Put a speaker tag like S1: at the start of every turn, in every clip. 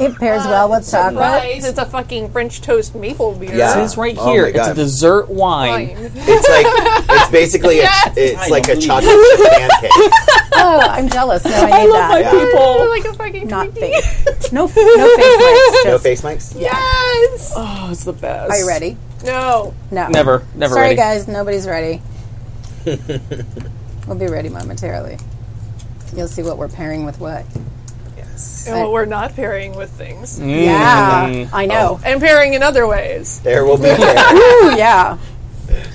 S1: It pairs well with chocolate.
S2: Right? It's a fucking French toast maple beer.
S3: Yeah.
S4: It is right
S3: Oh my
S4: here. it's a
S3: God.
S4: dessert wine.
S2: Fine.
S3: It's like it's basically a, it's
S4: I
S3: like a
S4: believe
S3: chocolate chip pancake.
S1: Oh, I'm jealous. No, I need that.
S4: My people.
S2: like a fucking
S1: Not
S2: Twinkie.
S1: fake. No, no face marks. Just,
S3: No face mics.
S2: Yes.
S4: Oh, it's the best.
S1: Are you ready?
S2: No.
S1: No.
S4: Never, never
S1: Sorry,
S4: ready.
S1: guys. Nobody's ready. we'll be ready momentarily. You'll see what we're pairing with what.
S2: And what we're not pairing with things.
S3: Mm.
S4: Mm.
S1: Yeah, I know.
S2: And pairing in other ways.
S3: There will be.
S1: Ooh, yeah.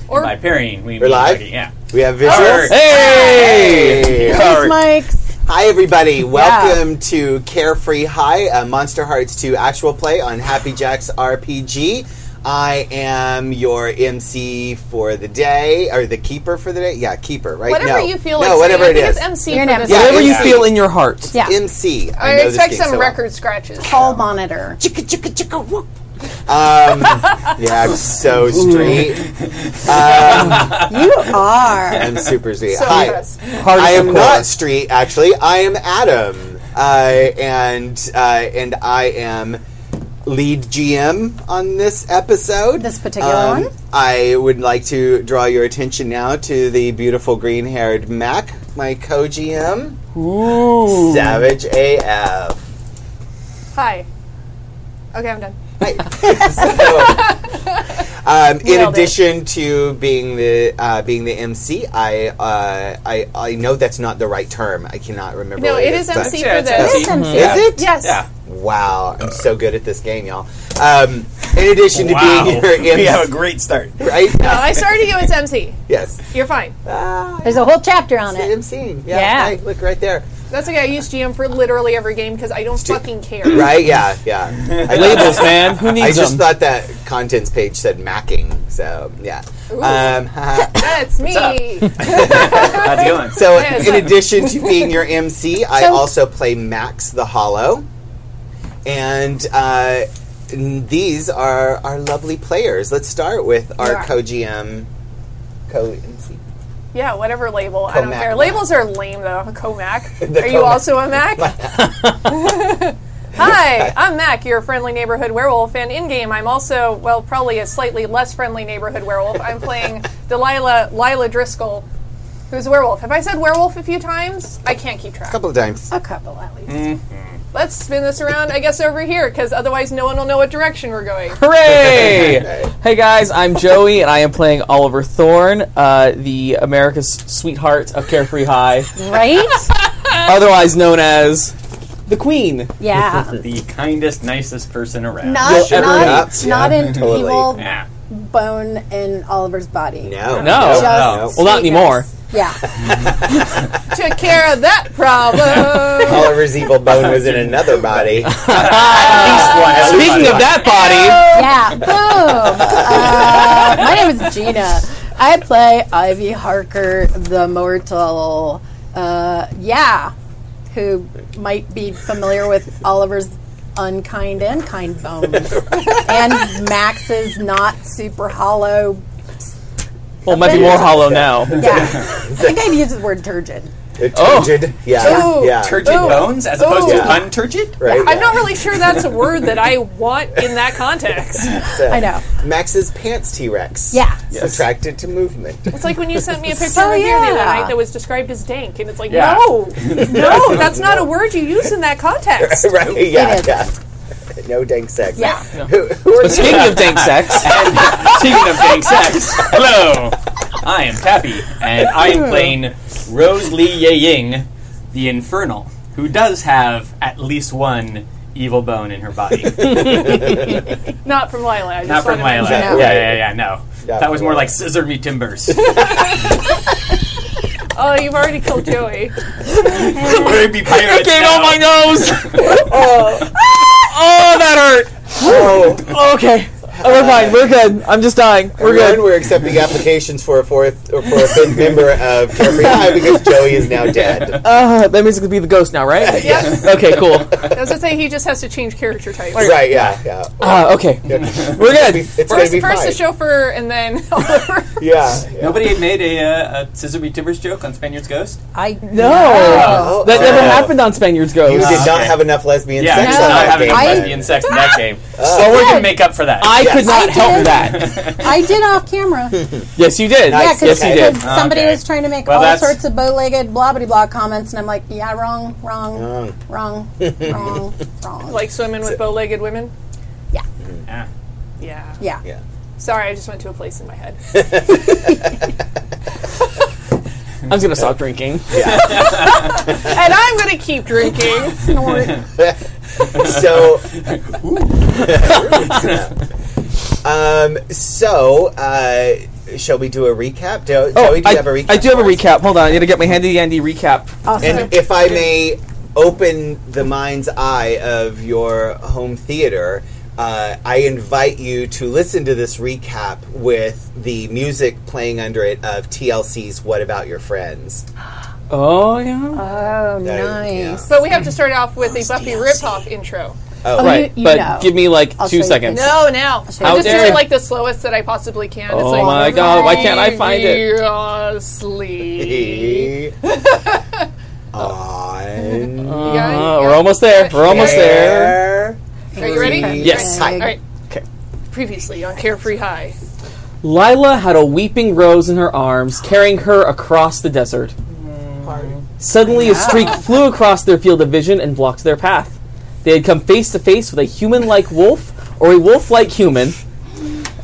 S2: Or
S5: By pairing, we
S3: We're
S5: mean
S3: live?
S5: like, Yeah.
S3: We have visuals.
S4: Hey!
S1: Thanks, Mike's.
S3: Hi everybody. Welcome to Carefree High, uh, Monster Hearts 2 actual play on Happy Jacks RPG. I am your MC for the day, or the keeper for the day. Yeah, keeper, right?
S2: whatever
S3: No.
S2: you feel
S3: No,
S2: like.
S3: whatever
S2: saying.
S3: it
S2: I think
S3: is.
S2: It's MC
S1: You're
S2: for
S1: an
S2: this.
S1: MC.
S4: Whatever you
S3: Yeah.
S4: feel in your heart.
S1: Yeah.
S3: MC.
S2: I
S3: know this
S2: expect
S3: game
S2: some
S3: so well.
S2: record scratches.
S1: Call monitor.
S3: chicka chicka chicka whoop. Um, yeah, I'm so straight.
S1: You are.
S3: I'm super straight.
S2: So
S3: Hi,
S2: impressed.
S4: Heart
S3: I
S4: is
S3: am
S4: the
S3: not
S4: chorus.
S3: street. Actually, I am Adam, uh, and uh, and I am lead GM on this episode. Um,
S1: This particular one?
S3: I would like to draw your attention now to the beautiful green-haired Mac, my co-GM,
S4: Ooh.
S3: Savage AF.
S2: Hi. Okay, I'm done.
S3: Um, in
S2: Nailed it.
S3: addition to being the uh, being the MC, I, uh, I I know that's not the right term. I cannot remember.
S2: No,
S3: what
S2: it is
S3: but-
S2: MC
S5: Yeah,
S2: for
S5: it's
S2: this.
S5: MC.
S1: It's MC.
S3: Is it?
S2: Yes.
S5: Yeah.
S3: Wow, I'm so good at this game, y'all. Um, in addition to
S5: Wow.
S3: being your MC,
S5: we have a great start.
S3: right?
S2: No, I started you. It's MC.
S3: Yes.
S2: You're fine.
S3: Ah,
S1: There's a whole chapter on it.
S3: MC. Yeah.
S1: Yeah.
S3: right, look right there.
S2: That's okay. I use GM for literally every game because I don't fucking care.
S3: Right? Yeah. Yeah. I-
S4: Labels, man. Who
S3: I
S4: needs
S3: just
S4: them?
S3: thought that contents page said macking, so yeah. Um,
S2: That's me.
S5: How's it going?
S3: So,
S2: Yeah,
S3: in
S2: so-
S3: addition to being your MC, I
S1: So-
S3: also play Max the Hollow, and uh, n- these are our lovely players. Let's start with our
S2: Yeah.
S3: co-GM, co-MC.
S2: Yeah, whatever label. I don't
S3: Comac.
S2: care. Labels are lame though. I'm a Comac.
S3: The
S2: are you
S3: Comac.
S2: also a Mac? Hi, I'm Mac, your friendly neighborhood werewolf, and in game I'm also, well, probably a slightly less friendly neighborhood werewolf. I'm playing Delilah Lila Driscoll, who's a werewolf. Have I said werewolf a few times? I can't keep track.
S3: A couple of times.
S1: A couple at least.
S2: Let's spin this around, I guess, over here, because otherwise no one will know what direction we're going.
S4: Hooray! hey guys, I'm Joey, and I am playing Oliver Thorne, uh, the America's sweetheart of Carefree High,
S1: Right?
S4: otherwise known as the Queen.
S1: Yeah.
S5: The kindest, nicest person around.
S1: Not,
S4: ever
S1: not,
S3: meet.
S1: not an
S3: Totally.
S1: evil
S5: Yeah.
S1: bone in Oliver's body.
S3: No,
S4: Oh, No.
S3: no.
S1: Just
S4: Well, not anymore.
S1: sweetness. Yeah.
S2: Took care of that problem.
S3: Oliver's evil bone was in another body. Ah.
S5: At least one.
S4: Speaking of that body,
S1: Yeah. Boom. Uh, my name is Gina. I play Ivy Harker, the mortal. Uh, yeah. Who might be familiar with Oliver's unkind and kind bones. and Max's not super hollow.
S4: well, it might be more hollow now.
S1: Yeah. I think I've used the word turgid.
S3: It turgid. Yeah,
S2: Ooh.
S3: yeah.
S5: Turgid
S2: Ooh.
S5: bones as opposed to
S3: Yeah.
S5: unturgid?
S3: Right.
S2: I'm
S3: yeah.
S2: not really sure that's a word that I want in that context.
S3: So,
S1: I know.
S3: Max's pants T Rex.
S1: Yeah.
S3: Attracted to movement.
S2: It's like when you sent me a picture
S1: So,
S2: of a beer the other
S1: yeah.
S2: night that was described as dank, and it's like,
S5: Yeah.
S2: no, no, that's not a word you use in that context.
S3: right. Yeah.
S1: is.
S3: Yeah. No dank sex.
S1: Yeah.
S3: Who, who are
S4: But
S3: the
S4: speaking of dank sex,
S5: Speaking of fake sex, hello. I am Tappy, and I am playing Rose Lee Ye Ying, the Infernal, who does have at least one evil bone in her body.
S2: Not from Lila. I just
S5: Not from
S2: wanted to
S5: my
S2: mention
S5: lab.
S3: No.
S5: Yeah, yeah, yeah, no.
S3: Yeah,
S5: that was more
S3: yeah.
S5: like scissor me timbers.
S2: that. Oh, you've already killed Joey.
S5: Baby pirates.
S4: came out
S5: no.
S4: my nose. oh, that hurt.
S3: Oh,
S4: Okay. Oh, we're fine. We're good. I'm just dying. We're
S6: Everyone,
S4: good.
S6: we're accepting applications for a fourth or for a fifth member of Carefree High because Joey is now dead.
S4: Uh, that means it could be the ghost now, right?
S2: Yes.
S4: Okay, cool.
S2: Does it say he just has to change character types?
S6: right? Yeah, yeah.
S4: Uh, okay, we're good.
S6: It's gonna
S2: First,
S6: be
S2: first
S6: fine.
S2: the chauffeur, and then Oliver.
S6: Yeah. yeah.
S5: Nobody had made a, uh, a scissor beat timbers joke on Spaniard's Ghost.
S1: I
S4: No,
S6: Oh,
S4: that
S6: oh.
S4: never happened on Spaniard's
S6: You
S4: Ghost. Ah.
S6: did not
S5: okay.
S6: have enough lesbian
S5: Yeah,
S1: No.
S5: we
S6: sex
S5: did
S6: on
S5: not
S6: that
S5: have
S6: game.
S5: enough
S1: I-
S5: lesbian sex in that game.
S4: Well,
S5: But
S4: we're
S5: we
S1: Yeah.
S5: can make up for that.
S4: I could
S6: Yes.
S4: not
S1: I
S4: help
S1: did.
S4: that.
S1: I did off camera.
S4: Yes, you did.
S1: Yeah,
S6: Nice.
S1: because
S4: Yes, you did.
S1: somebody
S5: Oh, Okay.
S1: was trying to make
S5: Well,
S1: all
S5: that's-
S1: sorts of bow-legged blah blah blah comments, and I'm like, yeah, wrong, wrong,
S6: Wrong.
S1: wrong, wrong, wrong.
S2: like swimming with bow-legged women.
S5: Ah.
S2: Yeah.
S1: yeah.
S6: Yeah.
S2: Sorry, I just went to a place in my head.
S4: I'm just gonna stop drinking.
S2: and I'm going to keep drinking.
S1: Snort.
S6: so um so uh shall we do a recap do, Joey, do
S4: Oh, I,
S6: you have a recap
S4: I do have a
S6: for us?
S4: recap. Hold on, I need to get my handy dandy recap.
S1: Awesome.
S6: and if i may open the mind's eye of your home theater uh, I invite you to listen to this recap with the music playing under it of TLC's "What About Your Friends."
S4: Oh yeah.
S1: oh,
S6: That is-
S1: nice.
S2: But we have to start off with the Buffy ripoff intro.
S6: Oh,
S4: right,
S1: you
S4: but
S1: know.
S4: give me like
S1: I'll show
S4: two
S1: you
S4: seconds.
S1: pictures.
S2: No,
S1: How
S2: now. I'm just doing
S4: dare-
S2: it like the slowest that I possibly can.
S4: Oh
S2: it's like,
S4: my god, why can't I find it?
S2: Seriously.
S6: on
S4: Uh,
S2: Yeah,
S4: we're
S2: yeah.
S4: almost there. We're almost there.
S2: Are you ready?
S4: Yes.
S2: All right.
S4: Okay.
S2: Previously on Carefree High.
S4: Lila had a weeping rose in her arms, carrying her across the desert. Suddenly, a streak flew across their field of vision and blocked their path. They had come face to face with a human like wolf, or a wolf like human.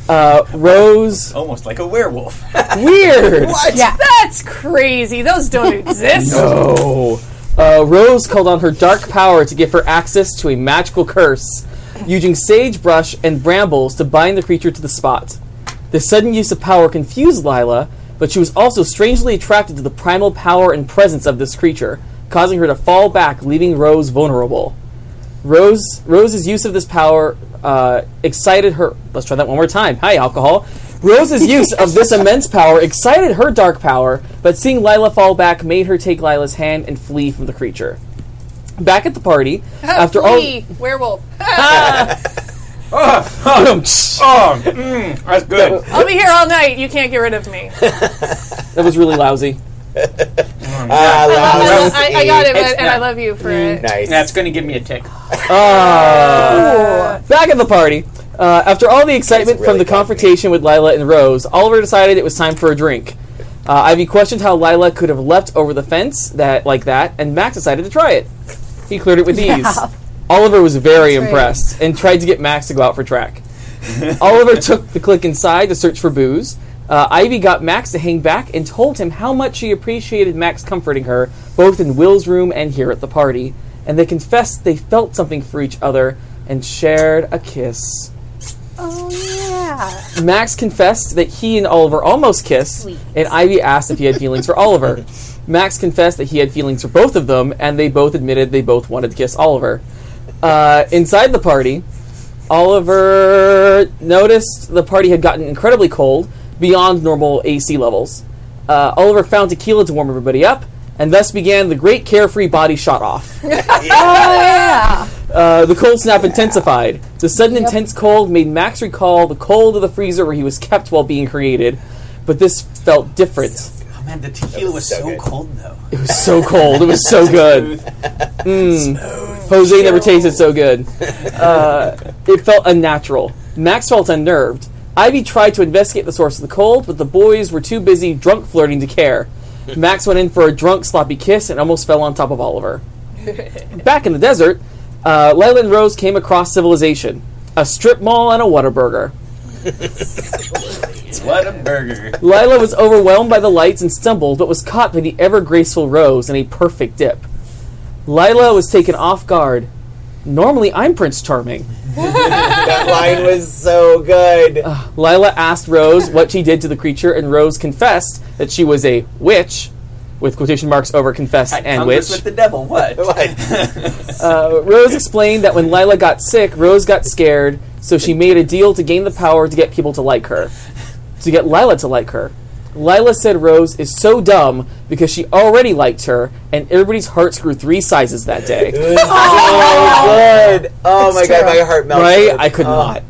S4: Uh, Rose.
S5: Almost like a werewolf.
S4: Weird!
S1: Yeah.
S2: That's crazy. Those don't exist.
S4: Oh. Uh, Rose called on her dark power to give her access to a magical curse, using sagebrush and brambles to bind the creature to the spot. The sudden use of power confused Lila, but she was also strangely attracted to the primal power and presence of this creature, causing her to fall back, leaving Rose vulnerable. Rose Rose's use of this power uh, excited her. Let's try that one more time. Hi, alcohol. Rose's use of this immense power excited her dark power, but seeing Lila fall back made her take Lila's hand and flee from the creature. Back at the party,
S6: Oh,
S4: after all,
S2: Flea, werewolf.
S4: that
S5: Oh, mm, that's good.
S2: I'll be here all night. You can't get rid of me.
S4: was really lousy.
S6: Ah,
S2: I,
S6: lousy.
S2: I, I got it,
S5: It's
S2: and I
S5: not-
S2: love you for it.
S6: Nice.
S5: That's going to give me a tick. Oh,
S6: Oh.
S4: Back at the party, uh, after all the excitement
S6: That's
S4: from
S6: really
S4: the confrontation with Lila and Rose, Oliver decided it was time for a drink. Uh, Ivy questioned how Lila could have leapt over the fence that like that, and Max decided to try it. He cleared it with ease. Oliver was very impressed and tried to get Max to go out for track. Oliver took the click inside to search for booze. Uh, Ivy got Max to hang back and told him how much she appreciated Max comforting her, both in Will's room and here at the party. And they confessed they felt something for each other and shared a kiss.
S1: Oh yeah.
S4: Max confessed that he and Oliver almost kissed, and Ivy asked if he had feelings for Oliver. Max confessed that he had feelings for both of them, and they both admitted they both wanted to kiss Oliver. Uh, inside the party, Oliver noticed the party had gotten incredibly cold, beyond normal AC levels. Uh, Oliver found tequila to warm everybody up, and thus began the great carefree body shot off. Uh, the cold snap intensified. The sudden intense cold made Max recall the cold of the freezer where he was kept while being created, but this felt different.
S5: Oh man, the tequila was
S6: so
S5: so
S6: good.
S5: cold though.
S4: It was so cold. It was so good. Mm. Jose never tasted so good. Uh, it felt unnatural. Max felt unnerved. Ivy tried to investigate the source of the cold, but the boys were too busy drunk flirting to care. Max went in for a drunk, sloppy kiss and almost fell on top of Oliver. Back in the desert, uh, Lila and Rose came across civilization a strip mall and a Whataburger.
S5: What a burger.
S4: Lila was overwhelmed by the lights and stumbled, but was caught by the ever graceful Rose in a perfect dip. Lila was taken off guard. Normally, I'm Prince Charming.
S6: that line was so good.
S4: Lila asked Rose what she did to the creature, and Rose confessed that she was a witch, with quotation marks over confessed and
S5: Congress
S4: witch.
S5: with the devil. What?
S6: What?
S4: Uh, Rose explained that when Lila got sick, Rose got scared, So she made a deal to gain the power to get people to like her, to get Lila to like her. Lila said Rose is so dumb because she already liked her, and everybody's hearts grew three sizes that day.
S6: so good. Oh my god, my heart melted.
S4: right? I could
S6: Oh.
S4: not.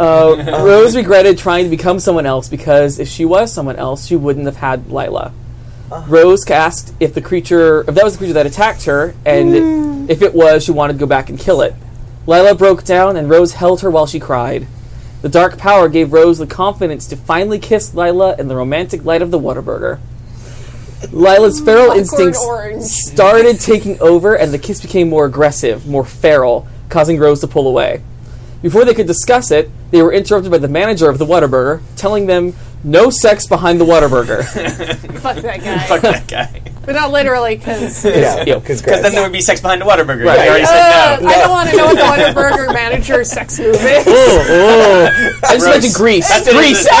S4: Uh, Rose regretted trying to become someone else because if she was someone else, she wouldn't have had Lila. Rose asked if the creature, if that was the creature that attacked her, and if it was, she wanted to go back and kill it. Lila broke down, and Rose held her while she cried. The dark power gave Rose the confidence to finally kiss Lila in the romantic light of the Whataburger. Lila's feral
S2: Popcorn
S4: instincts
S2: orange.
S4: started taking over, and the kiss became more aggressive, more feral, causing Rose to pull away. Before they could discuss it, they were interrupted by the manager of the Whataburger, telling them no sex behind the Whataburger.
S2: Fuck that guy.
S5: Fuck that guy.
S2: but not literally, because
S6: Yeah,
S4: Ew.
S6: because
S5: Because then there would be sex behind a Whataburger.
S4: Right.
S5: Right. You already
S2: uh,
S5: said no.
S2: I don't want to know what the Whataburger manager sex move is.
S4: oh, oh. I just mentioned Greece.
S5: That's it,
S4: Grease
S5: it's-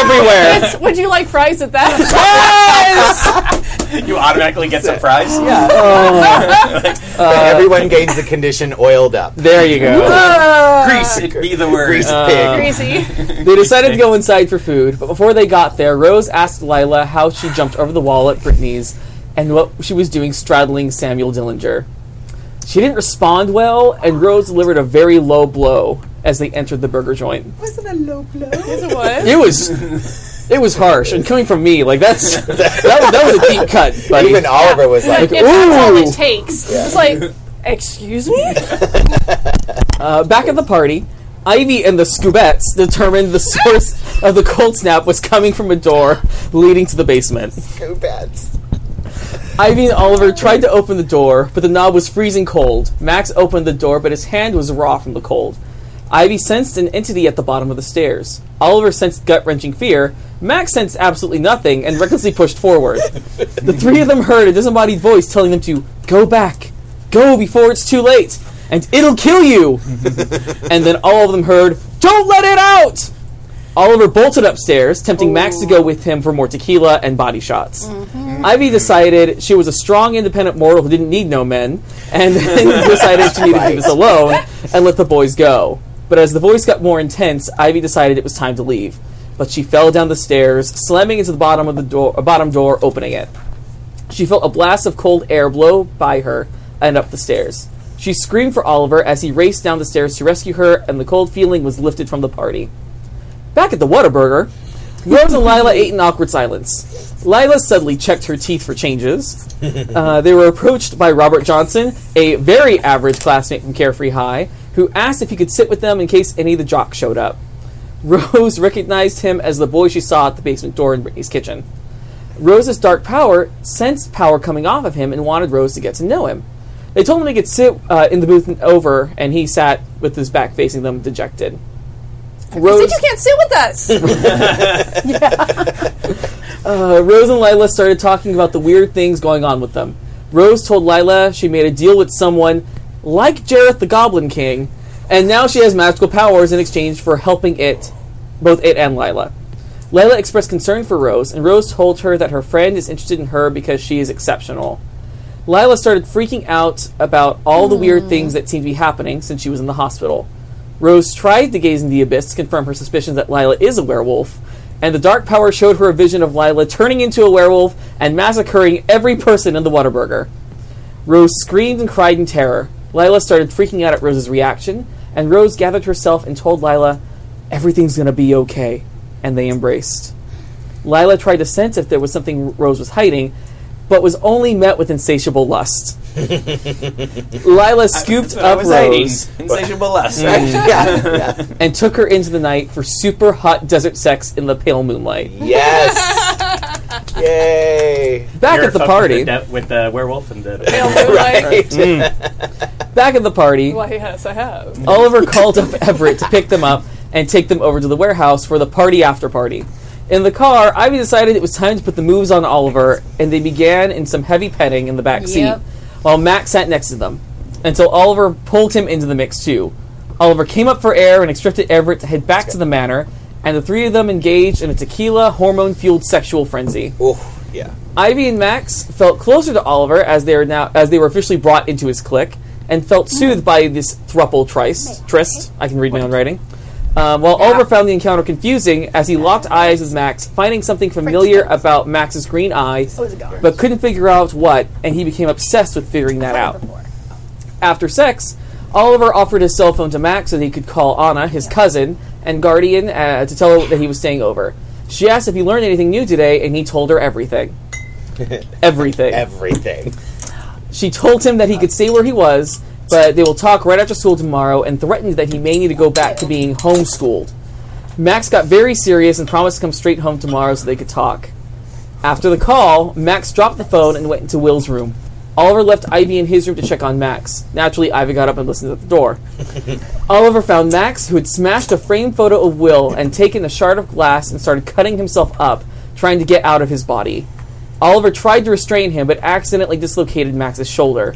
S4: everywhere.
S2: It's, would you like fries at that?
S5: You automatically get some fries. Yeah.
S6: everyone gains the condition oiled up.
S4: Uh, There uh, you go.
S5: Grease, it'd be the word.
S6: Grease pig.
S2: Crazy.
S4: They decided to go inside for food, but before they got there, Rose asked Lila how she jumped over the wall at Brittany's and what she was doing straddling Samuel Dillinger. She didn't respond well, and Rose delivered a very low blow as they entered the burger joint.
S2: Is it what?
S4: It was it was harsh, and coming from me, like that's that, was- that was a deep cut, buddy.
S6: Even Oliver was like,
S2: If that's all
S4: ooh.
S2: it takes. It's like, excuse me?
S4: Uh, back at the party, Ivy and the Scoobettes determined the source of the cold snap was coming from a door leading to the basement.
S6: "Go bats."
S4: Ivy and Oliver tried to open the door, but the knob was freezing cold. Max opened the door, but his hand was raw from the cold. Ivy sensed an entity at the bottom of the stairs. Oliver sensed gut wrenching fear. Max sensed absolutely nothing and recklessly pushed forward. the three of them heard a disembodied voice telling them to go back, go before it's too late, and it'll kill you. and then all of them heard, don't let it out! Oliver bolted upstairs, tempting Max to go with him for more tequila and body shots. Ivy decided she was a strong, independent mortal who didn't need no men, and then decided she needed to do this alone and let the boys go. But as the voice got more intense, Ivy decided it was time to leave. But she fell down the stairs, slamming into the bottom of the door, uh, bottom door, opening it. She felt a blast of cold air blow by her and up the stairs. She screamed for Oliver as he raced down the stairs to rescue her, and the cold feeling was lifted from the party. Back at the Whataburger, Rose and Lila ate in awkward silence. Lila suddenly checked her teeth for changes. Uh, they were approached by Robert Johnson, a very average classmate from Carefree High, who asked if he could sit with them in case any of the jocks showed up. Rose recognized him as the boy she saw at the basement door in Brittany's kitchen. Rose's dark power sensed power coming off of him and wanted Rose to get to know him. They told him he could sit uh, in the booth and over, and he sat with his back facing them, dejected. Rose,
S2: Said you can't sit with us.
S4: Uh, Rose and Lila started talking about the weird things going on with them. Rose told Lila she made a deal with someone like Jareth the Goblin King, and now she has magical powers in exchange for helping it, both it and Lila. Lila expressed concern for Rose, and Rose told her that her friend is interested in her because she is exceptional. Lila started freaking out about all the weird things that seemed to be happening since she was in the hospital. Rose tried to gaze in the abyss to confirm her suspicions that Lila is a werewolf, and the dark power showed her a vision of Lila turning into a werewolf and massacring every person in the Whataburger. Rose screamed and cried in terror. Lila started freaking out at Rose's reaction, and Rose gathered herself and told Lila, Everything's gonna be okay. And they embraced. Lila tried to sense if there was something Rose was hiding, but was only met with insatiable lust. Lila scooped
S5: That's what I
S4: up Mm. Rose
S5: was hiding. Insatiable lust.
S6: yeah, yeah.
S4: and took her into the night for super hot desert sex in the pale moonlight.
S5: Mm.
S6: yes. Yay.
S4: Back
S5: You're
S4: at the
S5: fucked with
S4: party,
S5: de- with the werewolf and the.
S2: They'll be like,
S4: Mm. back at the party,
S2: Why, yes, I have.
S4: Oliver called up Everett to pick them up and take them over to the warehouse for the party after party. In the car, Ivy decided it was time to put the moves on Oliver, and they began in some heavy petting in the back seat
S1: Yep.
S4: while Max sat next to them until Oliver pulled him into the mix too. Oliver came up for air and instructed Everett to head back to the manor, and the three of them engaged in a tequila hormone fueled sexual frenzy.
S6: Oh, yeah.
S4: Ivy and Max felt closer to Oliver as they are now as they were officially brought into his clique, and felt soothed by this thruple tryst. Tryst, I can read my own writing. Um, while Oliver found the encounter confusing, as he locked eyes with Max, finding something familiar about Max's green eye,
S1: was gone.
S4: but couldn't figure out what, and he became obsessed with figuring that out. After sex, Oliver offered his cell phone to Max so that he could call Anna, his cousin and guardian, uh, to tell her that he was staying over. She asked if he learned anything new today, and he told her everything. everything.
S3: Everything.
S4: She told him that he could stay where he was, but they will talk right after school tomorrow and threatened that he may need to go back to being homeschooled. Max got very serious and promised to come straight home tomorrow so they could talk. After the call, Max dropped the phone and went into Will's room. Oliver left Ivy in his room to check on Max. Naturally, Ivy got up and listened at the door. Oliver found Max, who had smashed a framed photo of Will and taken a shard of glass and started cutting himself up, trying to get out of his body. Oliver tried to restrain him, but accidentally dislocated Max's shoulder.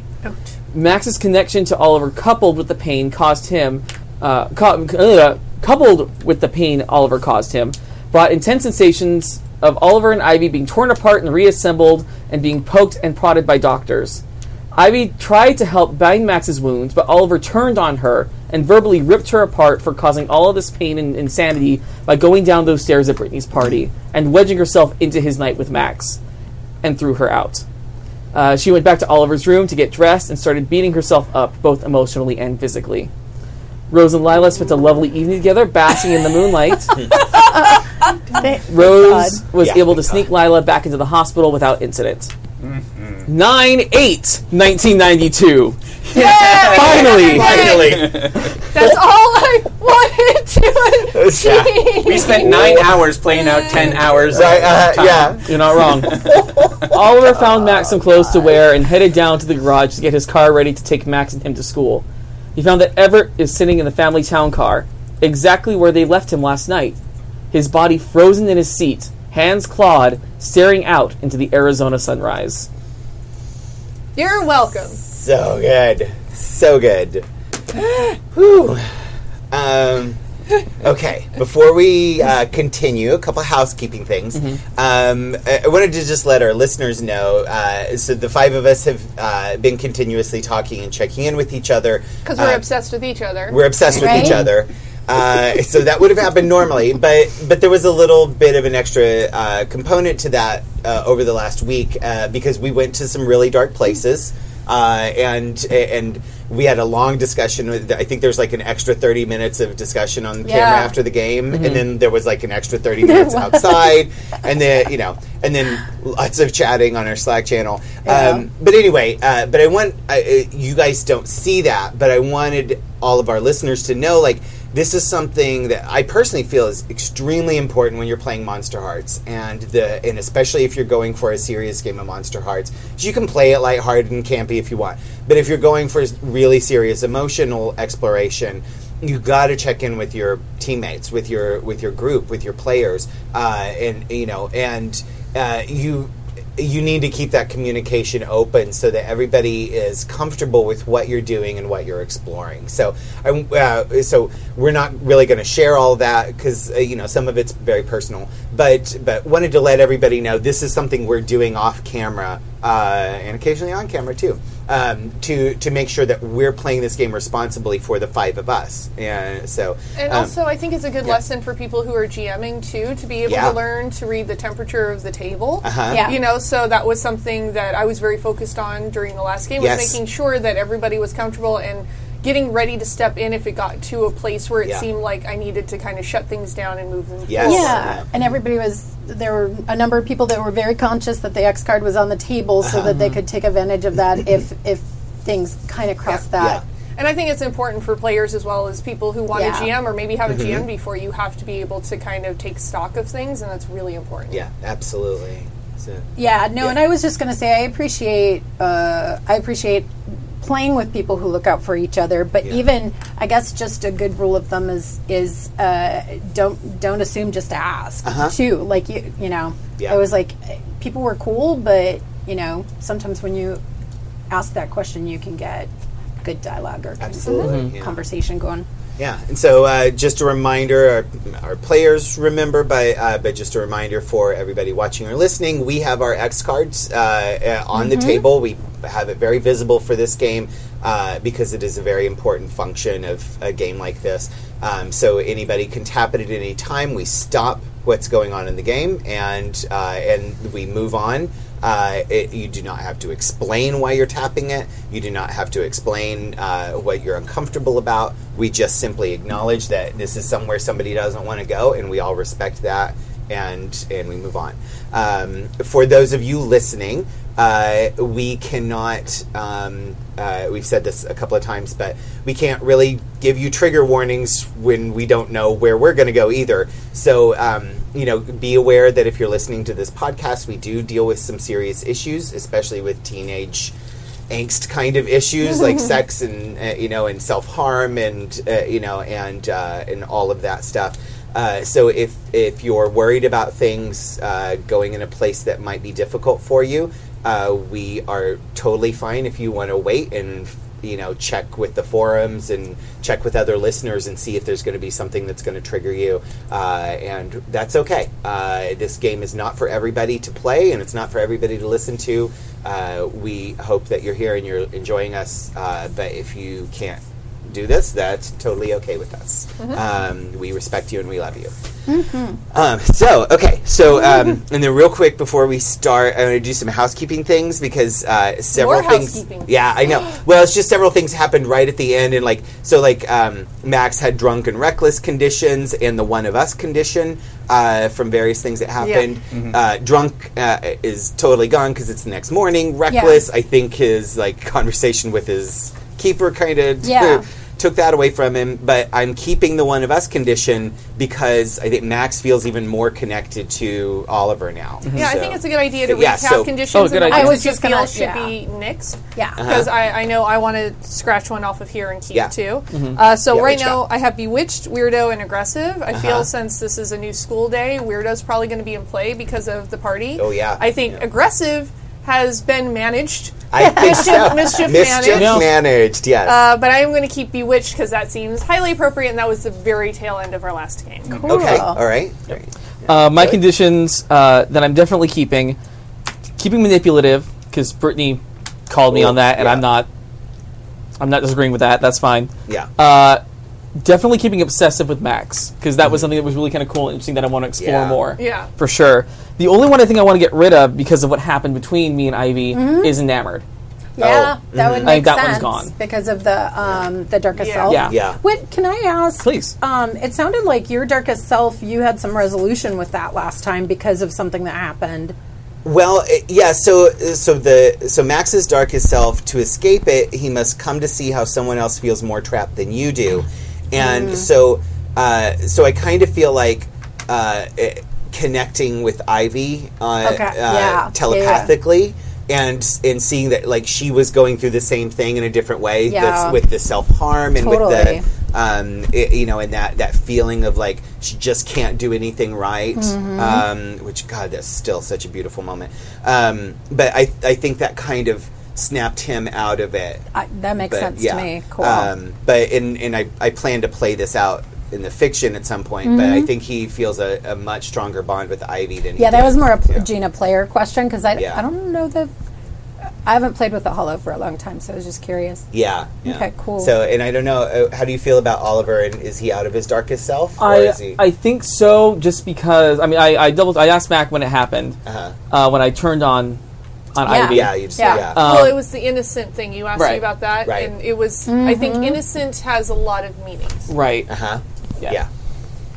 S4: Max's connection to Oliver, coupled with the pain, caused him, uh, cou- uh, coupled with the pain Oliver caused him, brought intense sensations of Oliver and Ivy being torn apart and reassembled, and being poked and prodded by doctors. Ivy tried to help bind Max's wounds, but Oliver turned on her and verbally ripped her apart for causing all of this pain and insanity by going down those stairs at Brittany's party and wedging herself into his night with Max, and threw her out. Uh, she went back to Oliver's room to get dressed and started beating herself up, both emotionally and physically. Rose and Lila spent a lovely evening together, basking in the moonlight. Rose was
S3: Yeah,
S4: able to
S3: thank
S4: sneak Lila back into the hospital without incident.
S3: Mm-hmm.
S4: 9 8 1992. Finally!
S3: Finally,
S2: That's all I wanted to achieve.
S5: We spent nine hours playing out ten hours. of
S3: right? Uh,
S5: time.
S3: yeah.
S4: You're not wrong. Oliver found Max some clothes to wear and headed down to the garage to get his car ready to take Max and him to school. He found that Everett is sitting in the family town car, exactly where they left him last night. His body frozen in his seat, hands clawed, staring out into the Arizona sunrise.
S2: You're welcome.
S3: So good. So good. Whew. Um, okay, before we uh, continue, a couple housekeeping things. Um, I, I wanted to just let our listeners know uh, so the five of us have uh, been continuously talking and checking in with each other.
S2: Because we're
S3: Uh,
S2: obsessed with each other.
S3: We're obsessed with each
S1: Right?
S3: other. Uh, so that would have happened normally, but but there was a little bit of an extra uh, component to that uh, over the last week uh, because we went to some really dark places, uh, and and we had a long discussion. With, I think there's like an extra thirty minutes of discussion on
S2: Yeah.
S3: camera after the game, and then there was like an extra thirty minutes outside, and then you know, and then lots of chatting on our Slack channel. Um, but anyway, uh, but I want I, uh, you guys don't see that, but I wanted all of our listeners to know like this is something that I personally feel is extremely important when you're playing Monster Hearts, and the and especially if you're going for a serious game of Monster Hearts, 'Cause you can play it lighthearted and campy if you want. But if you're going for really serious emotional exploration, you got to check in with your teammates, with your with your group, with your players, uh, and you know, and uh, you you need to keep that communication open so that everybody is comfortable with what you're doing and what you're exploring. So, I, uh, so we're not really going to share all that because uh, you know some of it's very personal. But but wanted to let everybody know this is something we're doing off camera uh, and occasionally on camera too um, to to make sure that we're playing this game responsibly for the five of us. And so
S2: And
S3: um,
S2: also, I think it's a good lesson for people who are GMing too to be able
S3: Yeah.
S2: to learn to read the temperature of the table.
S3: Uh-huh.
S1: Yeah.
S2: You know, so that was something that I was very focused on during the last game, was
S3: Yes.
S2: making sure that everybody was comfortable and getting ready to step in if it got to a place where it
S3: Yeah.
S2: seemed like I needed to kind of shut things down and move them.
S3: Yes.
S2: forward.
S1: Yeah, and everybody was. There were a number of people that were very conscious that the X card was on the table, so that they could take advantage of that if if things kind of crossed that.
S2: And I think it's important for players as well as people who want
S1: Yeah.
S2: a GM or maybe have
S3: Mm-hmm.
S2: a GM before you have to be able to kind of take stock of things, and that's really important.
S3: yeah, absolutely. So,
S1: Yeah, no, and I was just going to say I appreciate uh, I appreciate playing with people who look out for each other. But even I guess just a good rule of thumb is is uh, don't don't assume, just ask too. Like you you know,
S3: Uh-huh. Yeah.
S1: I was like eh, people were cool, but you know sometimes when you ask that question, you can get good dialogue or Mhm.
S3: Absolutely, yeah.
S1: conversation going.
S3: Yeah, and so uh, just a reminder, our, our players remember, but uh, but just a reminder for everybody watching or listening, we have our X cards uh, uh, on the table. We have it very visible for this game uh, because it is a very important function of a game like this. Um, so anybody can tap it at any time. We stop what's going on in the game and uh, and we move on. Uh, it, you do not have to explain why you're tapping it. You do not have to explain uh, what you're uncomfortable about. We just simply acknowledge that this is somewhere somebody doesn't want to go, and we all respect that, and and we move on. Um, for those of you listening, uh, we cannot. Um, uh, we've said this a couple of times, but we can't really give you trigger warnings when we don't know where we're going to go either. So, um, you know, be aware that if you're listening to this podcast, we do deal with some serious issues, especially with teenage angst kind of issues like sex and uh, you know and self harm and uh, you know and uh, and all of that stuff. Uh, so if if you're worried about things uh, going in a place that might be difficult for you, uh, we are totally fine if you want to wait and you know check with the forums and check with other listeners and see if there's going to be something that's going to trigger you uh, and that's okay uh, this game is not for everybody to play and it's not for everybody to listen to uh, we hope that you're here and you're enjoying us uh, but if you can't do this that's totally okay with us
S2: Mm-hmm.
S3: um, we respect you and we love you um, so okay, so um, and then real quick before we start, I'm going to do some housekeeping things because uh, several
S2: More
S3: things.
S2: housekeeping.
S3: Yeah, I know. well, it's just several things happened right at the end, and like so, like um, Max had drunk and reckless conditions, and the one of us condition uh, from various things that happened. Uh, drunk uh, is totally gone because it's the next morning. Reckless, I think his like conversation with his keeper kind of
S1: Yeah.
S3: took that away from him, but I'm keeping the one of us condition because I think Max feels even more connected to Oliver now.
S2: Yeah, I
S3: So-
S2: think it's a good idea to
S3: so- yeah,
S2: recap
S3: so-
S2: conditions.
S4: Oh, good
S2: and the
S4: idea.
S2: ones
S1: I was
S2: you
S1: just gonna-
S2: feel should
S1: yeah.
S2: be nixed.
S1: Yeah.
S2: because I, I know I want to scratch one off of here and keep
S3: Uh-huh. Yeah. Mm-hmm.
S2: two. Uh, so
S3: Yeah,
S2: right
S3: reach
S2: now
S3: out. Uh-huh.
S2: I have bewitched, weirdo, and aggressive. I feel since this is a new school day, weirdo's probably going to be in play because of the party.
S3: Oh, yeah.
S2: I think
S3: Yeah.
S2: aggressive has been managed.
S3: I think so.
S2: mischief
S3: Mischief
S2: managed.
S4: No.
S3: managed, yes.
S2: Uh, but I am going to keep Bewitched because that seems highly appropriate, and that was the very tail end of our last game.
S3: okay,
S1: Cool.
S3: all right.
S4: Uh, my conditions uh, that I'm definitely keeping, keeping manipulative because Brittany called me
S3: Ooh,
S4: on that, and
S3: yeah.
S4: I'm not, I'm not disagreeing with that. That's fine.
S3: Yeah.
S4: Uh, definitely keeping obsessive with Max because that was something that was really kind of cool and interesting that I want to explore
S3: Yeah.
S4: more.
S2: Yeah.
S4: for sure. The only one I think I want to get rid of because of what happened between me and Ivy
S1: Mm-hmm.
S4: is enamored.
S1: Yeah,
S3: Oh,
S1: that would
S4: I
S1: make
S4: think that one's
S1: sense
S4: gone.
S1: because of the um, the darkest
S2: Yeah.
S1: self.
S4: Yeah.
S3: Yeah.
S1: What can I ask?
S4: Please.
S1: Um, it sounded like your darkest self. You had some resolution with that last time because of something that happened.
S3: Well, uh, yeah. So, so the so Max's darkest self to escape it, he must come to see how someone else feels more trapped than you do, and
S1: Mm-hmm.
S3: so, uh, so I kind of feel like uh, eh, connecting with Ivy uh,
S1: Okay,
S3: uh,
S1: yeah,
S3: telepathically. And, and seeing that like she was going through the same thing in a different way
S1: Yeah.
S3: that's with the self harm and
S1: Totally.
S3: with the um, it, you know, and that that feeling of like she just can't do anything right.
S1: Mm-hmm.
S3: Um, which God, that's still such a beautiful moment. Um, but I I think that kind of snapped him out of it.
S1: I, that makes
S3: But,
S1: sense
S3: yeah.
S1: to me. Cool.
S3: Um, but and and I I plan to play this out in the fiction at some point. But I think he feels a, a much stronger bond with Ivy than he
S1: Mm-hmm. yeah, that
S3: did.
S1: was more a pl-
S3: Yeah.
S1: Gina player question because I,
S3: Yeah.
S1: I don't know the. I haven't played with the Hollow for a long time, so I was just curious.
S3: Yeah, yeah.
S1: Okay, cool.
S3: So, and I don't know, uh, how do you feel about Oliver? And is he out of his darkest self, or is
S4: I,
S3: he?
S4: I think so, just because I mean I, I double I asked Mac when it happened
S3: uh-huh.
S4: uh, when I turned on on
S1: Yeah.
S4: Ivy.
S3: Yeah, you just
S1: Yeah.
S3: yeah.
S2: well, it was the innocent thing you asked me
S4: Right.
S2: about that,
S3: Um, Right.
S2: and it was. I think
S1: Mm-hmm.
S2: innocent has a lot of meanings.
S4: Right.
S3: huh.
S4: Uh-huh. Yeah.
S3: Uh-huh. yeah.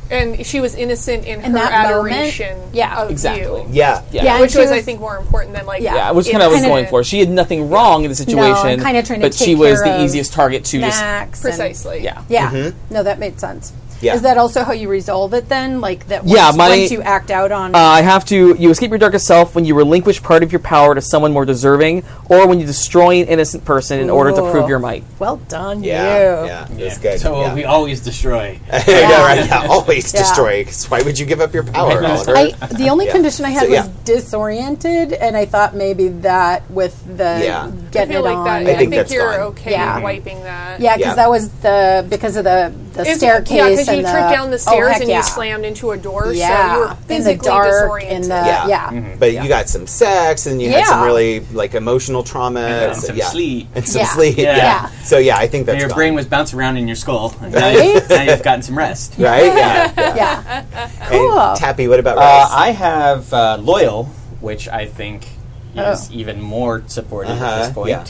S2: and she was innocent in,
S1: In
S2: her
S1: that moment?
S2: adoration
S1: Yeah.
S2: of
S4: Exactly.
S2: you
S3: Yeah.
S4: Yeah.
S1: Yeah.
S2: which
S1: And she
S2: was, i
S1: was-
S2: think more important than like
S1: Yeah.
S4: Yeah, which kind of was going for. She had nothing wrong in the situation,
S1: kinda trying to
S4: but she
S1: take
S4: was
S1: care
S4: the
S1: of
S4: easiest target to just
S1: Max and-
S2: precisely
S4: yeah.
S1: Yeah. No, that made sense.
S3: Mm-hmm. Yeah.
S1: Is that also how you resolve it then? Like that? Once,
S4: Yeah, my-
S1: once you act out on.
S4: Uh, I have to. You escape your darkest self when you relinquish part of your power to someone more deserving, or when you destroy an innocent person in order to prove your might.
S1: well done,
S3: Yeah,
S1: you.
S3: yeah, it's good.
S5: So
S3: yeah.
S5: we always destroy.
S3: yeah, right. Yeah, always
S1: Yeah.
S3: destroy. 'cause why would you give up your power,
S5: Right.
S3: Oliver?
S1: I, the only
S3: Yeah.
S1: condition I had
S3: So, yeah.
S1: was disoriented, and I thought maybe that with the
S3: Yeah.
S2: I
S1: getting
S2: feel
S1: it
S2: like
S1: on.
S2: that.
S3: I
S2: I
S3: think
S2: think,
S3: that's
S2: you're
S3: gone.
S2: okay
S1: Yeah.
S2: with wiping that.
S1: Yeah, because
S3: Yeah.
S1: that was the because of the the
S2: It's-
S1: staircase.
S2: Yeah, because you
S1: and the-
S2: tripped down the
S1: oh,
S2: stairs
S1: heck
S2: and
S1: yeah.
S2: you slammed into a door.
S1: Yeah,
S2: so you were
S1: in
S2: physically
S1: the dark, in
S2: disoriented.
S1: the
S3: Yeah.
S1: uh, yeah,
S5: Mm-hmm.
S3: but you got some sex, and you had some
S1: Yeah.
S3: really like emotional trauma,
S5: And
S3: so-
S5: some
S3: yeah.
S5: sleep.
S3: and some
S1: Yeah.
S3: sleep. Yeah.
S5: Yeah.
S1: Yeah.
S3: So yeah, I think that's
S5: Your
S3: gone.
S5: brain was bouncing around in your skull. And now, you've, now you've gotten some rest.
S3: right. Yeah. yeah.
S1: yeah.
S3: And
S1: Cool.
S3: Tappy, what about
S5: Uh,
S3: Rose?
S5: I have uh, loyal, which I think is even more supportive at
S3: Uh-huh,
S5: this point.
S3: yeah.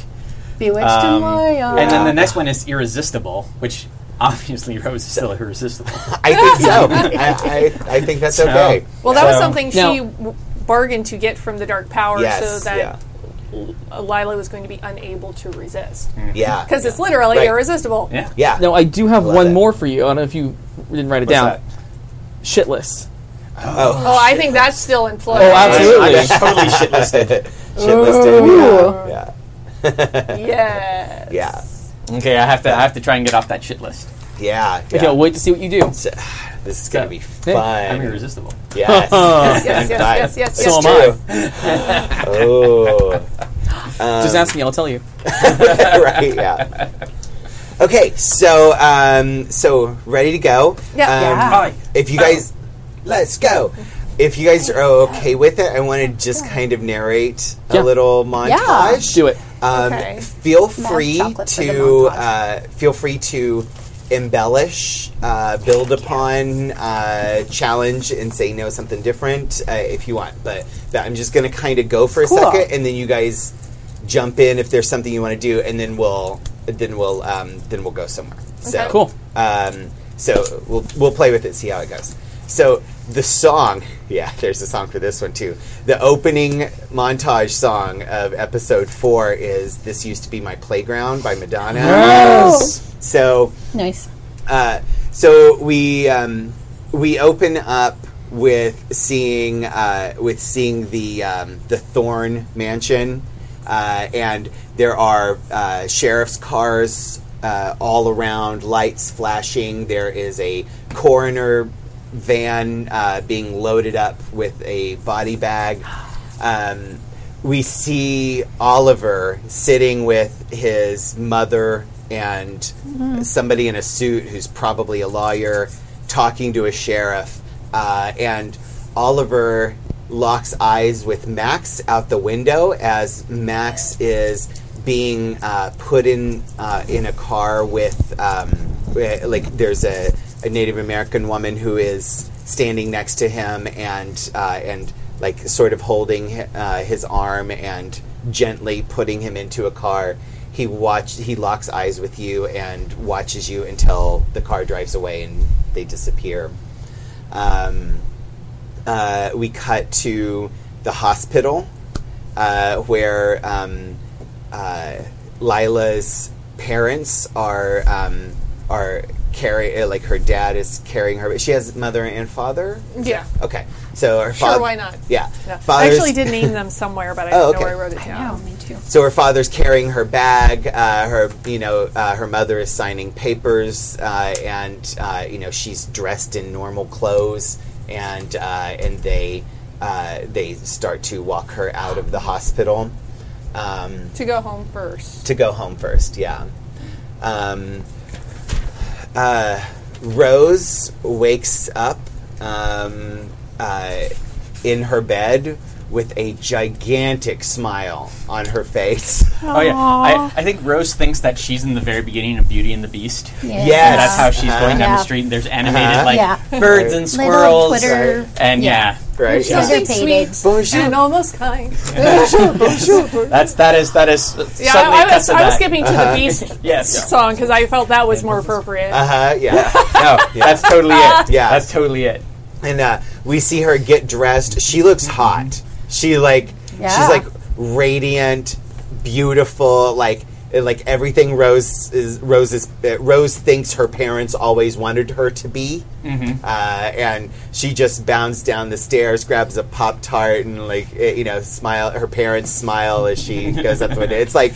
S1: Bewitched
S5: Um,
S1: and loyal.
S5: And then um, the next one is irresistible, which obviously Rose is still irresistible.
S3: I think so. I, I, I think that's
S5: So-
S3: okay.
S2: Well, that was
S5: So-
S2: something she
S4: Now-
S2: w- bargained to get from the Dark Power,
S3: Yes,
S2: so that
S3: yeah.
S2: L- Lila was going to be unable to resist
S3: Yeah.
S2: because it's literally
S3: Mm. Right.
S2: irresistible.
S5: yeah.
S3: yeah.
S4: Now I do have
S3: Love
S4: one
S3: it.
S4: more for you. I don't know if you didn't write it down.
S5: that?
S4: Shit list.
S3: Oh,
S2: Oh, I think that's still in play.
S4: Oh, absolutely.
S5: I'm totally shit listed.
S3: shit listed. Yeah. yeah.
S2: Yeah.
S3: Yeah.
S5: Okay, I have to I have to try and get off that shit list.
S3: Yeah.
S4: Okay, I'll wait to see what you do.
S3: So, this is gonna be
S4: Yeah,
S5: I'm
S3: fun.
S5: irresistible.
S3: Yes.
S4: Uh,
S2: Yes, yes,
S3: Right.
S2: yes, yes, yes.
S4: So am I.
S3: True. oh.
S4: Just ask me. I'll tell you.
S3: right. Yeah. Okay. So, um, so ready to go.
S2: Yeah.
S3: Um,
S1: Yeah.
S5: Hi.
S3: If you guys, let's go. If you guys are okay with it, I want to just kind of narrate a
S4: Yeah.
S3: little montage.
S4: Do it.
S3: Um,
S2: Okay.
S3: Feel free
S1: chocolate for the
S3: to
S1: montage.
S3: uh, feel free to embellish, uh, build upon, uh, challenge, and say no something different uh, if you want. But, but I'm just going to kind of go for a
S1: Cool.
S3: second, and then you guys jump in if there's something you want to do, and then we'll then we'll um, then we'll go somewhere. So
S2: Okay.
S4: Cool.
S3: Um, so we'll we'll play with it, see how it goes. So the song, yeah, there's a song for this one too. The opening montage song of episode four is "This Used to Be My Playground" by Madonna. So
S1: nice.
S3: uh, so we um, we open up with seeing uh, with seeing the um, the Thorn Mansion, uh, and there are uh, sheriff's cars uh, all around, lights flashing. There is a coroner van uh, being loaded up with a body bag. Um, we see Oliver sitting with his mother and somebody in a suit who's probably a lawyer talking to a sheriff. Uh, and Oliver locks eyes with Max out the window as Max is being uh, put in uh, in a car with um, eh, like there's a, a Native American woman who is standing next to him and uh, and like sort of holding hi- uh, his arm and gently putting him into a car. He watch he locks eyes with you and watches you until the car drives away and they disappear. Um, uh, we cut to the hospital uh, where um, uh, Lila's parents are um, are carry uh, like her dad is carrying her. But she has mother and father.
S2: Yeah.
S3: Okay, so her
S2: Mm. Sure,
S3: father.
S2: why not?
S3: Yeah,
S2: No. I
S3: Father's-
S2: actually did name them somewhere, but I don't
S3: Oh,
S2: know where
S3: okay.
S2: I wrote it down.
S1: me too.
S3: So her father's carrying her bag. Uh, her, you know, uh, her mother is signing papers, uh, and uh, you know she's dressed in normal clothes, and uh, and they uh, they start to walk her out of the hospital um,
S2: To go home first.
S3: to go home first. Yeah. Um, uh, Rose wakes up um, uh, in her bed with a gigantic smile on her face.
S5: Oh yeah. I, I think Rose thinks that she's in the very beginning of Beauty and the Beast.
S1: Yeah.
S3: Yes.
S5: And that's how she's going down
S1: Yeah.
S5: the street. and There's animated like
S1: Yeah.
S5: birds and squirrels.
S1: Twitter-
S5: And yeah.
S3: Right?
S2: She's
S3: Yeah.
S1: Sugar
S2: so sweet
S1: painted.
S2: and almost kind.
S5: That's that is that is uh,
S2: Yeah,
S5: suddenly
S2: I, was,
S5: cut to
S2: I was
S5: that. Uh-huh.
S2: skipping to the Beast
S5: Yes.
S2: song because I felt that was more appropriate.
S3: Uh-huh, yeah.
S5: No, that's totally it.
S3: Yeah.
S5: That's totally it.
S3: and uh, we see her get dressed. She looks hot. She like
S1: Yeah.
S3: she's like radiant, beautiful, like uh, like everything Rose is Rose is uh, Rose thinks her parents always wanted her to be, uh, and she just bounds down the stairs, grabs a pop tart, and like eh, you know, smile. Her parents smile as she goes up the window. It's like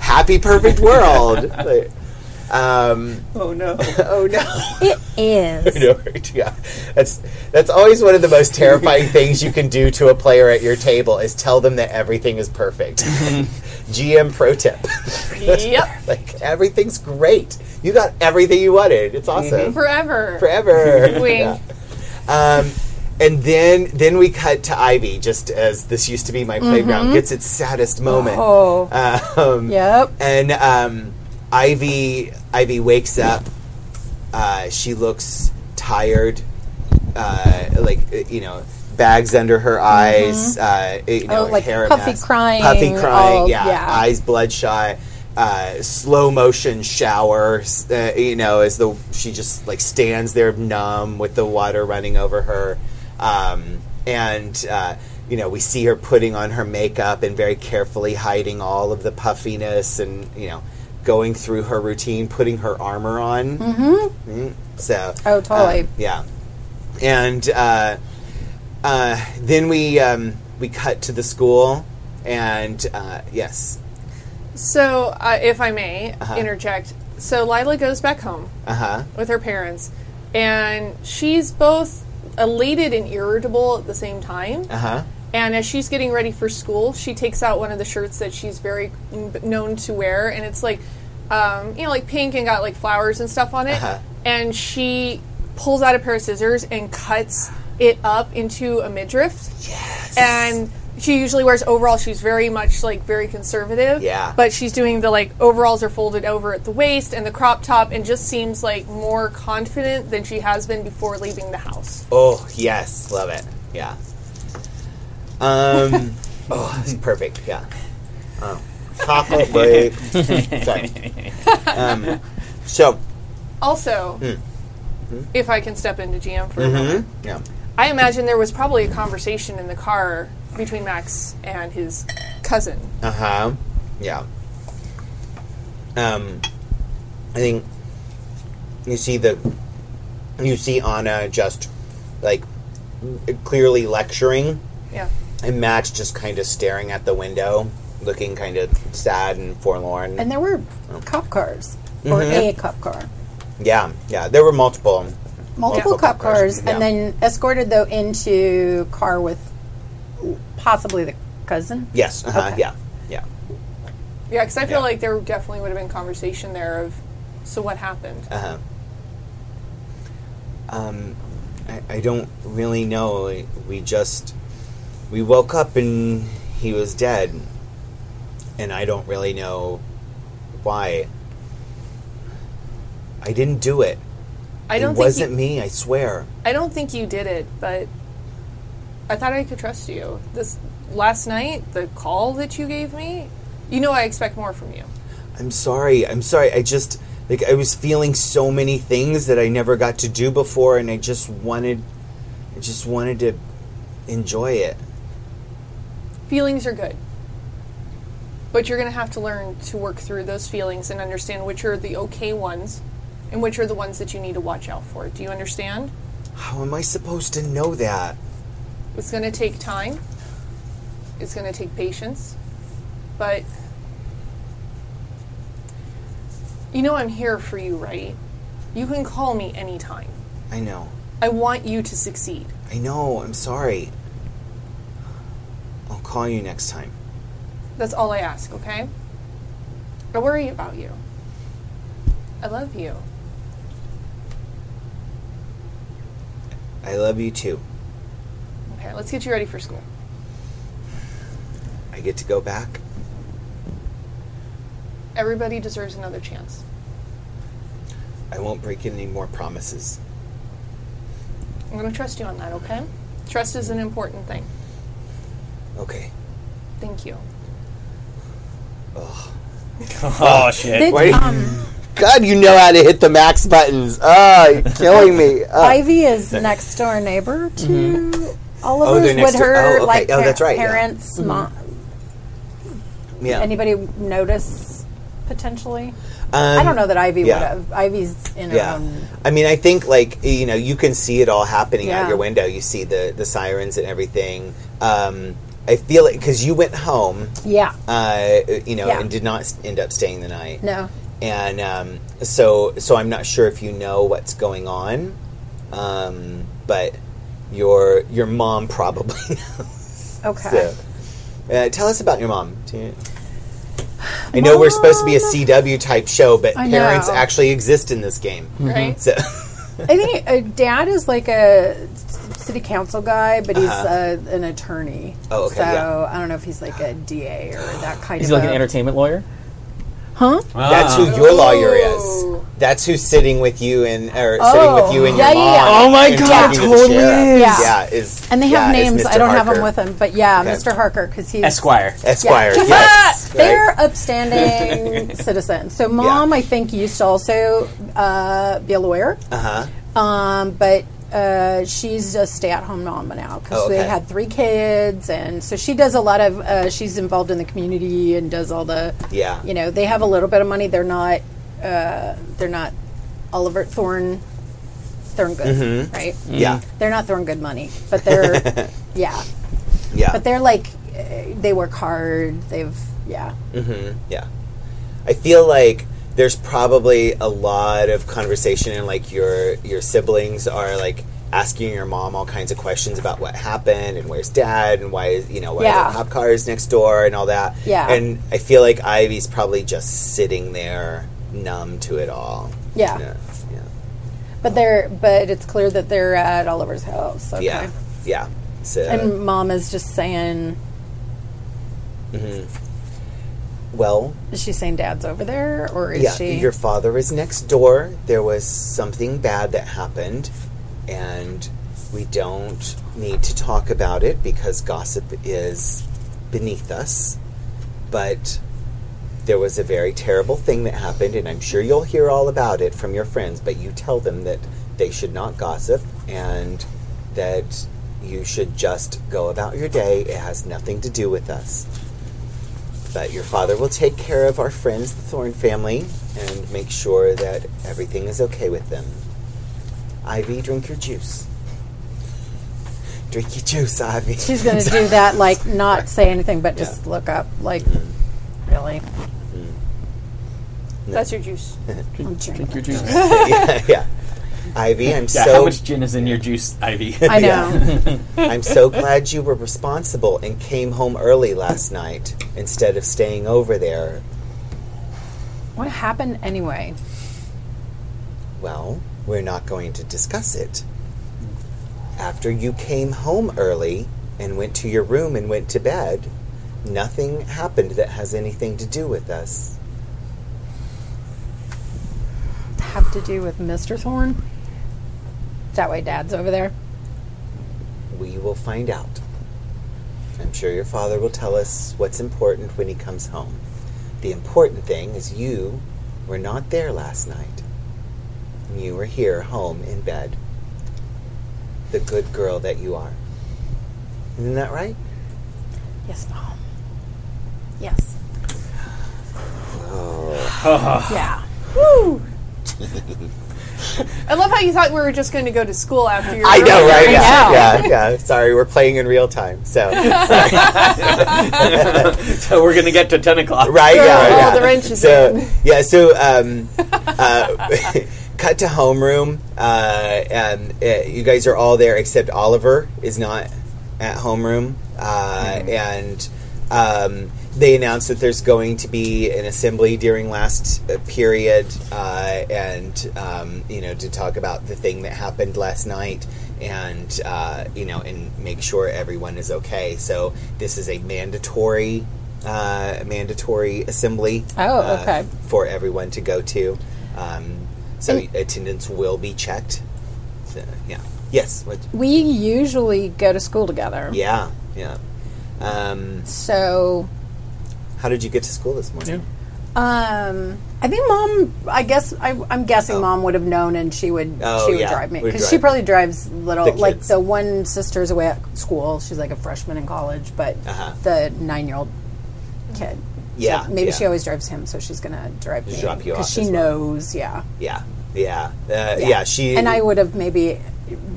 S3: happy, perfect world. Like, um,
S5: Oh no.
S3: oh no.
S1: It is.
S3: Nerd, yeah, that's that's always one of the most terrifying things you can do to a player at your table is tell them that everything is perfect. GM pro tip:
S2: yep.
S3: like everything's great. You got everything you wanted. It's awesome
S2: Forever.
S3: forever.
S2: Mm-hmm. Wink.
S3: Yeah. Um, and then then we cut to Ivy, just as this used to be my
S2: Mm-hmm.
S3: playground gets its saddest moment.
S1: Oh.
S3: Um,
S1: Yep.
S3: and um, Ivy Ivy wakes up. Uh, she looks tired, uh, like uh, you know, bags under her eyes. Uh, you know,
S1: Oh, like
S3: hair a
S1: puffy
S3: mess.
S1: crying,
S3: puffy crying.
S1: all-
S3: yeah,
S1: yeah.
S3: eyes bloodshot. Uh, slow motion shower. s- Uh, you know, as the she just like stands there numb with the water running over her, um, and. Uh, you know, we see her putting on her makeup and very carefully hiding all of the puffiness and, you know, going through her routine, putting her armor on. Mm-hmm. So.
S1: Oh, totally.
S3: um, yeah. And uh, uh, then we um, we cut to the school, and uh, yes,
S2: So, uh, if I may
S5: Uh-huh.
S2: interject, so Lila goes back home
S3: uh huh,
S2: with her parents, and she's both elated and irritable at the same time.
S3: uh huh,
S2: And as she's getting ready for school, she takes out one of the shirts that she's very n- known to wear, and it's like, um, you know, like pink and got like flowers and stuff on it.
S3: Uh-huh.
S2: And she pulls out a pair of scissors and cuts it up into a midriff. Yes. And she usually wears overalls. She's very much like very conservative.
S3: Yeah.
S2: But she's doing the like overalls are folded over at the waist and the crop top, and just seems like more confident than she has been before leaving the house.
S3: oh yes, love it, yeah. Um, oh, it's perfect, yeah. Oh, chocolate break. Sorry. Um, so,
S2: Also,
S3: Hmm.
S2: if I can step into GM for a moment,
S3: mhm, yeah.
S2: I imagine there was probably a conversation in the car between Max and his cousin.
S3: Uh huh. Yeah. Um, I think you see the you see Anna just like clearly lecturing,
S2: Yeah.
S3: and Max just kind of staring at the window, looking kind of sad and forlorn.
S1: And there were cop cars, or a cop car.
S3: yeah, yeah. There were multiple.
S1: multiple
S3: Yeah.
S1: cop cars,
S3: Yeah.
S1: and then escorted though into car with possibly the cousin.
S3: Yes. Uh-huh,
S1: Okay.
S3: Yeah. Yeah.
S2: Yeah, because I
S3: Yeah.
S2: feel like there definitely would have been conversation there of, so what happened?
S3: Uh-huh. Um, I, I don't really know. We just we woke up and he was dead, and I don't really know why. I didn't do it.
S2: I don't
S3: it
S2: think
S3: wasn't
S2: you,
S3: me. I swear.
S2: I don't think you did it, but I thought I could trust you. This last night, the call that you gave me, you know I expect more from you.
S3: I'm sorry. I'm sorry. I just like I was feeling so many things that I never got to do before, and I just wanted, I just wanted to enjoy it.
S2: feelings are good but you're going to have to learn to work through those feelings and understand which are the okay ones and which are the ones that you need to watch out for do you understand
S3: How am I supposed to know that?
S2: it's going to take time it's going to take patience but you know i'm here for you right you can call me anytime
S3: I know.
S2: i want you to succeed
S3: I know. I'm sorry. I'll call you next time.
S2: that's all i ask okay i worry about you i love you
S3: I love you too.
S2: okay let's get you ready for school
S3: I get to go back.
S2: Everybody deserves another chance.
S3: I won't break any more promises.
S2: I'm going to trust you on that, okay? Trust is an important thing.
S3: Okay.
S2: Thank you.
S5: Oh shit.
S1: Did
S3: Wait.
S1: um,
S3: God, you know how to hit the max buttons. Ah, you're killing me. Ah.
S1: Ivy is next door neighbor to
S3: Oh,
S1: Oliver's
S3: they're next
S1: with
S3: door-
S1: her
S3: oh, okay.
S1: like
S3: Oh,
S1: par-
S3: that's right, yeah.
S1: parents, mom.
S3: yeah.
S1: Anybody notice
S2: potentially.
S1: I don't know that Ivy
S3: yeah.
S1: would have. Ivy's in her
S3: Yeah.
S1: own.
S3: Um, I mean, I think like you know, you can see it all happening out
S1: Yeah.
S3: your window. You see the the sirens and everything. Um, I feel it because you went home,
S1: Yeah.
S3: uh, you know,
S1: Yeah.
S3: and did not s- end up staying the night.
S1: No.
S3: And um, so, so I'm not sure if you know what's going on, um, but your your mom probably knows.
S1: Okay.
S3: So, uh, tell us about your mom. Do you- I know we're supposed to be a CW type show, but
S1: I
S3: parents
S1: know.
S3: actually exist in this game.
S4: Mm-hmm.
S2: Right?
S3: So,
S1: I think uh, dad is like a c- city council guy, but he's uh an attorney.
S3: Uh-huh. Oh, okay,
S1: So
S3: yeah.
S1: I don't know if he's like a DA or that kind of.
S4: Is he like an
S1: a-
S4: entertainment lawyer?
S1: Huh?
S3: That's who your lawyer
S1: Oh.
S3: is. That's who's sitting with you and or sitting with you and
S1: yeah,
S3: your
S1: yeah,
S3: mom.
S1: yeah.
S4: Oh my
S3: and
S4: God,
S3: talking to the
S4: totally
S3: sheriff.
S4: is.
S1: Yeah.
S3: Yeah, is
S1: And they have
S3: yeah, is
S1: names.
S3: Mr.
S1: I don't have them
S3: Harker.
S1: with them, but yeah,
S3: Okay.
S1: Mr. Harker because he's
S5: Esquire.
S3: Esquire.
S1: Yeah.
S3: Yes,
S1: They're
S3: right.
S1: upstanding citizens. So mom, I think, used to also uh, be a lawyer,
S3: Uh-huh.
S1: um, but uh, she's a stay-at-home mom now because
S3: Oh, okay.
S1: they had three kids, and so she does a lot of. Uh, she's involved in the community and does all the.
S3: Yeah.
S1: You know, they have a little bit of money. They're not. Uh, they're not Oliver Thorne. Thorngood, right?
S3: Mm-hmm. Yeah.
S1: They're not Thorngood money, but they're. yeah,
S3: Yeah.
S1: but they're like uh, they work hard. They've yeah.
S3: Mm-hmm. Yeah. I feel like there's probably a lot of conversation and like your your siblings are like asking your mom all kinds of questions about what happened and where's dad and why is you know why are
S1: Yeah.
S3: there cop cars next door and all that.
S1: Yeah.
S3: And I feel like Ivy's probably just sitting there numb to it all.
S1: Yeah.
S3: Yeah. Yeah.
S1: But they're but it's clear that they're at Oliver's house. Okay.
S3: Yeah. yeah. So
S1: And mom is just saying
S3: mm-hmm. well,
S1: is she saying dad's over there or is
S3: yeah,
S1: she
S3: your father is next door. There was something bad that happened, and we don't need to talk about it because gossip is beneath us. But there was a very terrible thing that happened, and I'm sure you'll hear all about it from your friends. But you tell them that they should not gossip and that you should just go about your day. It has nothing to do with us. But your father will take care of our friends, the Thorn family, and make sure that everything is okay with them. Ivy, drink your juice. Drink your juice, Ivy.
S1: she's gonna do that like not say anything but just look up like
S3: Mm-hmm.
S1: really.
S2: That's your juice.
S1: I'm drinking.
S4: Your juice.
S3: yeah, yeah. Ivy, I'm
S5: Yeah,
S3: so
S5: how much gin is in your juice, Ivy?
S1: I know.
S3: I'm so glad you were responsible and came home early last night instead of staying over there.
S1: what happened anyway?
S3: Well, we're not going to discuss it. After you came home early and went to your room and went to bed, nothing happened that has anything to do with us.
S1: Have to do with Mr. Thorne? Is that why dad's over there?
S3: We will find out. I'm sure your father will tell us what's important when he comes home. The important thing is you were not there last night. You were here, home, in bed. The good girl that you are. Isn't that right?
S1: Yes, mom. Yes. yeah.
S2: I love how you thought we were just going to go to school after your.
S3: I know, right? Yeah,
S1: know.
S3: yeah, yeah. Sorry, we're playing in real time. So, right?
S5: so we're gonna get to ten o'clock.
S3: yeah,
S2: all
S3: yeah.
S2: the wrenches
S3: So, yeah. So, um, uh, cut to homeroom. Uh, and uh, you guys are all there except Oliver is not at homeroom, uh,
S1: Mm-hmm.
S3: and um, they announced that there's going to be an assembly during last uh, period, uh, and um, you know to talk about the thing that happened last night. And uh, you know, and make sure everyone is okay. So this is a mandatory, uh, mandatory assembly.
S1: Oh,
S3: uh,
S1: okay.
S3: for everyone to go to. Um, so attendance will be checked. So, yeah. Yes. What,
S1: We usually go to school together.
S3: yeah. Yeah. Um,
S1: So,
S3: how did you get to school this morning?
S1: um, I think mom. I guess I, I'm guessing mom would have known, and she would
S3: Oh,
S1: she would
S3: yeah.
S1: drive me
S3: Would
S1: because she
S3: drive.
S1: probably drives little.
S3: The
S1: like
S3: kids.
S1: the one sister's away at school. She's like a freshman in college, but
S3: Uh-huh.
S1: the nine year old kid
S3: Yeah.
S1: Maybe
S3: yeah.
S1: she always drives him, so she's gonna drive me
S3: Drop you off
S1: because she
S3: as well.
S1: knows. Yeah.
S3: Yeah. Yeah. Uh, yeah. She
S1: and I would have maybe,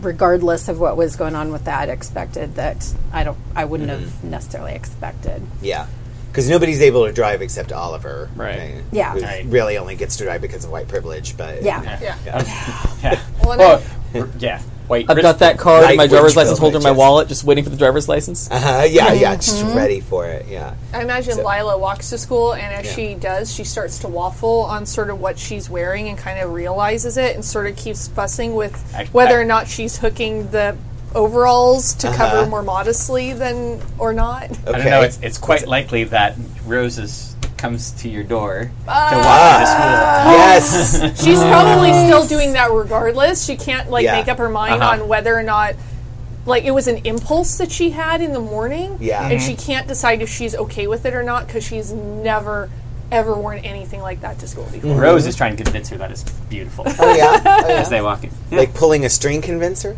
S1: regardless of what was going on with that, expected that I don't. I wouldn't have necessarily expected.
S3: Yeah. Because nobody's able to drive except Oliver.
S4: Right.
S3: uh,
S1: Yeah.
S3: Who
S5: Right.
S3: really only gets to drive because of white privilege, but.
S1: Yeah.
S5: Yeah.
S3: Yeah.
S5: Yeah.
S2: Well, and
S4: Oh,
S2: then-
S5: yeah. Wait.
S4: I've got that card in my
S3: Right,
S4: driver's
S3: which
S4: license
S3: film
S4: holder in my
S3: it is.
S4: wallet, just waiting for the driver's license.
S3: Uh-huh, yeah, yeah. Just ready for it. Yeah.
S2: I imagine
S3: So-
S2: Lila walks to school, and as
S3: Yeah.
S2: she does, she starts to waffle on sort of what she's wearing and kind of realizes it and sort of keeps fussing with
S5: I-
S2: whether
S5: I-
S2: or not she's hooking the overalls to
S3: Uh-huh.
S2: cover more modestly than or not.
S3: Okay.
S5: I don't know. It's, it's quite likely that Roses comes to your door to walk
S3: Ah. yes.
S2: She's probably still doing that regardless. She can't like
S3: Yeah.
S2: make up her mind
S5: Uh-huh.
S2: on whether or not like it was an impulse that she had in the morning.
S3: Yeah.
S2: And she can't decide if she's okay with it or not because she's never ever worn anything like that to school
S5: to
S2: before.
S5: school. Rose is trying to convince her that it's beautiful
S3: Oh, yeah. Oh, yeah.
S5: as they walk in.
S3: Like pulling a string convincer?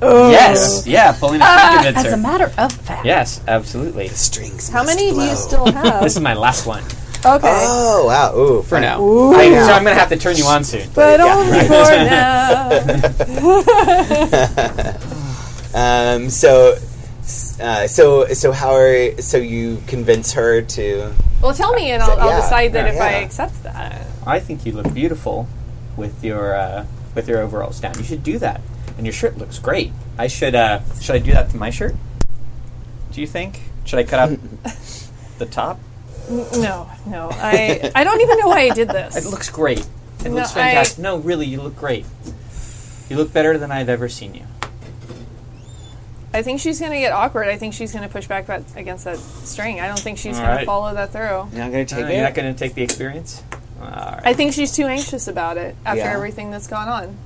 S5: Yes. Yeah. Pulling a string
S1: As a
S5: convincer.
S1: matter of fact.
S5: Yes. Absolutely.
S3: Strings.
S2: How
S3: must
S2: many do
S3: blow.
S2: you still have?
S5: This is my last one
S2: okay.
S3: Oh, wow. Ooh.
S5: for now. I, so I'm gonna have to turn you on soon.
S2: but only for now.
S3: Um, so, uh, so, so how are, so you convince her to,
S2: Well, tell me, and I'll,
S3: So, Mm-hmm. yeah,
S2: I'll decide that
S3: yeah,
S2: if I
S3: yeah.
S2: accept that.
S5: I think you look beautiful with your uh, with your overalls down. You should do that, and your shirt looks great. I should. Uh, should I do that to my shirt? Do you think? Should I cut up the top?
S2: No, no, I I don't even know why I did this.
S5: It looks great. It
S2: No,
S5: looks
S2: I-
S5: fantastic. No, really, you look great. You look better than I've ever seen you.
S2: I think she's going to get awkward. I think she's going to push back that, against that string. I don't think she's
S5: All
S2: going
S5: right.
S2: to follow that through.
S3: you're not going to
S5: Uh,
S3: take
S5: you're not
S3: it?
S5: going to take the experience. All right.
S2: I think she's too anxious about it after
S3: Yeah.
S2: everything that's gone on.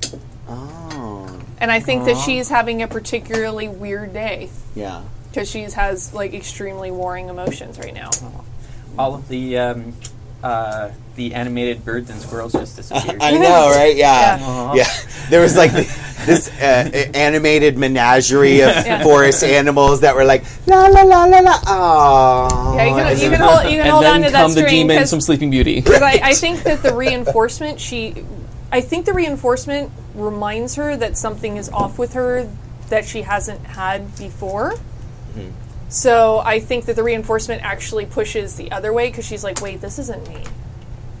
S3: oh,
S2: And I think that she's having a particularly weird day
S3: yeah.
S2: because she has like extremely warring emotions right now.
S5: All of the um, uh, the animated birds and squirrels just disappeared.
S3: I know, right? Yeah. Uh-huh.
S2: Yeah.
S5: Aw.
S3: Yeah, there was like this uh, animated menagerie of forest animals that were like la la la la la. Oh,
S2: Yeah, you can, you can hold, you can
S4: and
S2: hold
S4: then
S2: on to that
S4: come the
S2: string.
S4: demons
S2: 'cause-
S4: from Sleeping Beauty.
S2: But I, I think that the reinforcement she, I think the reinforcement reminds her that something is off with her that she hasn't had before.
S4: Mm-hmm.
S2: So I think that the reinforcement actually pushes the other way because she's like, wait, this isn't me.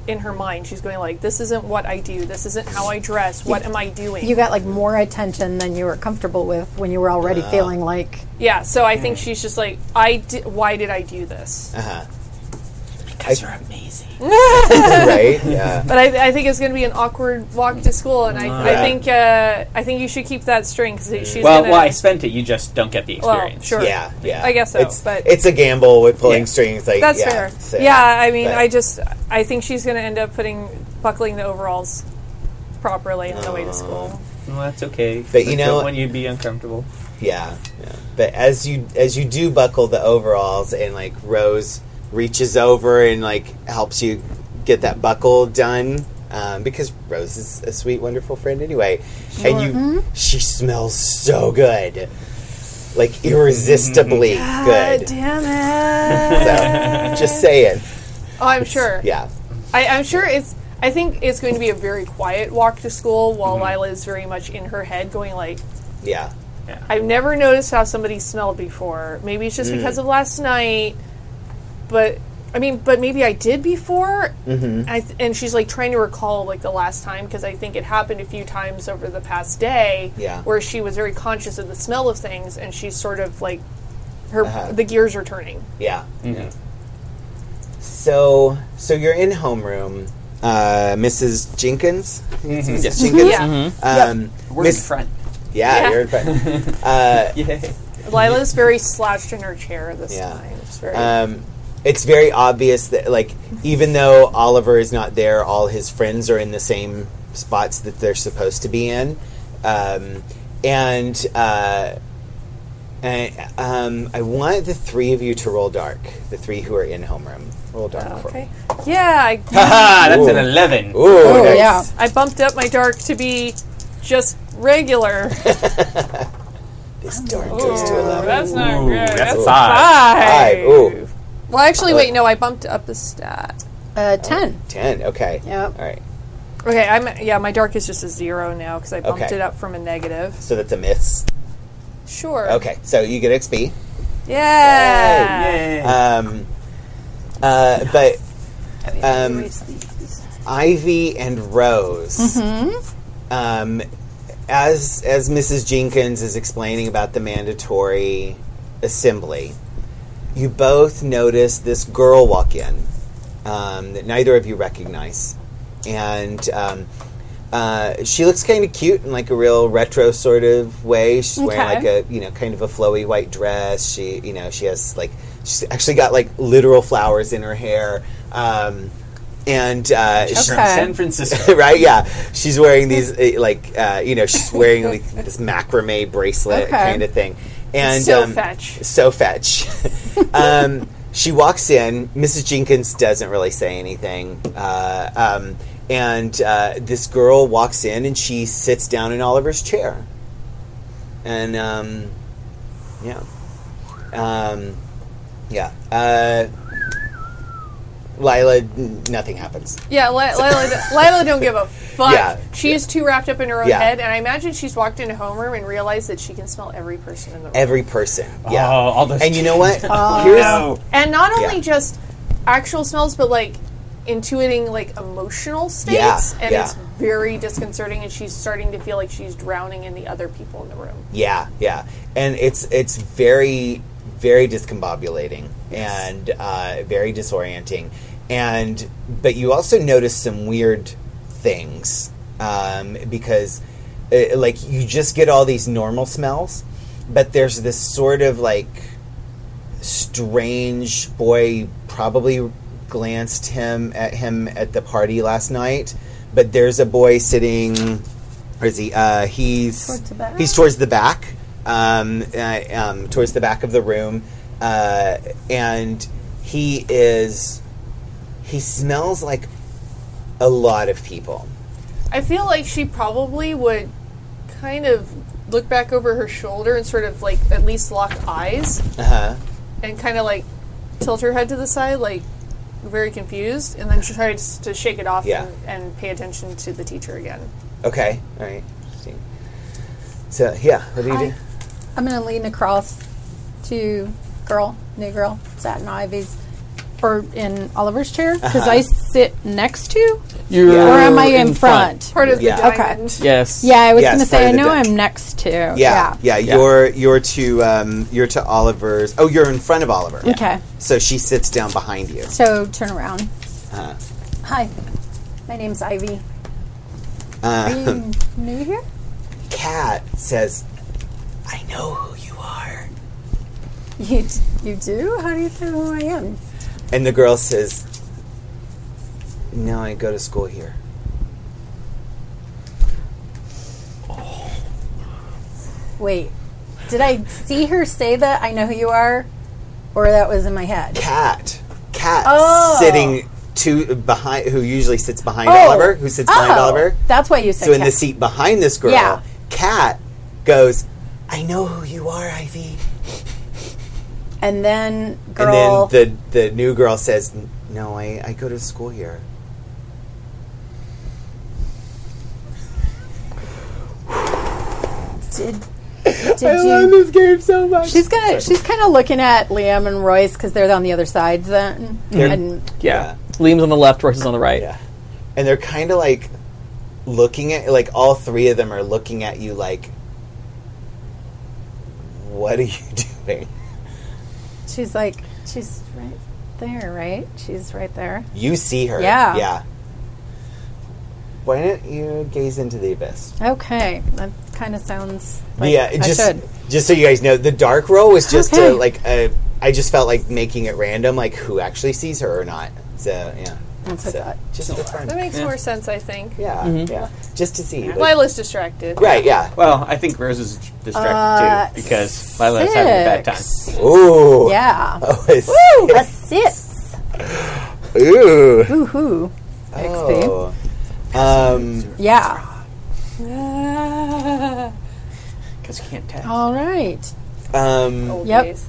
S2: In her mind, she's going like, this isn't what I do. This isn't how I dress. What am I doing?
S1: You got like more attention than you were comfortable with when you were already feeling like
S2: yeah. So I think she's just like, I. Di- why did I do this?
S5: Because you're amazing.
S3: right? Yeah,
S2: But I, I think it's going to be an awkward walk to school, and I, I
S3: Uh-huh. Yeah.
S2: think uh, I think you should keep that string because she's
S5: Well,
S2: gonna,
S5: well, I spent it. You just don't get the
S2: Well,
S5: experience.
S2: sure.
S3: yeah, yeah.
S2: I guess so,
S3: It's,
S2: but-
S3: it's a gamble with pulling
S5: Yeah.
S3: strings. Like
S2: That's
S3: yeah,
S2: fair.
S3: so-
S2: yeah, I mean,
S3: but-
S2: I just I think she's going to end up putting buckling the overalls properly on the way to
S3: Oh,
S2: school.
S5: Well, that's okay.
S3: But you
S5: Like,
S3: know-
S5: when you'd be uncomfortable.
S3: Yeah, yeah. But as you as you do buckle the overalls and like Rose reaches over and like helps you get that buckle done um, because Rose is a sweet, wonderful friend anyway, and you
S2: Mm-hmm.
S3: she smells so good, like irresistibly good.
S2: Mm-hmm. damn
S3: So just saying,
S2: oh, I'm sure.
S3: yeah,
S2: I, I'm sure it's. I think it's going to be a very quiet walk to school while
S3: Mm-hmm.
S2: Lila is very much in her head, going like,
S3: yeah,
S2: "I've never noticed how somebody smelled before. Maybe it's just
S3: Mm.
S2: because of last night, but." I mean, but maybe I did before, mm-hmm. I th- and she's like trying to recall like the last time because I think it happened a few times over the past day,
S3: Yeah.
S2: where she was very conscious of the smell of things, and she's sort of like her
S3: Uh-huh.
S2: the gears are turning.
S3: yeah. yeah. So so you're in homeroom, uh, Mrs. Jenkins. Mrs. Jenkins.
S2: Yeah,
S4: Mm-hmm.
S3: Um,
S5: Mm-hmm. We're in
S3: Miss-
S5: front.
S3: Yeah,
S2: Yeah.
S3: you're in front. uh,
S5: Yay.
S2: Lila's very slouched in her chair this
S3: Yeah.
S2: time. It's very
S3: um, it's very obvious that, like, even though Oliver is not there, all his friends are in the same spots that they're supposed to be in, um, and uh, I, um, I want the three of you to roll dark. The three who are in homeroom, roll dark. for me.
S2: Oh, okay. Yeah, I,
S5: Ah, that's an
S3: Ooh.
S5: 11.
S3: Ooh,
S1: oh
S3: nice.
S1: yeah
S2: I bumped up my dark to be just regular.
S3: This dark goes to
S2: Ooh,
S3: eleven.
S2: that's not
S5: Ooh,
S2: good.
S5: that's
S2: That's
S5: five.
S2: five.
S3: Five. Ooh.
S2: Well, actually, wait, no, I bumped up the stat.
S1: Uh, ten.
S3: Ten. Okay.
S1: Yep.
S3: All right.
S2: Okay, I'm yeah. My dark is just a zero now because I bumped
S3: Okay.
S2: it up from a negative.
S3: So that's a miss.
S2: Sure.
S3: Okay. So you get XP.
S2: Yeah.
S5: Yay.
S3: Um, uh, but um, Ivy and Rose.
S1: Mm-hmm.
S3: Um, as as Mrs. Jenkins is explaining about the mandatory assembly, you both notice this girl walk in um, that neither of you recognize, and um, uh, she looks kind of cute in like a real retro sort of way. She's wearing
S1: Okay.
S3: like a you know kind of a flowy white dress. She you know she has like she's actually got like literal flowers in her hair. Um, and uh, she,
S5: From
S1: Okay.
S5: San Francisco.
S3: right? Yeah, she's wearing these uh, like uh, you know she's wearing like this macrame bracelet
S1: Okay.
S3: kind of thing, and
S2: So
S3: um,
S2: fetch.
S3: so fetch. um, she walks in. Mrs. Jenkins doesn't really say anything, uh, um, and uh, this girl walks in and she sits down in Oliver's chair, and um, yeah, um, yeah. Uh, Lila, n- nothing happens.
S2: Yeah, Li- Lila, d- Lila don't give a fuck.
S3: Yeah.
S2: She is too wrapped up in her own
S3: Yeah.
S2: head, and I imagine she's walked into homeroom and realized that she can smell every person in the room.
S3: Every person, yeah.
S5: Oh, all those
S3: And you know what?
S5: Oh,
S3: Here's-
S5: no.
S2: and not only
S3: Yeah.
S2: just actual smells, but like intuiting like emotional states,
S3: Yeah,
S2: and
S3: yeah.
S2: it's very disconcerting. And she's starting to feel like she's drowning in the other people in the room.
S3: Yeah, yeah, and it's it's very very discombobulating and uh, very disorienting, and but you also notice some weird things um, because uh, like you just get all these normal smells, but there's this sort of like strange boy probably glanced him at him at the party last night but there's a boy sitting where is he uh, he's
S1: Towards the back?
S3: he's towards the back um, uh, um, towards the back of the room uh, and he is he smells like a lot of people
S2: I feel like she probably would kind of look back over her shoulder and sort of like at least lock eyes
S3: uh-huh
S2: and kind of like tilt her head to the side, like very confused, and then she tries to shake it off
S3: Yeah.
S2: and, and pay attention to the teacher again.
S3: okay all right Interesting. so yeah what do you do
S1: I'm gonna lean across to girl, new girl, Satin Ivy's, or in Oliver's chair because I sit next to,
S4: You're
S1: or am I Uh-huh. Oh, in,
S4: in
S1: front?
S2: Part of
S3: Yeah.
S2: the
S1: Okay.
S2: diamond.
S4: Yes.
S1: Yeah, I was
S3: Yes,
S1: gonna
S3: part
S1: say I
S3: of the
S1: know
S3: deck.
S1: I'm next to. Yeah,
S3: Yeah, yeah.
S4: Yeah.
S3: You're you're to um, you're to Oliver's. Oh, you're in front of Oliver.
S1: Okay,
S3: So she sits down behind you.
S1: so turn around.
S3: Uh,
S1: Hi, my name's Ivy. Are
S3: uh,
S1: you new here?
S3: Kat says, "I know who you are,"
S1: You d- you do? How do you know who I am?
S3: and the girl says, "No, I go to school here."
S1: Wait, did I see her say that I know who you are, or that was in my head?
S3: Cat, Cat
S1: Oh.
S3: sitting to behind who usually sits behind
S1: Oh.
S3: Oliver, who sits behind
S1: Oh,
S3: Oliver.
S1: That's why you said.
S3: So in the
S1: cat.
S3: seat behind this girl,
S1: Yeah.
S3: Cat goes, "I know who you are, Ivy."
S1: and then girl.
S3: And then the the new girl says, "No, I, I go to school here."
S1: did, did you?
S3: this game so much.
S1: She's gonna. She's kind of looking at Liam and Royce because they're on the other side. Then and
S4: Yeah. Liam's on the left, Royce is on the right.
S3: Yeah, and they're kind of like looking at like all three of them are looking at you like, "What are you doing?
S1: she's like, she's right there, right? She's right there.
S3: You see her?
S1: Yeah.
S3: yeah." Why don't you gaze into the abyss?
S1: Okay, that kind of sounds. like
S3: yeah, it
S1: I
S3: just
S1: should.
S3: just so you guys know, the dark roll was just
S1: Okay.
S3: to like uh, I just felt like making it random, like who actually sees her or not. So yeah,
S1: That's
S3: so,
S1: what that-
S3: just for fun.
S2: That makes more sense, I think.
S3: Yeah, yeah. Just to see. like-
S2: Lila's distracted.
S3: right, yeah.
S5: Well, I think Rose is distracted
S1: Uh,
S5: too because Lila's having a bad time.
S1: six.
S3: Ooh.
S1: Yeah,
S3: Oh, it's,
S1: a six.
S3: ooh.
S1: Woohoo! XP.
S3: Oh. Um,
S1: Yeah.
S5: Because you can't tap.
S1: All right.
S3: um,
S2: Old
S1: Yep.
S2: days.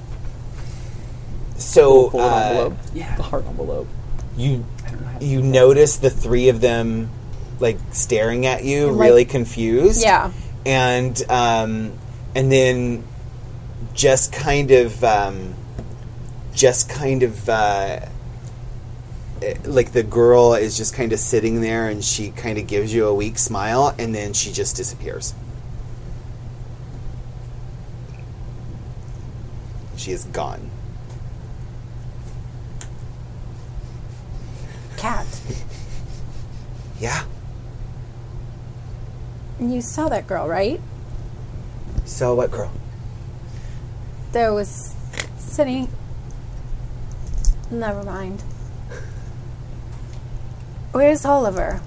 S3: so
S4: forward
S3: uh,
S4: envelope.
S5: Yeah.
S4: The heart envelope.
S3: you
S5: I don't know how to-
S3: you notice the three of them like staring at you,
S1: Like-
S3: really confused.
S1: Yeah.
S3: and um, and then just kind of um, just kind of uh, eh, like the girl is just kind of sitting there and she kind of gives you a weak smile and then she just disappears she is gone
S1: Cat.
S3: yeah
S1: You saw that girl, right?
S3: so what girl
S1: There was sitting. Never mind. Where's Oliver?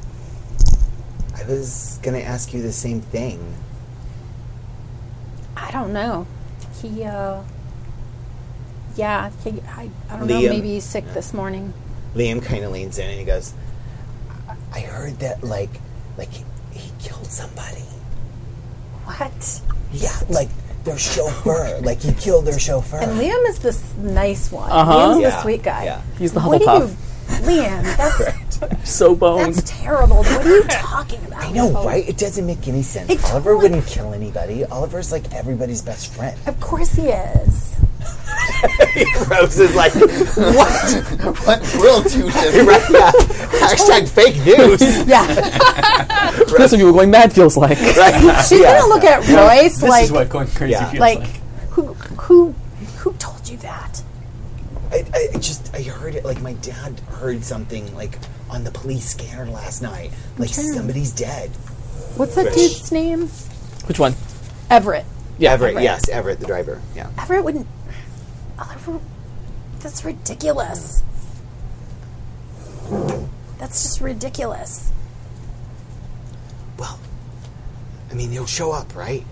S3: i was gonna ask you the same thing
S1: I don't know. He, uh. Yeah, he, I, I don't
S3: Liam.
S1: know. Maybe he's sick this morning.
S3: Liam kind of leans in and he goes, "I- "I heard that like, like he, he killed somebody.
S1: What?
S3: Yeah, like their chauffeur. like he killed their chauffeur."
S1: And Liam is this nice one.
S4: Uh-huh.
S1: Liam's
S3: Yeah,
S1: the sweet guy.
S3: yeah.
S4: He's the
S1: What do
S4: Hufflepuff.
S1: you. Liam, that's,
S4: So boned.
S1: that's terrible. What are you talking about?
S3: I know, right? It doesn't make any sense.
S1: Oh. It
S7: Oliver
S1: totally-
S7: wouldn't kill anybody. Oliver's like everybody's best friend.
S1: Of course he is.
S3: Rose is like,
S7: What will do him?
S3: right, yeah. hashtag fake news.
S1: Yeah.
S4: That's what you were going mad feels like.
S1: She's gonna look at Royce
S5: This
S1: like
S5: is what going crazy
S3: Yeah.
S5: feels like.
S1: like who who who told you that?
S7: I, I I just I heard it. Like my dad heard something like on the police scanner last night. Like
S1: trying to-
S7: somebody's dead.
S1: What's that dude's name?
S4: Which one?
S1: Everett.
S4: Yeah,
S3: Everett, yes, Everett, the driver. Yeah,
S1: Everett wouldn't Oliver that's ridiculous. That's just ridiculous.
S7: Well, I mean he'll show up, right?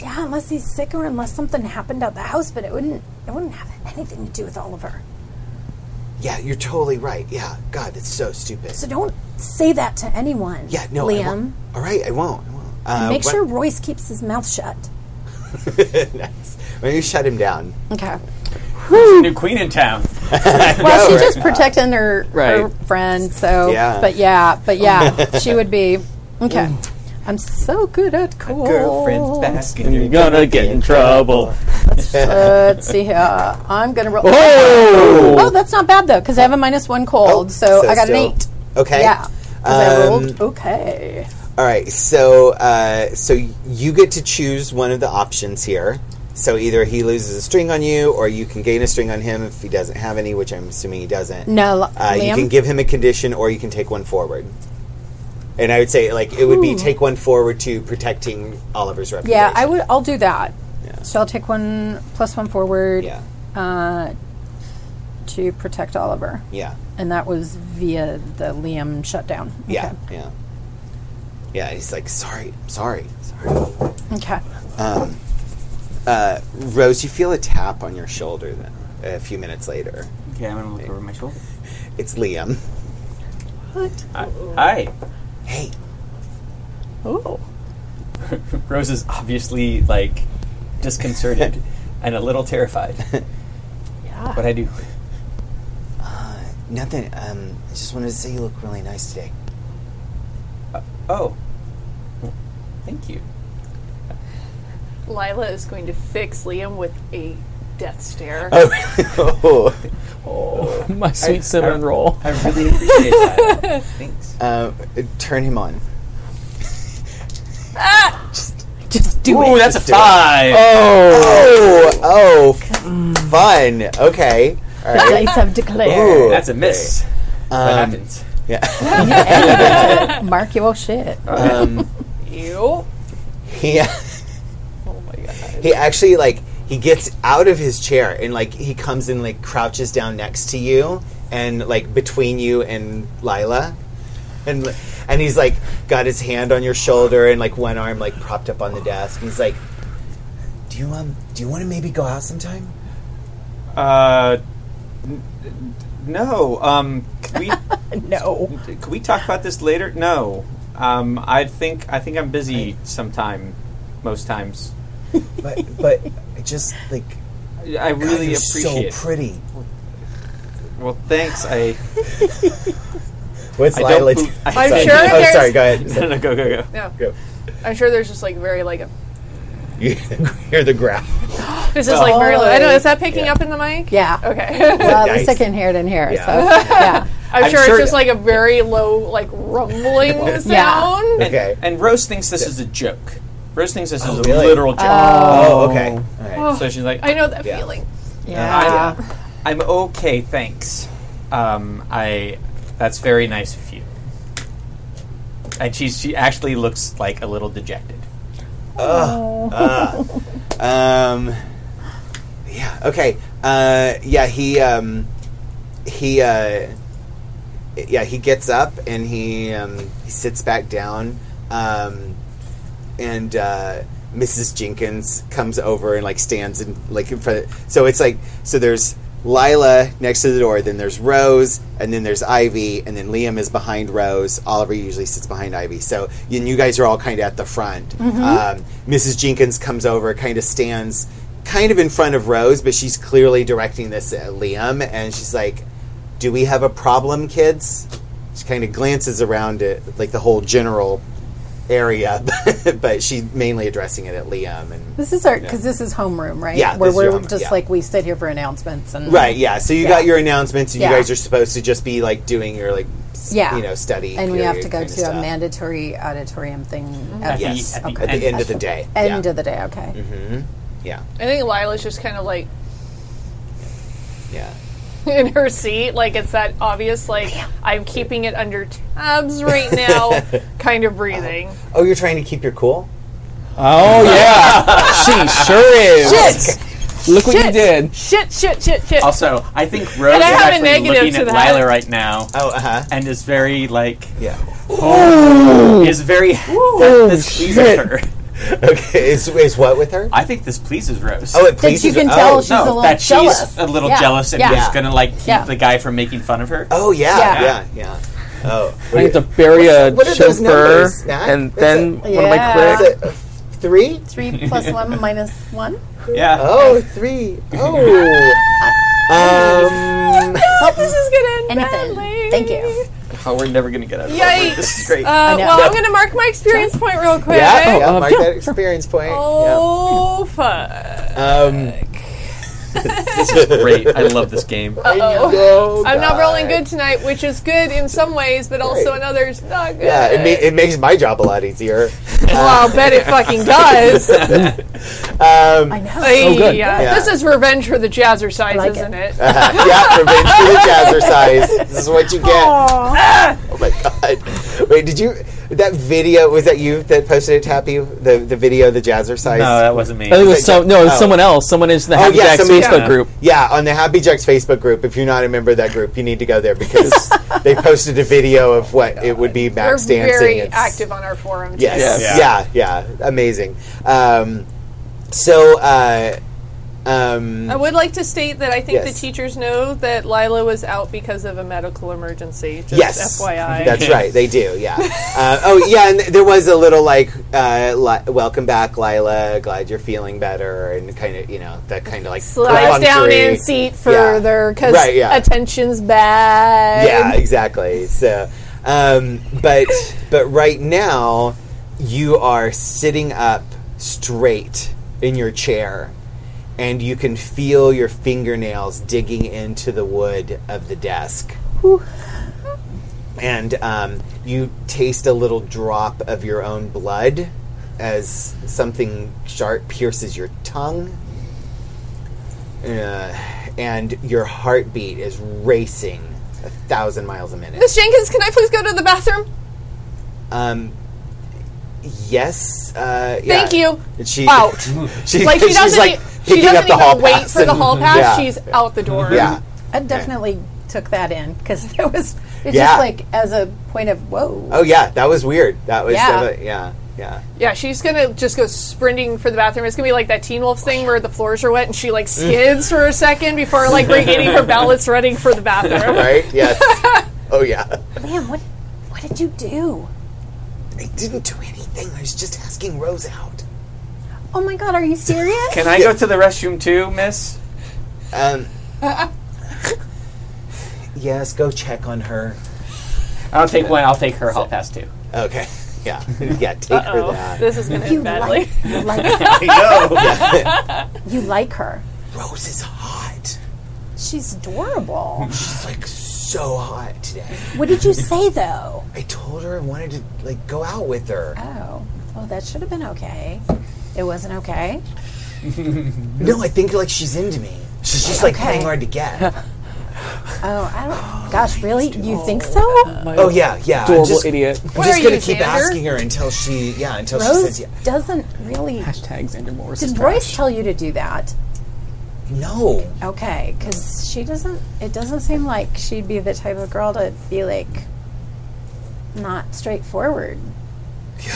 S1: Yeah, unless he's sick or unless something happened at the house, but it wouldn't it wouldn't have anything to do with Oliver.
S7: Yeah, you're totally right. Yeah, God, it's so stupid.
S1: So don't say that to anyone.
S7: Yeah, no, I
S1: Liam.
S7: won't. All right, I won't. I won't. Uh,
S1: Make
S3: what-
S1: sure Royce keeps his mouth shut.
S3: nice. Why don't you shut him down?
S1: Okay.
S5: New queen in town.
S1: Well, she's just protecting her, her
S4: Right.
S1: friend. So,
S3: Yeah. Mm.
S1: but yeah, but yeah, she would be okay. I'm so good at cold. Oh.
S5: basket.
S4: You're gonna get in trouble.
S1: Let's see here. I'm gonna roll. Oh!
S4: Oh!
S1: that's not bad though, because I have a minus one cold, so, I got an eight.
S3: Oh, Okay.
S1: Yeah, 'cause I
S3: Um,
S1: rolled okay.
S3: All right, so uh, so you get to choose one of the options here. So either he loses a string on you, or you can gain a string on him if he doesn't have any, which I'm assuming he doesn't.
S1: No,
S3: uh, you
S1: Liam.
S3: can give him a condition, or you can take one forward. And I would say, like, it would be take one forward to protecting Oliver's reputation.
S1: yeah, I would. I'll do that. So I'll take one plus one forward
S3: Yeah,
S1: uh, to protect Oliver,
S3: yeah,
S1: and that was via the Liam shutdown.
S3: yeah, yeah, yeah. He's like, sorry, I'm sorry, sorry.
S1: Okay. okay.
S3: Uh, Rose, you feel a tap on your shoulder. Then a few minutes later,
S5: Okay, I'm gonna look over my shoulder.
S3: it's Liam.
S5: Hi. Hi.
S3: Hey,
S1: Oh.
S5: Rose is obviously like disconcerted and a little terrified.
S1: Yeah.
S5: What I do?
S7: Uh, Nothing. Um, I just wanted to say you look really nice today.
S5: Oh, thank you.
S2: Lila is going to fix Liam with a death stare.
S3: oh.
S4: My sweet
S5: I-
S4: cinnamon roll.
S5: I really appreciate that. Thanks.
S3: Uh, turn him on.
S1: Just do
S5: Ooh,
S1: it.
S5: that's a five.
S3: Oh, oh, fun. Okay. All right.
S1: The
S3: Um,
S1: dice have declared.
S3: Ooh.
S5: That's a miss. what happens?
S3: Yeah.
S1: Mark your shit.
S2: Ew.
S3: He,
S2: Oh my god.
S3: he actually like he gets out of his chair and like he comes and like crouches down next to you and like between you and Lila, and and he's like got his hand on your shoulder and like one arm like propped up on the desk. He's like,
S7: Do you um? Do you want to maybe go out sometime?
S5: Uh, n- n- no. Um, can we
S1: No.
S5: can we talk about this later? No. Um, I think I think I'm busy sometime, most times.
S7: But but I just like
S5: I really
S8: You're
S5: appreciate.
S8: so pretty.
S5: it. Well, thanks. I
S8: What's
S5: I don't.
S8: Lila?
S5: poop- I-
S2: I'm
S8: sorry.
S2: sure
S8: Oh,
S2: there's-
S8: sorry. Go ahead.
S5: no, no, go, go, go.
S2: No.
S8: Go.
S2: I'm sure there's just like very like a,
S8: You hear the growl.
S2: this is like very low. I know. Is that picking
S8: Yeah.
S2: up in the mic?
S1: Yeah.
S2: Okay.
S1: Well, at least I
S8: Nice.
S1: can hear it in here.
S8: Yeah.
S1: So yeah.
S2: I'm,
S5: I'm
S2: sure,
S5: sure-
S2: it's just like a very low like rumbling sound.
S8: Okay.
S5: And Rose thinks this is a joke. Rose thinks this is a
S8: really?
S5: literal joke.
S8: oh, okay. All right.
S2: Oh,
S5: so she's like,
S2: I know that
S8: Yeah.
S2: feeling.
S1: Yeah.
S5: I'm okay, thanks. Um, I. That's very nice of you. And she she actually looks like a little dejected.
S3: Um, yeah. Okay. Uh, yeah. He. Um, he. Uh, yeah. He gets up and he um, he sits back down. Um, and uh, Mrs. Jenkins comes over and like stands and like in front. so it's like so there's Lila next to the door, then there's Rose, and then there's Ivy, and then Liam is behind Rose. Oliver usually sits behind Ivy. So and you guys are all kind of at the front. Um, Mrs. Jenkins comes over, kind of stands kind of in front of Rose, but she's clearly directing this at Liam, and she's like, "Do we have a problem, kids?" She kind of glances around at like the whole general area, but she's mainly addressing it at Liam and
S1: This is our because this is homeroom, right?
S3: Yeah,
S1: where
S3: this is your
S1: we're
S3: homeroom,
S1: just
S3: yeah.
S1: like we sit here for announcements and
S3: right, yeah. So you got your announcements, and
S1: Mm-hmm. Yeah.
S3: you guys are supposed to just be like doing your like s-
S1: Yeah.
S3: you know study,
S1: and we have
S3: period
S1: to go
S3: kinda
S1: to a
S3: stuff.
S1: mandatory auditorium thing at,
S5: At the-
S3: Mm-hmm. Yes,
S5: at the
S3: at the
S5: end.
S3: end of the day, Mm-hmm.
S1: the end of the day. Okay,
S3: yeah,
S2: I think Lila's just kind of like
S3: yeah.
S2: in her seat, like it's that obvious, like I'm keeping it under tabs right now, kind of breathing.
S3: Oh, you're trying to keep your cool.
S4: Oh yeah, she sure is.
S2: Shit,
S4: Look what you
S2: Shit.
S4: did.
S2: shit, shit, shit, shit.
S5: Also, I think Rose
S2: And
S5: is
S2: I have a
S5: actually
S2: negative
S5: looking
S2: to
S5: at
S2: that.
S5: Lila right now
S3: Oh, uh huh.
S5: and is very like
S3: Yeah.
S5: is very this pleases
S4: shit.
S5: her.
S3: Okay. Is is what with her?
S5: I think this pleases Rose.
S3: Oh, it
S1: that
S3: pleases.
S1: you can
S3: her.
S1: tell
S3: Oh,
S1: she's
S5: no,
S1: a little
S5: that
S1: jealous.
S5: she's a little
S1: Yeah.
S5: jealous and
S1: yeah.
S5: is gonna like keep
S1: Yeah.
S5: the guy from making fun of her.
S3: Oh yeah,
S1: Yeah.
S3: yeah, yeah. Oh,
S4: I get to bury a
S3: what are those
S4: chauffeur,
S3: numbers, Nat?
S4: and
S3: What's
S4: then
S1: it?
S4: one of my
S1: Yeah.
S4: clicks.
S3: Is it, uh, three.
S1: Three plus one minus one.
S5: Yeah.
S3: Oh, three. Oh. um.
S2: hope this is gonna end
S1: Anything.
S2: badly.
S1: Thank you.
S5: Oh, we're never gonna get out of
S2: Yikes.
S5: it. This is great.
S2: Uh,
S1: know.
S2: well, I'm gonna mark my experience point real quick.
S3: Yeah, yeah,
S4: uh,
S3: mark
S4: yeah,
S3: that experience point.
S2: Oh fuck!
S3: yeah. Um,
S5: this is great. I love this game.
S2: Uh-oh.
S3: oh,
S2: I'm not
S3: God.
S2: rolling good tonight, which is good in some ways, but also
S3: Right.
S2: in others not good.
S3: Yeah, it, ma- it makes my job a lot easier. Uh,
S2: well, I'll bet it fucking does.
S3: Um,
S1: I know.
S2: Ay,
S4: good.
S2: yeah.
S3: Yeah.
S2: This is revenge for the jazzercise,
S1: like
S2: isn't it?
S3: yeah, revenge for the jazzercise. This is what you get. Oh my god! Wait, did you? That video was that you that posted it, Happy? The the video, of the jazzercise.
S5: No, that wasn't me.
S4: I think it was so, no, it was
S3: Oh.
S4: someone else. Someone is in the Happy
S3: yeah,
S4: Jacks
S3: somebody-
S4: Facebook
S5: yeah.
S4: group.
S3: Yeah, on the Happy Jacks Facebook group. If you're not a member of that group, you need to go there because they posted a video of what it would be
S2: We're
S3: Max dancing.
S2: very
S3: It's-
S2: active on our forums.
S3: Yes.
S5: Yes.
S3: Yeah. Yeah. Amazing. Um, so, uh, um,
S2: I would like to state that I think the
S3: Yes.
S2: teachers know that Lila was out because of a medical emergency. Just
S3: yes.
S2: FYI.
S3: That's right. They do. Yeah. uh, oh, yeah. And there was a little like, uh, li- welcome back, Lila. Glad you're feeling better, and kind of, you know, that kind of like
S2: Slides down
S3: perfunctory-
S2: in seat further because
S3: Right, yeah.
S2: attention's bad.
S3: Yeah, exactly. So, um, but but right now, you are sitting up straight in your chair, and you can feel your fingernails digging into the wood of the desk. And um, you taste a little drop of your own blood as something sharp pierces your tongue. Uh, and your heartbeat is racing a thousand miles a minute.
S2: Miss Jenkins, can I please go to the bathroom?
S3: Um, yes. Uh, yeah.
S2: Thank you.
S3: And She
S2: Out.
S3: She,
S2: Like she
S3: she's,
S2: doesn't.
S3: like
S2: e- she
S3: picking
S2: doesn't
S3: up the
S2: even
S3: hall
S2: wait
S3: pass
S2: for the
S3: and-
S2: hall pass.
S3: Yeah.
S2: She's out the door.
S3: yeah.
S1: I definitely took that in because there was it's
S3: Yeah.
S1: just like as a point of whoa.
S3: Oh yeah, that was weird. That was
S1: Yeah.
S3: uh, yeah, yeah.
S2: Yeah, she's gonna just go sprinting for the bathroom. It's gonna be like that Teen Wolf thing where the floors are wet and she like
S3: Mm.
S2: skids for a second before like regaining her balance, running for the bathroom.
S3: Right? Yes. oh yeah.
S1: Man, what what did you do?
S3: I didn't do anything. I was just asking Rose out.
S1: Oh my god, are you serious?
S5: Can I go to the restroom too, miss?
S3: Um,
S9: Yes, go check on her.
S5: I'll take one. I'll take her. I'll pass two.
S3: okay. Yeah. Yeah. Take her that.
S2: This is going to
S1: You
S2: end badly.
S1: like, you like,
S3: I know. Yeah.
S1: you like her.
S9: Rose is hot.
S1: She's adorable.
S9: She's like so hot today.
S1: What did you say though?
S9: I told her I wanted to like go out with her.
S1: Oh, oh, that should have been okay. It wasn't okay.
S9: No, I think like she's into me. She's just like
S1: Okay.
S9: playing hard to get.
S1: Oh, I don't. Gosh, really? You think so?
S9: Oh yeah, yeah. I'm
S4: Adorable
S9: just,
S4: idiot. Oh,
S9: I'm
S2: Where
S9: just
S2: are
S9: gonna
S2: you,
S9: keep
S2: Xander?
S9: asking her until she yeah until she
S1: Rose
S9: says yeah.
S1: doesn't really.
S4: Hashtag Xander Morris. is
S1: Did
S4: trash.
S1: Royce tell you to do that?
S9: No,
S1: Okay, because she doesn't. It doesn't seem like she'd be the type of girl to be like not straightforward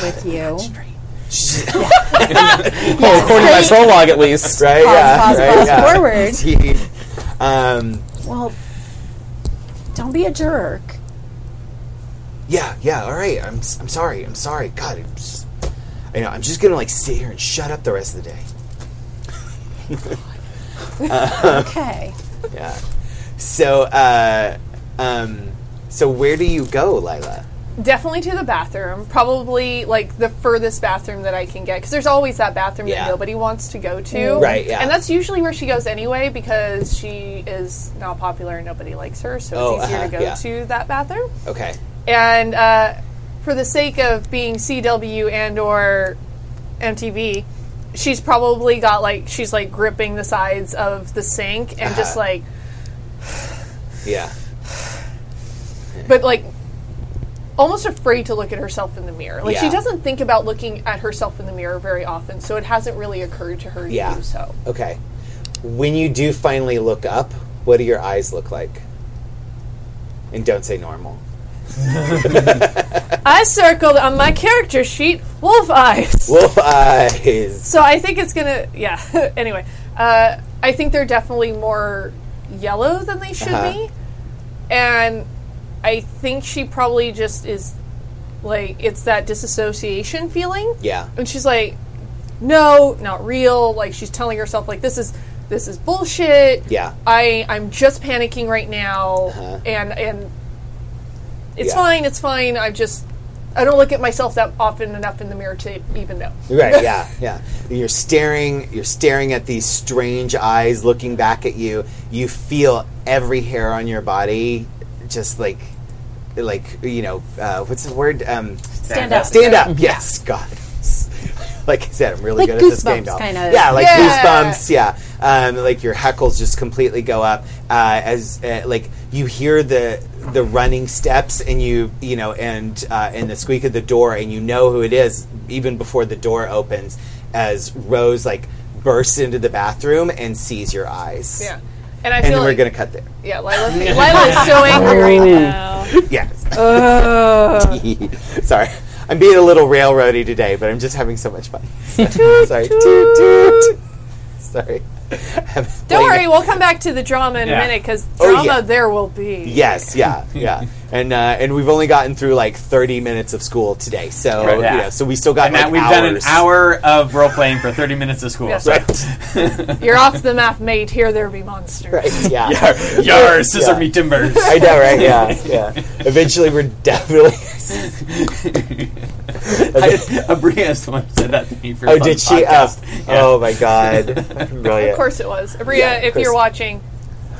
S1: with you.
S9: She's-
S4: Well, according to my prologue, at least.
S3: Right. yeah.
S1: pause,
S3: right,
S1: pause,
S3: yeah.
S1: forward.
S3: See, um,
S1: Well, don't be a jerk.
S9: yeah, yeah. All right. I'm s- I'm sorry. I'm sorry. God, I'm just, I know. I'm just gonna like sit here and shut up the rest of the day.
S1: Okay.
S3: yeah. So, uh, um, so where do you go, Lila?
S2: Definitely to the bathroom. Probably like the furthest bathroom that I can get because there's always that bathroom
S3: Yeah. Mm.
S2: that nobody wants to go to.
S3: Right, yeah.
S2: And that's usually where she goes anyway because she is not popular and nobody likes her, so
S3: Oh,
S2: it's easier
S3: uh-huh,
S2: to go
S3: yeah.
S2: to that bathroom.
S3: Okay.
S2: And uh, for the sake of being CW and or MTV, she's probably got like she's like gripping the sides of the sink and just
S3: Uh-huh.
S2: like
S3: Yeah.
S2: but like almost afraid to look at herself in the mirror. Like she
S3: Yeah.
S2: doesn't think about looking at herself in the mirror very often, so it hasn't really occurred to her
S3: Yeah.
S2: to do so.
S3: Okay. When you do finally look up, what do your eyes look like? And don't say normal.
S2: I circled on my character sheet wolf eyes.
S3: Wolf eyes.
S2: So I think it's gonna yeah. anyway, uh, I think they're definitely more yellow than they should
S3: Uh-huh.
S2: be, and I think she probably just is like it's that disassociation feeling.
S3: Yeah.
S2: and she's like no not real like she's telling herself like this is this is bullshit
S3: Yeah. Uh-huh.
S2: i i'm just panicking right now and and it's
S3: Yeah.
S2: fine it's fine i just i don't look at myself that often enough in the mirror to even know
S3: Right. Yeah. Yeah. You're staring. You're staring at these strange eyes looking back at you. You feel every hair on your body, just like, like you know, uh, what's the word? Um,
S1: Stand up.
S3: Stand up. Yes, God. Like I said, I'm really
S1: Like
S3: good at this game,
S1: goosebumps,
S3: doll.
S1: kinda.
S3: Yeah, like
S2: Yeah.
S3: goosebumps. Yeah, um, like your heckles just completely go up uh, as uh, like you hear the the running steps and you you know and uh, and the squeak of the door and you know who it is even before the door opens as Rose like bursts into the bathroom and sees your eyes.
S2: yeah and i
S3: And
S2: feel
S3: we're
S2: like
S3: gonna cut there.
S2: yeah lila, lila is so angry right now
S3: Yeah. Sorry. I'm being a little railroady today, but I'm just having so much fun. Sorry. Toot, toot. Sorry. I'm
S2: don't
S3: playing-
S2: worry we'll come back to the drama in
S5: Yeah.
S2: a minute because
S3: Oh,
S2: drama
S3: yeah.
S2: there will be
S3: Yes, yeah, yeah. and uh, and we've only gotten through like 30 minutes of school today. So,
S5: Right, yeah.
S3: you know, so we still got
S5: And
S3: like
S5: that we've
S3: hours.
S5: done an hour of role playing for 30 minutes of school.
S2: Yes.
S5: So.
S2: you're off the map mate here there be monsters
S3: Right, yeah.
S5: Yar, yar, scissor
S3: Yeah.
S5: me timbers.
S3: I know, right? Yeah, yeah. Eventually, we're definitely.
S5: Abria someone said that to me for
S3: Oh,
S5: some
S3: did she? Uh,
S5: podcast.
S3: Oh my God! Brilliant.
S2: of course it was Abria,
S3: Yeah, of
S2: if
S3: course.
S2: you're watching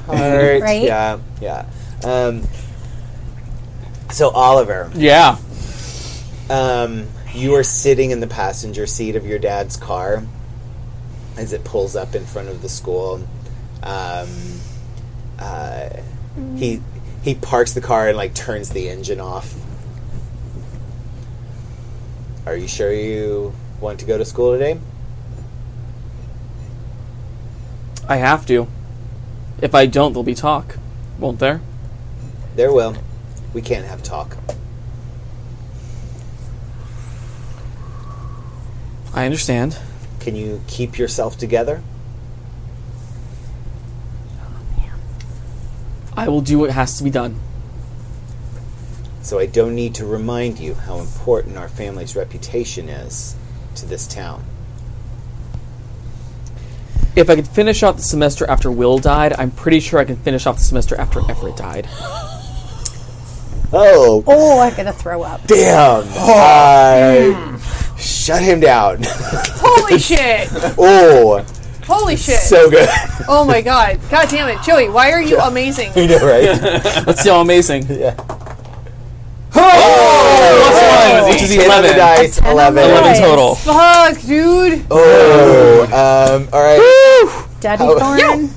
S3: Heart.
S1: Right?
S3: Yeah, yeah. Um, so Oliver,
S4: Yeah.
S3: um, you are sitting in the passenger seat of your dad's car as it pulls up in front of the school. Um, uh, he he parks the car and like turns the engine off. Are you sure you want to go to school today?
S4: I have to. If I don't, there'll be talk, won't there?
S3: There will. We can't have talk.
S4: I understand.
S3: Can you keep yourself together?
S4: I will do what has to be done.
S3: So I don't need to remind you how important our family's reputation is to this town.
S4: if I could finish off the semester after Will died, I'm pretty sure I can finish off the semester after Everett died.
S3: Oh,
S1: Oh, I'm gonna throw up.
S3: damn. Uh, shut him down.
S2: Holy shit!
S3: oh,
S2: Holy shit!
S3: so good.
S2: oh my god! God damn it, Joey! Why are you amazing?
S3: you know, right?
S4: Let's see how amazing.
S3: Yeah.
S4: Oh! Plus one, which is
S3: Ten on the
S4: 11.
S3: dice,
S1: Ten on the
S3: 11.
S1: dice.
S4: 11 total.
S2: Fuck, dude!
S3: Oh, um, all right.
S1: Daddy
S3: How-
S1: Thorn.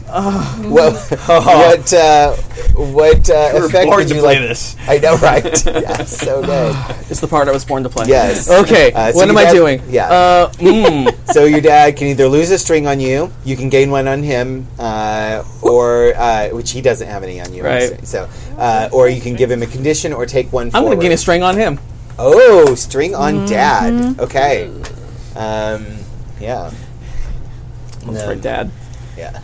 S3: What, what, uh, what uh,
S5: We're
S3: effect
S5: born
S3: would
S5: to
S3: you
S5: play
S3: like?
S5: this.
S3: I know, right? yeah, so good.
S4: It's the part I was born to play.
S3: Yes.
S4: Okay,
S3: Uh, so
S4: what
S3: you
S4: am I
S3: guys-
S4: doing?
S3: yeah.
S4: Uh, mm,
S3: So your dad can either lose a string on you, you can gain one on him, uh, or uh, which he doesn't have any on you.
S4: Right.
S3: obviously. So, uh, or you can give him a condition or take one.
S4: I'm
S3: forward.
S4: going to gain a string on him.
S3: Oh, string on dad. Okay. Um, yeah.
S4: That's
S3: No.
S4: for dad.
S3: Yeah.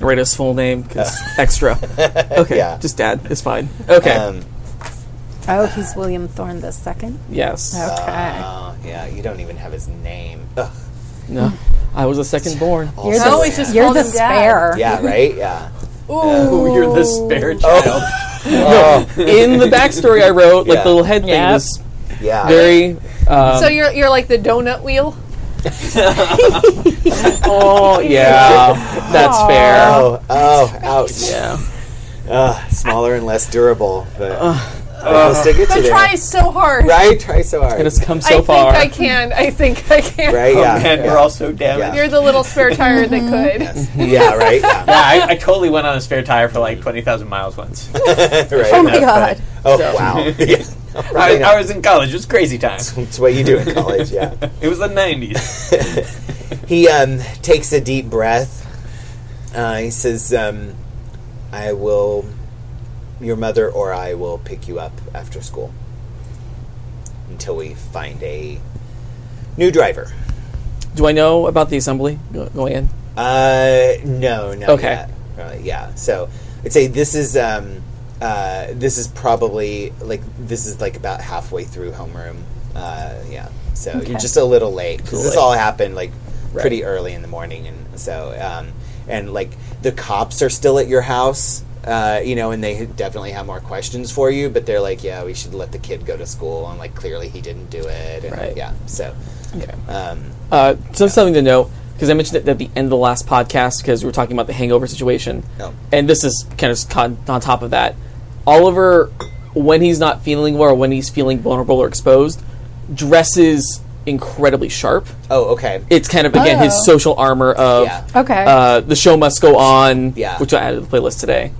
S4: Write his full name because extra. Okay,
S3: Yeah.
S4: just dad. It's fine. Okay.
S3: Um,
S1: Oh, he's William Thorn the second.
S4: yes.
S1: Okay.
S3: uh, yeah. You don't even have his name. Ugh.
S4: No. I was a second born.
S1: You're
S3: Also-
S1: the,
S2: always just
S1: you're
S2: called
S1: the
S2: him Dad.
S1: spare.
S3: yeah. Right. Yeah.
S5: Ooh, you're the
S3: Oh,
S5: spare child.
S4: In the backstory I wrote, like
S3: Yeah.
S4: the little head thing
S1: Yep.
S4: was
S3: Yeah.
S4: very. Um,
S2: So you're you're like the donut wheel.
S4: oh yeah, that's fair.
S3: Oh. Oh. Ouch.
S4: Yeah.
S3: Ugh, smaller and less durable, but but we'll stick it to
S2: I
S3: there.
S2: try so hard.
S3: Right. Try so hard.
S4: It has come
S2: I
S4: so
S2: think
S4: far.
S2: I can. I think I can.
S3: Right. Yeah.
S5: Oh, Man,
S3: yeah.
S5: we're all so damaged.
S2: You're the little spare tire that could.
S3: Yeah, right. Yeah,
S5: Yeah, I, I totally went on a spare tire for like 20,000 miles once.
S3: right.
S1: Oh my
S5: That's
S1: god.
S3: Oh, wow. Yeah.
S5: I,
S3: Probably
S5: I
S3: not.
S5: was in college. It was crazy time.
S3: It's what you do in college, yeah.
S5: It was the 90s.
S3: He um, takes a deep breath. Uh, he says, um, I will, your mother or I will pick you up after school until we find a new driver.
S4: Do I know about the assembly go- going in?
S3: Uh, no, no.
S4: Okay.
S3: yet. Uh, yeah. So I'd say this is um, uh, this is probably like this is like about halfway through homeroom. Uh, yeah. So you're just a little late because this
S4: late.
S3: all happened like pretty early in the morning, and so um, and like the cops are still at your house. Uh, you know, and they definitely have more questions for you, but they're like, "Yeah, we should let the kid go to school," and like clearly he didn't do it. And,
S4: Right.
S3: Yeah. So.
S4: Okay.
S3: Um,
S4: Uh, so something to note because I mentioned it at the end of the last podcast because we were talking about the hangover situation,
S3: Oh.
S4: and this is kind of just on, on top of that. Oliver, when he's not feeling well or when he's feeling vulnerable or exposed, dresses incredibly sharp.
S3: oh, okay.
S4: It's kind of again
S1: Oh.
S4: his social armor of
S3: Yeah.
S1: Okay.
S4: uh, the show must go on,
S3: Yeah.
S4: which I added to the playlist today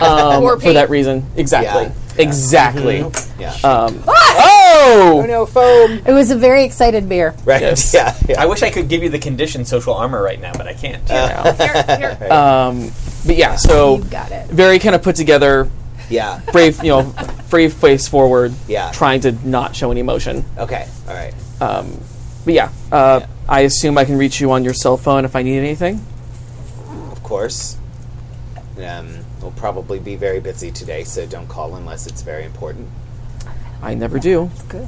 S2: Um, or
S4: for
S2: pink.
S4: that reason. Exactly,
S3: Yeah. Mm-hmm.
S4: exactly.
S3: Yeah.
S4: Um, oh!
S3: no foam.
S1: it was a very excited beer.
S3: Right.
S4: Yes.
S3: Yeah. yeah.
S5: I wish I could give you the condition social armor right now, but I can't.
S3: Uh,
S2: Here, here.
S4: Um, but yeah, so
S1: You got it.
S4: very kind of put together,
S3: Yeah.
S4: brave, you know, brave face forward,
S3: Yeah.
S4: trying to not show any emotion.
S3: Okay. All right.
S4: But yeah, uh, I assume I can reach you on your cell phone if I need anything.
S3: Of course. Um, we'll probably be very busy today, so don't call unless it's very important.
S4: I never do.
S1: Good.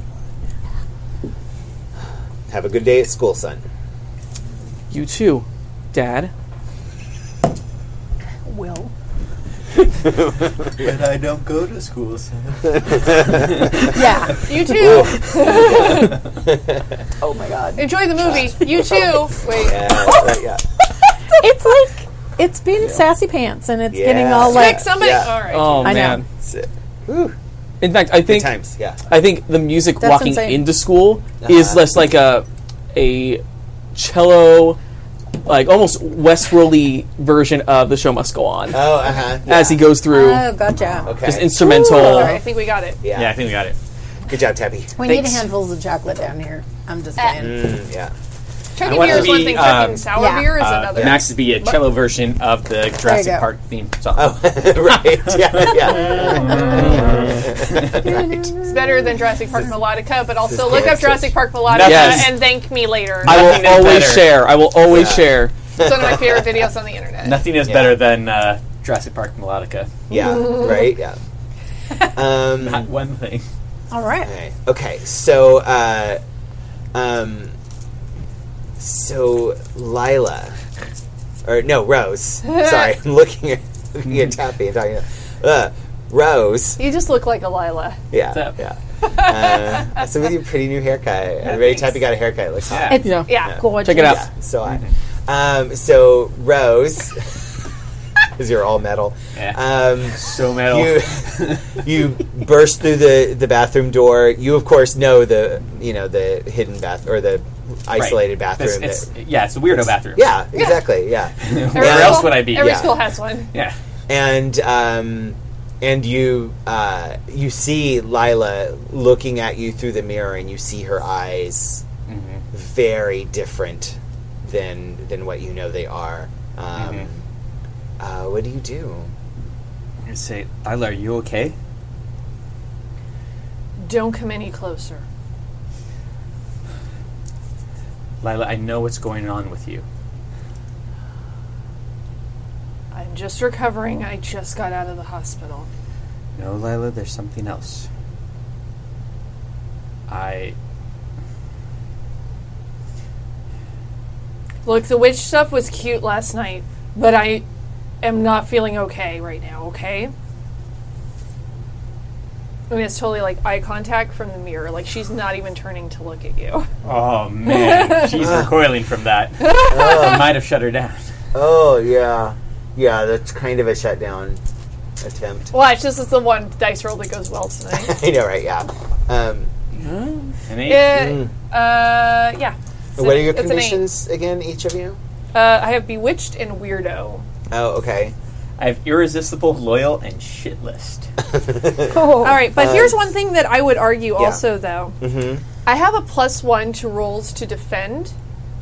S3: Have a good day at school, son.
S4: You too, Dad.
S1: Will.
S5: But I don't go to school,
S1: Yeah.
S2: You too. oh my god. Enjoy the movie. You too. Wait.
S3: Yeah. right, Uh, yeah.
S1: it's like it's being sassy pants and it's getting
S3: Yeah.
S1: all like
S2: Pick somebody.
S3: Yeah.
S2: All right.
S4: Oh
S1: I know.
S4: man.
S3: That's it. Whew.
S4: In fact, I think
S3: uh, Times. Yeah.
S4: I think the music
S1: That's
S4: walking
S1: insane.
S4: into school is
S3: Uh-huh.
S4: less like a a cello, like almost Westworldly version of the show must go on
S3: Oh. Uh huh.
S4: as he goes through
S1: Oh, gotcha.
S3: Okay.
S4: just instrumental.
S2: All right. I think we got it.
S3: yeah.
S5: Yeah, I think we got it.
S3: Good job, Tappy.
S1: We
S4: Thanks.
S1: need handfuls of chocolate down here. I'm just
S2: Ah.
S1: saying.
S3: Mm, yeah.
S5: I
S2: Chugging
S5: want
S2: beer
S5: to
S2: is one
S5: be,
S2: thing.
S5: um,
S2: Chugging sour
S1: Yeah.
S2: beer is
S5: Uh,
S2: another.
S5: Max would be a cello version of the Jurassic
S1: go.
S5: Park theme song.
S3: Oh. right. Yeah. Yeah. right.
S2: It's better than Jurassic Park melodica, but also look up
S3: Kansas.
S2: Jurassic Park melodica
S4: Yes.
S2: and thank me later.
S4: I will
S5: Nothing is
S4: always
S5: better.
S4: share. I will always
S3: Yeah.
S4: share.
S2: it's one of my favorite videos on the internet.
S5: Nothing is better than uh, Jurassic Park melodica.
S3: Yeah. Right. Yeah. Um.
S5: Not one thing.
S1: All right.
S3: Alright, Okay. So, uh, um, so Lila, or no, Rose. Sorry, I'm looking at looking at Tappy and talking. To, uh, Rose,
S2: You just look like a Lila.
S3: yeah,
S5: up?
S3: yeah. Uh, I said with your pretty new haircut. Everybody,
S2: thanks.
S3: Tappy got a haircut. It looks hot.
S5: Yeah.
S1: It's
S4: Yeah.
S2: Yeah.
S1: gorgeous.
S4: Check it out.
S3: So I, um, so Rose, because you're all metal.
S5: Yeah.
S3: Um,
S5: so metal.
S3: you you burst through the, the bathroom door. You of course know the you know the hidden bath or the
S5: Right.
S3: isolated bathroom.
S5: It's,
S3: that-
S5: it's, yeah, it's a weirdo bathroom.
S3: yeah, exactly. Yeah,
S5: Where
S3: Yeah.
S5: else would I be?
S2: Every
S3: Yeah.
S2: school has one.
S5: Yeah.
S3: and um, and you uh, you see Lila looking at you through the mirror, and you see her eyes
S5: Mm-hmm.
S3: very different than than what you know they are. Um,
S5: Mm-hmm.
S3: uh, what do you do?
S5: I say, Lila, are you okay?
S2: Don't come any closer.
S5: Lila, I know what's going on with you.
S2: I'm just recovering. I just got out of the hospital.
S5: No, Lila, there's something else. I.
S2: Look, the witch stuff was cute last night, but I am not feeling okay right now, okay? I mean, it's totally like eye contact from the mirror. Like, she's not even turning to look at you.
S5: Oh, man. She's recoiling from that. I might have shut her down.
S3: Oh yeah, yeah. That's kind of a shutdown attempt.
S2: Watch, this is the one dice roll that goes well tonight.
S3: I know, right? Yeah. Um,
S5: An eight?
S2: it, uh, yeah. It's
S3: what
S2: an-
S3: are your
S2: it's an eight.
S3: conditions again, each of you?
S2: Uh, I have bewitched and weirdo.
S3: Oh, okay.
S5: I have irresistible, loyal, and shit list.
S1: Oh,
S2: All right, but here's one thing that I would argue also, though. Mm-hmm. I have a plus one to rolls to defend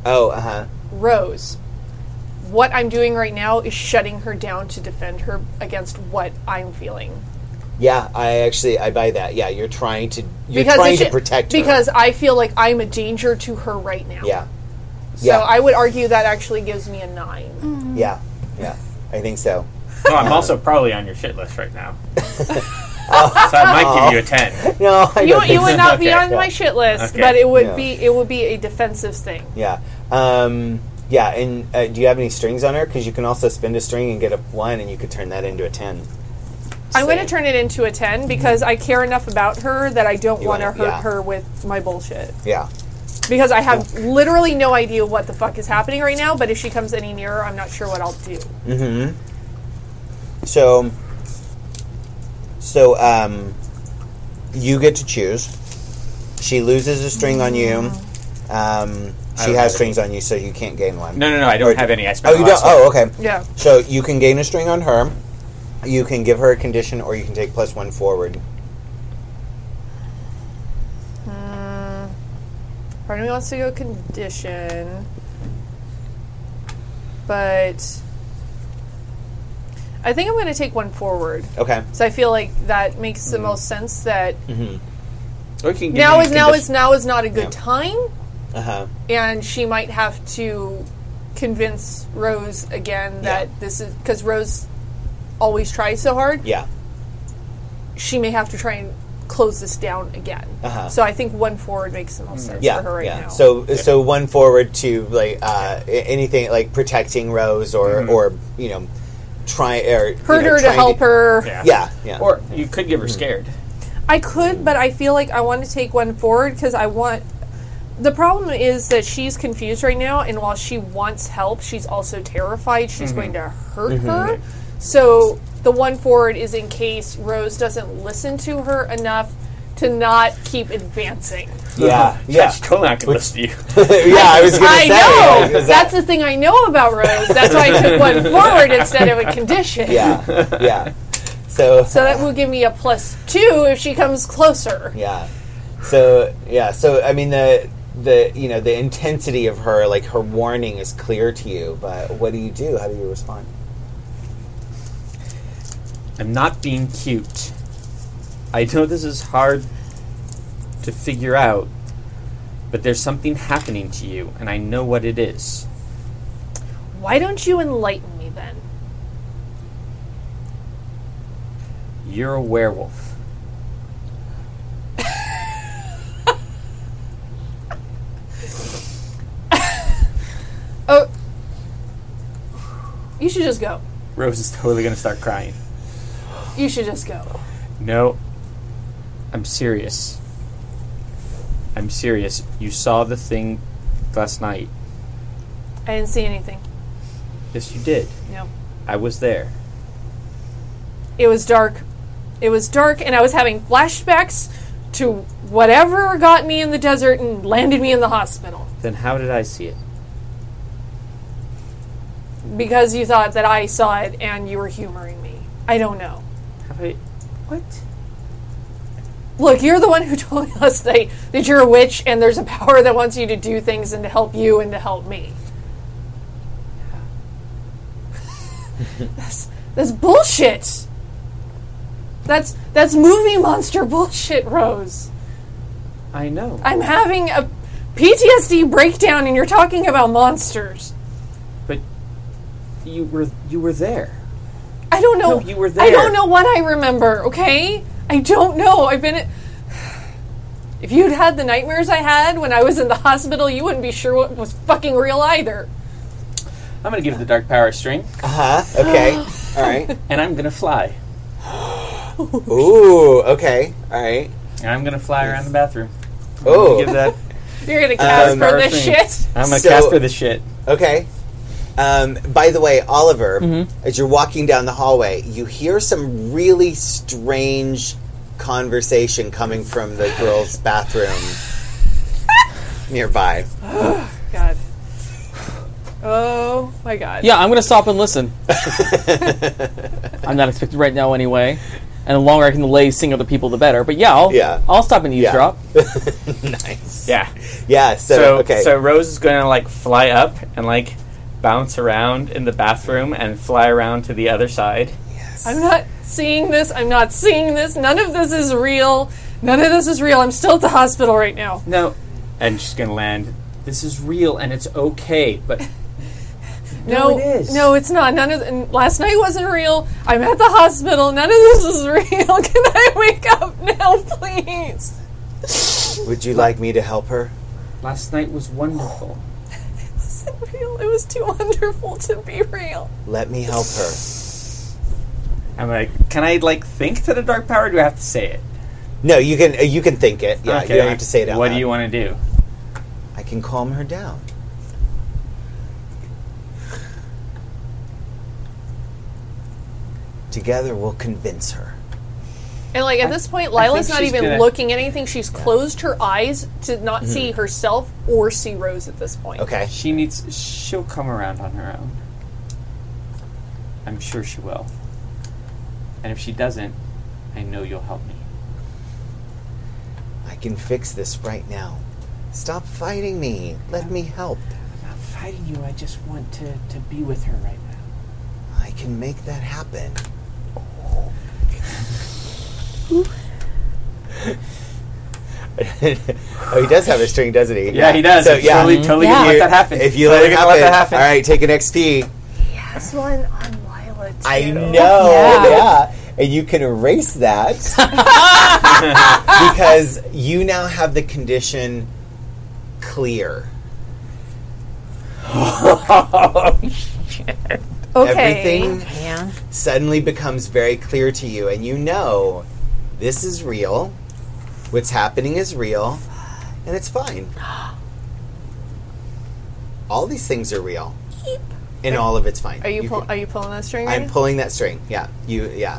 S3: Oh, uh huh.
S2: Rose. What I'm doing right now is shutting her down to defend her against what I'm feeling.
S3: Yeah, I actually I buy that. Yeah, you're trying to you're trying
S2: it
S3: to
S2: should-
S3: protect her.
S2: Because I feel like I'm a danger to her right now.
S3: yeah,
S2: So
S3: yeah.
S2: I would argue that actually gives me a nine.
S3: yeah, yeah. I think so.
S5: No, I'm also probably on your shit list right now. so I might give you a 10.
S3: No, I
S2: You,
S3: don't
S2: you
S3: think so.
S2: would not be
S5: Okay.
S2: on my shit list,
S5: Okay.
S2: but it would
S3: Yeah.
S2: be it would be a defensive thing.
S3: Yeah, um, yeah. And uh, do you have any strings on her? Because you can also spend a string and get a one, and you could turn that into a ten.
S2: I'm going to
S3: Same.
S2: turn it into a 10 because I care enough about her that I don't want to
S3: wanna-
S2: hurt
S3: yeah.
S2: her with my bullshit.
S3: Yeah,
S2: Because I have literally no idea what the fuck is happening right now, but if she comes any nearer, I'm not sure what I'll do.
S3: Mm-hmm. So, so um, you get to choose. She loses a string on you.
S2: Mm.
S3: Um, she
S5: don't have
S3: has
S5: it.
S3: strings on you, so you can't gain one.
S5: No, no, no, I don't have any. I
S3: Oh,
S5: spent
S3: you
S5: the
S3: don't.
S5: last one.
S3: Oh, okay.
S2: Yeah.
S3: So you can gain a string on her. You can give her a condition, or you can take plus one forward.
S2: Uh, Part of me wants to go condition, but I think I'm going to take one forward.
S3: Okay.
S2: So I feel like that makes
S3: Mm-hmm.
S2: the most sense that
S5: Mm-hmm. Or you can give
S2: now
S5: me
S2: is now
S5: condition-
S2: is now is not a good time
S3: Uh huh.
S2: and she might have to convince Rose again that
S3: Yeah.
S2: this is because Rose always tries so hard.
S3: Yeah.
S2: She may have to try and close this down again.
S3: Uh-huh. Mm-hmm.
S2: So I think one forward makes the most sense
S3: Yeah.
S2: for her right
S3: yeah.
S2: now.
S3: So so one forward to like uh, a- anything like protecting Rose or
S5: Mm-hmm.
S3: or you know try or you
S2: hurt
S3: know,
S2: her to
S3: trying
S2: help her.
S5: Yeah.
S3: Yeah. Yeah.
S5: Or you could give her
S3: Mm.
S5: scared.
S2: I could, but I feel like I want to take one forward because I want. The problem is that she's confused right now, and while she wants help, she's also terrified she's
S3: Mm-hmm.
S2: going to hurt her. So the one forward is in case Rose doesn't listen to her enough to not keep advancing.
S5: uh,
S3: yeah. Yeah.
S5: Judge Tonak could listen to you.
S3: yeah. I was gonna
S2: I
S3: say.
S2: know!
S3: is that-
S2: That's the thing I know about Rose. That's why I took one forward instead of a condition.
S3: yeah. Yeah. So
S2: So that will give me a plus two if she comes closer.
S3: Yeah. So yeah. So I mean the the you know the intensity of her like her warning is clear to you, but what do you do? How do you respond?
S5: I'm not being cute. I know this is hard to figure out, but there's something happening to you, and I know what it is.
S2: Why don't you enlighten me then?
S5: You're a werewolf.
S2: Oh. You should just go.
S5: Rose is totally going to start crying.
S2: You should just go.
S5: No. I'm serious. I'm serious. You saw the thing last night.
S2: I didn't see anything.
S5: Yes, you did.
S2: No.
S5: I was there.
S2: It was dark. It was dark, and I was having flashbacks to whatever got me in the desert and landed me in the hospital.
S5: Then how did I see it?
S2: Because you thought that I saw it and you were humoring me. I don't know.
S5: Have I. What?
S2: Look, you're the one who told me last night that you're a witch and there's a power that wants you to do things and to help you and to help me. that's, that's bullshit. That's that's movie monster bullshit, Rose.
S5: I know.
S2: I'm having a PTSD breakdown and you're talking about monsters.
S5: but you were you were there.
S2: I don't know.
S5: No, you were
S2: I
S5: there.
S2: don't know what I remember, okay? I don't know. I've been. If you'd had the nightmares I had when I was in the hospital, you wouldn't be sure what was fucking real either.
S5: I'm going to give the dark power a string,
S3: Uh huh. Okay. All right.
S5: and I'm going to fly.
S3: Ooh. Okay. All right. Oh.
S5: And I'm going to fly around the bathroom.
S3: Ooh.
S5: Give that.
S2: You're
S5: Uh,
S2: gonna cast
S3: Um,
S2: for
S5: our
S2: this
S5: thing.
S2: shit.
S5: I'm going
S3: So-
S5: to cast for this shit.
S3: Okay. Um, by the way, Oliver, as you're walking down the hallway, you hear some really strange conversation coming from the girls' bathroom nearby.
S2: God. Oh my god.
S4: Yeah, I'm gonna stop and listen. I'm not expected right now anyway. And the longer I can delay seeing other people, the better. But yeah, I'll,
S3: Yeah.
S4: I'll stop and eavesdrop.
S3: nice.
S5: Yeah.
S3: Yeah. So,
S5: So
S3: okay.
S5: so Rose is going to like fly up and like bounce around in the bathroom and fly around to the other side.
S2: I'm not seeing this. I'm not seeing this. None of this is real. None of this is real. I'm still at the hospital right now.
S5: No. And she's going to land. This is real and it's okay, but
S2: No,
S5: it is.
S2: No, it's not. None of. and last night wasn't real. I'm at the hospital. None of this is real. Can I wake up now, please?
S3: Would you like me to help her?
S5: last night was wonderful.
S2: This isn't real. It was too wonderful to be real.
S3: Let me help her.
S5: I'm like, can I like think to the dark power? Or do I have to say it?
S3: No, you can. uh, You can think it. Yeah. You don't have to say it out
S5: What
S3: loud.
S5: do you want to do?
S3: I can calm her down. Together, we'll convince her.
S2: And like at this point, Lila's not
S5: she's
S2: even
S5: gonna-
S2: looking at anything. She's closed her eyes to not see herself or see Rose at this point.
S3: Okay.
S5: She needs. She'll come around on her own. I'm sure she will. And if she doesn't, I know you'll help me.
S3: I can fix this right now. Stop fighting me. Let me help.
S5: I'm not fighting you. I just want to to be with her right now.
S3: I can make that happen. oh, he does have a string, doesn't he?
S5: Yeah, he does.
S3: So,
S5: He's
S3: yeah.
S5: totally, totally
S1: Yeah.
S5: gonna let that happen.
S3: If you let
S5: Totally
S3: it
S5: gonna
S3: happen,
S5: that happen.
S3: all right, take an XP.
S2: This one on Lila. Too.
S3: I know,
S1: Yeah.
S3: yeah. And you can erase that because you now have the condition clear.
S2: Okay.
S3: Everything
S1: Yeah.
S3: suddenly becomes very clear to you, and you know this is real, what's happening is real, and it's fine. All these things are real, and all of it's fine.
S2: Are you, pull,
S3: can-
S2: are you pulling that string?
S3: I'm
S2: Rita?
S3: pulling that string. Yeah, you. Yeah,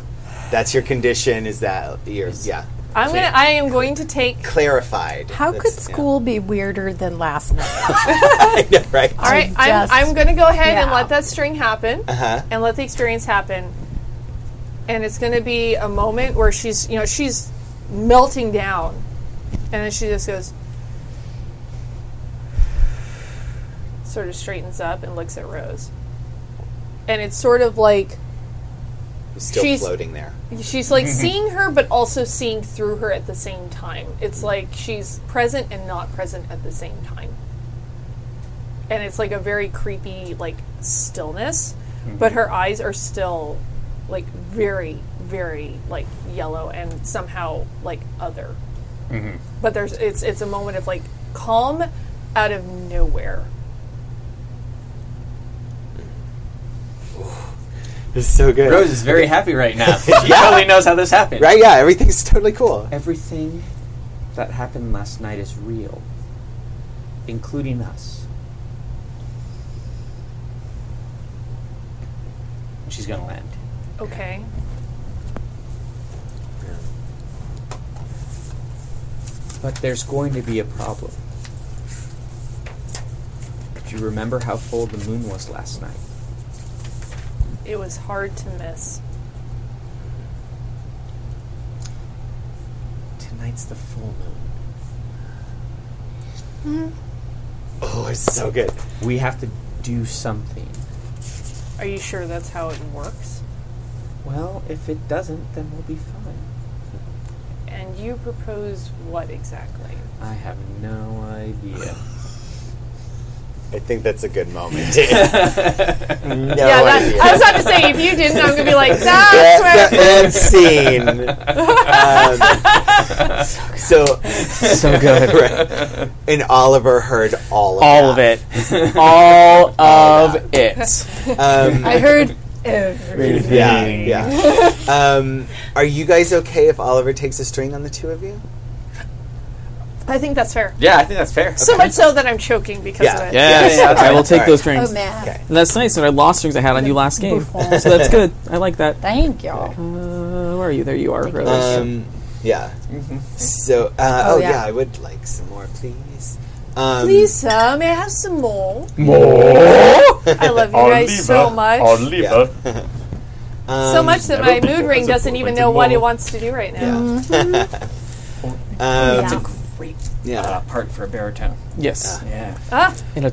S3: that's your condition. Is that your? Yeah,
S2: I'm gonna. I am going to take.
S3: clarified.
S1: How could
S3: That's- yeah.
S1: school be weirder than last night?
S3: I know, right?
S2: All right, I'm,
S1: just-
S2: I'm going to go ahead and
S1: yeah.
S2: let that string happen,
S3: Uh-huh.
S2: and let the experience happen. And it's going to be a moment where she's, you know, she's melting down, and then she just goes, sort of straightens up and looks at Rose, and it's sort of like
S3: Still
S2: She's-
S3: floating there.
S2: she's like seeing her, but also seeing through her at the same time. It's like she's present and not present at the same time. And it's like a very creepy, like stillness, but her eyes are still like very, very like yellow and somehow like other. But there's it's it's a moment of like calm out of nowhere.
S3: It's so good.
S5: Rose is very happy right now. She totally knows how this happened.
S3: Right? Yeah, everything's totally cool.
S5: Everything that happened last night is real, including us. And She's gonna land.
S2: Okay.
S5: But there's going to be a problem. Do you remember how full the moon was last night?
S2: It was hard to miss.
S3: Tonight's the full moon. Mm-hmm. Oh, it's so good.
S5: We have to do something.
S2: Are you sure that's how it works?
S5: Well, if it doesn't, then we'll be fine.
S2: And you propose what exactly?
S5: I have no idea.
S3: I think that's a good moment. no
S2: yeah, that,
S3: idea.
S2: I was about to say if you didn't, I'm gonna be like, that's
S3: that,
S2: where
S3: that scene. Um, so,
S4: so good.
S3: right. and Oliver heard all of
S4: All of
S3: that.
S4: it. All of it.
S3: Um,
S1: I heard every.
S3: yeah, yeah. Um, are you guys okay if Oliver takes a string on the two of you?
S2: I think that's fair.
S5: Yeah, I think that's fair.
S2: So much so that I'm choking because
S3: Yeah.
S2: of it.
S4: Yes.
S5: yeah, that's
S4: I will
S3: right.
S4: take
S3: All
S4: those
S3: right.
S4: strings.
S1: Oh man!
S3: Okay.
S4: And that's nice. And I lost strings I had on you last game.
S1: Buffon.
S4: So that's good. I like that.
S1: Thank y'all.
S4: Uh, where are you? There you are, Rose.
S3: Um, yeah.
S4: Mm-hmm.
S3: So, uh, oh,
S1: Oh,
S3: yeah.
S1: yeah.
S3: I would like some more, please. Um,
S2: Lisa, may I have some more?
S4: More?
S2: I love you guys so much.
S3: yeah.
S2: so much that my mood ring
S5: that's a
S2: doesn't even
S5: point to
S2: know what
S5: mull.
S2: it wants to do right now.
S3: Um,
S1: Yeah.
S5: Great
S3: yeah.
S5: uh, part for a baritone.
S4: yes.
S5: Yeah.
S2: Ah,
S4: In a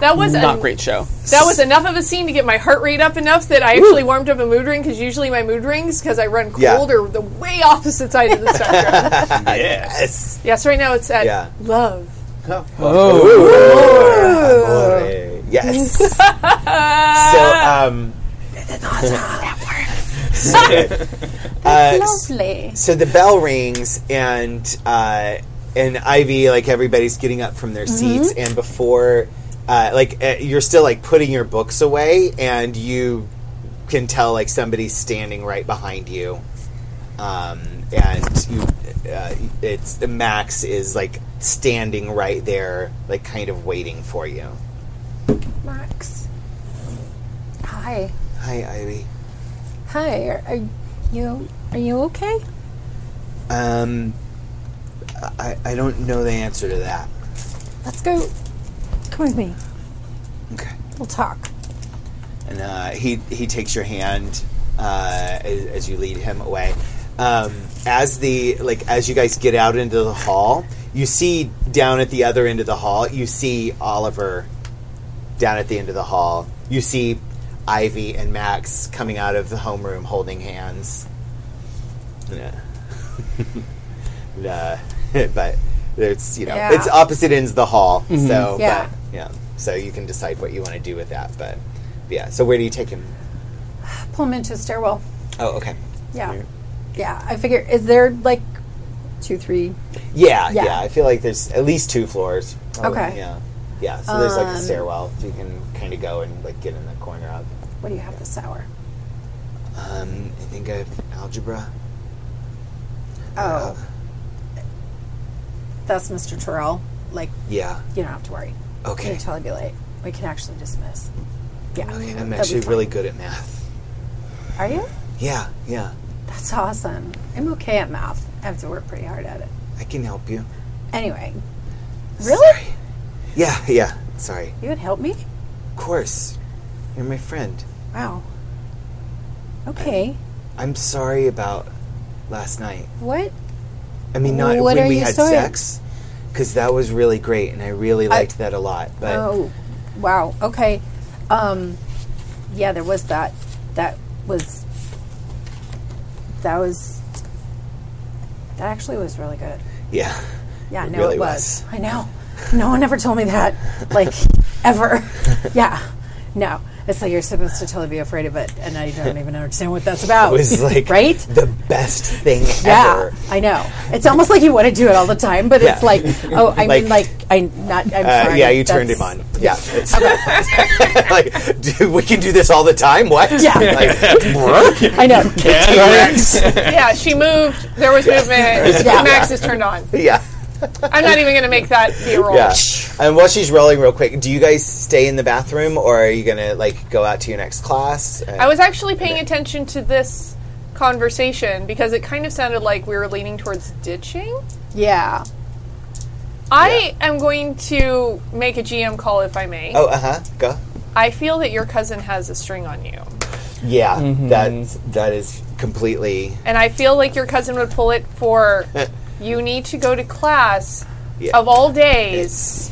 S2: that was
S4: not
S2: a,
S4: great show.
S2: That was enough of a scene to get my heart rate up enough that I actually warmed up a mood ring because usually my mood rings because I run
S3: Yeah.
S2: cold or the way opposite side of the spectrum.
S3: Yes.
S2: yes, right now it's at
S3: Yeah.
S2: love.
S4: Oh.
S3: Amore. Yes. um, so, um, so good. Uh,
S1: Lovely.
S3: so the bell rings and uh, and Ivy like everybody's getting up from their seats and before uh, like uh, you're still like putting your books away and you can tell like somebody's standing right behind you um, and you uh, it's Max is like standing right there like kind of waiting for you
S2: Max.
S1: Hi.
S3: hi Ivy
S1: Hi. Are, are you? Are you okay?
S3: um I, I don't know the answer to that
S1: Let's go. Come with me.
S3: okay
S1: We'll talk.
S3: and uh, he he takes your hand uh, as, as you lead him away. Um, as the like as you guys get out into the hall, you see down at the other end of the hall, you see Oliver down at the end of the hall. You see Ivy and Max coming out of the homeroom holding hands. Yeah. And, uh, but it's you know
S1: Yeah.
S3: it's opposite ends of the hall, so
S1: Yeah.
S3: Oh, but, yeah. So you can decide what you want to do with that, but yeah. So where do you take him?
S1: Pull him into a stairwell.
S3: Oh, okay.
S1: Yeah. Yeah. I figure. Is there like two, three?
S3: Yeah, yeah.
S1: Yeah.
S3: I feel like there's at least two floors. Oh,
S1: Probably, Okay.
S3: Yeah. Yeah. So there's like a
S1: Um,
S3: stairwell. You can kind of go and like get in the corner of.
S1: What do you have this hour?
S3: Um, I think I have algebra. Uh,
S1: Oh, that's Mr. Terrell. Like,
S3: Yeah.
S1: you don't have to worry. You
S3: Okay.
S1: can totally be late. We can actually dismiss. Yeah.
S3: Okay.
S1: that'd
S3: I'm
S1: be
S3: actually
S1: fine.
S3: really good at math.
S1: Are you?
S3: Yeah. Yeah.
S1: That's awesome. I'm okay at math. I have to work pretty hard at it.
S3: I can help you.
S1: Anyway. Really?
S3: Yeah. Yeah. Sorry.
S1: You would help me?
S3: Of course. You're my friend.
S1: Wow. Okay.
S3: I'm sorry about last night.
S1: What?
S3: I mean, not
S1: What
S3: when
S1: are
S3: we
S1: you
S3: had
S1: sorry-
S3: sex, because that was really great, and I really liked that a lot. But
S1: Oh, wow. Okay. Um, yeah, there was that. That was. That was. That actually was really good.
S3: yeah,
S1: Yeah,
S3: It
S1: no,
S3: really
S1: it
S3: was.
S1: was. I know. No one ever told me that, like, ever. yeah, no. It's like you're supposed to totally be afraid of it, and I don't even understand what that's about.
S3: It was like
S1: Right?
S3: the best thing
S1: yeah,
S3: ever.
S1: I know. It's almost like you want to do it all the time, but it's
S3: Yeah.
S1: like, oh, I mean, like
S3: Like-
S1: I'm not. I'm
S3: Uh,
S1: sorry.
S3: yeah, you turned
S1: That's-
S3: him on. Yeah, it's like dude, we can do this all the time. What?
S1: Yeah.
S3: Like,
S1: I know.
S2: yeah, she moved. There was movement.
S1: Yeah.
S2: Max is turned on.
S3: yeah,
S2: I'm not even going to make that be a roll.
S3: yeah. And while she's rolling, real quick, do you guys stay in the bathroom or are you gonna like go out to your next class? Uh,
S2: I was actually paying attention to this conversation because it kind of sounded like we were leaning towards ditching.
S1: Yeah.
S2: I am going to make a GM call if I may.
S3: Oh, uh huh. Go.
S2: I feel that your cousin has a string on you.
S3: Yeah, that that is completely.
S2: And I feel like your cousin would pull it for you need to go to class
S3: Yeah.
S2: of all days.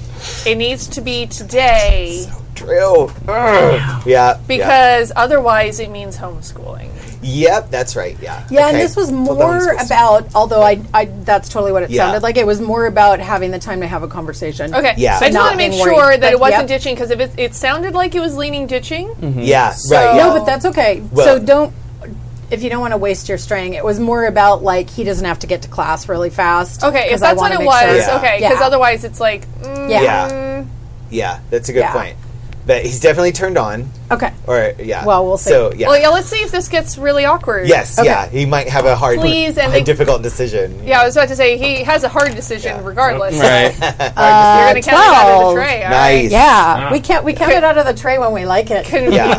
S2: It needs to be today
S3: True. Ugh. Yeah. yeah.
S2: because otherwise it means homeschooling.
S3: Yep, that's right. Yeah.
S1: Yeah, and
S3: Okay.
S1: this was
S3: Well, that
S1: more
S3: supposed to-
S1: about, although I, I, that's totally what it
S3: Yeah.
S1: sounded like. It was more about having the time to have a conversation.
S2: Okay.
S3: Yeah.
S2: So I just
S1: Not
S2: want to make
S1: being worried,
S2: sure that
S1: but
S2: it wasn't
S1: yep.
S2: ditching because if it, it sounded like it was leaning ditching,
S5: Mm-hmm.
S4: Hmm.
S3: Yeah.
S2: So-
S3: right. Yeah.
S1: No, but that's okay. so
S3: Well-
S1: don't, if you don't want to waste your string, it was more about like he doesn't have to get to class really fast.
S2: okay,
S1: 'cause
S2: if
S1: I
S2: that's what
S1: wanna
S2: it
S1: make sure-
S2: was,
S3: Yeah.
S2: okay, because
S1: Yeah.
S2: otherwise it's like, mm,
S1: Yeah.
S3: Yeah. Yeah, that's a good
S1: Yeah.
S3: point. But he's definitely turned on.
S1: Okay.
S3: Or yeah.
S1: Well, we'll see.
S3: So yeah.
S2: well, yeah, let's see if this gets really awkward.
S3: Yes. Yeah. He might have a hard,
S2: Please,
S3: a
S2: and they-
S3: difficult decision.
S2: Yeah, I was about to say he has a hard decision
S3: Yeah.
S2: regardless.
S1: uh,
S5: Right.
S2: You're gonna count it out of
S1: 12.
S2: the tray. all right?
S3: Nice.
S1: Yeah, we can't we count it out of the tray when we like it.
S2: Convenient.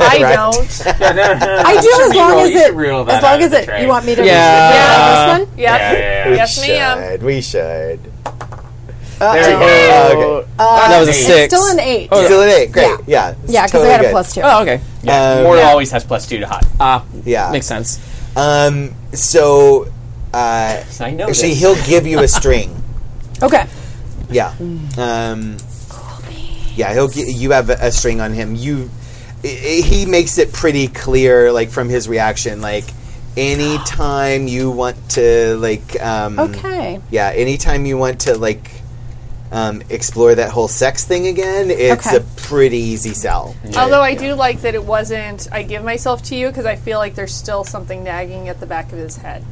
S2: I
S3: Right.
S2: don't.
S1: I do as long
S5: re-roll-
S1: as
S5: you should
S1: it
S5: re-roll that
S1: as long
S5: out
S1: as
S5: of the
S1: it.
S5: tray.
S1: You want me to
S4: Yeah.
S1: re-roll this one?
S2: Yep.
S5: Yeah, yeah,
S3: We
S5: yeah.
S2: Yes, ma'am.
S3: should. We should.
S1: Oh.
S5: There you
S3: Uh,
S5: go.
S3: okay.
S4: that was a
S5: it's
S4: six.
S1: Still an eight.
S4: Oh,
S3: Still in it. Great. Yeah.
S1: yeah, because I had a plus two.
S4: Oh, okay.
S5: Yeah,
S3: Um,
S5: Mora
S3: yeah.
S5: always has plus two to hot.
S4: Ah,
S3: Yeah.
S4: makes sense.
S3: Um. So. Uh,
S5: I know.
S3: actually,
S5: this.
S3: he'll give you a string.
S1: Oh, Okay.
S3: Yeah. Um, yeah, he'll get, you have a, a string on him. You i- i- he makes it pretty clear like from his reaction like anytime you want to like um
S1: Okay.
S3: Yeah, anytime you want to like um, explore that whole sex thing again, it's
S1: Okay.
S3: a pretty easy sell.
S2: Although I do like that it wasn't. I give myself to you because I feel like there's still something nagging at the back of his head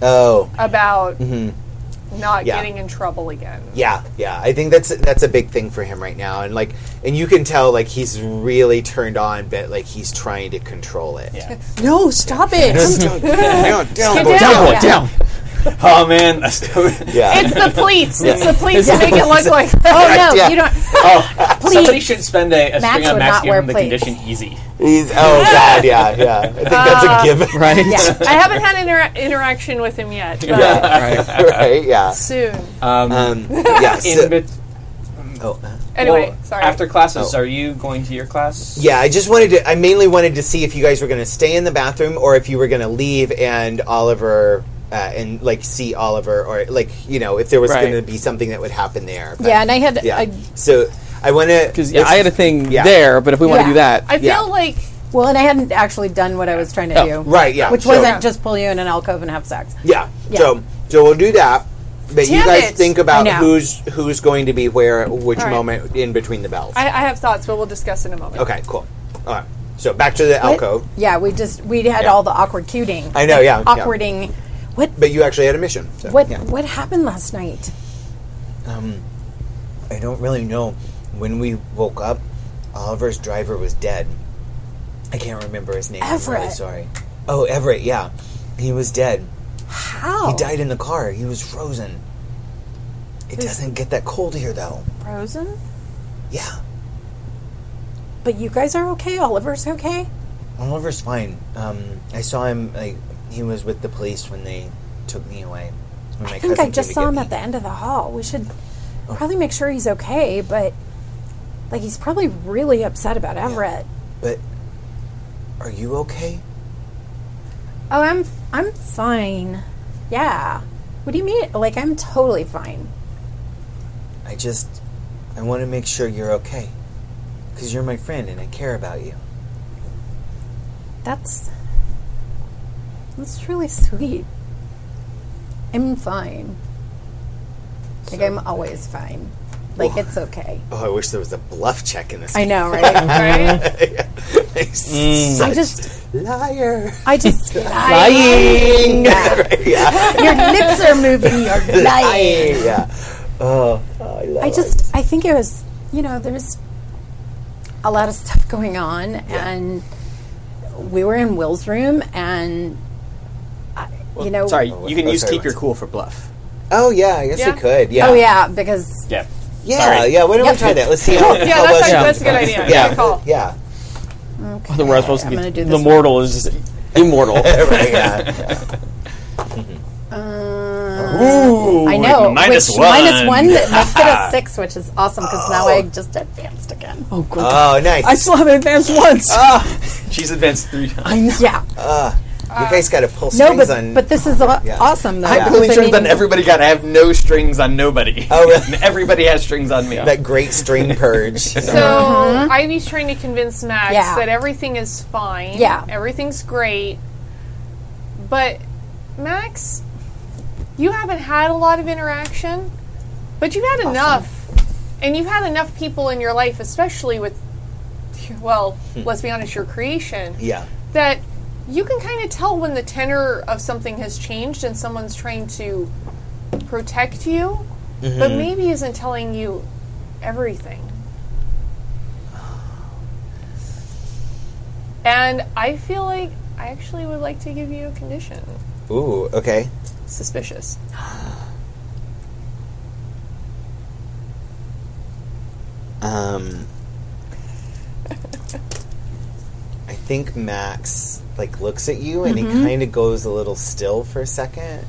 S3: Oh,
S2: about
S1: Mm-hmm.
S2: not
S3: Yeah.
S2: getting in trouble again.
S3: yeah, yeah. I think that's that's a big thing for him right now, and like, and you can tell like he's really turned on, but like he's trying to control it.
S5: Yeah.
S1: No, stop it.
S3: Down, down,
S2: Get
S3: boy,
S2: down.
S4: Down, boy,
S2: Yeah.
S4: down.
S5: Oh man, let's do it.
S3: Yeah.
S2: It's the pleats. It's the pleats to make it look like.
S1: oh no,
S3: Yeah.
S1: you don't.
S5: Oh, somebody
S1: Please.
S5: should spend a, a
S1: Max
S5: string
S1: would
S5: on Max
S1: not
S5: to give
S1: wear
S5: him the
S1: pleats.
S5: condition easy.
S3: He's, oh God, yeah, yeah. I think that's a given,
S4: Right.
S1: Yeah.
S2: I haven't had intera- interaction with him yet, but
S4: Right.
S3: right? Yeah.
S2: soon.
S5: Um,
S3: Um, yeah.
S5: in
S3: so-
S5: bet-
S3: oh, uh,
S2: Anyway,
S5: well,
S2: sorry.
S5: After classes, are you going to your class?
S3: yeah, I just wanted to. I mainly wanted to see if you guys were going to stay in the bathroom or if you were going to leave and Oliver. Uh, and like see Oliver, or like you know, if there was
S4: Right.
S3: going to be something that would happen there. But,
S1: Yeah, and I had
S3: yeah.
S1: I,
S3: so I want to
S4: Because yeah, I had a thing
S3: Yeah.
S4: there, but if we want
S1: Yeah.
S4: to do that,
S2: I feel
S3: yeah.
S2: like
S1: well, and I hadn't actually done what I was trying to do.
S3: right, yeah,
S1: Which
S3: sure.
S1: wasn't just pull you in an alcove and have sex.
S3: Yeah.
S1: Yeah.
S3: So so we'll do that. But you
S2: Damn
S3: guys
S2: it.
S3: think
S1: I
S3: about
S1: know.
S3: who's who's going to be where, at which
S2: All right.
S3: moment in between the bells.
S2: I, I have thoughts, but we'll discuss in a moment.
S3: okay, cool. All right. So back to the alcove.
S1: Yeah, we just we had
S3: Yeah.
S1: all the awkward cuting.
S3: I know, yeah, yeah.
S1: Awkwarding. What
S3: But you actually had a mission. So,
S1: what
S3: yeah. um,
S1: what happened last night?
S3: I don't really know. When we woke up, Oliver's driver was dead. I can't remember his name. I'm really
S1: Everett.
S3: sorry. Oh, Everett. Yeah, he was dead.
S1: How?
S3: He died in the car. He was frozen. It doesn't get that cold here, though.
S1: frozen.
S3: Yeah,
S1: But you guys are okay. Oliver's okay.
S3: Oliver's fine. Um, I saw him. Like he was with the police when they took me away. When my
S1: I think
S3: cousin
S1: I
S3: came
S1: just
S3: to
S1: saw
S3: get
S1: him
S3: me.
S1: at the end of the hall. We should probably make sure he's okay, but like he's probably really upset about Everett.
S3: But are you okay?
S1: Oh, I'm I'm fine. Yeah. What do you mean? Like I'm totally fine.
S3: I just I want to make sure you're okay because you're my friend and I care about you.
S1: That's that's really sweet. I'm fine. Like I'm always fine. Like it's okay.
S3: Oh, I wish there was a bluff check in this.
S1: I know, right?
S2: Right?
S1: I
S3: Such
S1: just,
S3: liar.
S1: I just,
S4: Lying.
S1: your lips are moving. You're lying.
S3: Yeah. Oh, I love
S1: I just, I think it was, you know, there's a lot of stuff going on, and we were in Will's room, and I, you know,
S5: Sorry, you can
S3: Oh,
S5: use
S3: sorry,
S5: keep your
S3: what's-
S5: cool for bluff.
S3: Oh yeah, I guess
S2: Yeah.
S3: we could. Yeah.
S1: oh yeah, because
S5: Yeah.
S3: Yeah.
S5: Sorry.
S3: Yeah. Why don't
S1: Yep.
S3: we try that? Let's see how.
S2: Yeah,
S3: how
S2: that's,
S3: well
S2: actually,
S3: she
S2: that's a good
S3: responds.
S2: idea.
S3: Yeah.
S2: Good call.
S3: Yeah.
S1: okay,
S4: I think we're all supposed to
S1: I'm
S4: be
S1: gonna do
S4: the
S1: this one.
S4: mortal is just immortal.
S3: Right, yeah.
S5: Ooh,
S1: I know.
S5: minus
S1: which,
S5: one.
S1: Minus one that makes it a six, which is awesome because now I just advanced again.
S4: oh god.
S3: Oh, nice.
S4: I still haven't advanced once. Uh,
S5: She's advanced three times.
S4: I know.
S1: Yeah.
S3: Uh, you guys got to pull strings
S1: no, but
S3: on.
S1: but this is aw-
S3: Yeah.
S1: awesome though.
S5: I
S1: because,
S5: pull
S1: I
S5: strings on
S1: mean,
S5: everybody got. I have no strings on nobody.
S3: Oh, really?
S5: And everybody has strings on me.
S3: that great string purge.
S2: So Ivy's trying to convince Max
S1: Uh-huh. Yeah.
S2: that everything is fine.
S1: Yeah.
S2: Everything's great. But Max, you haven't had a lot of interaction, but you've had enough. And you've had enough people in your life, especially with well, let's be honest, your creation,
S3: yeah.
S2: that you can kind of tell when the tenor of something has changed and someone's trying to protect you, but
S3: Hmm.
S2: maybe isn't telling you everything. And I feel like I actually would like to give you a condition.
S3: Ooh. Okay.
S2: Suspicious.
S3: Um, I think Max like looks at you and he kind of goes a little still for a second,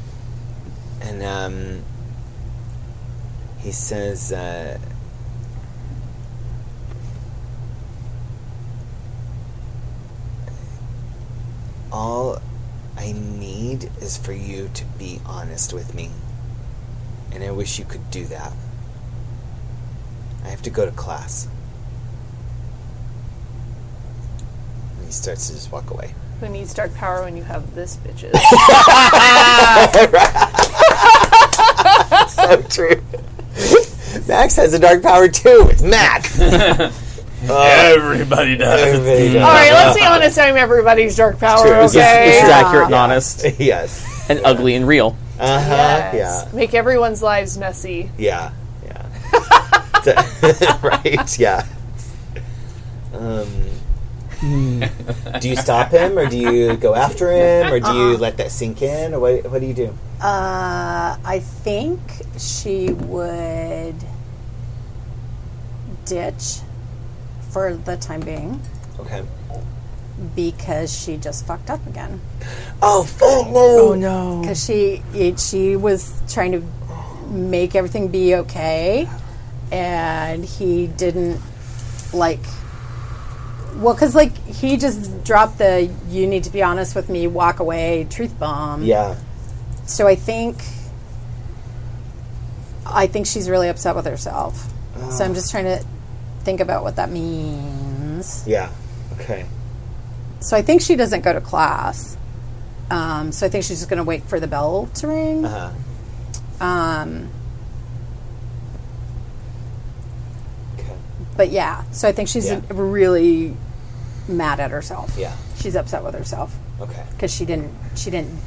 S3: and um, he says, uh, "All I need is for you to be honest with me, and I wish you could do that." I have to go to class. And he starts to just walk away.
S2: Who needs dark power when you have this bitches?
S3: So Oh, true. Max has a dark power too. It's Uh, Max.
S5: uh, everybody does.
S2: All right, let's be honest. I'm everybody's dark power.
S3: true. It's-
S4: It's, it's
S2: Okay.
S4: just accurate and honest
S3: yes.
S4: and ugly and real.
S3: Uh huh.
S2: Yes. Make everyone's lives messy.
S3: Yeah. Yeah. Yeah. right. Yeah. Um. do you stop him, or do you go after him, or do you let that sink in, or what? What do you do?
S1: Uh, I think she would ditch for the time being
S3: Okay.
S1: because she just fucked up again.
S3: Oh fuck no!
S4: no.
S1: because she it, she was trying to make everything be okay, and he didn't like. Well, because like he just dropped the "you need to be honest with me, walk away" truth bomb.
S3: Yeah.
S1: So I think, I think she's really upset with herself. So
S3: Ah.
S1: I'm just trying to think about what that means.
S3: Yeah. Okay.
S1: So I think she doesn't go to class. Um, so I think she's just going to wait for the bell to ring.
S3: Uh,
S1: Um,
S3: okay.
S1: but yeah, so I think she's
S3: Yeah.
S1: really mad at herself.
S3: Yeah.
S1: she's upset with herself
S3: Okay.
S1: because she didn't, she didn't,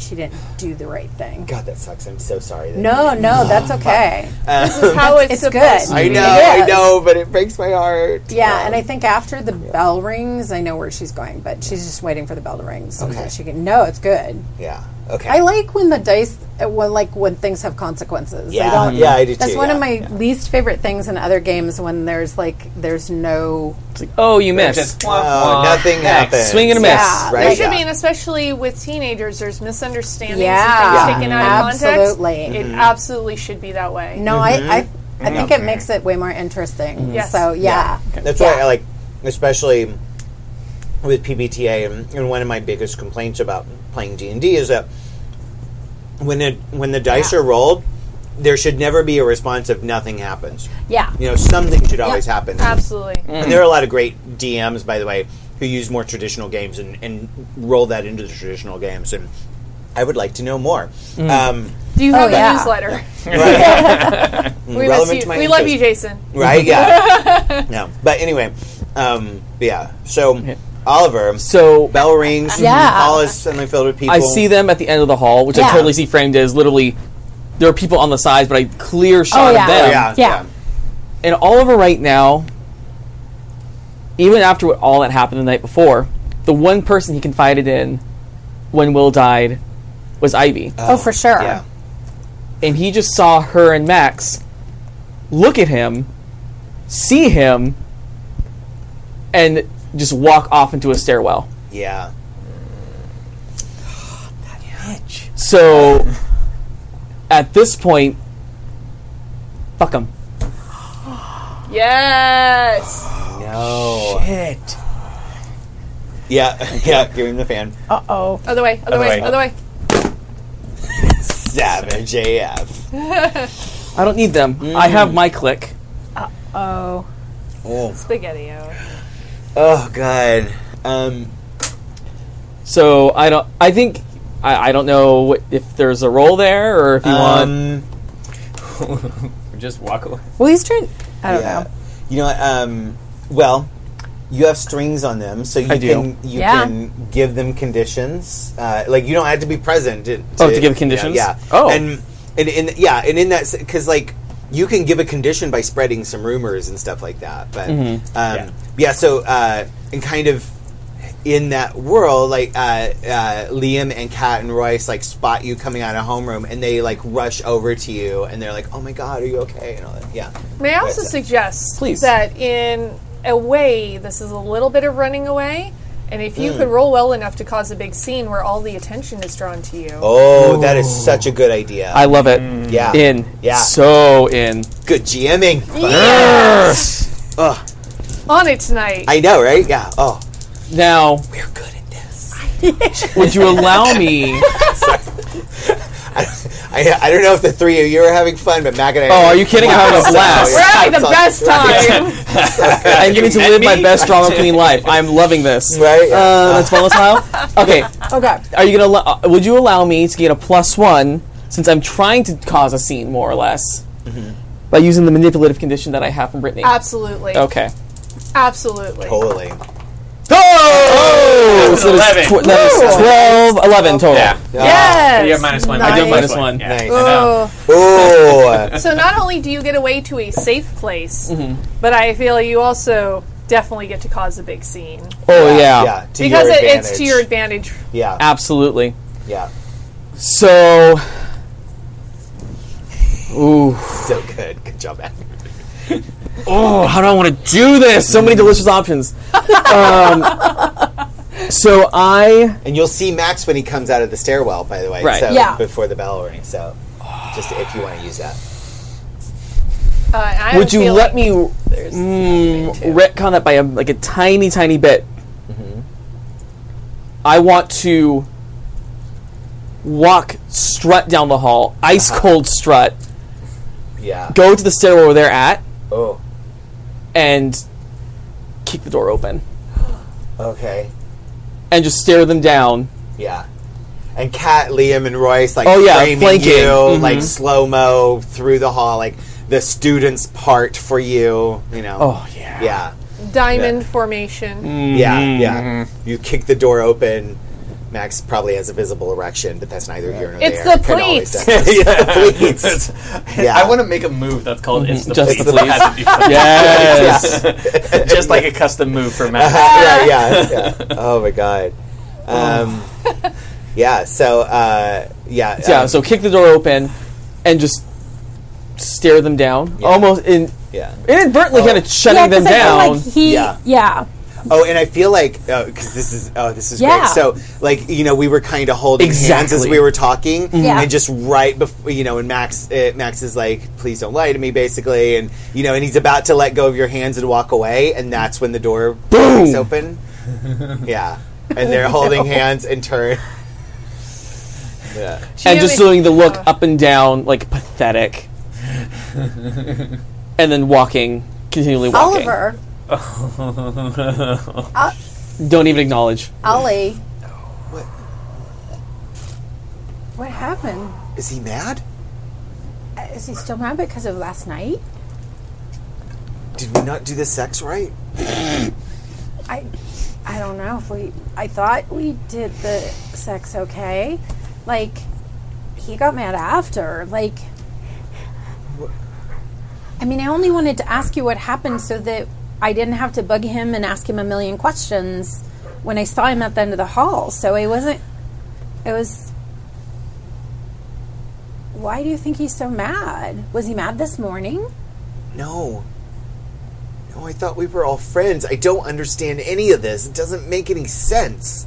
S1: she didn't do the right thing.
S3: God, that sucks. I'm so sorry. That
S1: No, no, that's okay.
S2: This is how it's,
S1: It's
S2: supposed
S1: good.
S2: to
S3: Uh, I
S2: be.
S3: know,
S1: It
S3: I
S1: is.
S3: know, but it breaks my heart.
S1: Yeah,
S3: Um,
S1: and I think after the bell rings, I know where she's going, but she's just waiting for the bell to ring so
S3: Okay.
S1: that she can. No, it's good.
S3: Yeah. Okay.
S1: I like when the dice, uh, when like when things have consequences.
S3: yeah.
S1: I don't,
S3: yeah, I do
S1: that's
S3: too,
S1: one
S3: yeah.
S1: of my least favorite things in other games when there's like there's no
S4: It's like, oh, you missed.
S5: Just
S3: Oh, nothing happened.
S4: Swing and a miss.
S1: Yeah.
S3: Right?
S2: There should
S3: yeah.
S2: be, and especially with teenagers, there's misunderstandings
S1: Yeah.
S2: and things taken out of context.
S1: Absolutely.
S2: It
S3: Mm-hmm.
S2: absolutely should be that way.
S1: No, I, I, I think it makes it way more interesting.
S2: Yes.
S1: So yeah,
S3: Mm-hmm. That's why I like, especially with PBTA, and, and one of my biggest complaints about playing D and D is that when it when the dice are rolled, there should never be a response of nothing happens.
S1: yeah,
S3: You know, something should always happen.
S2: Absolutely.
S3: And there are a lot of great DMs, by the way, who use more traditional games and, and roll that into the traditional games. And I would like to know more. Um,
S2: You
S1: Oh,
S2: have the
S1: yeah.
S2: newsletter.
S3: Right.
S2: We miss
S3: Mm, Relevant
S2: you.
S3: to my
S2: We love you,
S3: interest.
S2: Jason.
S3: right? Yeah. no. But anyway, um, yeah. So Oliver,
S4: So
S3: bell rings.
S1: Yeah.
S3: Hall is suddenly filled with people.
S4: I see them at the end of the hall, which I
S1: Yeah.
S4: totally see framed as literally there are people on the sides, but a clear shot
S1: yeah.
S4: of
S3: Oh,
S4: them.
S3: yeah.
S1: Yeah.
S4: And Oliver right now, even after what all that happened the night before, the one person he confided in when Will died was Ivy.
S1: Oh, for sure.
S3: Yeah.
S4: and he just saw her and Max look at him, see him, and just walk off into a stairwell.
S3: Yeah.
S4: So at this point, fuck him.
S2: Yes.
S3: No. Shit. Yeah, yeah, give him the fan.
S1: Uh oh.
S2: Other way. Other,
S5: Other
S2: way.
S5: way.
S2: Other way.
S3: Savage AF.
S4: I don't need them. I have my click.
S1: Oh.
S2: Spaghetti.
S3: Oh god. Um
S4: So I don't. I think I, I don't know what, if there's a role there or if you want.
S3: um,
S5: Just walk away.
S1: Well, he's trying. I don't
S3: yeah.
S1: know.
S3: You know, um well, you have strings on them, so you
S4: I do.
S3: can you
S1: Yeah.
S3: can give them conditions. Uh, like you don't have to be present to,
S4: Oh, to give conditions?
S3: Yeah. yeah.
S4: Oh.
S3: and and in yeah, and in that because like you can give a condition by spreading some rumors and stuff like that. But um,
S4: Mm-hmm.
S3: yeah. so uh, and kind of in that world, like uh, uh, Liam and Kat and Royce like spot you coming out of homeroom, and they like rush over to you, and they're like, "Oh my god, are you okay?" And all that. Yeah.
S2: May I also
S3: That's it.
S2: suggest
S4: Please.
S2: that in a way, this is a little bit of running away, and if
S3: Hmm.
S2: you could roll well enough to cause a big scene where all the attention is drawn to you.
S3: Oh, that is such a good idea.
S4: I love it.
S3: yeah.
S4: In.
S3: Yeah.
S4: So in.
S3: Good GMing.
S2: On it tonight.
S3: I know, right? Yeah. Oh,
S4: Now,
S3: we're good at this.
S4: would you allow me?
S3: I, I don't know if the three of you are having fun, but Mac and I.
S4: Oh, are you kidding? I'm having a blast.
S2: We're having the
S3: Sounds
S2: best time.
S4: I'm getting to
S5: met
S4: live my
S5: me?
S4: best drama queen life. I'm loving this.
S3: Right? Yeah.
S4: Uh, that's one less mile. Okay.
S1: Okay.
S4: Are you gonna? allo- uh, Would you allow me to get a plus one since I'm trying to cause a scene more or less by using the manipulative condition that I have from
S2: Uh,
S4: Brittany?
S2: Absolutely.
S4: okay.
S2: Absolutely.
S3: Totally.
S4: Oh!
S5: That's an 11.
S4: tw- that is 12, 11 total.
S5: Yeah.
S2: Yes. Oh.
S5: So you have minus one.
S1: I do have
S4: minus one.
S5: Yeah,
S3: Nice.
S5: I know.
S3: Oh,
S2: So not only do you get away to a safe place, but I feel you also definitely get to cause a big scene
S4: Oh yeah.
S3: yeah. To
S2: because
S3: your
S2: it, it's to
S3: advantage.
S2: your advantage.
S3: Yeah.
S4: Absolutely.
S3: Yeah.
S4: So. Ooh.
S3: So good. Good job, Mac.
S4: oh, how do I want to do this? So many delicious options. Um, so I
S3: And you'll see Max when he comes out of the stairwell, by the way.
S4: Right.
S3: So,
S1: Yeah.
S3: Before the bell rings. So, just if you want to use that.
S2: Uh, I have a
S4: would you let
S2: feeling-
S4: me mm, retcon that by a, like a tiny, tiny bit? I want to walk strut down the hall, ice cold strut,
S3: Yeah.
S4: go to the stairwell where they're at,
S3: Oh.
S4: and kick the door open,
S3: Okay.
S4: and just stare them down.
S3: Yeah. And Kat, Liam, and Royce like
S4: Oh, yeah,
S3: framing
S4: flanking.
S3: you
S4: Mhm.
S3: like slow mo through the hall, like the students part for you. You know.
S4: Oh yeah. Mm,
S3: Yeah.
S2: diamond formation?
S3: Yeah. Yeah.
S4: Mm-hmm.
S3: You kick the door open. Max probably has a visible erection, but that's neither here nor
S2: It's
S3: there.
S2: the
S3: Could always
S2: pleats.
S3: have- It's the pleats.
S5: It's-
S3: Yeah.
S5: I want to make a move that's called "It's the
S4: Just
S5: Just
S4: the
S5: Please."
S4: Please.
S5: Have to do something.
S4: Yes.
S5: Just like a custom move for Matt.
S3: yeah, yeah, yeah. Oh my god. Um, yeah. So uh, yeah.
S4: Yeah,
S3: um,
S4: so kick the door open and just stare them down. Almost in
S3: yeah. Oh.
S4: inadvertently kind of shutting them
S1: 'cause I feel
S4: down.
S1: Like he,
S3: Yeah.
S1: yeah.
S3: Oh, and I feel like because this is oh, this is
S1: Yeah.
S3: great. So like you know we were kind of holding hands as
S4: Exactly.
S3: we were talking,
S1: Yeah.
S3: and just right before you know, and Max uh, Max is like, "Please don't lie to me," basically, and you know, and he's about to let go of your hands and walk away, and that's when the door breaks open. yeah, and they're holding hands and turn. yeah.
S2: Do you have
S4: and just
S2: any-
S4: doing the look
S2: uh,
S4: up and down like pathetic. and then walking, continually walking.
S1: Oliver,
S4: Don't even acknowledge.
S1: Ollie. What? What happened?
S3: Is he mad?
S1: Is he still mad because of last night?
S3: Did we not do the sex right?
S1: I I don't know if we I thought we did the sex okay. Like he got mad after. Like I mean, I only wanted to ask you what happened so that I didn't have to bug him and ask him a million questions when I saw him at the end of the hall. So I wasn't it was Why do you think he's so mad? Was he mad this morning?
S3: No. No, I thought we were all friends. I don't understand any of this. It doesn't make any sense.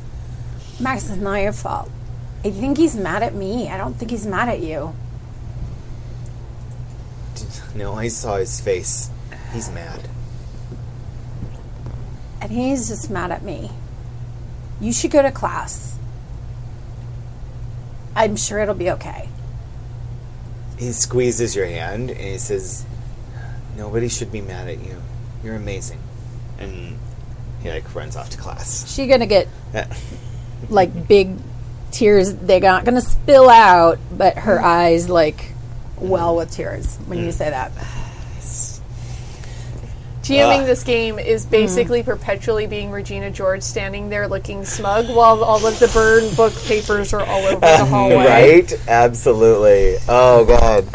S1: Max, it's not your fault. I think he's mad at me. I don't think he's mad at you.
S3: No, I saw his face. He's mad.
S1: And he's just mad at me. You should go to class. I'm sure it'll be okay.
S3: He squeezes your hand and he says, Nobody should be mad at you. You're amazing. And he like runs off to class.
S1: She gonna get like big tears. They're not gonna spill out, but her eyes like well with tears when you say that.
S2: GMing this game is basically perpetually being Regina George standing there looking smug while all of the burn book papers are all over the hallway.
S3: Right? Absolutely. Oh god.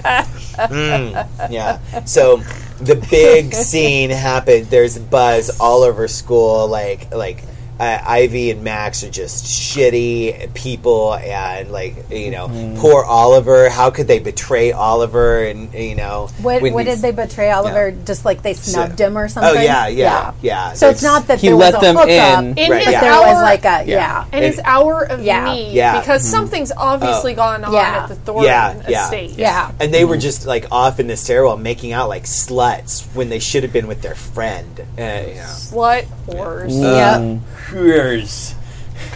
S3: Mm, Yeah. So the big scene happened. There's buzz all over school. Like like uh, Ivy and Max are just shitty people, and like you know,
S1: Mm-hmm.
S3: poor Oliver. How could they betray Oliver? And you know,
S1: What,
S3: when
S1: what
S3: he's-
S1: did they betray Oliver? Just like they snubbed him or
S3: Oh
S1: something?
S3: yeah, yeah, yeah.
S1: So it's not that
S4: He
S1: there
S4: let
S1: was a
S4: them
S1: hookup,
S4: in.
S2: In
S3: Right,
S2: his
S1: but
S3: yeah.
S1: there
S2: hour,
S1: was like a yeah.
S2: in his
S3: It-
S2: hour of
S1: Yeah.
S2: need,
S3: Yeah.
S2: because something's obviously gone on
S1: Yeah.
S2: at the Thornton
S3: Yeah, yeah.
S2: estate.
S1: Yeah.
S3: And they were just like off in the stairwell making out like sluts when they should have been with their friend. Uh, yeah.
S2: Slut whores.
S1: Yep.
S5: Hoors.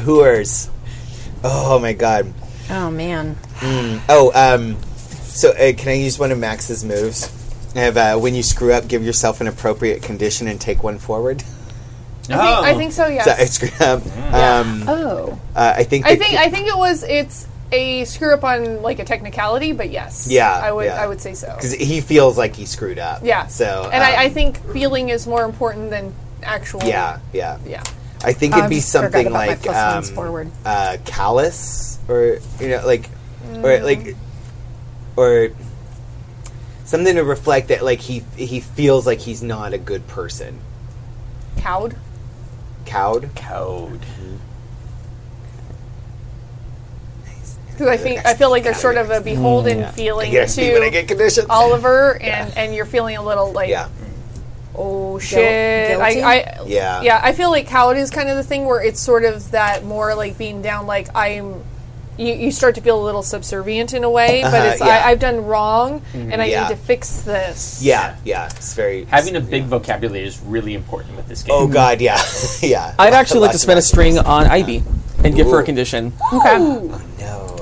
S3: Whoers. Oh my god.
S1: Oh man.
S3: Oh, um, so uh, can I use one of Max's moves? I have uh, when you screw up, give yourself an appropriate condition and take one forward.
S5: No.
S2: I, think, I think so. Yes.
S3: Oh. So I screw up. Um,
S1: Oh.
S3: uh, I think.
S2: I
S3: the-
S2: think I think it was it's a screw up on like a technicality, but yes.
S3: Yeah,
S2: I would
S3: yeah.
S2: I would say so.
S3: 'cause he feels like he screwed up.
S2: Yeah.
S3: So.
S2: and
S3: um,
S2: I, I think feeling is more important than actual.
S3: Yeah, yeah.
S2: Yeah.
S3: I think
S1: Oh,
S3: it'd
S1: I
S3: be
S1: just forgot
S3: something
S1: about my
S3: like
S1: plus ones
S3: um,
S1: forward.
S3: Uh, callous, or you know, like,
S2: Mm.
S3: or like, or something to reflect that like he he feels like he's not a good person.
S2: Cowed.
S3: Cowed.
S5: Code.
S2: Because I think I feel like there's sort of a beholden feeling
S3: Yes, when I
S2: to
S3: get conditions.
S2: Oliver, and and you're feeling a little like
S3: yeah,
S2: oh shit.
S1: guilty?
S2: I, I
S3: Yeah.
S2: yeah. I feel like cowed is kind of the thing where it's sort of that more like being down. Like I'm. You, you start to feel a little subservient in a way, but
S3: Uh-huh,
S2: it's
S3: yeah.
S2: I, I've done wrong, and I
S3: Yeah.
S2: need to fix this.
S3: yeah, yeah. It's very
S5: Having a big vocabulary is really important with this game.
S3: Oh God, yeah, yeah.
S4: I'd actually like to
S3: Lots
S4: spend a
S3: of-
S4: string on Ivy and give her a condition.
S1: Okay.
S3: No.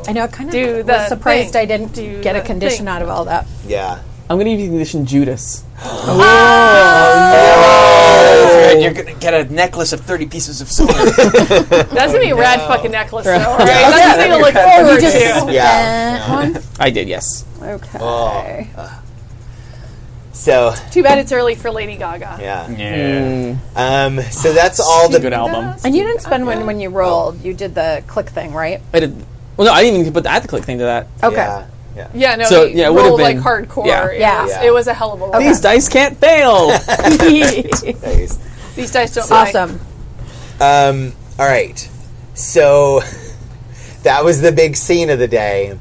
S1: I know. I kind of
S2: Do the
S1: was surprised
S2: thing.
S1: I didn't
S2: Do
S1: get a
S2: the
S1: condition
S2: thing.
S1: out of all that.
S3: Yeah.
S4: I'm going to give you the condition Judas.
S5: Alright, you're gonna get a necklace of thirty pieces of silver.
S2: That's gonna be a rad fucking necklace, though. Right? That's something to look
S1: Oh,
S2: forward
S1: you just
S2: to.
S1: spent one.
S4: I did, yes.
S1: Okay.
S3: Oh. So
S2: Too bad it's early for Lady Gaga.
S3: yeah.
S4: Mm.
S5: yeah.
S3: Um. So that's
S5: Oh,
S3: all the
S4: Good album.
S1: And you didn't spend one when you rolled. You did the click thing, right?
S4: I did. Well, no, I didn't even put the at the click thing to that.
S1: Okay.
S3: Yeah. yeah.
S2: Yeah, no,
S4: So,
S2: it
S4: yeah, it would've
S2: rolled like
S4: been-
S2: hardcore.
S4: yeah.
S2: It,
S1: Yeah.
S2: Was,
S3: Yeah.
S2: it was a hell of a roll.
S4: These dice can't fail.
S3: Nice.
S2: These dice don't lie.
S1: Awesome.
S3: Um, all right. So that was the big scene of the day.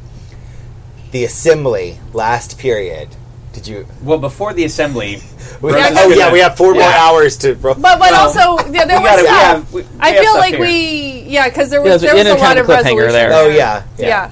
S3: The assembly, last period. Did you?
S5: Well, before the assembly,
S3: We,
S5: Yeah,
S3: oh
S5: yeah.
S3: yeah, we have four more
S5: Yeah.
S3: hours to. Bro-
S2: But but
S5: Well,
S2: also yeah, there
S5: we
S2: was
S5: gotta we
S2: yeah.
S5: have. We, we
S2: I
S5: have
S2: feel
S5: stuff
S2: like
S5: here.
S2: we yeah because there
S4: Yeah,
S2: was
S4: there's
S2: there was
S4: an
S2: a lot
S4: intercom
S2: of
S4: cliffhanger
S2: resolution.
S4: there.
S3: oh yeah,
S2: Yeah.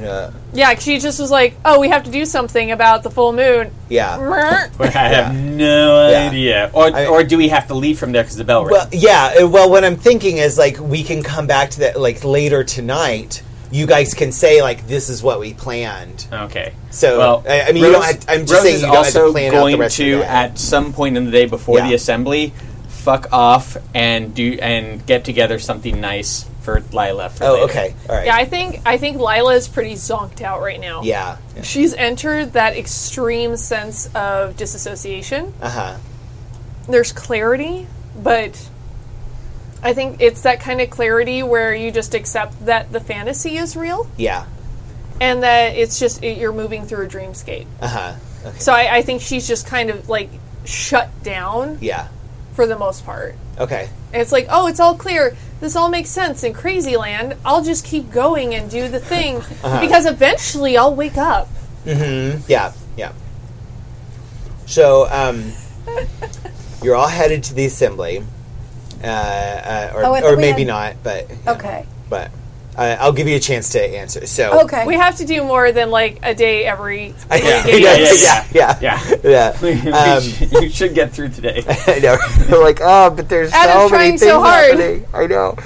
S3: yeah,
S2: Yeah, she just was like, "Oh, we have to do something about the full moon."
S3: yeah.
S5: I have no
S3: Yeah.
S5: idea. Or,
S3: I-
S5: or do we have to leave from there because the bell rang?
S3: Well, yeah. uh, Well, what I'm thinking is like we can come back to that like later tonight. You guys can say like this is what we planned.
S5: okay.
S3: So
S5: well,
S3: I, I mean, you
S5: Rose-
S3: don't have, I'm just
S5: Rose
S3: saying
S5: is
S3: you don't have
S5: also
S3: to plan out
S5: going
S3: the rest
S5: to
S3: of the day.
S5: at some point in the day before
S3: Yeah.
S5: the assembly, fuck off and do and get together something nice for Lila. For
S3: Oh,
S5: later.
S3: okay. All right.
S2: Yeah, I think I think Lila is pretty zonked out right now.
S3: Yeah.
S2: She's entered that extreme sense of disassociation.
S3: Uh huh.
S2: There's clarity, but I think it's that kind of clarity where you just accept that the fantasy is real
S3: Yeah.
S2: and that it's just it, you're moving through a dreamscape.
S3: Uh huh. Okay.
S2: So I, I think she's just kind of like shut down
S3: Yeah.
S2: for the most part.
S3: Okay.
S2: And it's like, oh, it's all clear. This all makes sense in Crazy Land. I'll just keep going and do the thing
S3: Uh-huh.
S2: because eventually I'll wake up.
S3: Mm-hmm. Yeah. Yeah. So um, you're all headed to the assembly, uh, uh, or,
S1: Oh, I thought
S3: or
S1: we
S3: maybe
S1: had-
S3: not, but
S1: Okay.
S3: but uh, I'll give you a chance to answer. So
S1: Okay.
S2: We have to do more than like a day every.
S3: I-
S5: Yeah.
S3: yeah,
S5: Yeah,
S3: yeah,
S5: yeah,
S3: yeah, yeah,
S5: Yeah.
S3: Um,
S5: you should get through today.
S3: I know. They're like, oh, but there's
S2: Adam's
S3: so many
S2: trying
S3: things
S2: so hard."
S3: happening. I know.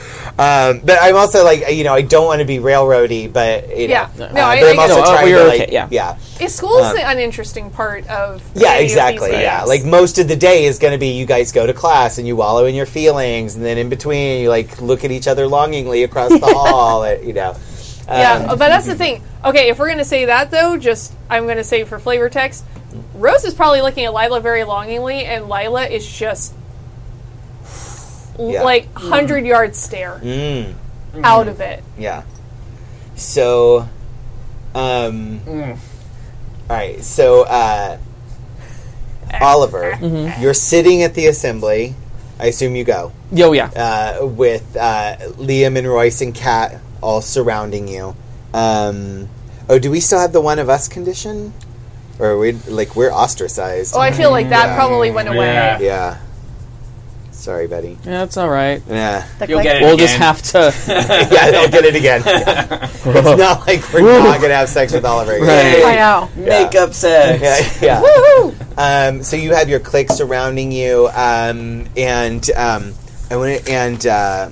S3: Um, but I'm also like, you know, I don't want to be railroady, but you know,
S2: Yeah. No,
S3: uh,
S2: I-
S3: but I'm
S2: I-
S3: also
S2: No,
S4: uh,
S3: trying
S4: we're
S3: to
S4: okay,
S3: like,
S4: yeah.
S3: yeah. Uh-huh.
S2: Is school's the uninteresting part of.
S3: Yeah,
S2: any of these
S3: exactly.
S2: things.
S3: Yeah, like most of the day is going to be you guys go to class and you wallow in your feelings, and then in between you like look at each other longingly across the hall. uh, You know, Um,
S2: yeah,
S3: Uh,
S2: oh, but that's the thing. Okay, if we're gonna say that though, just I'm gonna say for flavor text, Rose is probably looking at Lila very longingly, and Lila is just
S3: Yeah.
S2: like hundred yard stare
S3: Mm,
S2: out of it.
S3: yeah. So, um,
S2: Mm.
S3: all right. So, uh,
S2: Eh,
S3: Oliver, you're sitting at the assembly. I assume you go
S4: Yo, yeah.
S3: uh, with uh, Liam and Royce and Kat all surrounding you. Um, oh, do we still have the one of us condition? Or are we like we're ostracized?
S2: Oh, I feel like that probably went away.
S5: Yeah.
S3: yeah. Sorry, buddy.
S4: Yeah, it's all right.
S3: Yeah,
S1: Click,
S5: You'll
S1: click.
S5: get it
S4: We'll
S5: again.
S4: just have to.
S3: yeah, they'll get it again. it's not like we're not gonna have sex with Oliver. again.
S1: I
S4: Right.
S1: know.
S5: makeup sex.
S3: Yeah, yeah. Um, so you have your clique surrounding you, um, and um, I want to, and uh,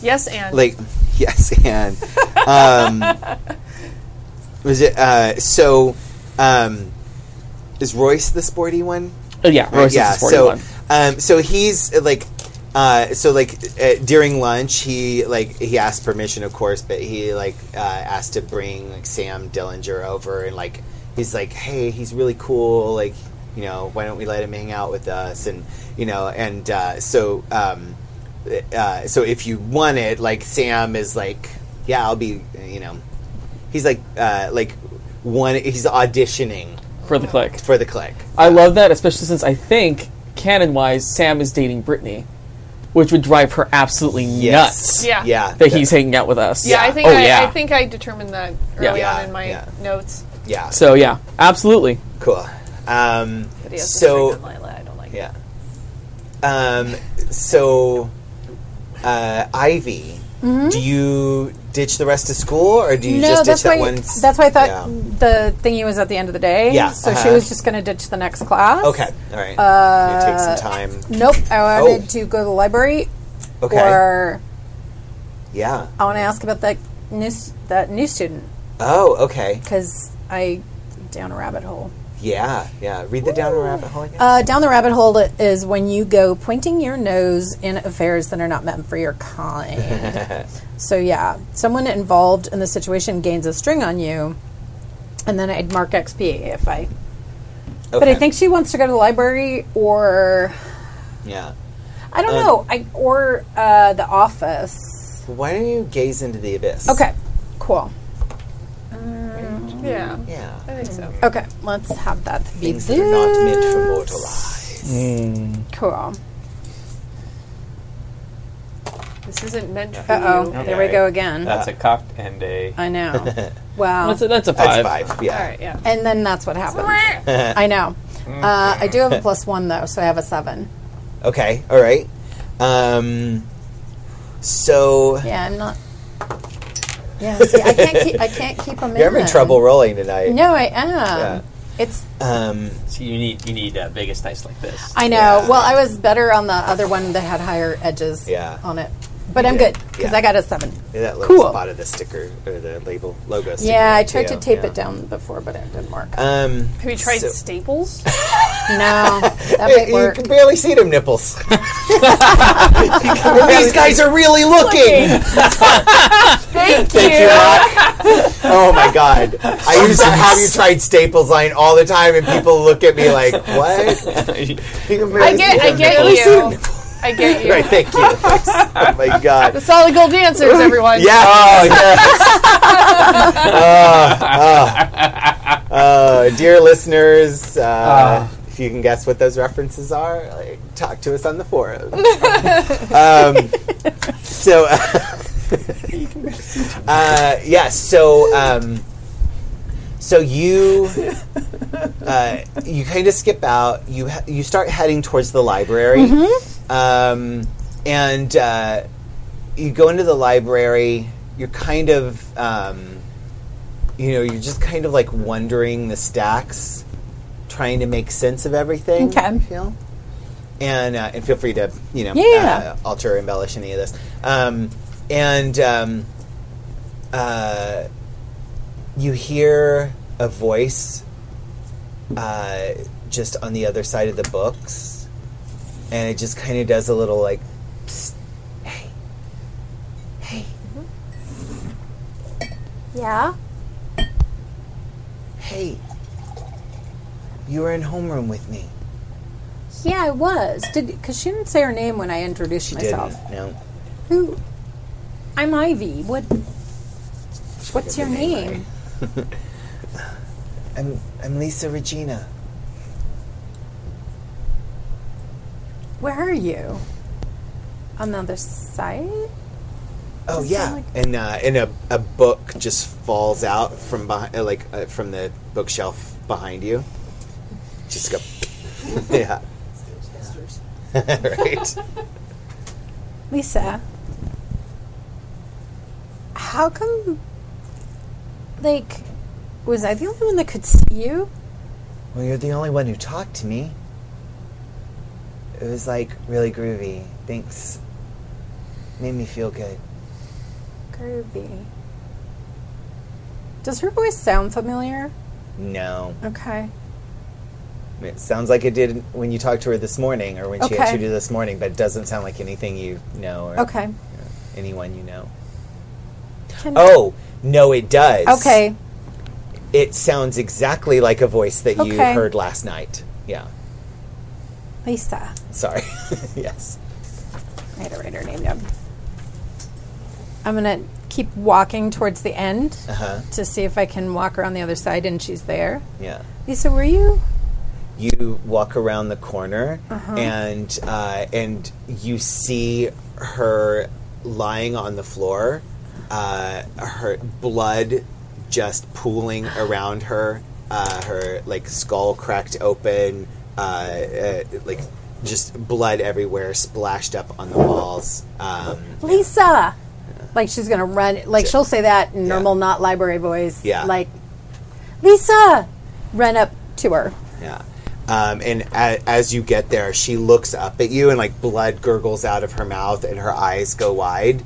S2: Yes, and
S3: like yes and um was it uh so um is royce the sporty one
S4: Uh, yeah, Royce
S3: yeah
S4: is the sporty
S3: so
S4: one.
S3: um so he's uh, like uh, so like uh, during lunch he like he asked permission of course but he like uh, asked to bring like sam dillinger over and like he's like hey he's really cool like you know why don't we let him hang out with us and you know and uh, so um, uh, so if you want it like sam is like yeah i'll be you know he's like uh, like one he's auditioning
S4: For the click.
S3: for the click
S4: I love that, especially since I think, canon wise, Sam is dating Brittany, which would drive her absolutely nuts
S2: Yeah.
S3: yeah
S4: that he's hanging out with us.
S2: yeah, I think
S4: oh,
S2: I,
S4: yeah.
S2: I think I determined that early
S3: Yeah.
S2: on in my
S3: Yeah.
S2: notes.
S3: yeah
S4: so, yeah, absolutely.
S3: Cool. Um,
S2: But yes, it's
S3: so
S2: written on Lila, I don't like
S3: yeah. Um, so uh, Ivy, do you ditch the rest of school, or do you
S1: Mm-hmm.
S3: just
S1: No,
S3: ditch
S1: that's
S3: that
S1: why.
S3: one? s-
S1: That's why I thought
S3: yeah.
S1: the thingy was at the end of the day.
S3: Yeah,
S1: So she
S3: uh-huh.
S1: was just going to ditch the next class.
S3: Okay. All right. Uh, take some time.
S1: Nope. I wanted
S3: Oh.
S1: to go to the library,
S3: Okay.
S1: or
S3: yeah.
S1: I want to ask about that new s- that new student
S3: Oh. Okay.
S1: because I down a rabbit hole.
S3: Yeah. Yeah. Read the down a rabbit hole again.
S1: Uh, down the rabbit hole is when you go pointing your nose in affairs that are not meant for your kind. so, yeah, someone involved in the situation gains a string on you, and then I'd mark XP if I. Uh, But I
S3: Okay.
S1: think she wants to go to the library or.
S3: Yeah.
S1: I
S3: Uh,
S1: don't know. I Or uh, the office.
S3: Why don't you gaze into the abyss?
S1: Okay, cool.
S2: it. Yeah, I
S3: Yeah.
S2: think so.
S1: Okay, let's have that be
S3: Things that are not meant for
S1: this.
S3: mortal eyes.
S1: Cool.
S2: This isn't meant for
S1: Uh oh,
S2: you.
S1: there we
S5: Okay.
S1: go again.
S3: Uh.
S5: That's a cock and a.
S1: I know. Wow.
S4: That's a, that's a
S3: That's
S4: five.
S3: five. Yeah.
S2: All right, yeah.
S1: And then that's what happens. I know. Uh, I do have a plus one though, so I have a seven.
S3: Okay. All right. Um, so
S1: Yeah, I'm not. Yeah, see, I can't keep. I can't keep them.
S3: you're having trouble rolling tonight.
S1: No, I am.
S3: Yeah.
S1: It's.
S3: Um,
S5: So you need you need uh, Vegas dice like this.
S1: I know.
S3: Yeah.
S1: Well, I was better on the other one that had higher edges.
S3: Yeah.
S1: On it, but I'm good because
S3: Yeah.
S1: I got a seven.
S3: that little
S1: Cool.
S3: spot of the sticker or the label logo. Sticker,
S1: Yeah, I tried to
S3: too,
S1: tape
S3: yeah.
S1: it down before, but it didn't work.
S3: Um,
S2: Have you tried
S3: So-
S2: Staples?
S1: no, that
S3: eh,
S1: might
S3: you
S1: work.
S3: can barely see them nipples. These guys are really looking.
S2: Thank,
S3: Thank
S2: you.
S3: you, Doc. Oh my God! I used to have you tried Staples line all the time, and people look at me like, "What?"
S2: I get, I get you. I get you.
S3: Right, thank you. oh my
S2: The
S3: God.
S2: solid gold dancers, everyone.
S3: Yeah. Oh yes. oh, oh. Oh, dear listeners, uh, if you can guess what those references are, like, talk to us on the forum. um, so, uh, uh, yeah. So, um, so you uh, you kind of skip out. You ha- you start heading towards the library, um, and uh, you go into the library. You're kind of um, you know you're just kind of like wondering the stacks, trying to make sense of everything.
S1: Okay.
S3: I feel and uh, and feel free to you know
S1: Yeah.
S3: uh, alter or embellish any of this. Um, and um, uh, you hear a voice uh, just on the other side of the books, and it just kind of does a little like, "Psst, hey, hey,
S2: Yeah.
S3: hey, you were in homeroom with me.
S1: Yeah, I was. Did because she didn't say her name when I introduced myself.
S3: Didn't no.
S1: Who? I'm Ivy. What? What's your name?
S3: I'm I'm Lisa Regina.
S1: Where are you? On the other side.
S3: Oh yeah,
S1: like-
S3: and uh, and a, a book just falls out from behind, uh, like uh, from the bookshelf behind you. Just go, yeah, right.
S1: Lisa, how come, like, was I the only one that could see you?
S3: Well, you're the only one who talked to me. It was like really groovy. Thanks, made me feel good.
S1: Groovy. Does her voice sound familiar?
S3: No,
S1: Okay.
S3: it sounds like it did when you talked to her this morning, or when she had
S1: Okay.
S3: you do this morning, but it doesn't sound like anything you know or
S1: Okay.
S3: anyone you know.
S1: Can-
S3: Oh no, it does.
S1: Okay.
S3: It sounds exactly like a voice that you
S1: Okay.
S3: heard last night. Yeah.
S1: Lisa.
S3: Sorry. yes.
S1: I had to write her name down. I'm gonna keep walking towards the end
S3: Uh huh.
S1: to see if I can walk around the other side and she's there.
S3: Yeah.
S1: Lisa, were you?
S3: You walk around the corner and uh, and you see her lying on the floor, uh, her blood just pooling around her, uh, her like skull cracked open, uh, uh, like just blood everywhere splashed up on the walls. Um,
S1: Lisa! Like she's gonna run, like she'll say that in normal, not library voice.
S3: Yeah.
S1: Like, Lisa! Run up to her.
S3: Yeah. Um, and a, as you get there, she looks up at you, and like blood gurgles out of her mouth, and her eyes go wide,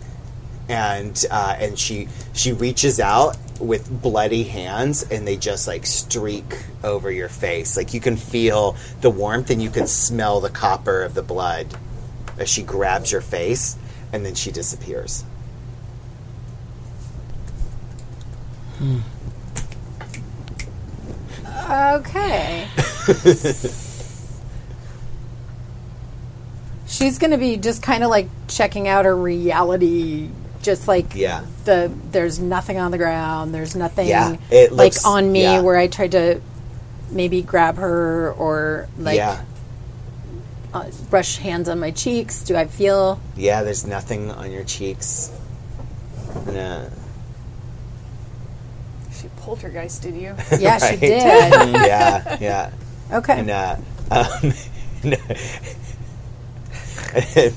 S3: and uh, and she she reaches out with bloody hands, and they just like streak over your face. Like you can feel the warmth, and you can smell the copper of the blood as she grabs your face, and then she disappears.
S1: Okay. she's gonna be just kind of like checking out her reality, just like
S3: Yeah.
S1: the there's nothing on the ground. There's nothing
S3: Yeah, it looks-
S1: like on me
S3: yeah.
S1: where I tried to maybe grab her or like
S3: yeah.
S1: uh, brush hands on my cheeks. Do I feel
S3: Yeah, there's nothing on your cheeks. And, uh,
S2: She poltergeisted you.
S1: Yeah, she
S3: Right.
S1: did.
S3: yeah, yeah.
S1: Okay.
S3: and uh, um,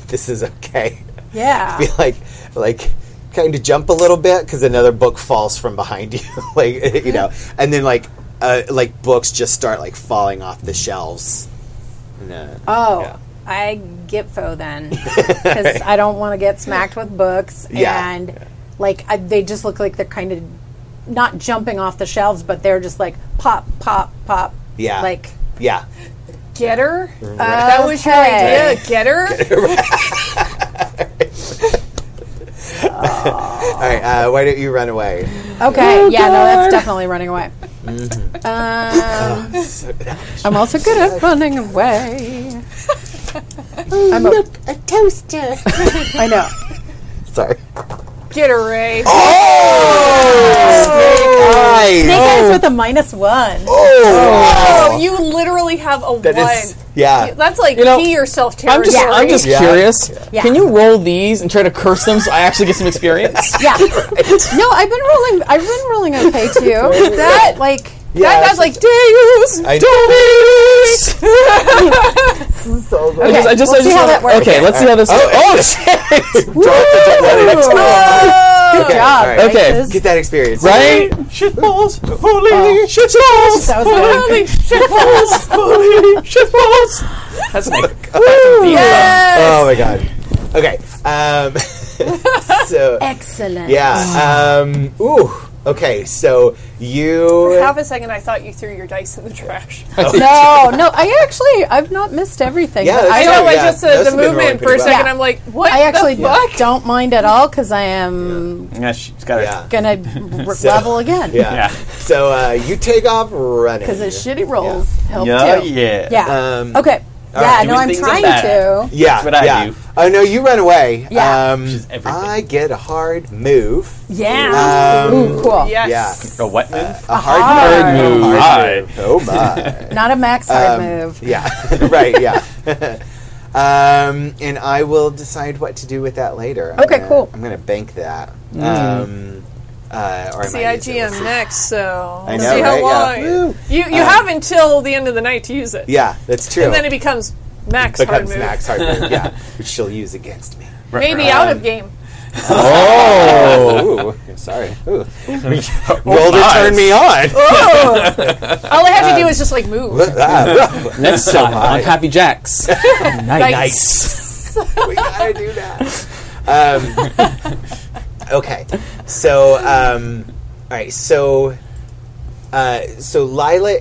S3: this is okay.
S1: yeah.
S3: Be like, like, kind of jump a little bit because another book falls from behind you, like you know, and then like, uh, like books just start like falling off the shelves. And, uh,
S1: Oh,
S3: yeah.
S1: I get fo then because I don't want to get smacked with books
S3: Yeah.
S1: and like I, they just look like they're kind of not jumping off the shelves, but they're just like pop, pop, pop.
S3: Yeah.
S1: Like
S3: yeah,
S2: Get her? That was your
S1: Okay.
S2: idea? Get her?
S3: Uh, why don't you run away?
S1: Okay, yeah, no, that's definitely running away.
S3: Mm-hmm.
S1: Um, I'm also good at running away. I'm Oh, a,
S10: A toaster.
S1: I know.
S3: Sorry.
S2: Get her, Ray.
S3: Snake
S1: Snake
S3: eyes.
S1: eyes with a minus one.
S2: Oh, you literally have a one.
S3: is- yeah.
S2: That's like
S4: know,
S2: pee yourself
S4: I'm
S2: territory.
S4: just, I'm just
S3: Yeah.
S4: curious.
S1: Yeah.
S4: Can you roll these and try to curse them so I actually get some experience?
S1: Yeah. No, I've been rolling. I've been rolling okay too. that like
S3: Yeah,
S2: that, that's like Deus.
S3: I- so good.
S4: I just, I
S1: Okay,
S4: just,
S1: we'll see
S4: I just
S1: how
S4: wanna-
S1: that works.
S4: Okay, let's see how this. Oh, shit!
S1: good
S3: Okay, Oh.
S1: job.
S3: all right.
S4: Okay.
S1: Alexis.
S3: Get that experience.
S4: right?
S5: Shitballs, holy shitballs,
S1: That was good.
S5: shitballs, holy shitballs. That's my
S3: Oh my god. Okay. Um, so
S1: Excellent.
S3: yeah. Um, ooh. Okay. So you.
S2: For half a second, I thought you threw your dice in the trash.
S1: No, no. I actually I've not missed everything.
S3: Yeah,
S1: but
S3: that's
S1: I
S2: I
S3: Oh,
S2: know. I
S3: yeah,
S2: just said
S3: those
S2: the
S3: have been rolling
S2: movement for a
S3: pretty well.
S2: second.
S1: Yeah.
S2: I'm like, what?
S1: I actually
S2: the fuck?
S1: don't mind at all because I am
S5: Yeah, she's got
S3: Yeah.
S1: gonna r- level again.
S3: Yeah.
S5: Yeah.
S3: So uh, you take off running.
S1: Because the shitty rolls help
S5: Yeah,
S1: too.
S5: Oh, yeah.
S1: Yeah.
S3: Um,
S1: okay. Yeah.
S5: right,
S1: No,
S5: doing
S1: I'm
S5: things
S1: trying
S5: like
S1: to.
S5: that.
S3: Yeah.
S5: That's what I
S3: yeah.
S5: do.
S3: Oh no, you run away.
S1: Yeah.
S3: Um,
S5: Which is everything.
S3: I get a hard move. Um,
S1: Yeah. Ooh, cool.
S2: Yes.
S3: Yeah.
S5: A what move?
S3: A hard,
S1: hard
S5: move. Hi.
S3: move. Oh my.
S1: Not a max hard
S3: Um,
S1: move.
S3: yeah. right. Yeah. um, and I will decide what to do with that later. I'm
S1: Okay,
S3: gonna-
S1: cool. Mm.
S3: I'm gonna bank that. Um, uh, or I
S2: See
S3: might use it. We'll
S2: IGM
S3: see.
S2: next, so
S3: I
S2: we'll
S3: know,
S2: see
S3: right?
S2: how
S3: Yeah.
S2: long.
S3: Woo.
S2: You you have until the end of the night to use it.
S3: Yeah, that's true.
S2: And then it becomes max hard
S3: becomes
S2: move.
S3: Max hard move. Yeah, which she'll use against me.
S2: Maybe out of game.
S3: Oh, ooh, sorry. Ooh. Roll to
S5: nice.
S3: turn me on.
S2: Oh, All I have
S3: Uh,
S2: to do is just like move.
S4: Next time on Happy Jacks.
S3: we gotta do that. Um, okay, so um, all right, so uh, so Lila,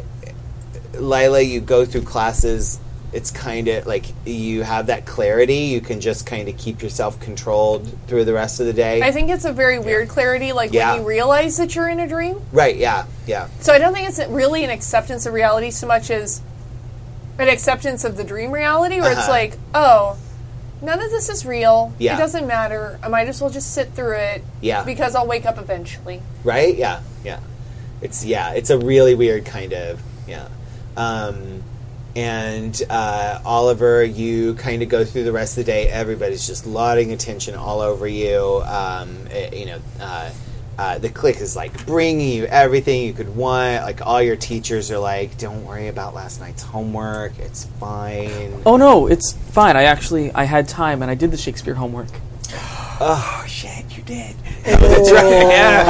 S3: Lila, you go through classes. It's kind of like you have that clarity. You can just kind of keep yourself controlled through the rest of the day.
S2: I think it's a very weird clarity, like
S3: Yeah.
S2: when you realize that you're in a dream.
S3: right? Yeah. Yeah.
S2: So I don't think it's really an acceptance of reality so much as an acceptance of the dream reality, where it's
S3: Uh-huh.
S2: like, oh, none of this is real.
S3: Yeah.
S2: It doesn't matter. I might as well just sit through it.
S3: Yeah.
S2: Because I'll wake up eventually.
S3: right? Yeah, yeah. It's yeah, it's a really weird kind of yeah. Um, and uh, Oliver, you kind of go through the rest of the day. Everybody's just lauding attention all over you. Um, eh, you know, uh, uh, the click is like bringing you everything you could want. Like all your teachers are like, "Don't worry about last night's homework. It's fine."
S4: Oh no, it's fine. I actually I had time and I did the Shakespeare homework.
S3: Oh shit, you did.
S10: Man,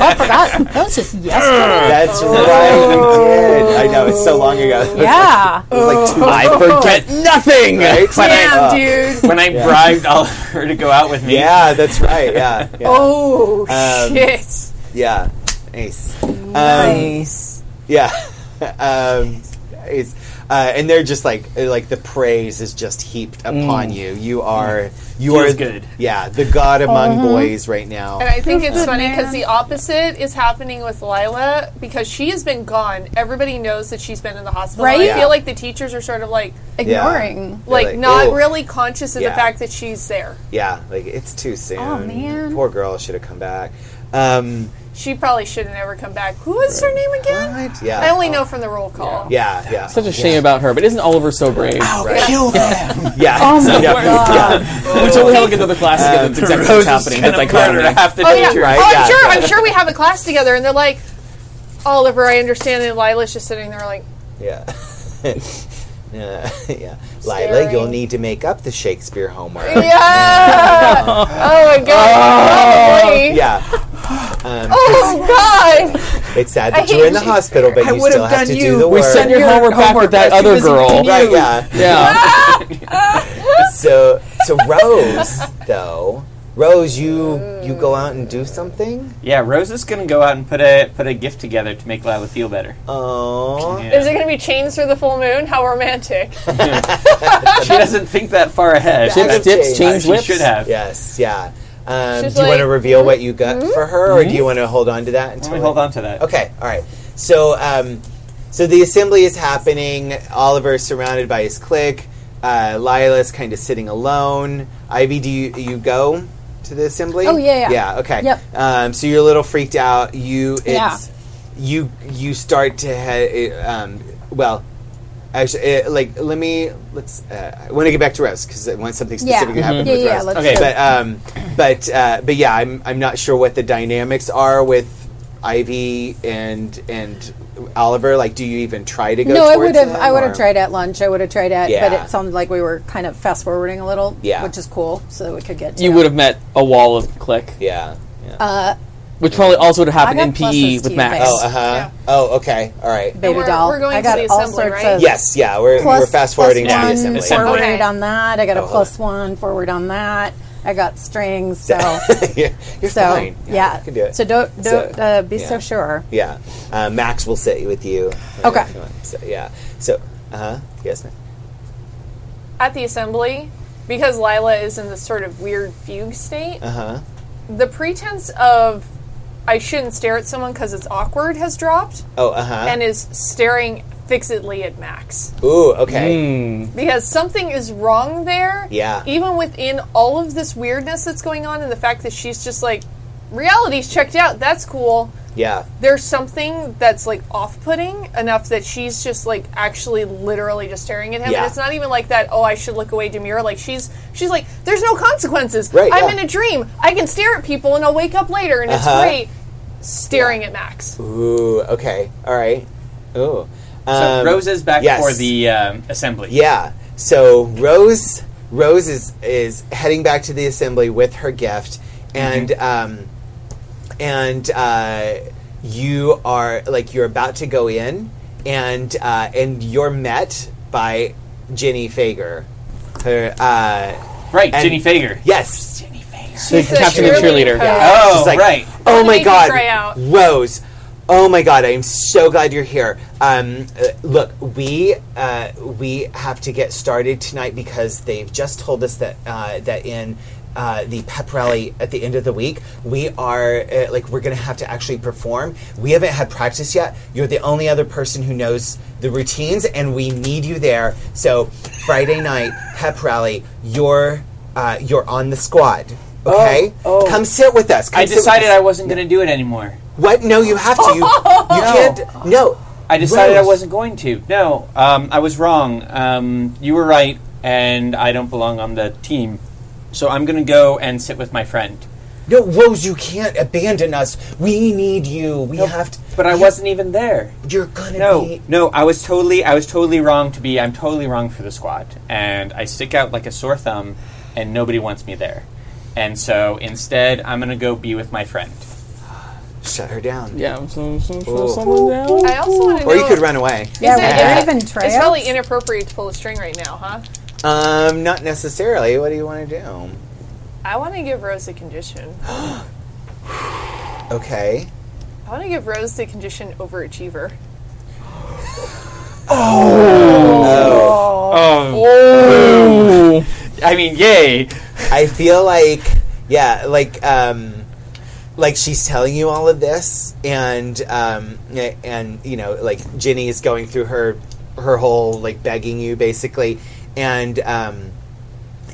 S1: Oh,
S10: I forgot. That was just yesterday.
S3: That's right, you did. I know it's so long ago.
S1: Yeah.
S3: it was like two.
S5: I forget nothing.
S3: Right?
S5: When
S3: Uh,
S5: I,
S2: Damn, dude.
S5: when I bribed Oliver to go out with me.
S3: Yeah, that's right. Yeah. yeah.
S2: Oh
S3: Um,
S2: shit.
S3: Yeah. Ace. Um,
S1: Nice.
S3: Yeah. um, ace. Uh, and they're just like like the praise is just heaped
S2: Mm.
S3: upon you. You are you
S5: Feels
S3: are
S5: good.
S3: Yeah, the god among boys right now.
S2: Uh-huh. And I think it's funny because the opposite is happening with Lila because she has been gone. Everybody knows that she's been in the hospital. And
S1: Right?
S2: I
S3: Yeah.
S2: feel like the teachers are sort of like,
S1: Ignoring.
S2: like,
S3: like,
S2: not
S3: "Oh."
S2: really conscious of
S3: Yeah.
S2: the fact that she's there.
S3: Yeah, like it's too soon.
S1: Aw, man.
S3: Poor girl should have come back. Um,
S2: She probably shouldn't ever come back. Who is her name again?
S3: what? Yeah.
S2: I only know from the roll call.
S3: Yeah, yeah.
S4: Such a shame about her, but isn't Oliver so brave?
S5: Kill them.
S3: yeah.
S1: Oh my
S3: yeah.
S1: god.
S4: We totally held another class
S3: Uh,
S4: together. That's exactly what's happening. That's like
S5: half the
S2: Oh yeah.
S5: teachers.
S3: Right,
S2: Oh, I'm
S3: yeah,
S2: sure.
S3: yeah.
S2: I'm sure we have a class together, and they're like, Oliver, I understand, and Lila's just sitting there like,
S3: Yeah. yeah. Yeah. Lila,
S2: Staring.
S3: you'll need to make up the Shakespeare homework.
S2: Yeah. oh my god.
S3: Oh,
S2: Lovely.
S3: Yeah. Um,
S2: Oh god.
S3: It's sad
S2: I
S3: that you were
S2: hate
S3: in the
S2: you.
S3: hospital, but you
S5: would've
S3: still have
S5: done
S3: to
S5: you.
S3: do the
S4: We
S3: work.
S4: sent your homework back with that other girl.
S3: right, yeah.
S4: Yeah.
S3: So, so Rose, though, Rose, you you go out and do something.
S5: Yeah, Rose is gonna go out and put a put a gift together to make Lila feel better.
S3: Oh,
S5: Yeah.
S2: Is there going to be chains through the full moon? How romantic.
S5: she doesn't think that far ahead.
S3: Chips,
S5: That's-
S4: Dips,
S5: uh,
S4: chains,
S5: she
S4: whips.
S5: should have.
S3: yes, yeah. Um, do
S2: She's
S3: you want to
S2: like,
S3: reveal what you got for her, or do you want to hold on to that until
S5: Let me Hmm? hold on to that.
S3: Okay, all right. So, um, so the assembly is happening. Oliver is surrounded by his clique. Uh, Lila's kind of sitting alone. Ivy, do you, you go to the assembly?
S1: Oh, yeah, yeah.
S3: yeah. Okay.
S1: Yep.
S3: Um, so you're a little freaked out. You it's
S1: Yeah.
S3: you you start to head um, well. Actually, uh like let me let's. Uh, I want to get back to Rose because I want something
S1: Yeah. Mm-hmm.
S3: specific to happen
S1: Yeah,
S3: with
S1: yeah,
S3: Rose
S1: let's
S5: Okay,
S1: go.
S3: but um, but uh, but yeah, I'm I'm not sure what the dynamics are with Ivy and and Oliver. Like, do you even try to go?
S1: no, I
S3: towards
S1: would have.
S3: them,
S1: I would
S3: or-
S1: have tried at lunch. I would have tried at, but
S3: Yeah.
S1: it sounded like we were kind of fast forwarding a little,
S3: Yeah.
S1: which is cool, so that we could get. To
S4: You would have met a wall of click,
S3: Yeah. yeah.
S1: uh,
S4: which probably also would have happened
S1: I got
S4: in PE
S1: pluses to
S4: with
S1: you,
S4: Max.
S1: thanks.
S3: oh, uh huh.
S2: Yeah.
S3: Oh, okay. All right.
S1: baby
S2: we're-
S1: doll.
S2: we're
S1: I
S2: going to
S1: got
S2: the
S1: all
S2: assembly,
S1: sorts
S2: right?
S1: of
S3: Yes. Yeah. We're
S1: plus-
S3: we're fast forwarding
S1: plus
S3: to the
S1: one
S3: assembly.
S5: assembly.
S1: forward
S2: Okay.
S1: on that. I got a
S3: Oh, hold
S1: plus one forward on that. I got strings, so
S3: Yeah, You're
S1: so
S3: fine.
S1: yeah.
S3: you can do it.
S1: So don't don't
S3: So,
S1: uh, be so
S3: yeah.
S1: sure.
S3: yeah. Uh, Max will sit with you.
S1: Okay.
S3: So, yeah. So. Uh huh. Yes. ma'am.
S2: At the assembly, because Lila is in this sort of weird fugue state,
S3: Uh huh.
S2: the pretense of I shouldn't stare at someone because it's awkward has dropped
S3: Oh. Uh huh.
S2: and is staring fixedly at Max.
S3: Ooh. Okay.
S2: Because something is wrong there.
S3: Yeah.
S2: Even within all of this weirdness that's going on and the fact that she's just like, reality's checked out, that's cool.
S3: Yeah.
S2: There's something that's like off putting enough that she's just like actually literally just staring at him.
S3: Yeah.
S2: And it's not even like that, oh I should look away demure. Like she's she's like, There's no consequences.
S3: Right,
S2: I'm
S3: yeah.
S2: in a dream. I can stare at people and I'll wake up later and
S3: Uh-huh.
S2: it's great. Staring at Max.
S3: Ooh. Okay. All right. Ooh.
S5: So
S3: Um,
S5: Rose is back
S3: yes.
S5: for the um, assembly.
S3: Yeah. So Rose, Rose is is heading back to the assembly with her gift, and
S5: Mm-hmm.
S3: um, and uh, you are like you're about to go in, and uh, and you're met by Jenny Fager. Her uh,
S5: Right,
S3: And-
S5: Ginny Fager.
S3: yes.
S5: Ginny Fager.
S4: The
S2: She's a
S4: captain and cheerleader.
S2: cheerleading coach.
S1: Yeah.
S5: Oh,
S3: She's like,
S5: right.
S3: Oh my
S2: Make you
S3: God,
S2: try out.
S3: Rose. Oh my God, I'm so glad you're here. Um, uh, look, we uh, we have to get started tonight because they've just told us that uh, that in. Uh, the pep rally at the end of the week. We are uh, like we're gonna have to actually perform. We haven't had practice yet. You're the only other person who knows the routines, and we need you there. So Friday night pep rally, you're uh, you're on the squad. Okay,
S4: Oh, oh.
S3: come sit with us. Come
S5: I
S3: sit with
S5: decided
S3: us.
S5: I wasn't going to do it anymore.
S3: What? No, you have to. You, you can't. No.
S5: I decided
S3: Rose.
S5: I wasn't going to. No, um, I was wrong. Um, you were right, and I don't belong on the team. So I'm going to go and sit with my friend.
S3: No, Rose, you can't abandon us. We need you. We have to.
S5: But I wasn't even there.
S3: You're gonna
S5: No,
S3: be.
S5: no, I was totally, I was totally wrong to be. I'm totally wrong for the squad, and I stick out like a sore thumb, and nobody wants me there. And so instead, I'm going to go be with my friend.
S3: Shut her down.
S4: Yeah, so, so, so
S3: Ooh.
S4: someone down.
S2: I also want to know
S3: Or you could run away.
S1: Yeah,
S2: Is it-
S1: we're
S2: is it-
S1: even
S2: It's
S1: tryouts?
S2: probably inappropriate to pull a string right now, huh?
S3: Um, not necessarily. What do you want to do?
S2: I want to give Rose a condition.
S3: Okay.
S2: I want to give Rose the condition overachiever.
S4: Oh.
S5: I mean, yay!
S3: I feel like, yeah, like, um, like she's telling you all of this, and um, y- and you know, like Ginny is going through her her whole like begging you basically, and um,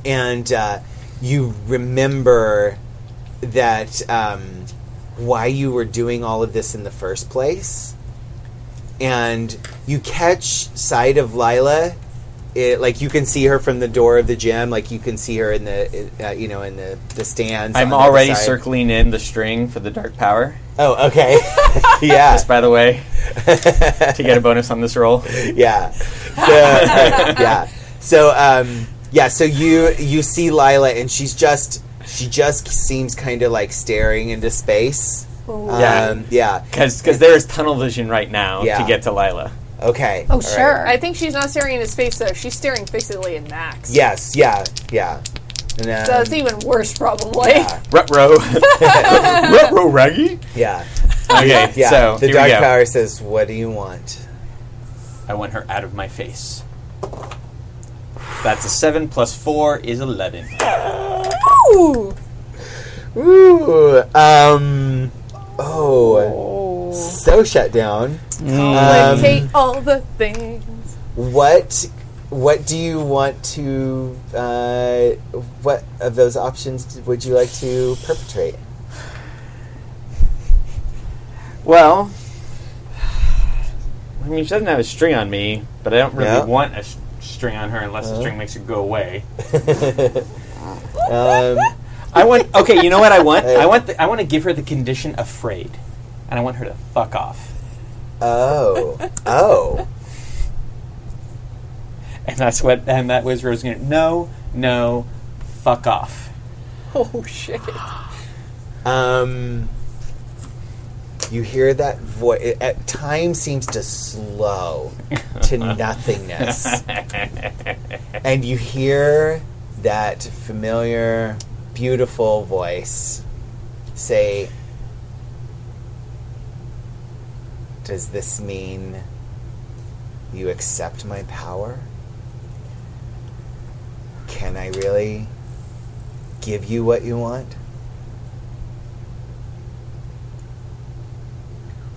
S3: and uh, you remember that um, why you were doing all of this in the first place, and you catch sight of Lila. It, like you can see her from the door of the gym, like you can see her in the uh, you know in the the stands.
S5: I'm
S3: on the other
S5: already
S3: side.
S5: circling in the string for the dark power.
S3: Oh, okay. yeah,
S5: By the way, to get a bonus on this roll.
S3: yeah, so, yeah. So, um, yeah. So you you see Lila, and she's just she just seems kind of like staring into space.
S5: Yeah.
S3: Um, yeah.
S5: Because there is tunnel vision right now
S3: Yeah.
S5: to get to Lila.
S3: Okay.
S1: Oh
S3: All right.
S1: sure.
S2: I think she's not staring into space though. She's staring fixedly at Max.
S3: Yes. Yeah. Yeah. And, um,
S2: So that's even worse, probably.
S3: yeah.
S5: Rutro. Rutro Raggy?
S3: yeah.
S5: Okay,
S3: Yeah.
S5: so
S3: the
S5: here we
S3: dark
S5: go.
S3: power says, "What do you want?"
S5: I want her out of my face. That's a 7 plus 4 is 11.
S3: Ooh. Um. Oh. So shut down. Mm.
S2: Complicate all the things.
S3: What? What do you want to? Uh, what of those options would you like to perpetrate?
S6: Well, I mean, she doesn't have a string on me, but I don't really
S3: Yeah. Uh-huh.
S6: want a s- string on her unless the string makes her go away.
S3: Um,
S6: I want. Okay, you know what I want? I want. The, I want to give her the condition afraid, and I want her to fuck off.
S3: oh. Oh.
S6: And that's what. And that was Rose going. No, no, fuck off.
S2: Oh shit!
S3: Um, you hear that voice. At time seems to slow to nothingness, and you hear that familiar, beautiful voice say, "Does this mean you accept my power? Can I really give you what you want?"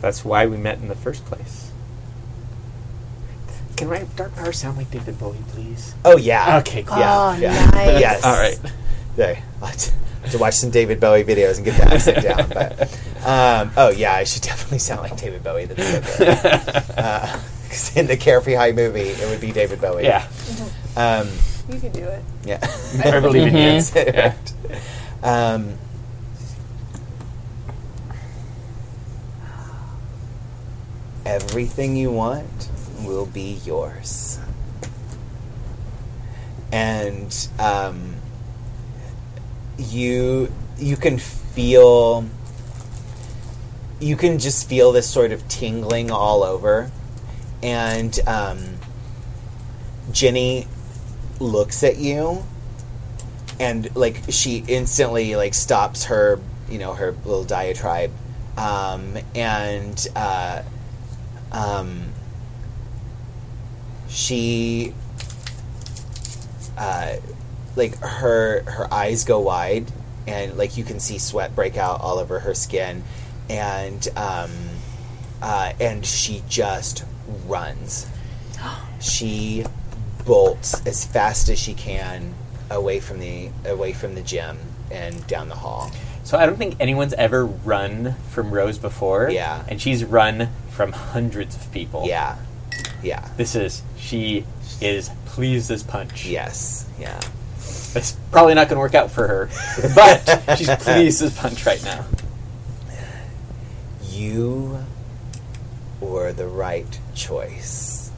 S6: That's why we met in the first place. Can my dark power sound like David Bowie, please?
S3: Oh yeah.
S6: Okay, cool.
S1: Oh,
S3: yeah.
S1: nice.
S3: Yes.
S6: All right.
S3: There. I'll have to- have to watch some David Bowie videos and get the accent down. But um, oh yeah, I should definitely sound like David Bowie. That's so good. Because in the Carefree High movie, it would be David Bowie.
S6: Yeah,
S3: Um,
S2: You can do it.
S3: yeah.
S6: I believe in you. Yeah.
S3: um, everything you want will be yours. And um, you you can feel you can just feel this sort of tingling all over. And um, Jenny looks at you and like she instantly like stops her you know her little diatribe um, and uh, um, she uh, like her her eyes go wide and like you can see sweat break out all over her skin and um, uh, and she just runs she bolts as fast as she can away from the away from the gym and down the hall.
S6: So I don't think anyone's ever run from Rose before.
S3: Yeah.
S6: And she's run from hundreds of people.
S3: Yeah. Yeah.
S6: This is she is pleased as punch.
S3: Yes. Yeah.
S6: It's probably not going to work out for her, but she's pleased as punch right now.
S3: You were the right choice.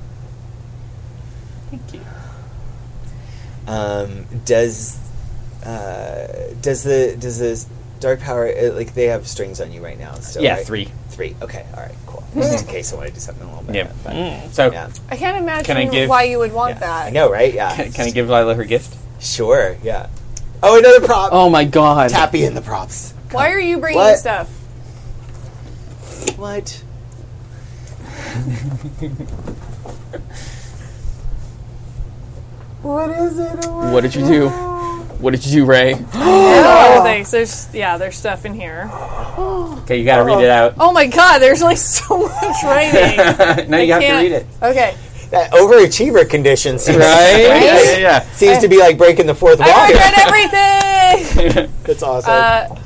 S6: Thank you.
S3: Um, does uh, does the does the dark power uh, like they have strings on you right now? Still,
S6: yeah,
S3: right?
S6: three.
S3: Three. Okay. All right. Cool. Just in case I want to do something a little bit.
S6: Yeah. Mm.
S3: But,
S6: So
S3: Yeah.
S2: I can't imagine
S6: Can I give-
S2: why you would want
S3: Yeah.
S2: that.
S3: I know, right? Yeah.
S6: can, can I give Lila her gift?
S3: Sure. Yeah. Oh, another prop.
S4: Oh my god.
S3: Tappy in the props.
S2: Why are you bringing
S3: What?
S2: stuff?
S3: What? what is it?
S4: What did you do? What did you do, Ray?
S2: Oh, thanks. There's yeah, there's stuff in here.
S6: Okay, you got to read it out.
S2: Oh my god, there's like so much writing.
S6: now you have to
S2: can't-
S6: read it.
S2: Okay,
S3: That overachiever condition seems,
S4: Right?
S6: Yeah, yeah,
S3: seems to be like breaking the fourth wall.
S2: I
S3: here.
S2: read everything.
S3: That's awesome.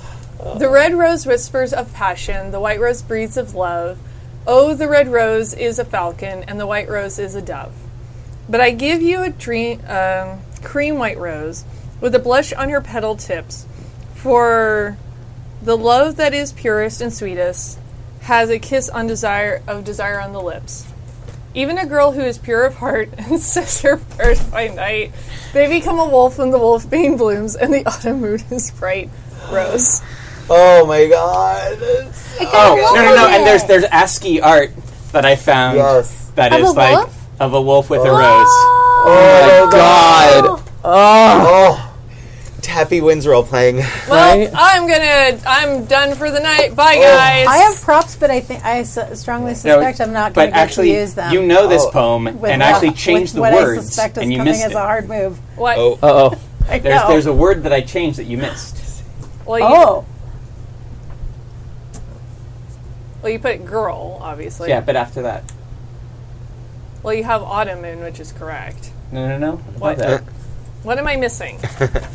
S2: The red rose whispers of passion, the white rose breathes of love. Oh, the red rose is a falcon, and the white rose is a dove. But I give you a dream, um, cream white rose with a blush on your petal tips, for the love that is purest and sweetest has a kiss on desire of desire on the lips. Even a girl who is pure of heart and says her prayers by night, they become a wolf when the wolfbane blooms and the autumn mood is bright. Rose.
S3: oh my god. That's-
S6: Oh no, no, no! And there's there's ASCII art that I found
S3: Yes.
S6: that is
S11: a
S6: like
S11: wolf?
S6: of a wolf with a rose.
S3: Oh,
S4: God.
S3: Oh. Taffy wins role playing.
S2: Well,
S4: Right? Oh.
S2: I'm gonna. I'm done for the night. Bye, guys.
S1: I have props, but I think I s- strongly suspect I'm not going
S6: But
S1: to get to
S6: actually,
S1: use them.
S6: you know this
S3: Oh.
S6: poem
S1: with
S6: and
S1: what-
S6: actually changed
S1: with
S6: the
S1: what
S6: words,
S1: I suspect is
S6: and you
S1: coming
S6: missed
S1: as
S6: it.
S1: a hard move.
S2: what?
S3: Oh.
S4: Uh oh.
S1: I
S6: There's
S1: know.
S6: there's a word that I changed that you missed.
S2: Well, you,
S1: Oh,
S2: well, you put girl, obviously.
S4: Yeah, but after that.
S2: Well, you have autumn in, which is correct.
S5: No, no, no. Above
S2: What?
S5: that.
S2: What am I missing?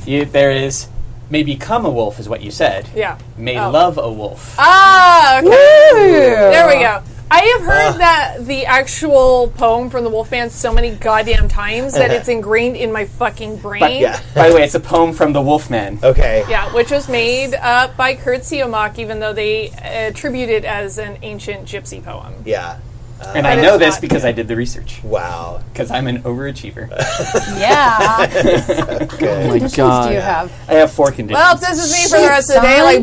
S5: You, there is may become a wolf, is what you said.
S2: Yeah.
S5: May
S2: Oh.
S5: love a wolf.
S2: Ah, okay.
S1: there
S2: There we go. I have heard
S4: Ah.
S2: that the actual poem from the Wolfman so many goddamn times that it's ingrained in my fucking brain.
S3: Yeah.
S5: By the way, it's a poem from the Wolfman.
S3: Okay.
S2: Yeah, which was made up by Kurt Siomok, even though they attribute it as an ancient gypsy poem.
S3: Yeah.
S5: and I
S2: But
S5: know
S2: it's
S5: this
S2: not.
S5: because I did the research.
S3: Wow.
S5: Because I'm an overachiever.
S1: Yeah.
S3: Good.
S1: What conditions do you have?
S5: I have four conditions.
S2: Well, this is me for the rest of the day.
S1: Sign.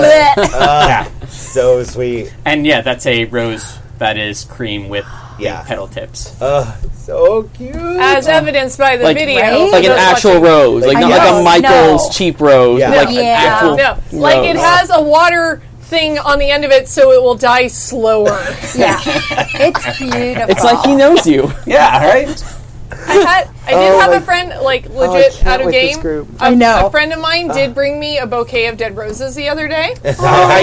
S2: Like,
S5: yeah.
S3: so sweet.
S5: And yeah, that's a rose that is cream with
S3: Yeah.
S5: petal tips.
S3: Oh, so cute.
S2: as evidenced by the
S4: Like-
S2: video,
S1: Right?
S4: Like an
S2: Those
S4: actual
S2: fucking-
S4: rose. Like
S3: I
S4: not like
S1: know,
S4: a Michael's
S1: no.
S4: cheap rose.
S3: Yeah.
S4: Like an
S1: Yeah.
S4: actual
S2: No, like it
S4: rose.
S2: has a water thing on the end of it, so it will die slower.
S1: Yeah. It's beautiful.
S4: It's like he knows you.
S5: Yeah, right?
S2: I had, I did
S3: Oh,
S2: have
S3: like-
S2: a friend, like
S3: Oh, I
S2: legit
S3: can't
S2: out of
S3: with this
S2: game.
S3: group. Ah.
S2: A-
S1: I know.
S2: A friend of mine did bring me a bouquet of dead roses the other day.
S5: I,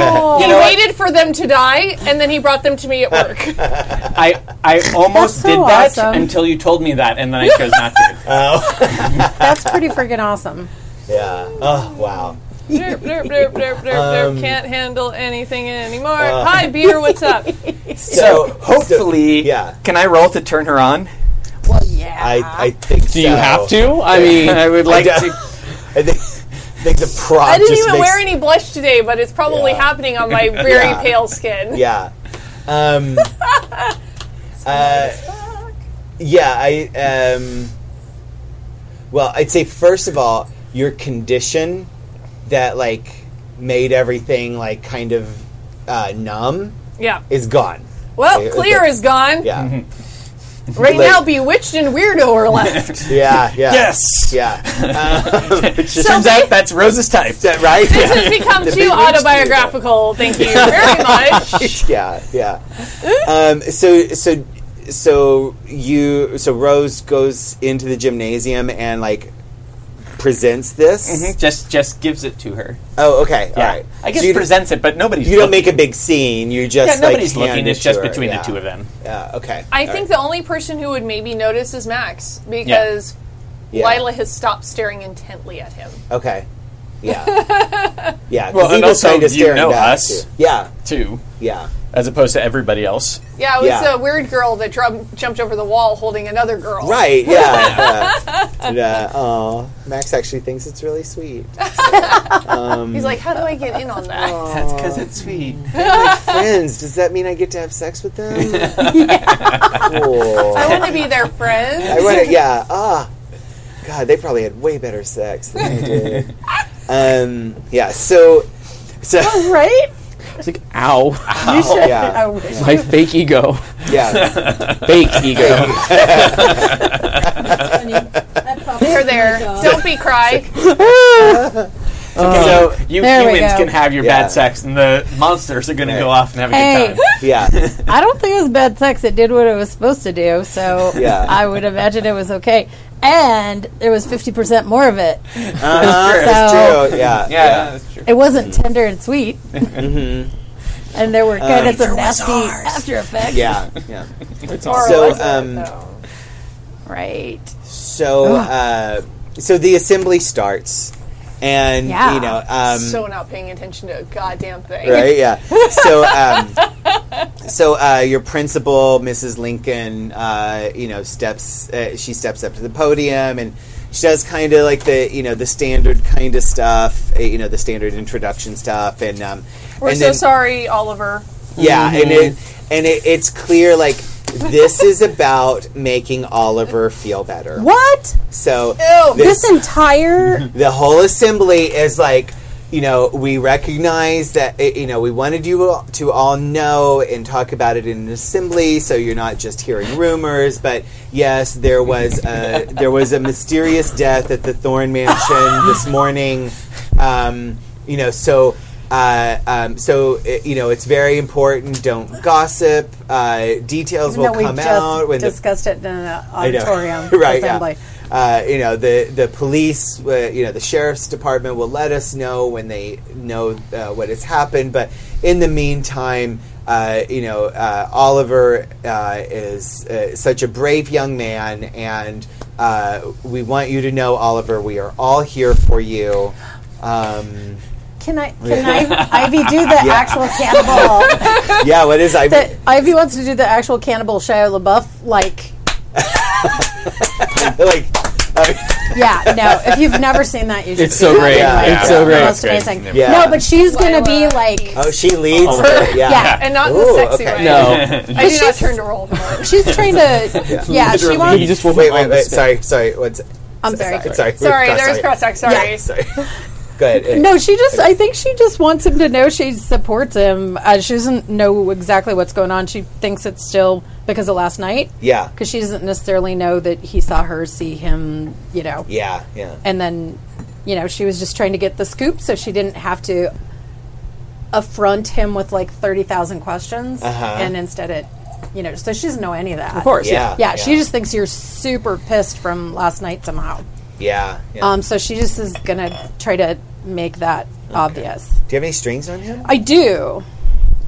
S2: Oh, he
S5: you know what?
S2: waited for them to die, and then he brought them to me at work.
S5: I, I almost
S1: so
S5: did that
S1: awesome.
S5: until you told me that, and then I chose not to.
S3: Oh.
S1: That's pretty freaking awesome.
S3: Yeah. Oh, wow.
S2: derp, derp, derp, derp, derp, derp.
S3: Um, uh,
S2: Can't handle anything anymore. Hi, beer. What's up?
S5: So,
S3: So-
S5: hopefully,
S3: yeah.
S5: can I roll to turn her on?
S1: Well, yeah.
S3: I, I think
S4: Do you have to? I mean,
S5: I would like
S3: I
S5: to.
S3: I think, I think the prop
S2: I didn't
S3: just
S2: even
S3: makes,
S2: wear any blush today, but it's probably
S3: Yeah.
S2: happening on my very
S3: Yeah.
S2: pale skin.
S3: Yeah. Um, uh, yeah, I. Um, well, I'd say, first of all, your condition that, like, made everything, like, kind of uh, numb
S2: Yeah.
S3: is gone.
S2: Well,
S3: Okay,
S2: clear
S3: okay.
S2: is gone.
S3: Yeah.
S4: Mm-hmm.
S2: Right
S3: Like-
S2: now, bewitched and weirdo are left.
S3: Yeah, yeah.
S5: Yes!
S3: Yeah.
S5: Turns out that's Rose's type.
S3: That right?
S2: This has become too
S3: big witch
S2: autobiographical. Thank you very much.
S3: yeah, yeah. Um, so, so, so you, so Rose goes into the gymnasium and like presents this.
S5: Mhm, Just just gives it to her.
S3: Oh, okay,
S5: Yeah.
S3: all right.
S5: I guess
S3: So you,
S5: presents it, but nobody's
S3: you don't
S5: looking.
S3: make a big scene. You
S5: Yeah,
S3: just like,
S5: nobody's
S3: hand
S5: looking.
S3: it
S5: It's just
S3: to her.
S5: between
S3: Yeah.
S5: the two of them.
S3: Yeah, okay.
S2: I
S3: all
S2: think
S3: right.
S2: the only person who would maybe notice is Max because
S3: Yeah.
S2: Lila has stopped staring intently at him.
S3: Okay. Yeah. yeah. 'cause
S5: Well,
S3: he
S5: and
S3: was
S5: also,
S3: kinda
S5: you
S3: staring
S5: know
S3: back,
S5: us.
S3: too. Yeah.
S5: Too.
S3: Yeah.
S5: As opposed to everybody else.
S2: Yeah, it was
S3: Yeah.
S2: a weird girl that drum- jumped over the wall holding another girl.
S3: Right. Yeah. yeah. yeah. Oh, Max actually thinks it's really sweet. Um,
S2: He's like, how do I get in on that?
S5: That's because it's sweet.
S3: friends. Does that mean I get to have sex with them? Cool.
S2: I want to be their friend.
S3: I want to. Yeah. Ah. God, they probably had way better sex than I did. um. Yeah. So. So.
S1: right?
S4: It's like, ow,
S1: You should.
S3: Yeah.
S1: I wish.
S4: my fake ego,
S3: Yeah.
S4: fake ego.
S3: Oh
S2: They're there. Don't be cry.
S5: so you
S1: There we
S5: humans
S1: go.
S5: can have your
S3: Oh. Yeah.
S5: bad sex, and the monsters are going to
S3: Right.
S5: go off and have a
S1: Hey.
S5: good time.
S3: Yeah.
S1: I don't think it was bad sex. It did what it was supposed to do, so
S3: Yeah.
S1: I would imagine it was okay. And there was 50% more of it.
S3: Uh-huh,
S5: true.
S3: That's
S1: So-
S3: true. Yeah.
S5: Yeah, that's true.
S1: It
S3: Mm-hmm.
S1: wasn't tender and sweet. And there were kind of some nasty after effects.
S3: Yeah. Yeah.
S2: Or
S3: So,
S2: was it,
S3: um,
S2: though?
S1: Right.
S3: So. Uh, so the assembly starts, and
S1: Yeah.
S3: you know. Um,
S2: so not paying attention to a goddamn thing.
S3: right? Yeah. So, um, so uh, your principal, Mrs. Lincoln, uh, you know, steps. Uh, she steps up to the podium and she does kind of like the you know the standard kind of stuff. uh, You know, the standard introduction stuff, and um,
S2: We're
S3: and
S2: so
S3: then-
S2: sorry, Oliver.
S3: Yeah, and it and it, it's clear like. This is about making Oliver feel better.
S1: What?
S3: So
S1: This entire.
S3: the whole assembly is like you know we recognize that eh, you know we wanted you all- to all know and talk about it in an assembly so you're not just hearing rumors but yes there was a, there was a mysterious death at the thorn mansion this morning um, you know so uh, um, so eh, you know it's very important don't gossip uh, details
S1: even
S3: will
S1: though we
S3: come
S1: just
S3: out when the
S1: discussed it in an
S3: know.
S1: auditorium
S3: Right, yeah.
S1: assembly.
S3: Uh, you know, the the police, uh, you know, the sheriff's department will let us know when they know uh, what has happened. But in the meantime, uh, you know, uh, Oliver uh, is uh, such a brave young man, and uh, we want you to know, Oliver, we are all here for you. Um,
S1: Can I? Can I? Ivy do the actual cannibal?
S3: yeah, what is I?
S1: that Ivy wants to do the actual cannibal Shia LaBeouf. Like,
S3: like, I-
S1: yeah, no. If you've never seen that, you should.
S4: It's
S1: see
S4: so
S1: it.
S4: great.
S3: Yeah.
S1: Like,
S4: It's so great.
S1: Most
S5: Great.
S1: amazing.
S3: Yeah.
S1: No, but she's gonna be
S2: Lila,
S1: like,
S3: oh, she leads.
S5: Oliver.
S3: Yeah.
S1: yeah.
S2: and not in
S3: Ooh,
S2: the sexy
S3: okay.
S2: way.
S4: No.
S2: I do not
S1: she's-
S2: turn to roll hard.
S1: she's trying to. Yeah, she
S5: Literally.
S4: You
S1: wants.
S4: just will
S3: Wait, wait, wait. Sorry, sorry. What's,
S1: I'm sorry.
S3: sorry, sorry.
S2: Sorry,
S3: Cross-
S2: there's cross sex. Sorry.
S3: Sorry. Go ahead.
S1: No, she just. I think she just wants him to know she supports him. Uh, she doesn't know exactly what's going on. She thinks it's still because of last night.
S3: Yeah.
S1: because she doesn't necessarily know that he saw her see him. You know.
S3: Yeah. Yeah.
S1: and then you know she was just trying to get the scoop so she didn't have to affront him with like 30,000 questions
S3: Uh-huh.
S1: and instead it you know so she doesn't know any of that
S4: Of course. Yeah.
S3: Yeah.
S1: yeah, she just thinks you're super pissed from last night somehow
S3: Yeah. yeah.
S1: um so she just is gonna try to make that obvious
S3: do you have any strings on him?
S1: i do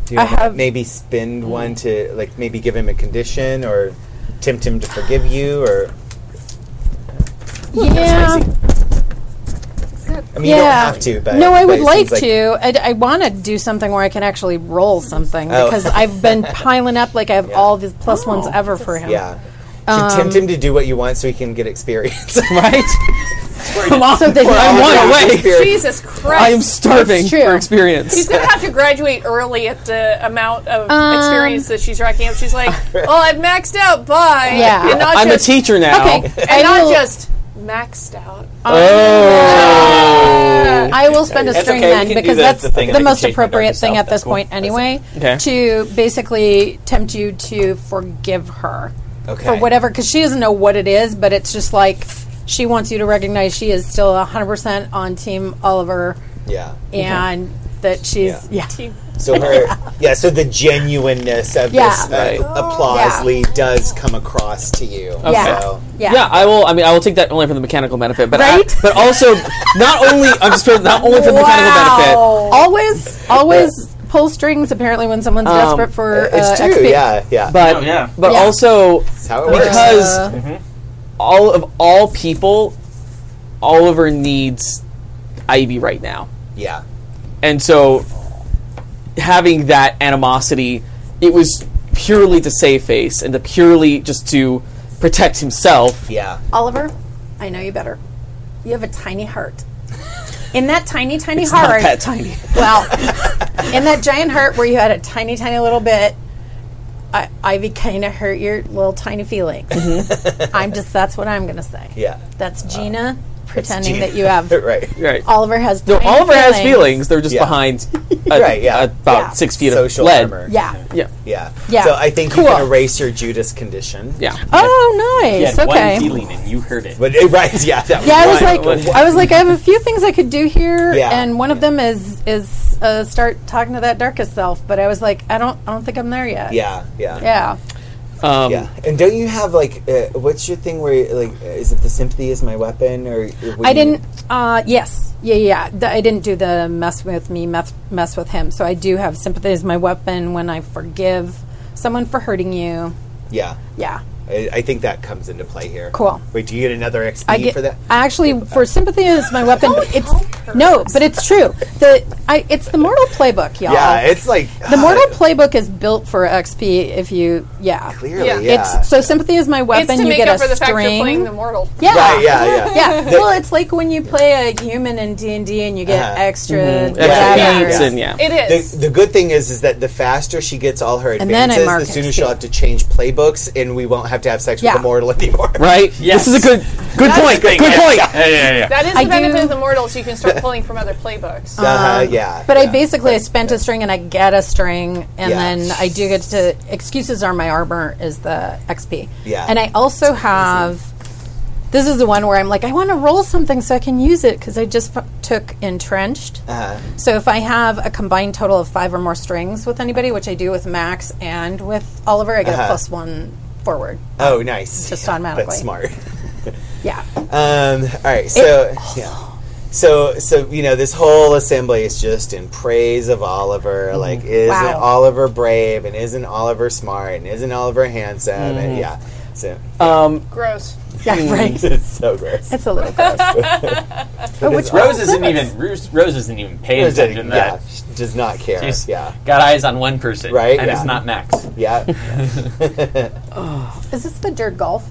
S3: Do you
S1: I
S3: wanna
S1: have- Mm.
S3: maybe spin one to like maybe give him a condition or tempt him to forgive you or
S1: yeah
S3: I mean you don't have to, but
S1: no, I
S3: but
S1: would
S3: it
S1: like,
S3: seems like
S1: to. I, want to do something where I can actually roll something
S3: Oh.
S1: because I've been piling up like I have all these plus
S4: Oh.
S1: ones ever for him.
S3: Yeah. To
S1: Um,
S3: tempt him to do what you want so he can get experience.
S4: Right?
S1: So that he-
S4: I'm one away.
S3: Experience.
S2: Jesus Christ.
S4: I am starving
S1: It's true.
S4: for experience.
S2: She's gonna have to graduate early at the amount of
S1: Um,
S2: experience that she's racking up. She's like, "Well, I've maxed out. Bye."
S1: Yeah.
S2: and not
S4: I'm a
S2: just,
S4: teacher now.
S1: okay,
S2: and
S1: I
S2: not
S1: will,
S2: just maxed out.
S1: uh, I will spend a string
S5: okay, we
S1: then
S5: can do
S1: because
S5: that.
S1: that's
S5: The thing
S1: the
S5: I can
S1: most
S5: change my
S1: appropriate
S5: darker
S1: thing at
S5: self.
S1: this
S5: That's cool.
S1: point anyway.
S4: Okay.
S1: To basically tempt you to forgive her
S3: Okay.
S1: for whatever because she doesn't know what it is, but it's just like she wants you to recognize she is still 100 percent on Team Oliver
S3: Yeah.
S1: and that she's yeah.
S3: So her yeah, so the genuineness of
S1: Yeah. Oh,
S3: this uh,
S4: Right.
S3: applause
S1: Yeah.
S3: Lee does come across to you.
S1: Yeah.
S3: So
S1: Yeah.
S4: Yeah, I will. I mean, I will take that only for the mechanical benefit, but I-
S1: Right?
S4: but also not only I'm just not only for the mechanical benefit.
S1: Always, always pull strings. Apparently, when someone's desperate for uh,
S3: it's true,
S1: XP.
S3: yeah, yeah.
S4: but
S5: Oh, yeah.
S4: but
S1: Yeah.
S4: also
S3: That's how it works.
S4: because
S3: Mm-hmm.
S4: all of all people, Oliver needs Ivy right now,
S3: yeah.
S4: and so having that animosity, it was purely to save face and to purely just to protect himself.
S3: Yeah.
S1: Oliver, I know you better. You have a tiny heart. In that tiny, tiny heart,
S4: That tiny.
S1: well, in that giant heart where you had a tiny, tiny little bit, I, Ivy kind of hurt your little tiny feelings. I'm just that's what I'm gonna say.
S3: Yeah.
S1: That's Gina pretending
S3: Gina.
S1: that you have.
S3: Right.
S4: Right.
S1: Oliver has.
S4: No,
S1: tiny
S4: Oliver has
S1: feelings.
S4: feelings. They're just
S3: Yeah.
S4: behind, a,
S3: Right, yeah.
S4: about
S1: Yeah.
S4: six feet
S3: Social
S4: of lead.
S3: armor.
S1: Yeah.
S4: Yeah,
S3: Yeah.
S1: Yeah.
S3: So I think you
S1: Cool.
S3: can erase your Judas condition.
S4: yeah.
S1: Oh,
S5: You
S1: nice.
S5: had
S1: okay.
S5: one feeling and you heard it.
S3: But right, yeah, that
S1: Yeah, I was
S3: one.
S1: like, I was like, I have a few things I could do here,
S3: Yeah.
S1: and one of them is is uh, start talking to that darkest self. But I was like, I don't, I don't think I'm there yet.
S3: yeah, yeah, yeah,
S1: yeah.
S4: Um,
S3: And don't you have like, uh, what's your thing where like, uh, is it the sympathy is my weapon or?
S1: I didn't. Uh, yes, yeah, yeah. Th- I didn't do the mess with me, mess, mess with him. So I do have sympathy as my weapon when I forgive someone for hurting you.
S3: Yeah,
S1: Yeah,
S3: I, I think that comes into play here.
S1: cool.
S3: Wait, do you get another XP
S1: I get
S3: for that?
S1: I actually for sympathy is my weapon. but it's no, but it's true. The I, it's the mortal playbook, y'all.
S3: yeah, it's like ah,
S1: The mortal
S3: God,
S1: playbook is built for XP. If you, yeah,
S3: Clearly,
S2: Yeah.
S3: yeah.
S1: it's so sympathy is my
S2: It's
S1: weapon.
S2: to
S1: you
S2: make
S1: get
S2: up
S1: a
S2: for the fact
S1: string.
S2: you're playing the mortal.
S1: yeah.
S3: right, yeah, yeah,
S1: Yeah. well, it's like when you play a human in D and D and you get
S3: Uh-huh.
S1: extra
S2: Mm-hmm.
S4: extra
S1: whatever.
S4: beats and yeah.
S2: It is.
S3: The, the good thing is, is that the faster she gets all her
S1: And then I
S3: advances,
S1: mark
S3: the sooner
S1: XP.
S3: she'll have to change playbooks, and we won't have to have sex
S1: Yeah.
S3: with a mortal anymore.
S4: Right.
S5: Yes.
S4: This is a good good point. Good point.
S5: Yeah, yeah, yeah.
S2: that is
S1: I
S2: the benefit
S1: do- Uh,
S2: of the mortals. You can start pulling from other playbooks.
S3: Uh-huh, yeah,
S1: Um, But I
S3: yeah.
S1: basically I spent a string and I get a string, and
S3: Yeah.
S1: then I do get to excuses are my armor is the XP.
S3: Yeah.
S1: and I also have. This is the one where I'm like, I want to roll something so I can use it because I just f- took entrenched.
S3: Uh-huh.
S1: So if I have a combined total of five or more strings with anybody, which I do with Max and
S3: Uh-huh.
S1: with Oliver, I get a plus one forward.
S3: Oh, nice.
S1: Just automatically.
S3: That's smart.
S1: Yeah.
S3: Um, all right, so yeah, so so you know this whole assembly is just in praise of Oliver. Like, isn't
S1: Mm-hmm. Wow.
S3: Oliver brave? And isn't Oliver smart? And isn't Oliver handsome? And yeah, so
S4: Um,
S2: Gross.
S1: Yeah, Mm-hmm. right.
S3: it's so gross.
S1: That's a little gross. oh, which
S5: Rose isn't even Rose, Rose isn't even paying attention to
S3: yeah,
S5: that.
S3: she does not care.
S5: She's
S3: Yeah,
S5: got eyes on one person,
S3: Right,
S5: And
S3: yeah.
S5: it's not Max.
S3: yeah.
S1: Is this the dirt golf?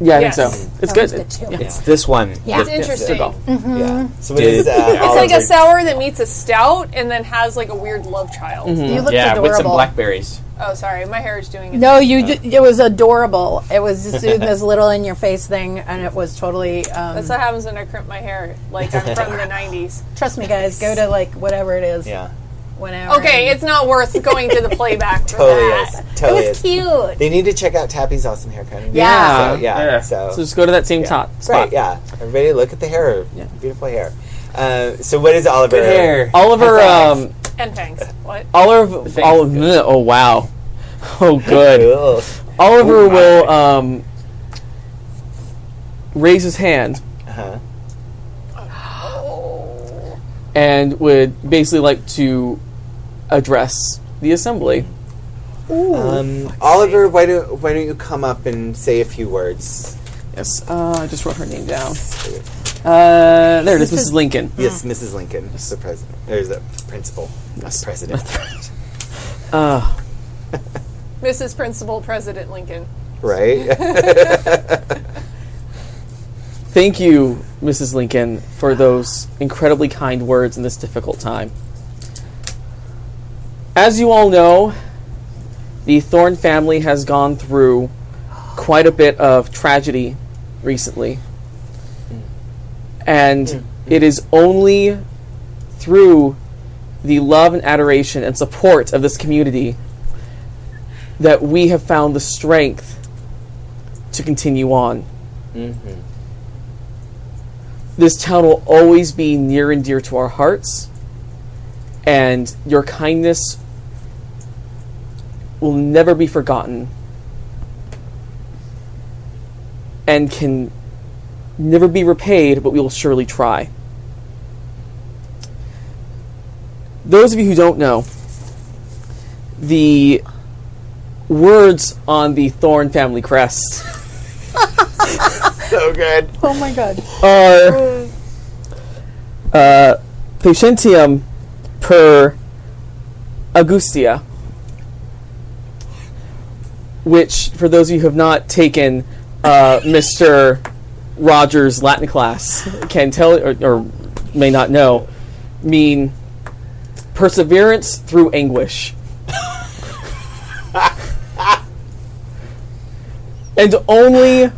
S4: yeah, I
S2: Yes.
S4: think so. It's
S1: That was
S4: good.
S1: good too.
S5: It's this one.
S1: Yeah.
S2: It's interesting.
S4: golf.
S1: Mm-hmm.
S3: Yeah. So it is. Uh,
S2: It's like
S3: Oliver-
S2: a sour that meets a stout and then has like a weird love child.
S4: Mm-hmm.
S1: You looked
S5: yeah,
S1: adorable.
S5: with some blackberries.
S2: Oh, sorry, my hair is doing it.
S1: No, you. d it was adorable. It was just doing this little in your face thing, and it was totally. Um,
S2: That's what happens when I crimp my hair. Like I'm from the '90s.
S1: trust me, guys. Go to like whatever it is.
S3: Yeah.
S1: Whenever.
S2: Okay, it's not worth going to the playback for
S4: Oh,
S3: Totally
S2: that.
S3: is. Totally is.
S1: cute.
S3: They need to check out Tappy's awesome haircut.
S1: Yeah.
S3: So, yeah.
S4: Yeah.
S3: So,
S4: So just go to that same top spot.
S3: right. Oh. Yeah. Everybody, look at the hair. Beautiful hair. Uh, so what is Oliver?
S4: Oliver, um,
S2: And thanks. What?
S4: Oliver, Oliver, oh wow, oh good.
S3: Cool.
S4: Oliver will um, raise his hand
S3: Uh-huh.
S4: and would basically like to address the assembly.
S3: Um, Oliver, why don't why don't you come up and say a few words?
S4: Yes, uh, I just wrote her name down. Uh, there it is, Mrs. Lincoln.
S3: Yes, Mrs. Lincoln, the president. There's the principal, not the president.
S4: Uh,
S2: Mrs. Principal President Lincoln.
S3: right?
S4: thank you, Mrs. Lincoln, for those incredibly kind words in this difficult time. As you all know, the Thorne family has gone through quite a bit of tragedy recently. And it is only through the love and adoration and support of this community that we have found the strength to continue on. This town will always be near and dear to our hearts, and your kindness will never be forgotten and can never be repaid, but we will surely try. Those of you who don't know, the words on the Thorn family crest
S3: so good.
S1: Oh my god.
S4: are uh, patientium per Augustia, which, for those of you who have not taken uh, Mr. Rogers' Latin class, can tell or, or may not know, mean perseverance through anguish. and only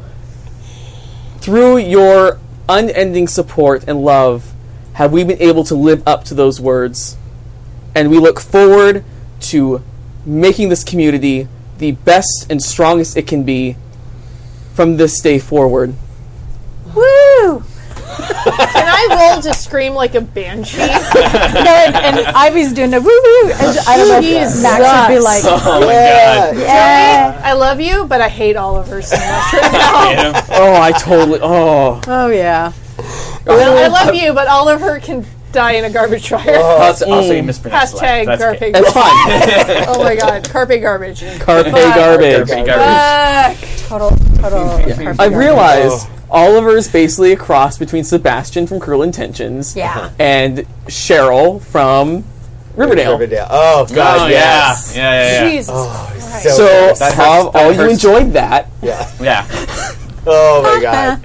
S4: through your unending support and love have we been able to live up to those words and we look forward to making this community the best and strongest it can be from this day forward
S1: Woo!
S2: Can I roll to scream like a banshee?
S1: No, and, and Ivy's doing a woo woo, and j- I don't know if Max would be like, eh.
S5: Oh my god.
S1: yeah.
S2: I love you, but I hate Oliver so much right now.
S5: Yeah.
S4: oh i totally oh
S1: Oh yeah.
S2: Well, I love you, but Oliver can die in a garbage fire.
S4: Oh,
S5: Also, also,
S3: Mm.
S5: you mispronounced the
S2: Hashtag
S5: last. That's
S2: carpe.
S5: okay.
S4: that's Mm. fine
S2: Oh my god, carpe garbage.
S4: carpe garbage
S5: Carpe garbage.
S2: Fuck.
S1: Total, total. carpet
S4: i
S1: yard.
S4: realized oliver is basically a cross between sebastian from cruel intentions
S1: Yeah.
S4: and cheryl from riverdale
S3: Riverdale. Oh God,
S5: Oh yeah.
S3: yes.
S5: Yeah, Oh. yeah, yeah.
S2: Jesus. Christ.
S3: So,
S4: so
S3: good. That
S4: have
S5: that
S4: all you
S5: hurts.
S4: enjoyed that
S3: yeah.
S5: yeah.
S3: Oh my God.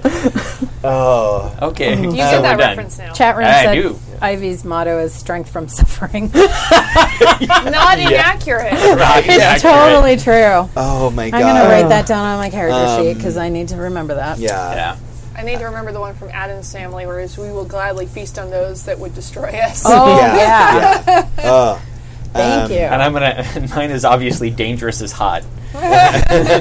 S3: oh,
S5: Okay.
S2: Do you
S5: so
S2: get
S5: we're
S2: that
S5: done.
S2: reference now?
S1: Chat room
S5: I
S1: said
S5: do.
S1: Ivy's motto is strength from suffering.
S2: Not inaccurate.
S5: Right, yeah,
S1: it's totally true.
S3: oh my
S1: I'm
S3: God.
S1: gonna write that down on my character sheet because I need to remember that.
S3: Yeah.
S5: Yeah.
S2: I need to remember the one from Adam's family, where is we will gladly feast on those that would destroy us.
S1: Oh
S3: Yeah.
S1: yeah.
S3: Oh.
S1: Thank you.
S5: And I'm gonna. Mine is obviously dangerous as hot.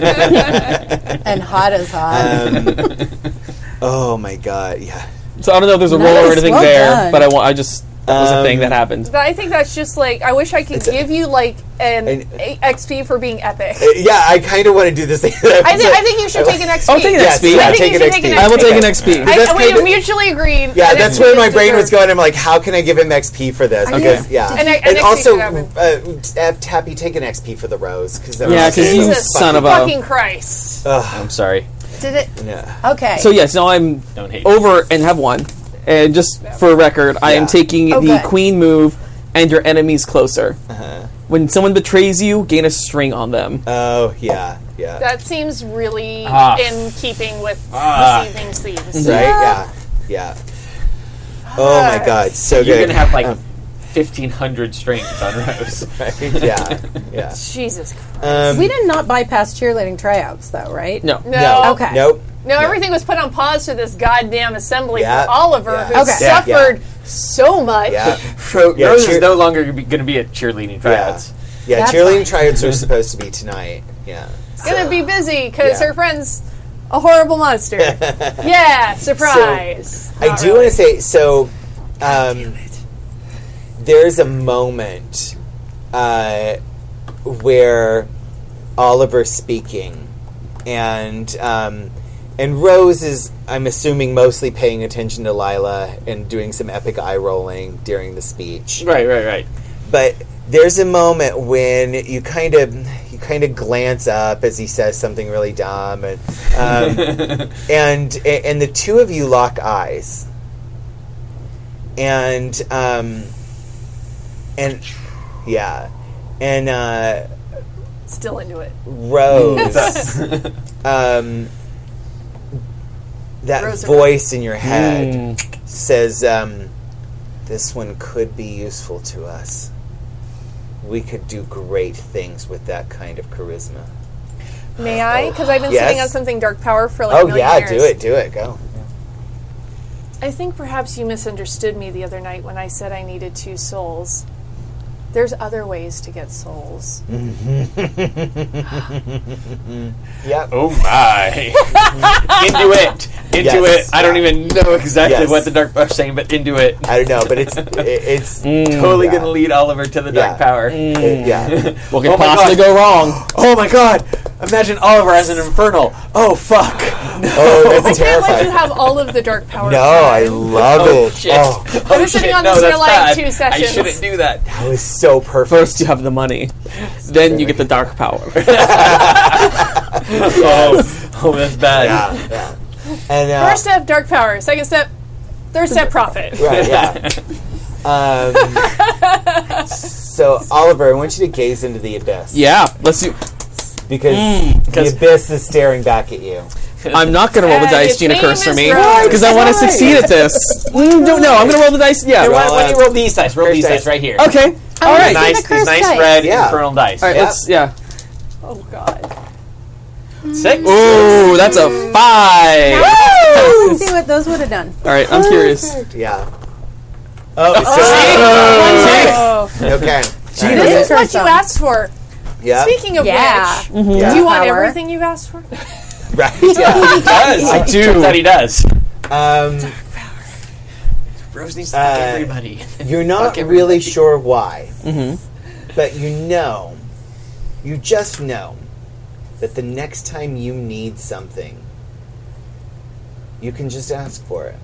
S1: and hot as hot.
S3: Um, oh my God. Yeah.
S4: So I don't know if there's a roll
S1: Nice,
S4: or anything
S1: well
S4: there,
S1: done.
S4: but I want I just That was
S5: Um,
S4: a thing that happened.
S2: But I think that's just like I wish I could give you like an
S3: an-
S2: a- XP for being epic.
S3: Yeah, I kind of want to do this. thing.
S2: I, thi- I think you should take an XP.
S4: I'll take an
S3: Yes,
S4: XP.
S3: yeah,
S2: I think
S3: take
S2: you
S3: an
S2: should
S3: XP.
S2: take an
S4: I will
S2: XP.
S4: take an XP.
S2: I, oh,
S3: That's
S2: we
S3: good.
S2: mutually agreed.
S3: Yeah, that's where my brain was
S2: going.
S3: going. I'm like, how can I give him XP for this?
S2: I
S3: Because,
S2: just-
S3: yeah.
S2: And I- and XP
S3: also,
S2: should happen.
S3: uh, t- uh, Tappy, take an XP for the rose. Cause that
S4: Yeah,
S3: was
S4: 'cause you
S3: so
S4: son of a-
S2: fucking Christ.
S3: Uh,
S4: I'm sorry.
S1: Did it?
S3: fucking- yeah.
S1: Okay.
S4: So yes, now I'm
S5: Don't hate.
S3: Oh,
S4: over and have one. And just for record, I am
S3: Yeah.
S4: taking
S1: Oh,
S4: the
S1: good.
S4: queen move and your enemies closer.
S5: Uh-huh.
S4: When someone betrays you, gain a string on
S5: Uh,
S4: them.
S3: Oh, yeah, yeah.
S2: That seems really
S5: Ah.
S2: in keeping with
S5: Ah.
S2: this evening's themes.
S3: Mm-hmm. right? Yeah, yeah. Oh
S2: Ah.
S3: my god, so
S5: You're
S3: good.
S5: gonna have like
S3: Um,
S5: 1,500 strings on Rose.
S3: yeah, yeah.
S2: Jesus Christ.
S3: Um,
S1: we did not bypass cheerleading tryouts, though, right?
S4: No.
S2: No.
S3: no,
S1: Okay.
S3: nope.
S2: No, everything was put on pause for this goddamn assembly
S3: Yeah.
S2: for Oliver,
S3: Yeah.
S2: who
S1: Okay.
S3: Yeah, yeah.
S2: suffered so much.
S3: Yeah,
S5: Ro-
S3: Yeah,
S5: Rose
S3: cheer-
S5: is no longer gonna be- gonna be at cheerleading tryouts.
S3: yeah.
S1: That's
S3: Cheerleading
S1: fine.
S3: tryouts are supposed to be tonight. Yeah,
S2: Gonna
S3: so-
S2: be busy because
S3: Yeah.
S2: her friend's a horrible monster. yeah, surprise.
S3: I
S2: Not
S3: do
S2: really.
S3: want to say so. Um, there's a moment uh, where Oliver's speaking, and um, and Rose is, I'm assuming, mostly paying attention to Lila and doing some epic eye rolling during the speech
S5: Right, right, right.
S3: but there's a moment when you kind of you kind of glance up as he says something really dumb and um, and and the two of you lock eyes and um and yeah and uh
S2: Still into it.
S3: rose um that
S2: Rose,
S3: voice in your
S5: Hmm.
S3: head says, um, This one could be useful to us. We could do great things with that kind of charisma.
S2: May I? Because I've been
S3: Yes.
S2: sitting on something dark power for like. a
S3: Oh,
S2: million
S3: yeah,
S2: years.
S3: do it, do it, go.
S2: I think perhaps you misunderstood me the other night when I said I needed two souls. There's other ways to get souls.
S3: Yep.
S5: Oh my! into it, into
S3: Yes.
S5: it. I don't even know exactly
S3: Yes.
S5: what the dark power's saying, but into it.
S3: I don't know, but it's it, it's
S4: Mm.
S5: totally
S3: Mm, yeah.
S5: gonna lead Oliver to the dark
S3: Yeah.
S5: power. Mm,
S3: it- yeah.
S4: What could
S5: Oh my
S4: possibly
S5: God.
S4: go wrong?
S5: Oh my god! Imagine Oliver as an infernal. Oh fuck!
S3: Oh, that's
S2: Can't let you
S3: terrifying.
S2: have all of the dark power.
S3: No, I love
S5: Oh,
S3: it.
S5: shit.
S3: Oh,
S5: Oh,
S2: We're sitting
S5: shit,
S2: on
S5: no,
S2: this
S5: that's
S2: for like
S5: bad.
S2: two
S5: I
S2: sessions.
S5: shouldn't do that.
S3: that was so perfect.
S4: First, you have the money. Then you get the dark power.
S5: Oh, oh, that's bad.
S3: Yeah, yeah. And uh,
S2: First step, dark power. Second step, third step, profit.
S3: right, yeah. Um, so Oliver, I want you to gaze into the abyss.
S4: yeah. Let's do.
S3: because the
S4: 'cause-
S3: abyss is staring back at you.
S4: I'm not gonna roll the
S2: Uh,
S4: dice
S2: your
S4: Gina
S2: name
S4: cursed for
S2: is
S4: me
S2: Rose.
S4: because I want to succeed at this. Mm, don't know. I'm gonna roll the dice. Yeah.
S5: Why,
S3: Roll
S5: why don't
S3: out.
S5: you roll these dice? Roll
S3: Curse
S5: these
S3: dice.
S5: dice right here.
S4: Okay. All
S1: wanna see-
S4: right. All
S5: Nice,
S1: the curse
S5: these nice
S1: dice.
S5: red
S3: Yeah.
S5: infernal dice.
S4: right. Let's. Yeah.
S2: Oh god.
S5: Six.
S4: Ooh, that's a five.
S1: Let's see what those would have done.
S4: All right. I'm curious.
S3: Yeah. Oh, so
S2: Oh,
S3: okay.
S1: This
S2: this is
S1: is
S2: what you
S1: awesome.
S2: asked for.
S3: Yeah.
S2: Speaking of
S1: Yeah. Mm-hmm.
S2: which,
S3: yeah.
S2: do you want
S1: Power.
S2: everything you asked for?
S3: right? Yeah.
S5: He does. I
S4: do.
S5: That he does.
S3: Um,
S5: Rose needs to
S3: fuck Uh,
S5: everybody.
S3: you're not
S5: Fuck everybody. Mm-hmm.
S3: really sure why, but you know, you just know that the next time you need something, you can just ask for it.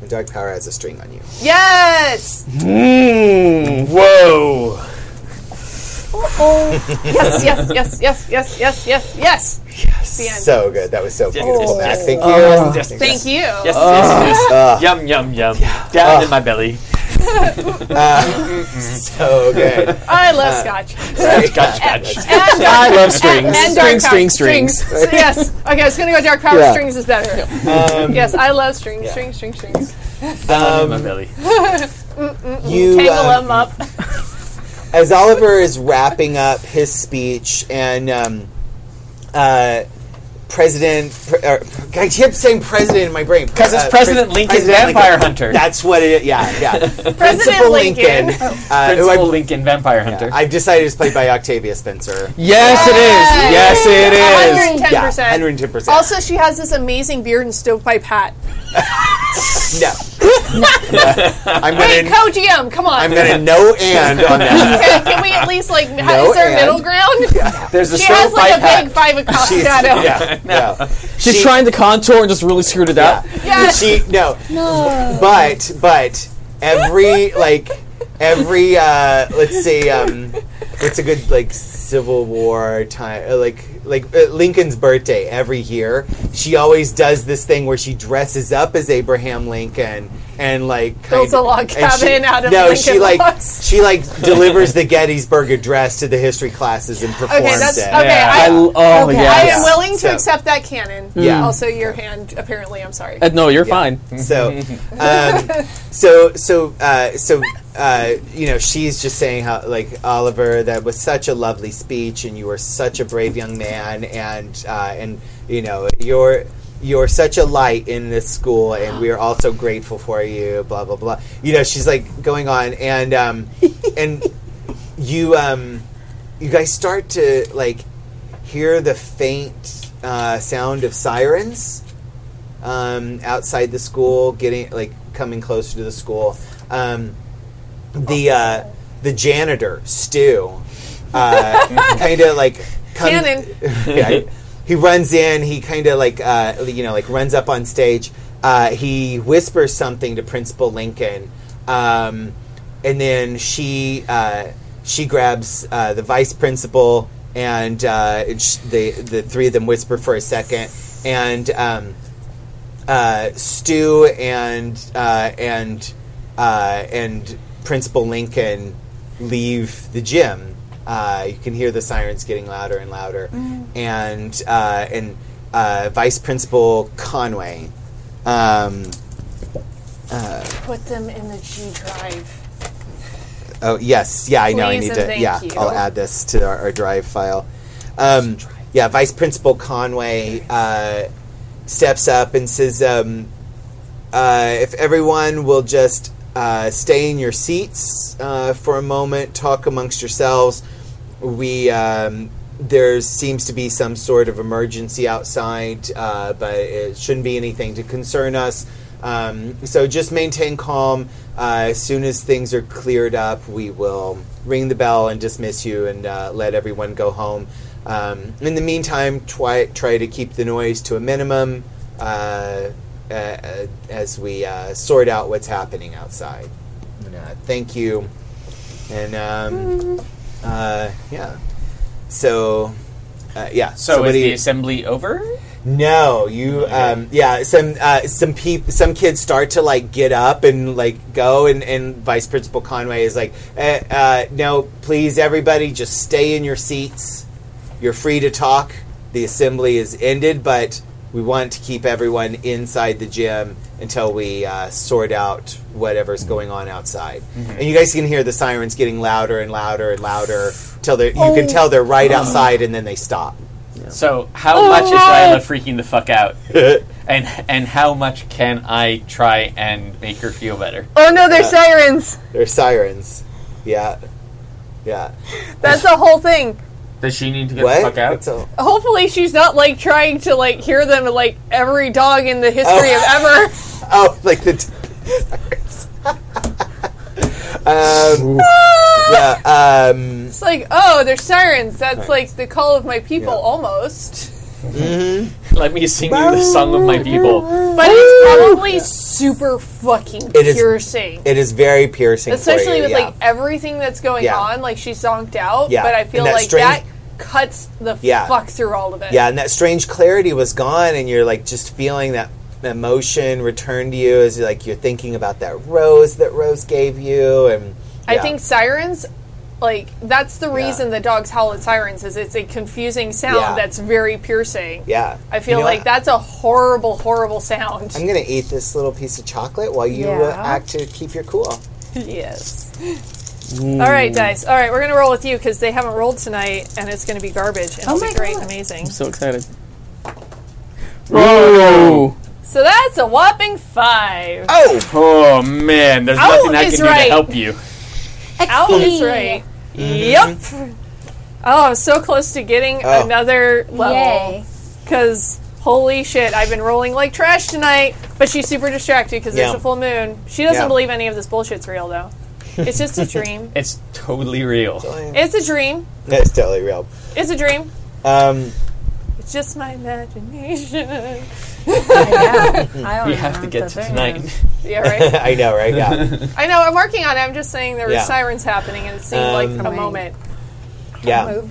S3: The dark power has a string on you.
S2: Yes.
S4: Mm.
S5: Whoa.
S2: Yes. Yes. Yes. Yes. Yes. Yes. Yes. Yes. The end.
S3: So good. That was so beautiful, Mac. Thank you.
S5: Yes,
S2: Thank you.
S5: Yes, yes, yes. Yum, yum, yum. Down in my belly.
S3: So good.
S2: I
S3: Uh,
S2: love scotch.
S5: Gotcha, gotcha.
S4: I love strings.
S2: and dark
S4: strings,
S2: power.
S4: strings, strings.
S2: So, yes. Okay, I was going to go dark power.
S3: Yeah.
S2: Strings is better. yes, I love strings, strings, strings, strings.
S5: Down in my belly.
S3: You
S2: Tangle
S3: um,
S2: them up.
S3: as Oliver is wrapping up his speech, and um, uh, President, pre- er, I keep saying president in my brain Uh,
S5: Because it's President Lincoln, Vampire Hunter.
S3: That's what it. Yeah, yeah.
S2: President Lincoln. Oh.
S3: uh, who I-
S5: Principal Lincoln, Vampire Hunter.
S3: I've decided is played by Octavia Spencer.
S4: Yes, it is. Yes, it is.
S2: 110%.
S3: Yeah, 110%.
S2: Also, she has this amazing beard and stovepipe hat.
S3: No. I'm
S2: Wait,
S3: gonna.
S2: co-GM, come on.
S3: I'm gonna no and on that.
S2: can, can we at least like? ha-
S3: No,
S2: is there a
S3: and-
S2: middle ground?
S3: There's a
S2: She has like a
S3: surefire path.
S2: big five o'clock
S3: She's-
S2: shadow. Yeah.
S3: Yeah, no.
S4: She's
S3: She-
S4: trying to contour and just really screwed it up.
S2: Yes.
S3: She no. No. But but every like every uh let's say um what's a good like Civil War time uh, like like uh, Lincoln's birthday every year she always does this thing where she dresses up as Abraham Lincoln and like
S2: Builds
S3: kinda-
S2: a log
S3: and
S2: cabin out of
S3: no she
S2: Lincoln
S3: like
S2: logs.
S3: she like delivers the Gettysburg Address to the history classes and performs
S2: Okay, that's
S3: it.
S2: okay. I,
S4: I l- oh,
S1: Okay.
S2: I
S4: yeah.
S2: am willing to
S3: So-
S2: accept that canon.
S3: Yeah.
S2: Also, your hand apparently. I'm sorry.
S4: Uh, no, you're fine.
S3: So, um, so, so, uh, so, uh, you know, she's just saying how, like, Oliver, that was such a lovely speech, and you were such a brave young man, and uh, and you know, you're you're such a light in this school, and we are all so grateful for you. Blah blah blah. You know, she's like going on, and um, and you um, you guys start to like hear the faint uh, sound of sirens um, outside the school, getting like coming closer to the school. Um, the uh, the janitor Stu uh, kind of like come-
S2: Cannon.
S3: yeah, he runs in. He kind of like uh, you know like runs up on stage. Uh, he whispers something to Principal Lincoln, um, and then she uh, she grabs uh, the vice principal, and uh, and sh- the the three of them whisper for a second, and um, uh, Stu and uh, and uh, and Principal Lincoln leave the gym. Uh, you can hear the sirens getting louder and louder,
S2: Mm.
S3: and uh, and uh, Vice Principal Conway. Um,
S2: Put them in the G drive.
S3: oh yes, yeah, I know. I
S2: Please
S3: need
S2: and
S3: to.
S2: thank
S3: Yeah,
S2: you.
S3: I'll add this to our, our drive file. Um, yeah, Vice Principal Conway uh, steps up and says, um, uh, if everyone will just uh, stay in your seats uh, for a moment, talk amongst yourselves. We um, there seems to be some sort of emergency outside, uh, but it shouldn't be anything to concern us. Um, so just maintain calm. Uh, as soon as things are cleared up, we will ring the bell and dismiss you and uh, let everyone go home. Um, in the meantime, try, try to keep the noise to a minimum. Uh, uh, uh, as we uh, sort out what's happening outside. And, uh, thank you, and um, uh, yeah. So, uh, yeah.
S5: So
S3: somebody-
S5: is the assembly over?
S3: no, you. Um, yeah, some uh, some peop- some kids start to like get up and like go, and, and Vice Principal Conway is like, eh, uh, "No, please, everybody, just stay in your seats. You're free to talk. The assembly is ended, but we want to keep everyone inside the gym until we uh, sort out whatever's going on outside."
S5: Mm-hmm.
S3: And you guys can hear the sirens getting louder and louder and louder till they are you
S2: Oh.
S3: can tell they're right outside, and then they stop.
S5: So how much is Lila freaking the fuck out? and and how much can I try and make her feel better?
S2: Oh no, they're sirens.
S3: They're sirens. Yeah. Yeah.
S2: That's a whole thing.
S5: Does she need to get
S3: what?
S5: the fuck out?
S3: It's a-
S2: Hopefully, she's not like trying to like hear them like every dog in the history of ever.
S3: oh, like the. T- sirens. um, yeah. Um,
S2: It's like, oh, they're sirens. That's like the call of my people almost.
S5: Let me sing you the song of my people.
S2: But it's probably super fucking
S3: It is-
S2: piercing.
S3: it is very piercing. for
S2: Especially
S3: you,
S2: with
S3: yeah.
S2: like everything that's going
S3: Yeah.
S2: on, like she's zonked out.
S3: Yeah.
S2: But I feel
S3: And that
S2: like
S3: string-
S2: that cuts the
S3: Yeah.
S2: fuck through all of it.
S3: Yeah, and that strange clarity was gone, and you're like just feeling that emotion return to you as like you're thinking about that rose that Rose gave you, and
S2: I
S3: yeah.
S2: think sirens, like that's the reason the dogs howl at sirens is it's a confusing sound
S3: Yeah.
S2: that's very piercing.
S3: Yeah,
S2: I feel
S3: You know
S2: like
S3: what?
S2: that's a horrible, horrible sound.
S3: I'm gonna eat this little piece of chocolate while you uh,
S1: Yeah.
S3: act to keep your cool.
S2: yes.
S3: Mm.
S2: All right, dice. All right, we're gonna roll with you because they haven't rolled tonight, and it's gonna be garbage. And it'll
S1: Oh my
S2: be great,
S1: God.
S2: and amazing.
S4: So excited. Whoa!
S2: So that's a whopping five.
S3: Oh,
S5: Oh man, there's
S2: Out
S5: nothing I
S2: is
S5: can do
S2: right.
S5: to help you.
S2: Out is right. Yep. Oh, I'm so close to getting
S3: Mm-hmm. Oh.
S2: another level
S12: Yay.
S2: because holy shit, I've been rolling like trash tonight. But she's super distracted because there's
S3: Yeah.
S2: a full moon. She doesn't
S3: Yeah.
S2: believe any of this bullshit's real, though. It's just a dream.
S5: It's totally real.
S2: it's a dream.
S3: That's totally real.
S2: It's a dream.
S3: Um,
S2: It's just my imagination.
S1: yeah, I don't
S5: We
S1: know
S5: have to
S1: what
S5: get
S1: the
S5: to
S1: thing
S5: tonight.
S1: is.
S2: yeah, right.
S3: I know, right? Yeah,
S2: I know. I'm working on it. I'm just saying there were
S3: Yeah.
S2: sirens happening, and it seemed like
S3: Um,
S2: a moment.
S3: yeah.
S1: Move.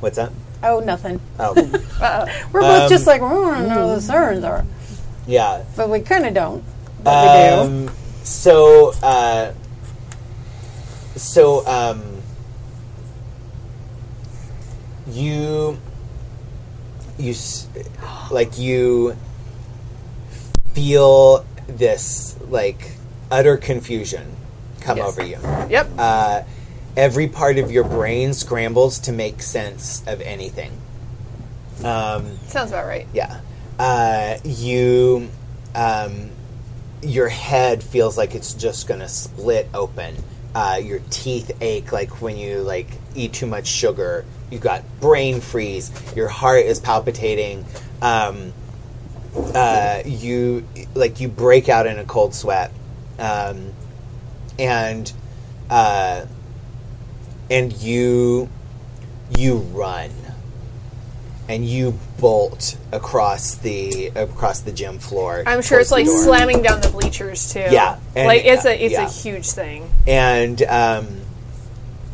S3: What's that?
S1: Oh, nothing.
S3: Oh,
S1: We're
S3: Um,
S1: both just like, we don't know the sirens are,
S3: yeah.
S1: but we kind of don't. But we do.
S3: Um, so, uh, so, um, you, you, s- like, you feel this, like, utter confusion come
S2: Yes.
S3: over you.
S2: Yep.
S3: Uh, every part of your brain scrambles to make sense of anything. Um,
S2: Sounds about right.
S3: yeah. Uh, you, um, your head feels like it's just gonna split open. Uh, your teeth ache like when you like eat too much sugar. You've got brain freeze. Your heart is palpitating. Um, uh, you like you break out in a cold sweat, um, and uh, and you you run and you bolt across the across the gym floor.
S2: I'm sure it's
S3: towards
S2: like
S3: the door.
S2: slamming down the bleachers too.
S3: Yeah, and-
S2: like it's a it's
S3: yeah.
S2: a huge thing.
S3: and um,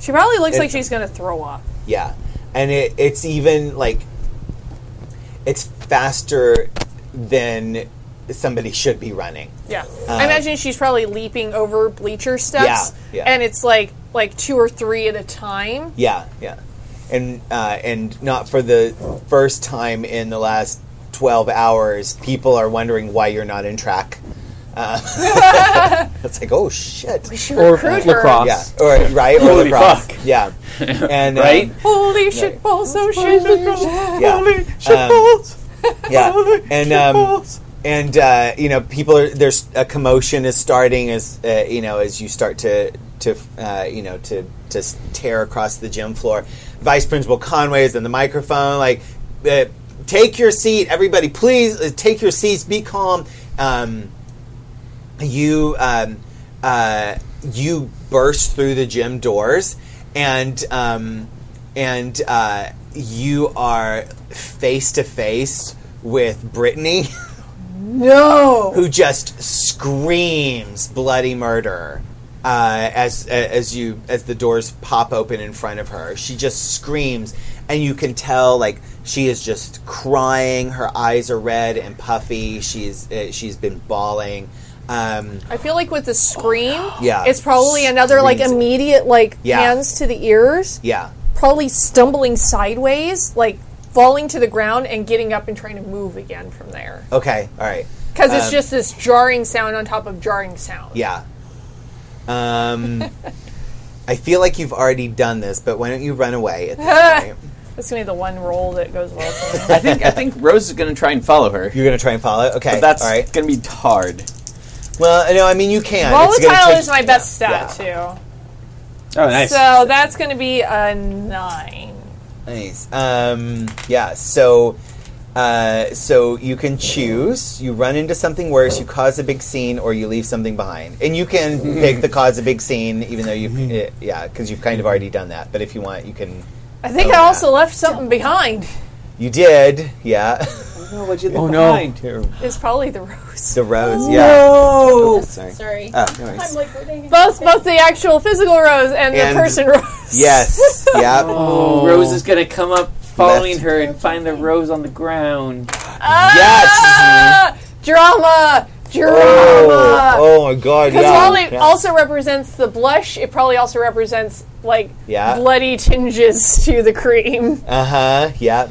S2: She probably looks
S3: It-
S2: like she's gonna throw up.
S3: yeah, and it, it's even like it's faster than somebody should be running.
S2: Yeah, I imagine she's probably leaping over bleacher
S3: Uh,
S2: steps.
S3: Yeah, yeah.
S2: and it's like like two or three at a time.
S3: Yeah, yeah, and uh, and not for the first time in the last twelve hours, people are wondering why you're not in track. Uh, it's like oh shit.
S4: Or
S2: Recruit her.
S4: lacrosse.
S3: Yeah, or right, or
S5: Holy
S3: lacrosse.
S5: fuck.
S3: Yeah, and um,
S5: Right?
S2: Holy shit balls! Oh shit!
S3: yeah. Um, yeah, and um, and uh, you know, people are there's a commotion is starting as uh, you know as you start to to uh, you know to to s- tear across the gym floor. Vice Principal Conway is in the microphone, like, uh, take your seat, everybody, please uh, take your seats, be calm. Um, you um, uh, you burst through the gym doors and um, and uh, you are face to face with Brittany,
S1: no.
S3: who just screams bloody murder uh, as as you as the doors pop open in front of her. She just screams, and you can tell like she is just crying. Her eyes are red and puffy. She's uh, she's been bawling. Um,
S2: I feel like with the scream,
S3: Yeah.
S2: it's probably another like
S3: Screams.
S2: immediate like
S3: Yeah.
S2: hands to the ears,
S3: yeah.
S2: probably stumbling sideways, like falling to the ground and getting up and trying to move again from there.
S3: Okay. All right.
S2: Because it's just this jarring sound on top of jarring sound.
S3: Um, Yeah. Um, I feel like you've already done this, but why don't you run away at this point?
S2: That's gonna be the one roll that goes well. for me.
S5: I think I think Rose is gonna try and follow her.
S3: You're gonna try and follow. it? Okay.
S5: But that's
S3: all right.
S5: gonna be hard.
S3: Well, no, I mean you can. It's gonna
S2: Volatile
S3: take-
S2: is my best stat too.
S5: Oh, nice.
S2: So that's gonna be a nine.
S3: Nice. Um, yeah. So, uh, so you can choose. You run into something worse. You cause a big scene, or you leave something behind. And you can pick the cause a big scene, even though you've eh, yeah, because you've kind of already done that. But if you want, you can.
S2: I think
S3: Oh,
S2: I also
S3: yeah.
S2: left something behind.
S3: You did. Yeah.
S4: Oh no.
S2: It's probably the rose.
S3: the rose. Yeah.
S4: Oh.
S3: Sorry.
S12: Sorry.
S3: Oh, no worries.
S2: Both, both the actual physical rose and,
S3: And-
S2: the person rose.
S3: Yes. yep.
S4: Rose is gonna come up following
S3: Left.
S4: her and find the rose on the ground.
S3: Yes. mm-hmm.
S2: Ah, drama,
S3: Oh,
S2: drama.
S3: oh my god.
S2: Because
S3: Yeah.
S2: while it
S3: yeah.
S2: also represents the blush, it probably also represents like
S3: Yeah.
S2: bloody tinges to the cream.
S3: uh huh. Yep.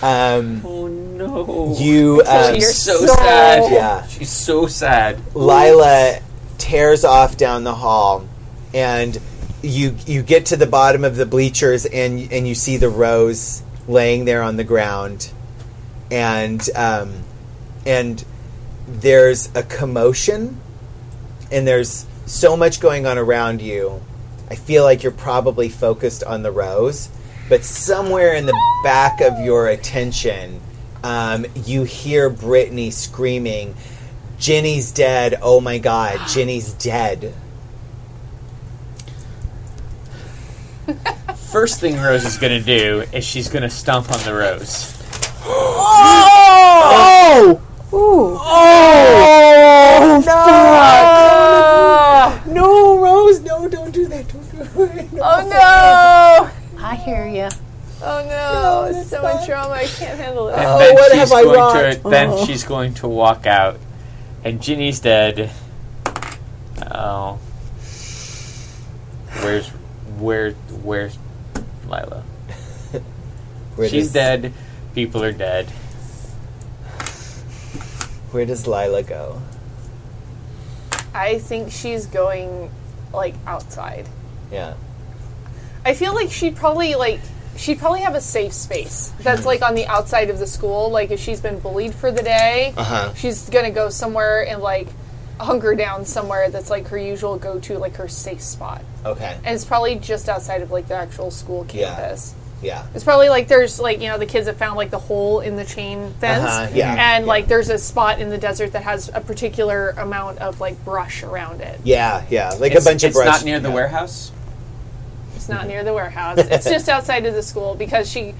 S3: Um,
S4: Oh no.
S3: you. Um,
S2: you're-
S5: She's so,
S2: so-
S5: sad.
S3: Yeah.
S5: She's so sad.
S3: Lila tears off down the hall, and you you get to the bottom of the bleachers, and and you see the rose laying there on the ground, and um, and there's a commotion, and there's so much going on around you. I feel like you're probably focused on the rose, but somewhere in the back of your attention, um, you hear Brittany screaming, Ginny's dead. Oh my God, Ginny's dead.
S5: First thing Rose is gonna do is she's gonna stomp on the rose.
S4: Oh!
S1: Ooh.
S4: Oh!
S3: No, Rose, no, don't do that. Don't do it. No.
S2: Oh no!
S1: I hear you.
S2: Oh no!
S3: No, it's
S2: so much
S3: not.
S2: drama. I can't handle it.
S5: And
S3: Oh,
S5: then
S3: what
S5: she's
S3: have I
S5: going
S3: wrought?
S5: to then
S1: Oh.
S5: she's going to walk out, and Ginny's dead. Oh, where's where where's Lila?
S3: Where
S5: she's
S3: does,
S5: dead. People are dead.
S3: Where does Lila go?
S2: I think she's going like outside.
S3: Yeah.
S2: I feel like she'd probably like she'd probably have a safe space that's like on the outside of the school. Like if she's been bullied for the day,
S3: huh.
S2: she's gonna go somewhere and like hunker down somewhere that's like her usual go-to, like her safe spot.
S3: Okay.
S5: Eh.
S2: And it's probably just outside of like the actual school
S3: Yeah.
S2: campus.
S3: Yeah.
S2: It's probably like there's like you know the kids have found like the hole in the chain fence,
S3: Uh-huh, yeah,
S2: and like there's a spot in the desert that has a particular amount of like brush around it.
S3: Yeah. Yeah. Like
S5: it's,
S3: a bunch of
S5: it's
S3: brush.
S5: not near the
S3: yeah.
S5: warehouse.
S2: It's not near the warehouse. It's just outside of the school because she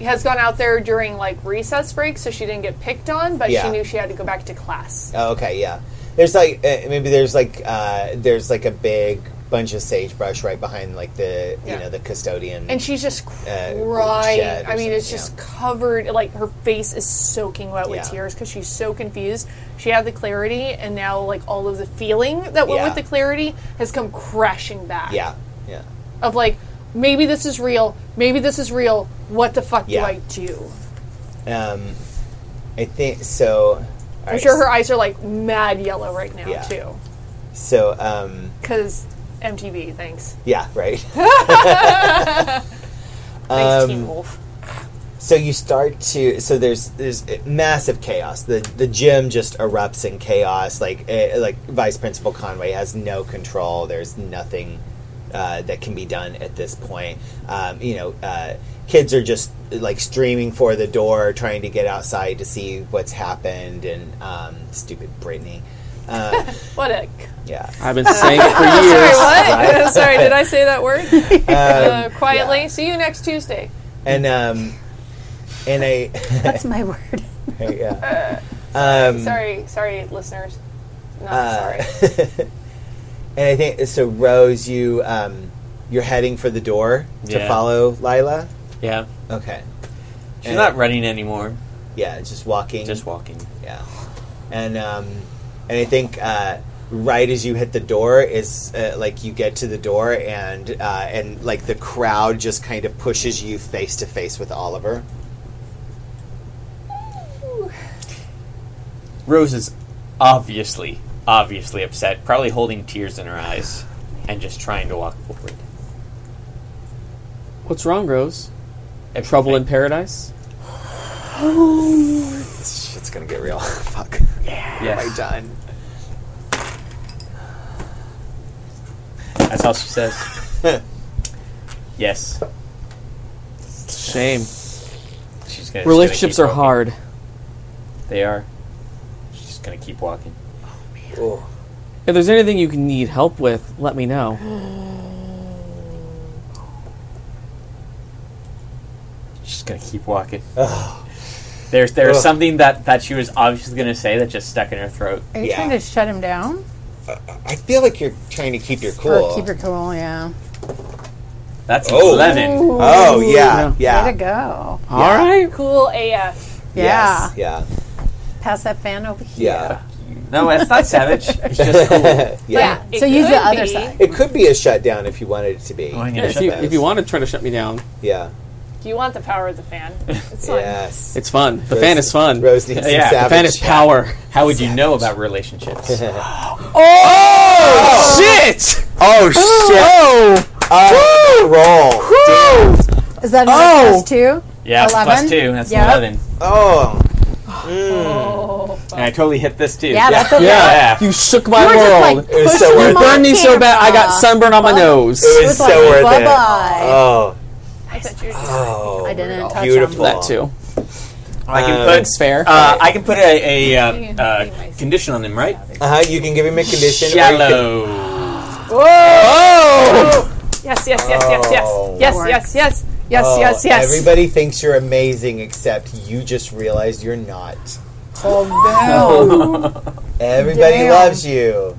S2: has gone out there during like recess break, so she didn't get picked on, but
S3: Yeah.
S2: she knew she had to go back to class.
S3: Oh, okay. Yeah. There's like uh, maybe there's like uh, there's like a big bunch of sagebrush right behind like the
S2: Yeah.
S3: you know the custodian.
S2: And she's just
S3: Uh,
S2: crying.
S3: shed or
S2: I mean, it's
S3: something,
S2: just covered. Like her face is soaking wet with
S3: Yeah.
S2: tears because she's so confused. She had the clarity, and now like all of the feeling that went
S3: Yeah.
S2: with the clarity has come crashing back.
S3: yeah. Yeah.
S2: Of like, maybe this is real. Maybe this is real. What the fuck
S3: Yeah.
S2: do I do?
S3: Um, I think so.
S2: I'm sure her eyes are like mad yellow right now
S3: Yeah.
S2: too.
S3: So um,
S2: Because MTV, thanks.
S3: yeah. Right.
S2: Thanks,
S3: Um,
S2: Teen Wolf.
S3: so you start to so there's there's massive chaos the the gym just erupts in chaos like eh, like vice principal conway has no control there's nothing uh, that can be done at this point um, you know uh, kids are just like streaming for the door trying to get outside to see what's happened and um, stupid brittany uh,
S2: What a.
S3: yeah
S4: I've been saying it for years.
S2: Sorry, what? Sorry, did I say that word? uh, quietly.
S3: Um, yeah.
S2: See you next Tuesday.
S3: and um and i
S1: That's my word.
S3: yeah um
S2: Sorry, sorry, listeners. Not sorry.
S3: Uh, and I think so. Rose, you um, you're heading for the door to
S5: Yeah.
S3: follow Lila.
S5: Yeah,
S3: Okay.
S5: she's
S3: And-
S5: not running anymore.
S3: Yeah, just walking.
S5: Just walking.
S3: Yeah. And um, and I think uh, right as you hit the door is uh, like you get to the door and uh, and like the crowd just kind of pushes you face to face with Oliver.
S5: Rose is obviously, obviously upset, probably holding tears in her eyes, and just trying to walk forward.
S4: What's wrong, Rose?
S5: And
S4: Trouble in paradise?
S3: This shit's gonna get real. Fuck. Am I
S5: Yes,
S3: done?
S5: that's all she says. yes,
S4: Shame.
S5: she's gonna.
S4: Relationships
S5: just gonna
S4: are
S5: keep
S4: hard.
S5: walking. They are. She's just gonna keep walking.
S3: Oh.
S4: If there's anything you can need help with, let me know.
S5: She's just gonna keep walking. There's there's
S3: Ugh.
S5: something that that she was obviously gonna say that just stuck in her throat.
S1: Are you
S3: Yeah.
S1: trying to shut him down?
S3: I feel like you're trying to keep your cool.
S1: Or keep your cool, yeah.
S5: That's
S3: Oh.
S5: eleven.
S3: oh yeah, yeah.
S1: Way to go.
S4: All right.
S2: Cool AF.
S1: Yeah.
S3: Yes, yeah.
S1: Pass that fan over here.
S3: Yeah.
S5: No, it's not savage. It's just cool.
S3: yeah.
S2: It
S1: So use the
S2: could
S1: other
S2: be.
S1: side.
S3: It could be a shutdown if you wanted it to be.
S5: Oh, I'm gonna
S4: If
S5: shut
S4: you,
S5: that.
S4: if you want to try to shut me down,
S3: Yeah.
S2: Do you want the power of the fan? It's fun.
S3: Yes.
S4: it's fun. The fan is fun. The
S3: Rose needs some
S5: Yeah, the
S3: savage.
S4: fan is power.
S5: How would you know about relationships?
S4: Oh, shit!
S3: oh shit!
S4: Oh,
S3: roll.
S1: Is that another plus two?
S5: Yeah, it's plus
S1: 11?
S5: two. That's
S1: Yep.
S5: eleven.
S3: Oh, Mm.
S2: Oh,
S5: And I totally hit this too.
S1: Yeah, that's a
S4: yeah!
S5: Yeah.
S4: You shook my
S1: You were just like
S4: world.
S3: it was so
S1: pushing
S3: worth
S1: my
S3: it.
S4: Burned me so bad, I got sunburn on my nose.
S3: It was
S1: was
S3: so
S1: like,
S3: worth it.
S1: bye-bye.
S3: Oh,
S2: I thought you were just
S3: oh,
S1: I didn't
S3: Rudolph.
S1: touch him.
S3: beautiful.
S4: That too.
S5: I can
S3: Um,
S5: put
S4: That's fair.
S5: Uh, I can put a, a uh,
S2: can be
S5: uh,
S2: nice.
S5: condition on them, right?
S3: Uh-huh, you can give him a condition. or you can-
S5: Shallow.
S3: Ah.
S2: Yes, yes, yes, yes,
S3: Oh.
S2: yes, yes, yes, yes, yes,
S3: Oh,
S2: yes, yes.
S3: Everybody thinks you're amazing, except you just realized you're not.
S1: Oh.
S3: Everybody
S1: Damn.
S3: loves you.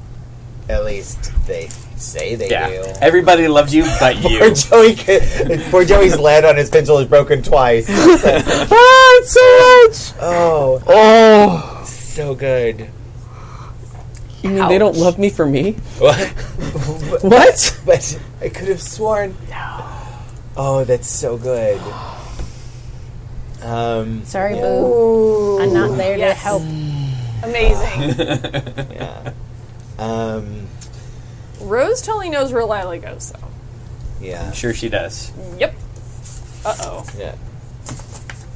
S3: At least they say they
S5: Yeah.
S3: do.
S5: Everybody loves you, but
S3: Poor
S5: you.
S3: Joey, ca- poor Joey's lead on his pencil is broken twice.
S4: Ah,
S3: oh,
S4: Oh,
S3: so good.
S4: you mean they don't love me for me?
S3: What?
S4: What?
S3: But I could have sworn. No. Oh, that's so good. Um,
S1: Sorry, boo. I'm not there
S2: Yes.
S1: to help.
S2: Amazing.
S3: yeah. Um,
S2: Rose totally knows where Lila goes, though.
S3: yeah.
S5: I'm sure she does.
S2: Yep. Uh oh.
S3: Yeah.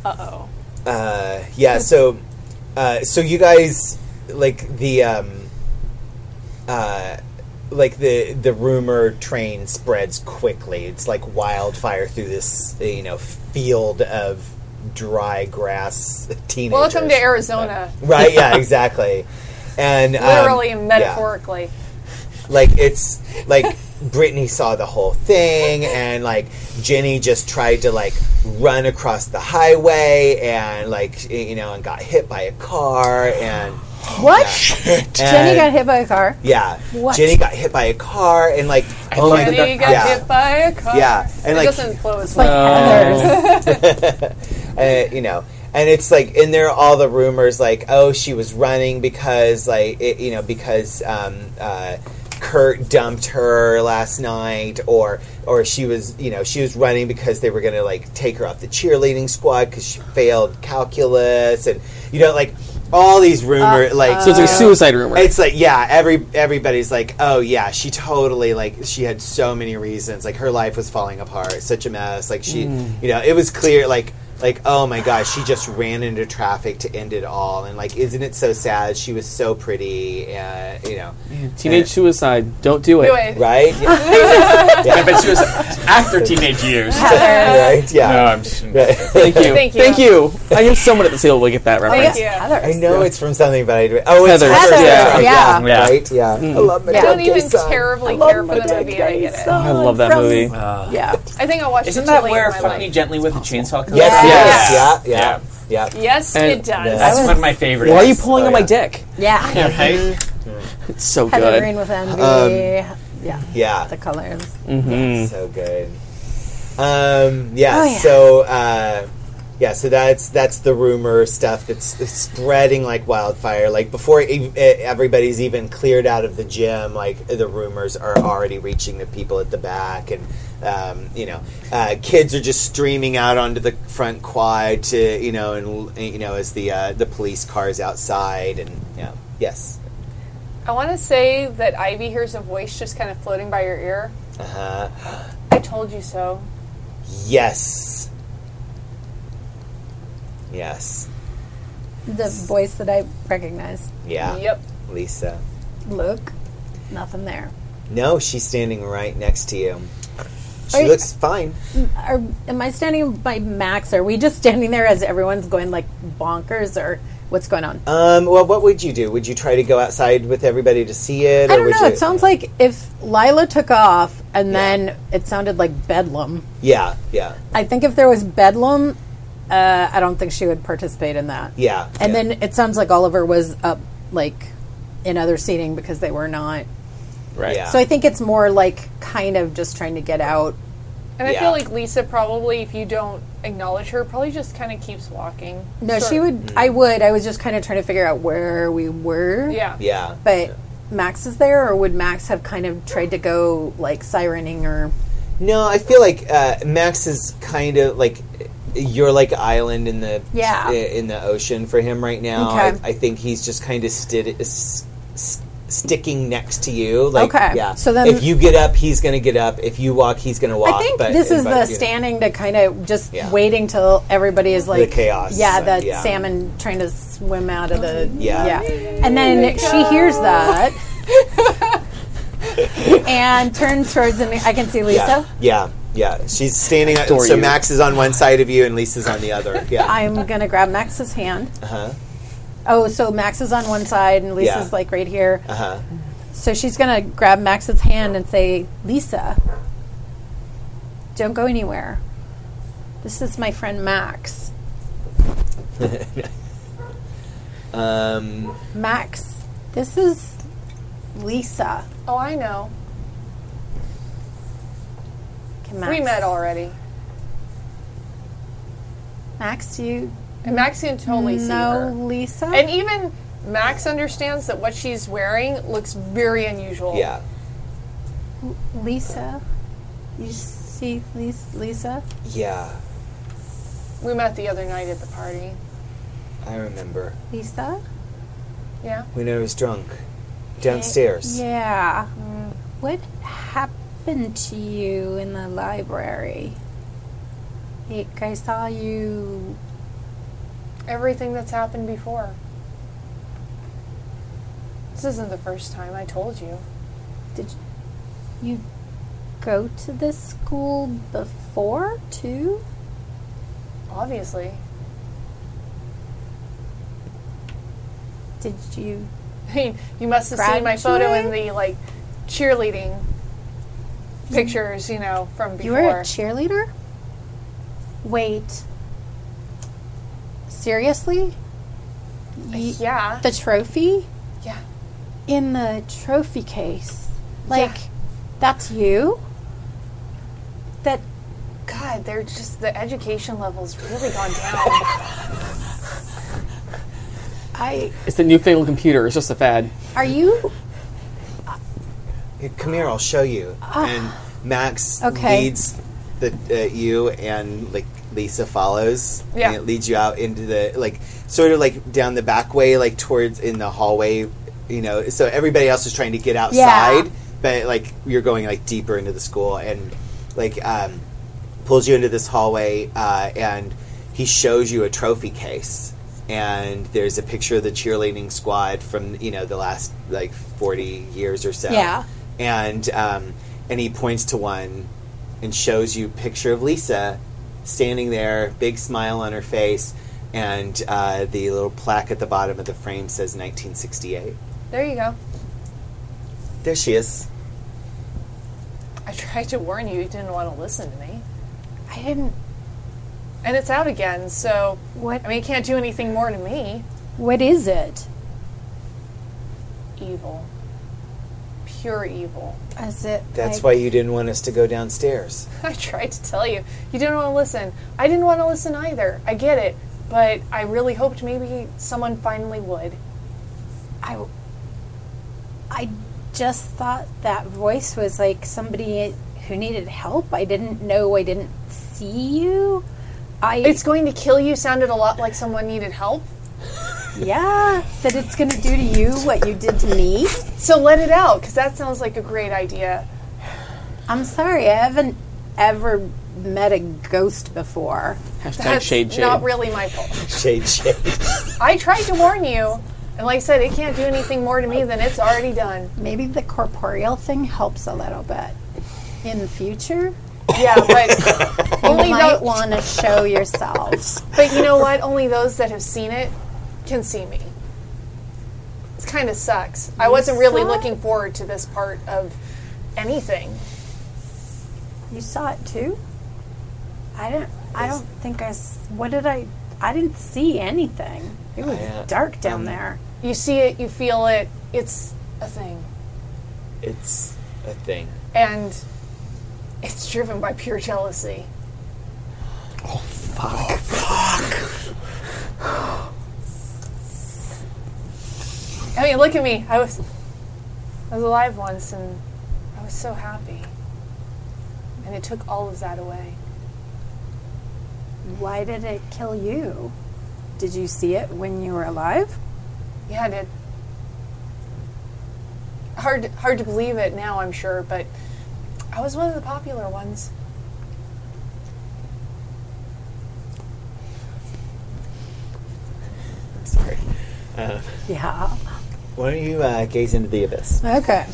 S2: Uh oh.
S3: Uh, yeah. So, uh, so you guys like the um, uh, like the the rumor train spreads quickly. It's like wildfire through this you know field of dry grass. Teenagers.
S2: Welcome to Arizona.
S3: Right? Yeah. Exactly. And um,
S2: Literally and
S3: yeah.
S2: metaphorically.
S3: like it's like Brittany saw the whole thing, and like Jenny just tried to like run across the highway, and like you know, and got hit by a car, and
S1: What? Jenny
S3: and-
S1: got hit by a car.
S3: yeah,
S1: What?
S3: Jenny got hit by a car, and like oh my
S2: And he
S3: god,
S2: got
S3: yeah,
S2: hit by a car.
S3: Yeah, and
S2: it
S3: like-
S2: doesn't flow as
S1: Like
S2: well.
S1: others.
S3: uh, you know. And it's like in there, all the rumors like, oh, she was running because like it, you know because um, uh, Kurt dumped her last night, or or she was you know she was running because they were gonna like take her off the cheerleading squad because she failed calculus, and you know like all these rumors like
S4: So it's
S3: you
S4: like
S3: know.
S4: suicide rumor.
S3: Uh, It's like yeah, every everybody's like, oh yeah, she totally like she had so many reasons. Like her life was falling apart, such a mess. Like she, you know, it was clear like like oh my gosh, she just ran into traffic to end it all. And like, isn't it so sad? She was so pretty, and you know,
S4: Teenage suicide. Don't do it.
S2: Anyway,
S3: right? Yeah,
S5: I bet she was after teenage years.
S3: right? Yeah.
S5: No, I'm just,
S4: Thank you.
S2: Thank you.
S4: Thank you. I am someone at the table will get that
S2: Thank
S4: reference.
S2: you.
S1: Others.
S3: I know it's from something, but I oh, it's
S4: Heather.
S3: Heather.
S1: Heather,
S3: Yeah.
S1: yeah.
S3: yeah,
S5: Yeah.
S3: right, yeah. I love my
S1: Yeah.
S2: don't
S3: dad
S2: even
S3: son.
S2: terribly
S3: I love
S2: care for
S3: my
S2: the
S3: dad
S2: movie. I get it.
S3: son.
S4: I love that
S1: Oh, From-
S4: movie.
S5: Uh,
S1: Yeah.
S2: I think I watched
S5: Isn't
S2: it too
S5: that
S2: late
S5: where
S2: in my
S5: Fuck Me
S2: life.
S5: Gently with a Chainsaw comes
S3: Yes,
S5: from?
S3: yes,
S2: Yes.
S3: yeah, yeah, yeah.
S2: Yes,
S4: And-
S2: it does.
S3: Yeah.
S5: That's one of my favorites.
S4: Why are you pulling
S3: Oh,
S4: on my
S3: yeah.
S4: dick?
S1: Yeah. Um,
S5: Yeah, right?
S4: It's so
S1: Heather
S4: good.
S1: Green with envy. yeah.
S3: yeah.
S1: The colors.
S4: Mm-hmm. Mm.
S3: so good. Um, yeah,
S1: Oh, yeah.
S3: So uh, yeah. So that's that's the rumor stuff that's, that's spreading like wildfire. Like before e- e- everybody's even cleared out of the gym, like the rumors are already reaching the people at the back and. Um, you know, uh, kids are just streaming out onto the front quad to you know, and you know, as the uh, the police cars outside, and yeah, yes,
S2: I want to say that Ivy hears a voice just kind of floating by your ear.
S3: uh-huh.
S2: I told you so.
S3: yes, yes,
S1: The voice that I recognize.
S3: yeah.
S2: Yep.
S3: Lisa.
S1: Look. Nothing there.
S3: No, she's standing right next to you. She
S1: Are you-
S3: looks fine.
S1: Are, am I standing by Max? Are we just standing there as everyone's going like bonkers or what's going on?
S3: Um, well, what would you do? Would you try to go outside with everybody to see it?
S1: I don't
S3: would
S1: know.
S3: You,
S1: It sounds like if Lila took off and then it sounded like bedlam.
S3: yeah, yeah,
S1: I think if there was bedlam, uh, I don't think she would participate in that.
S3: yeah.
S1: And
S3: yeah.
S1: then it sounds like Oliver was up like in other seating because they were not.
S4: Right.
S3: Yeah.
S1: So I think it's more like kind of just trying to get out.
S2: And I
S3: Yeah.
S2: feel like Lisa probably, if you don't acknowledge her, probably just kind of keeps walking.
S1: No,
S2: Sort
S1: she
S2: of-
S1: would.
S3: Mm.
S1: I would. I was just kind of trying to figure out where we were.
S2: Yeah.
S3: yeah.
S1: But Max is there, or would Max have kind of tried to go like sirening or?
S3: No, I feel like uh, Max is kind of like you're like island in the
S1: Yeah.
S3: in the ocean for him right now.
S1: Okay.
S3: I, I think he's just kind of sti- s- s- sticking next to you. Like,
S1: Okay,
S3: Yeah.
S1: so then-
S3: if you get up, he's going to get up. If you walk, he's going to walk.
S1: I think
S3: but,
S1: this is
S3: but,
S1: the
S3: you know.
S1: standing to kind of just
S3: Yeah.
S1: waiting till everybody is like
S3: chaos,
S1: Yeah,
S3: uh,
S1: the
S3: yeah.
S1: salmon trying to swim out of the
S3: Yeah.
S1: and then she hears that and turns towards and I can see Lisa.
S3: Yeah. yeah. Yeah, she's standing. up.
S4: Adore
S3: So
S4: you.
S3: Max is on one side of you, and Lisa's on the other. Yeah.
S1: I'm gonna grab Max's hand.
S3: Uh huh.
S1: Oh, so Max is on one side and Lisa's
S3: Yeah.
S1: like right here.
S3: Uh huh.
S1: So she's gonna grab Max's hand and say, "Lisa, don't go anywhere. This is my friend Max.
S3: Um,
S1: Max, this is Lisa.
S2: Oh, I know.
S1: Can Max,
S2: We met already.
S1: Max, do you
S2: And Max can totally see her.
S1: know Lisa?
S2: And e- even Max understands that what she's wearing looks very unusual.
S3: yeah.
S1: Lisa, you see Lis- Lisa?
S3: Yeah.
S2: We met the other night at the party.
S3: I remember
S1: Lisa?
S2: Yeah.
S3: when I was drunk downstairs.
S1: Yeah.
S2: Mm,
S1: What happened to you in the library? Like, I saw you.
S2: Everything that's happened before. This isn't the first time I told you.
S1: Did you go to this school before, too?
S2: Obviously.
S1: Did you?
S2: I mean, you must have seen my photo in
S1: Graduate?
S2: the like cheerleading pictures, you know, from
S1: You
S2: before.
S1: were a cheerleader? Wait. Seriously? Ye-
S2: yeah.
S1: The trophy?
S2: Yeah.
S1: In the trophy case. Like, that's you? That
S2: God, they're just the education level's really gone down.
S1: I.
S4: It's the new fatal computer. It's just a fad.
S1: Are you
S3: Here, Come here, I'll show you. and Max
S1: Okay.
S3: leads the uh, you, and like Lisa follows.
S2: Yeah.
S3: And it leads you out into the like sort of like down the back way, like towards in the hallway. You know, so everybody else is trying to get outside, but like you're going like deeper into the school, and like um, pulls you into this hallway, uh, and he shows you a trophy case. And there's a picture of the cheerleading squad from you know the last like 40 years or so
S1: Yeah.
S3: and um, and he points to one and shows you picture of Lisa standing there, big smile on her face, and uh, the little plaque at the bottom of the frame says 1968.
S2: there you go.
S3: There she is.
S2: I tried to warn you, you didn't want to listen to me.
S1: I didn't.
S2: And it's out again, so
S1: What?
S2: I mean, you can't do anything more to me.
S1: What is it?
S2: Evil. Pure evil.
S1: Is it?
S3: That's
S1: like,
S3: why you didn't want us to go downstairs.
S2: I tried to tell you. You didn't want to listen. I didn't want to listen either. I get it. But I really hoped maybe someone finally would.
S1: I. I just thought that voice was like somebody who needed help. I didn't know. I didn't see you. I.
S2: It's going to kill you sounded a lot like someone needed help.
S1: yeah. That it's gonna do to you what you did to me.
S2: So let it out, because that sounds like a great idea.
S1: I'm sorry. I haven't ever met a ghost before.
S4: Hashtag
S2: That's
S4: shade shade.
S2: not really my fault.
S3: Shade, shade.
S2: I tried to warn you, and like I said, it can't do anything more to me than it's already done.
S1: Maybe the corporeal thing helps a little bit. In the future,
S2: Yeah, but
S1: you
S2: only
S1: might
S2: tho-
S1: want to show yourself.
S2: But you know what? Only those that have seen it can see me. It kind of sucks. I wasn't really
S1: saw
S2: looking forward to this part of anything.
S1: You saw it too? I don't. I don't think I. s- What did I? I didn't see anything. It was
S3: I, uh,
S1: dark down there.
S2: You see it, you feel it, it's a thing.
S3: It's a thing.
S2: And it's driven by pure jealousy. Oh, fuck. fuck. I mean, look at me. I was I was alive once and I was so happy. And it took all of that away.
S1: Why did it kill you? Did you see it when you were alive?
S2: Yeah, it did. Hard, hard to believe it now, I'm sure, but I was one of the popular ones.
S3: Sorry.
S1: Yeah.
S3: Why don't you uh, gaze into the abyss?
S1: Okay.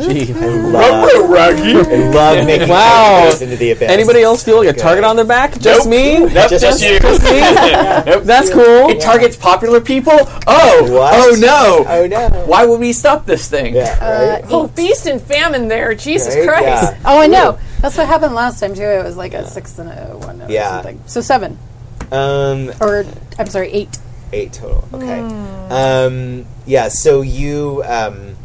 S4: Gee.
S3: Love,
S5: Raggy.
S3: love making
S4: Wow.
S3: goes into the abyss.
S4: Anybody else feel like a target on their back? Just me?
S5: Nope, just,
S3: Just-
S5: you. Nope.
S4: That's cool.
S5: It targets popular people. Oh,
S3: What?
S5: oh no!
S3: Oh no.
S5: Why would we stop this thing?
S3: Yeah. Right.
S2: Oh, feast and famine there. Jesus
S3: Right?
S2: Christ.
S1: Oh, I know. That's what happened last time too. It was like a six and a one or
S3: Yeah.
S1: something. So seven,
S3: Yeah. Um,
S1: or I'm sorry, eight.
S3: eight total. Okay.
S2: Hmm.
S3: Um, yeah. So you um,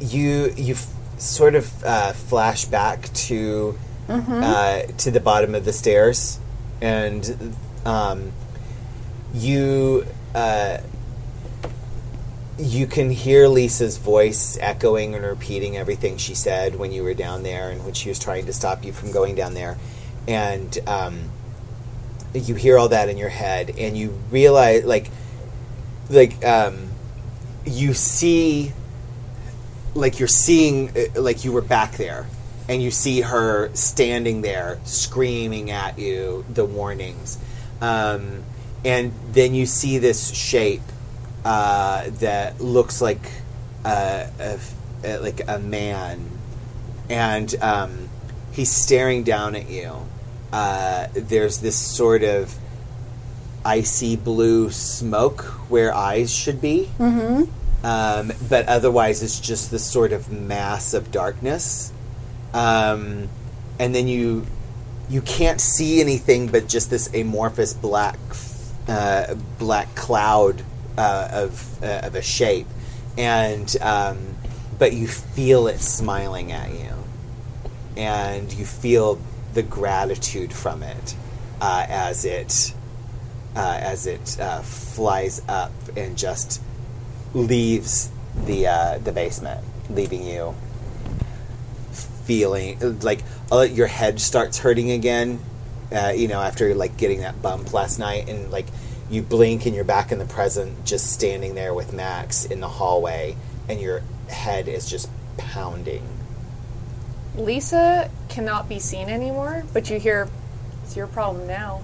S3: you you f- sort of uh, flash back to uh, to the bottom of the stairs, and um, you uh, you can hear Lisa's voice echoing and repeating everything she said when you were down there, and when she was trying to stop you from going down there, and. Um, you hear all that in your head and you realize like like um you see like you're seeing uh, like you were back there and you see her standing there screaming at you the warnings um and then you see this shape uh that looks like uh, a f- uh like a man and um, he's staring down at you. Uh, there's this sort of icy blue smoke where eyes should be, mm-hmm. um, but otherwise it's just this sort of mass of darkness. Um, and then you you can't see anything but just this amorphous black uh, black cloud uh, of uh, of a shape, and um, but you feel it smiling at you, and you feel the gratitude from it uh, as it uh, as it uh, flies up and just leaves the uh, the basement, leaving you feeling like uh, your head starts hurting again. Uh, you know, after like getting that bump last night, and like you blink and you're back in the present, just standing there with Max in the hallway, and your head is just pounding.
S2: Lisa cannot be seen anymore, but you hear, it's your problem now.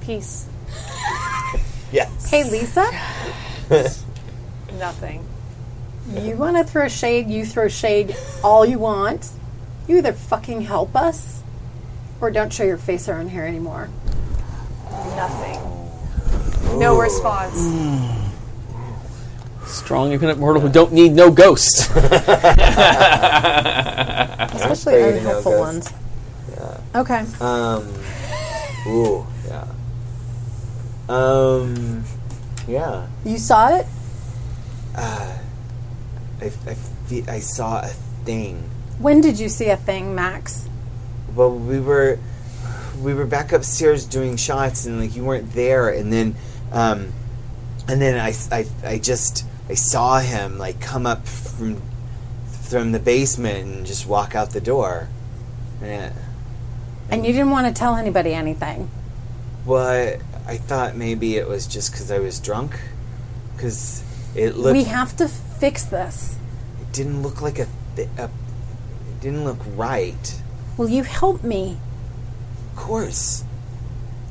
S2: Peace.
S3: Yes.
S1: Hey, Lisa,
S2: Nothing.
S1: you want to throw shade? You throw shade all you want. You either fucking help us, or don't show your face around here anymore.
S2: Nothing. No response.
S4: Strong independent mortal who don't need no ghost.
S1: Especially
S3: afraid of
S1: unhelpful
S3: no
S1: ones. Okay.
S3: Um. Ooh. Yeah. Um. Yeah.
S1: You saw it?
S3: I, I, fe- I saw a thing.
S1: When did you see a thing, Max?
S3: Well, we were we were back upstairs doing shots, and like you weren't there, and then um, and then I, I, I just I saw him like come up from from the basement and just walk out the door. And I-
S1: And you didn't want to tell anybody anything.
S3: Well, I, I thought maybe it was just because I was drunk, because it looked
S1: we have to fix this.
S3: it didn't look like a, thi- a it didn't look right.
S1: Will you help me?
S3: Of course,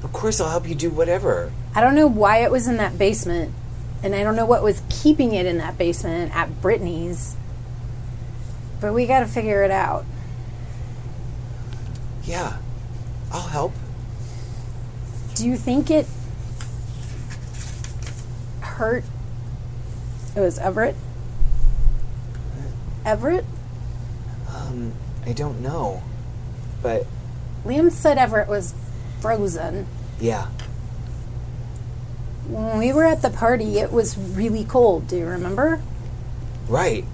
S3: of course, I'll help you do whatever.
S1: I don't know why it was in that basement, and I don't know what was keeping it in that basement at Brittany's. But we got to figure it out.
S3: Yeah, I'll help.
S1: Do you think it hurt? It was Everett. Everett?
S3: Um, I don't know, but
S1: Liam said Everett was frozen.
S3: yeah,
S1: When we were at the party, it was really cold. Do you remember?
S3: right.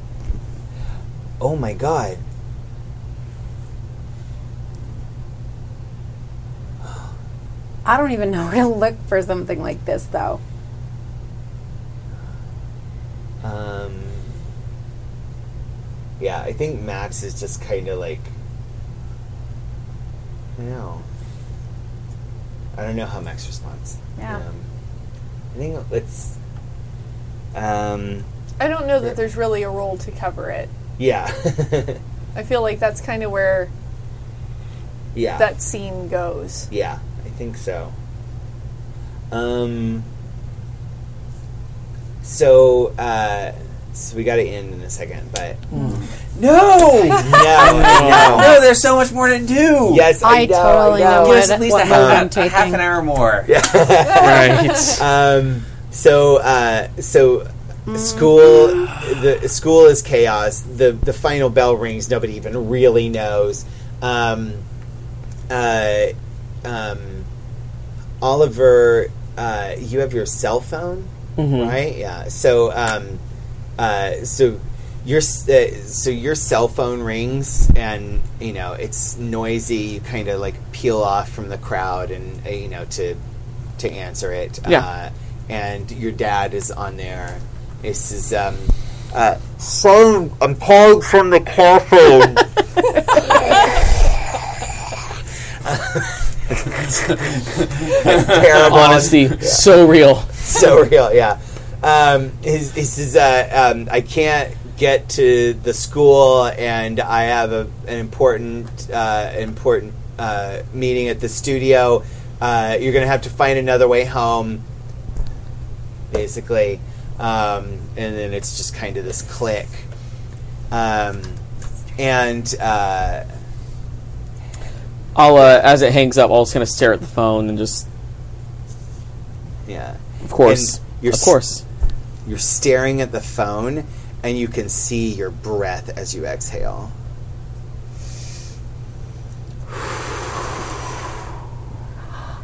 S3: Oh my god.
S1: I don't even know where to look for something like this, though.
S3: Um, yeah, I think Max is just kind of like, I don't know. I don't know how Max responds.
S1: Yeah.
S3: Um, I think it's, um,
S2: I don't know that there's really a role to cover it.
S3: yeah,
S2: I feel like that's kind of where
S3: yeah,
S2: that scene goes.
S3: yeah. I think so. Um. So, uh, So we got to end in a second, but
S6: No!
S3: no, no.
S6: no, there's so much more to do.
S3: Yes, I,
S1: I
S3: know,
S1: totally
S3: I
S1: know
S3: know.
S1: it.
S5: Give us at least a
S1: What
S5: half,
S1: road I'm
S5: a, a half
S1: taking.
S5: an hour more.
S4: right.
S3: Um, so uh, so school the school is chaos. The the final bell rings. Nobody even really knows. Um, uh, um, Oliver, uh, you have your cell phone,
S4: Mm-hmm.
S3: right? Yeah. So um, uh, so. Your s- uh, so your cell phone rings and you know it's noisy. You kind of like peel off from the crowd and uh, you know to to answer it.
S4: Yeah.
S3: Uh, and your dad is on there. This is um, uh, son. I'm calling from the car phone. Terrible.
S4: Honesty, so real.
S3: so real, yeah. Um, his, his is, uh, um, I can't get to the school, and I have a, an important uh, important uh, meeting at the studio. Uh, you're gonna have to find another way home, basically. Um, and then it's just kind of this click, um, and uh,
S4: I'll uh, as it hangs up, I'll just kind of stare at the phone and just,
S3: yeah.
S4: of course,
S3: And you're
S4: of
S3: s-
S4: course.
S3: You're staring at the phone, and you can see your breath as you exhale.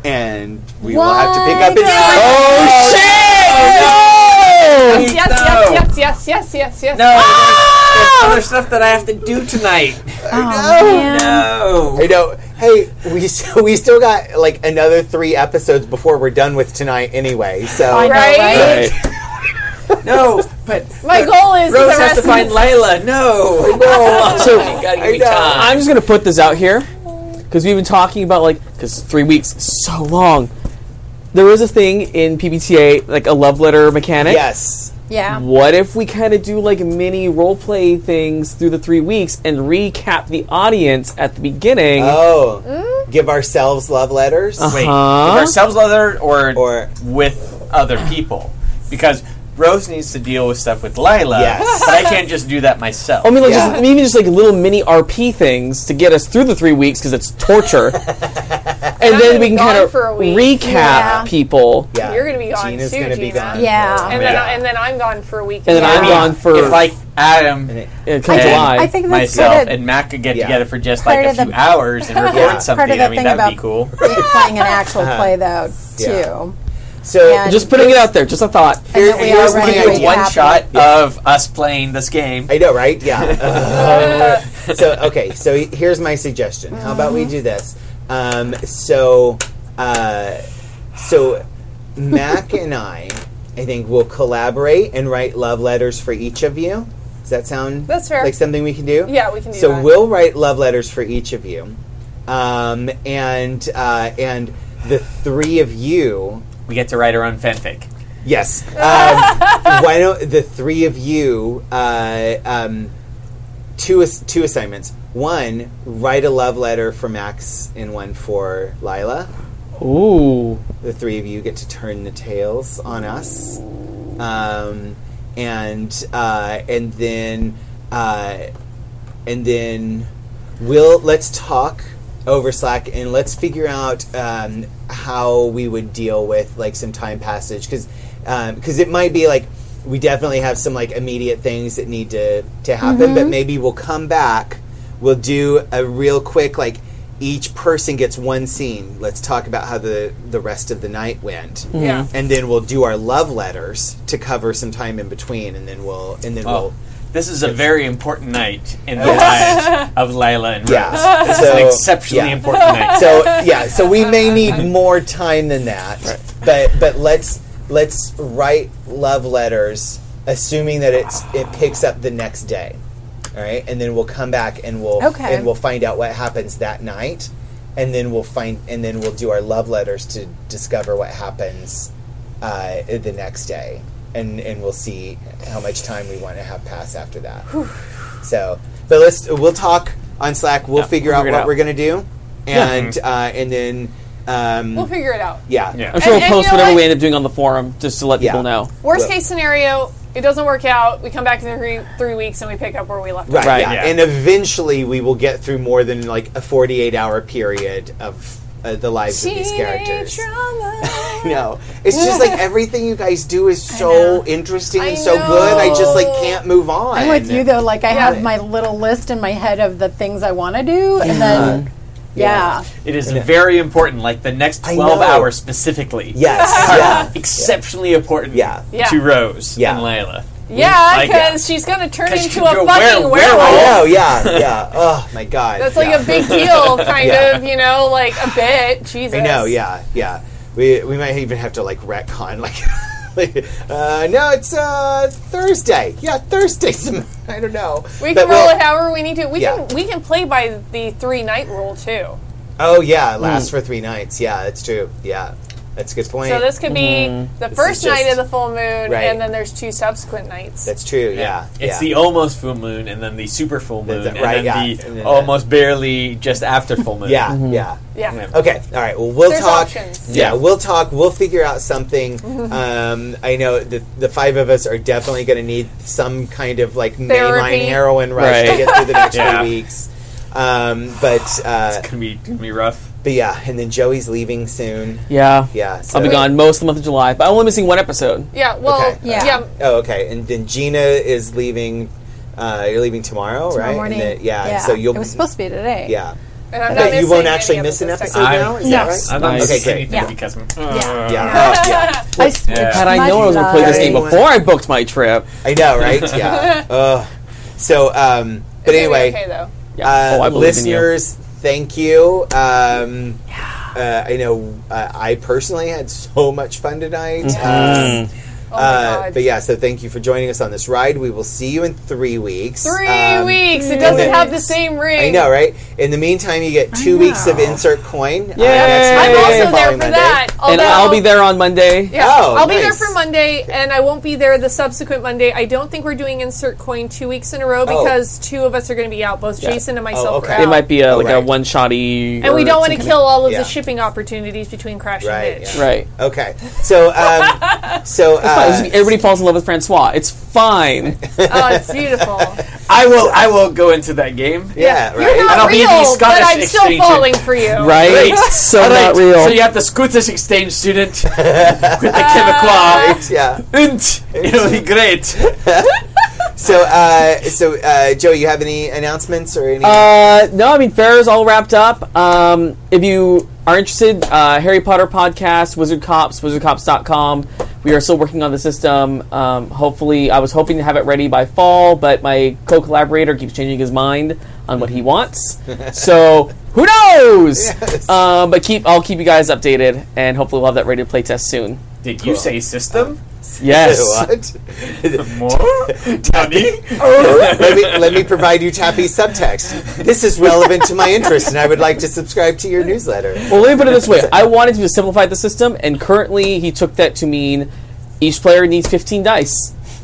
S3: And we will have to pick up in
S4: Oh shit!
S3: Oh,
S2: Yes, yes,
S5: No.
S2: yes, yes, yes, yes, yes. Ah,
S5: No, there's, there's other stuff that I have to do tonight.
S3: Oh,
S5: No.
S3: I know. Hey, we s- we still got like another three episodes before we're done with tonight, anyway. So
S2: Right?
S4: Right.
S5: No, but
S2: My goal is
S5: Rose
S2: the
S5: has
S2: rest
S5: to find Layla. No.
S4: So
S5: You gotta give
S3: I
S5: me
S3: know.
S5: time.
S4: I'm just gonna put this out here because we've been talking about like because three weeks is so long. There was a thing in PBTA like a love letter mechanic.
S3: yes,
S1: Yeah.
S4: What if we kind of do like mini role play things through the three weeks and recap the audience at the beginning?
S3: oh, give ourselves love letters
S6: Uh-huh.
S5: Wait,
S4: Huh?
S5: with ourselves leather or,
S3: or
S5: with other people? Because Rose needs to deal with stuff with Layla,
S3: Yes.
S5: but I can't just do that myself.
S4: I mean, like
S3: Yeah.
S4: just, maybe just like little mini RP things to get us through the three weeks because it's torture, and then we
S2: be
S4: can
S2: gone
S4: kind of
S2: for a week.
S4: recap
S1: Yeah.
S4: people,
S3: yeah,
S2: You're gonna be gone
S3: Gina's
S2: too,
S3: gonna be
S2: Gina.
S3: gone.
S1: Yeah.
S3: for a
S2: And then,
S3: minute.
S2: I, and then I'm gone for a week.
S4: and then
S2: Yeah.
S4: I'm gone for
S5: if like Adam
S3: And it-
S4: it
S1: I
S4: comes
S1: think,
S4: alive.
S1: I think that's
S5: myself
S1: sort of
S5: and Matt could get
S3: Yeah.
S5: together for just
S1: Part
S5: like a
S1: of
S5: few
S1: the-
S5: hours and record
S3: Part of
S5: something.
S1: that
S5: I mean,
S1: thing
S5: that would be
S1: about-
S5: cool.
S1: playing an actual
S4: Uh-huh.
S1: play though too.
S3: Yeah. so
S1: And-
S4: just putting it out there, just a thought.
S1: And that we
S3: here's my
S1: are running
S3: idea.
S1: away
S5: One
S1: happy.
S5: shot of us playing this game.
S3: I know, right? Yeah. Uh, so okay, so he- here's my suggestion. How about we do this? Um, so, uh, so Mac and I, I think, will collaborate and write love letters for each of you. Does that sound
S2: That's fair.
S3: like something we can do?
S2: Yeah, we can do
S3: so
S2: that.
S3: we'll write love letters for each of you, um, and uh, and the three of you
S5: We get to write our own fanfic.
S3: Yes. Um, why don't the three of you? Uh, um, two ass- two assignments. One, write a love letter for Max, and one for Lila.
S4: Ooh,
S3: The three of you get to turn the tails on us, um, and uh, and then uh, and then we'll let's talk over Slack and let's figure out um, how we would deal with like some time passage because because it might be like we definitely have some like immediate things that need to to happen, but maybe we'll come back. We'll do a real quick like each person gets one scene. Let's talk about how the the rest of the night went
S2: Yeah.
S3: and then we'll do our love letters to cover some time in between, and then we'll and then
S5: Oh,
S3: we'll
S5: this is a very important night in the lives of Lila and Rose.
S3: yeah.
S5: This
S3: so
S5: is an exceptionally
S3: yeah.
S5: important night.
S3: So yeah, so we may need more time than that, but but let's let's write love letters, assuming that it's it picks up the next day, all right, and then we'll come back and we'll
S1: Okay.
S3: and we'll find out what happens that night, and then we'll find and then we'll do our love letters to discover what happens uh, the next day, and and we'll see how much time we want to have pass after that. So, but let's we'll talk on Slack. We'll
S5: Yeah,
S3: figure
S5: we'll
S3: out
S5: figure it
S3: what
S5: out.
S3: we're gonna do, and uh, and then um,
S2: We'll figure it out.
S3: yeah,
S5: Yeah.
S4: I'm sure
S2: And- and
S4: we'll post
S2: you know
S4: whatever
S2: what?
S4: we end up doing on the forum just to let
S3: Yeah.
S4: people know.
S2: Worst
S3: Well-
S2: case scenario, It doesn't work out. We come back in three three weeks and we pick up where we left off.
S3: Right,
S4: Right,
S3: yeah.
S5: yeah.
S3: And eventually we will get through more than like a 48 hour period of uh, the lives of these
S2: Teenage
S3: characters.
S2: drama.
S3: No, it's just like everything you guys do is so
S2: know.
S3: interesting
S2: I
S3: and so good. I just like
S2: know.
S3: can't move on.
S1: I'm with you though. Like I
S2: Yeah.
S1: have my little list in my head of the things I want to do, and then yeah,
S5: It is very important, like the next
S3: I
S5: 12
S3: know.
S5: hours specifically.
S3: Yes, yeah,
S5: Exceptionally important
S3: Yeah.
S2: Yeah.
S5: to Rose
S3: Yeah.
S5: and Layla.
S2: yeah,
S5: Like,
S2: because
S5: uh,
S2: she's gonna turn
S5: 'cause
S2: into
S5: you go
S2: a fucking
S5: were-
S2: werewolf.
S3: oh
S5: werewolf.
S3: yeah, yeah. Oh my god,
S2: That's like
S3: yeah.
S2: a big deal, kind
S3: Yeah.
S2: of, you know, like a bit. Jesus.
S3: I know, yeah, yeah. We we might even have to like retcon like. like, uh, no, it's uh, Thursday. Yeah, Thursday. Some, I don't know.
S2: We
S3: But
S2: can roll
S3: we'll-
S2: it however we need to. We
S3: Yeah.
S2: can we can play by the three night rule too.
S3: Oh yeah, it lasts
S5: Hmm.
S3: for three nights. Yeah, that's true. Yeah, that's a good point.
S2: So this could be the first
S3: just-
S2: night of the full moon,
S3: Right.
S2: and then there's two subsequent nights.
S3: that's true. Yeah,
S5: It's the almost full moon and then the super full moon
S3: the- right,
S5: and then
S3: yeah.
S5: the
S3: And then the-
S5: almost barely just after full moon. Mm-hmm.
S3: yeah, yeah.
S2: yeah.
S3: Okay. All right. Well, we'll
S2: There's
S3: talk.
S2: options. Mm-hmm.
S3: Yeah,
S5: Yeah.
S3: we'll talk. We'll figure out something. um, I know the, the five of us are definitely going to need some kind of like
S2: Therapy.
S3: mainline heroin rush to
S4: Right.
S3: get through the next
S5: Yeah.
S3: few weeks. Um, but uh,
S5: It's gonna be, gonna be rough.
S3: but yeah, and then Joey's leaving soon.
S4: Yeah.
S3: Yeah,
S4: I'll
S3: so-
S4: be gone most of the month of July, but I'm only missing one episode.
S2: Yeah. Well.
S3: Okay.
S2: Yeah.
S1: Yeah.
S3: Oh, okay. And then Gina is leaving. Uh, you're leaving tomorrow,
S1: tomorrow
S3: right?
S1: morning.
S3: And then- yeah, and So you'll.
S1: it was supposed to be today.
S3: yeah.
S2: And I'm
S3: But
S2: not
S3: you won't
S2: missing
S3: actually
S2: any of
S3: miss an
S2: this
S3: episode
S2: technically.
S3: now. Is
S1: Yes.
S3: that right?
S5: I'm not
S4: Nice.
S5: missing
S3: Okay,
S5: anything
S1: great. Yeah.
S5: because
S1: Yeah.
S3: Yeah. Oh, yeah.
S1: I switched
S5: Yeah.
S4: Had I known I was going to play this game
S3: Anyone-
S4: before I booked my trip.
S3: I know, right? Yeah. Ugh. So, um, but
S2: It's gonna be
S3: anyway,
S2: Okay though.
S4: Yeah.
S3: uh,
S4: oh, I believe
S3: listeners, thank you. Um, uh, I know uh, I personally had so much fun tonight.
S4: Mm-hmm.
S3: Um,
S2: Oh my
S3: uh,
S2: God.
S3: but yeah, so thank you for joining us on this ride. We will see you in three weeks.
S2: Three
S3: Um,
S2: weeks. It doesn't
S3: then-
S2: have the same ring.
S3: I know, right? In the meantime, you get two weeks of insert coin. Yeah,
S2: I'm
S4: Yay.
S2: also there for
S3: Monday.
S2: that.
S4: you. And
S2: although-
S4: I'll be there on Monday.
S2: Yeah,
S3: Oh,
S2: I'll be there
S3: nice.
S2: for Monday, and I won't be there the subsequent Monday. I don't think we're doing insert coin two weeks in a row
S3: Oh.
S2: because two of us are going to be out. Both Jason and myself
S3: okay.
S2: are out.
S4: It might be a,
S3: Oh,
S4: like a
S3: right.
S4: one shotty.
S2: and we don't want to kill all of
S3: yeah.
S2: the shipping opportunities between Crash
S3: Right,
S2: and Mitch.
S3: yeah.
S4: Right.
S3: Okay, so um, so
S4: It's-
S3: uh,
S4: Everybody falls in love with Francois. It's fine.
S2: Oh, it's beautiful.
S5: I will. I will go into that game.
S3: yeah,
S2: You're
S3: right.
S2: not
S5: And I'll be
S2: real,
S5: the Scottish
S2: but I'm still
S5: exchange
S2: falling for you.
S4: Right?
S5: Great.
S4: So
S5: All right,
S4: not real.
S5: So you have the Scottish exchange student with the Quebecois.
S3: Yeah.
S5: And it'll be great.
S3: So, uh, so uh, Joe, you have any announcements or any?
S4: Uh, no, I mean fair is all wrapped up. Um, if you are interested, uh, Harry Potter podcast, Wizard Cops, wizardcops.com. We are still working on the system. Um, hopefully, I was hoping to have it ready by fall, but my co-collaborator keeps changing his mind on what he wants. so who knows? Um, but keep I'll keep you guys updated, and hopefully we'll have that ready to play test soon.
S5: Did you
S2: Oh,
S5: say system?
S4: Yes.
S3: what?
S5: More? Tony?
S3: let, me, let me provide you tappy subtext. This is relevant to my interest, and I would like to subscribe to your newsletter.
S4: Well, let me put it this way: I wanted to simplify the system, and currently he took that to mean each player needs 15 dice.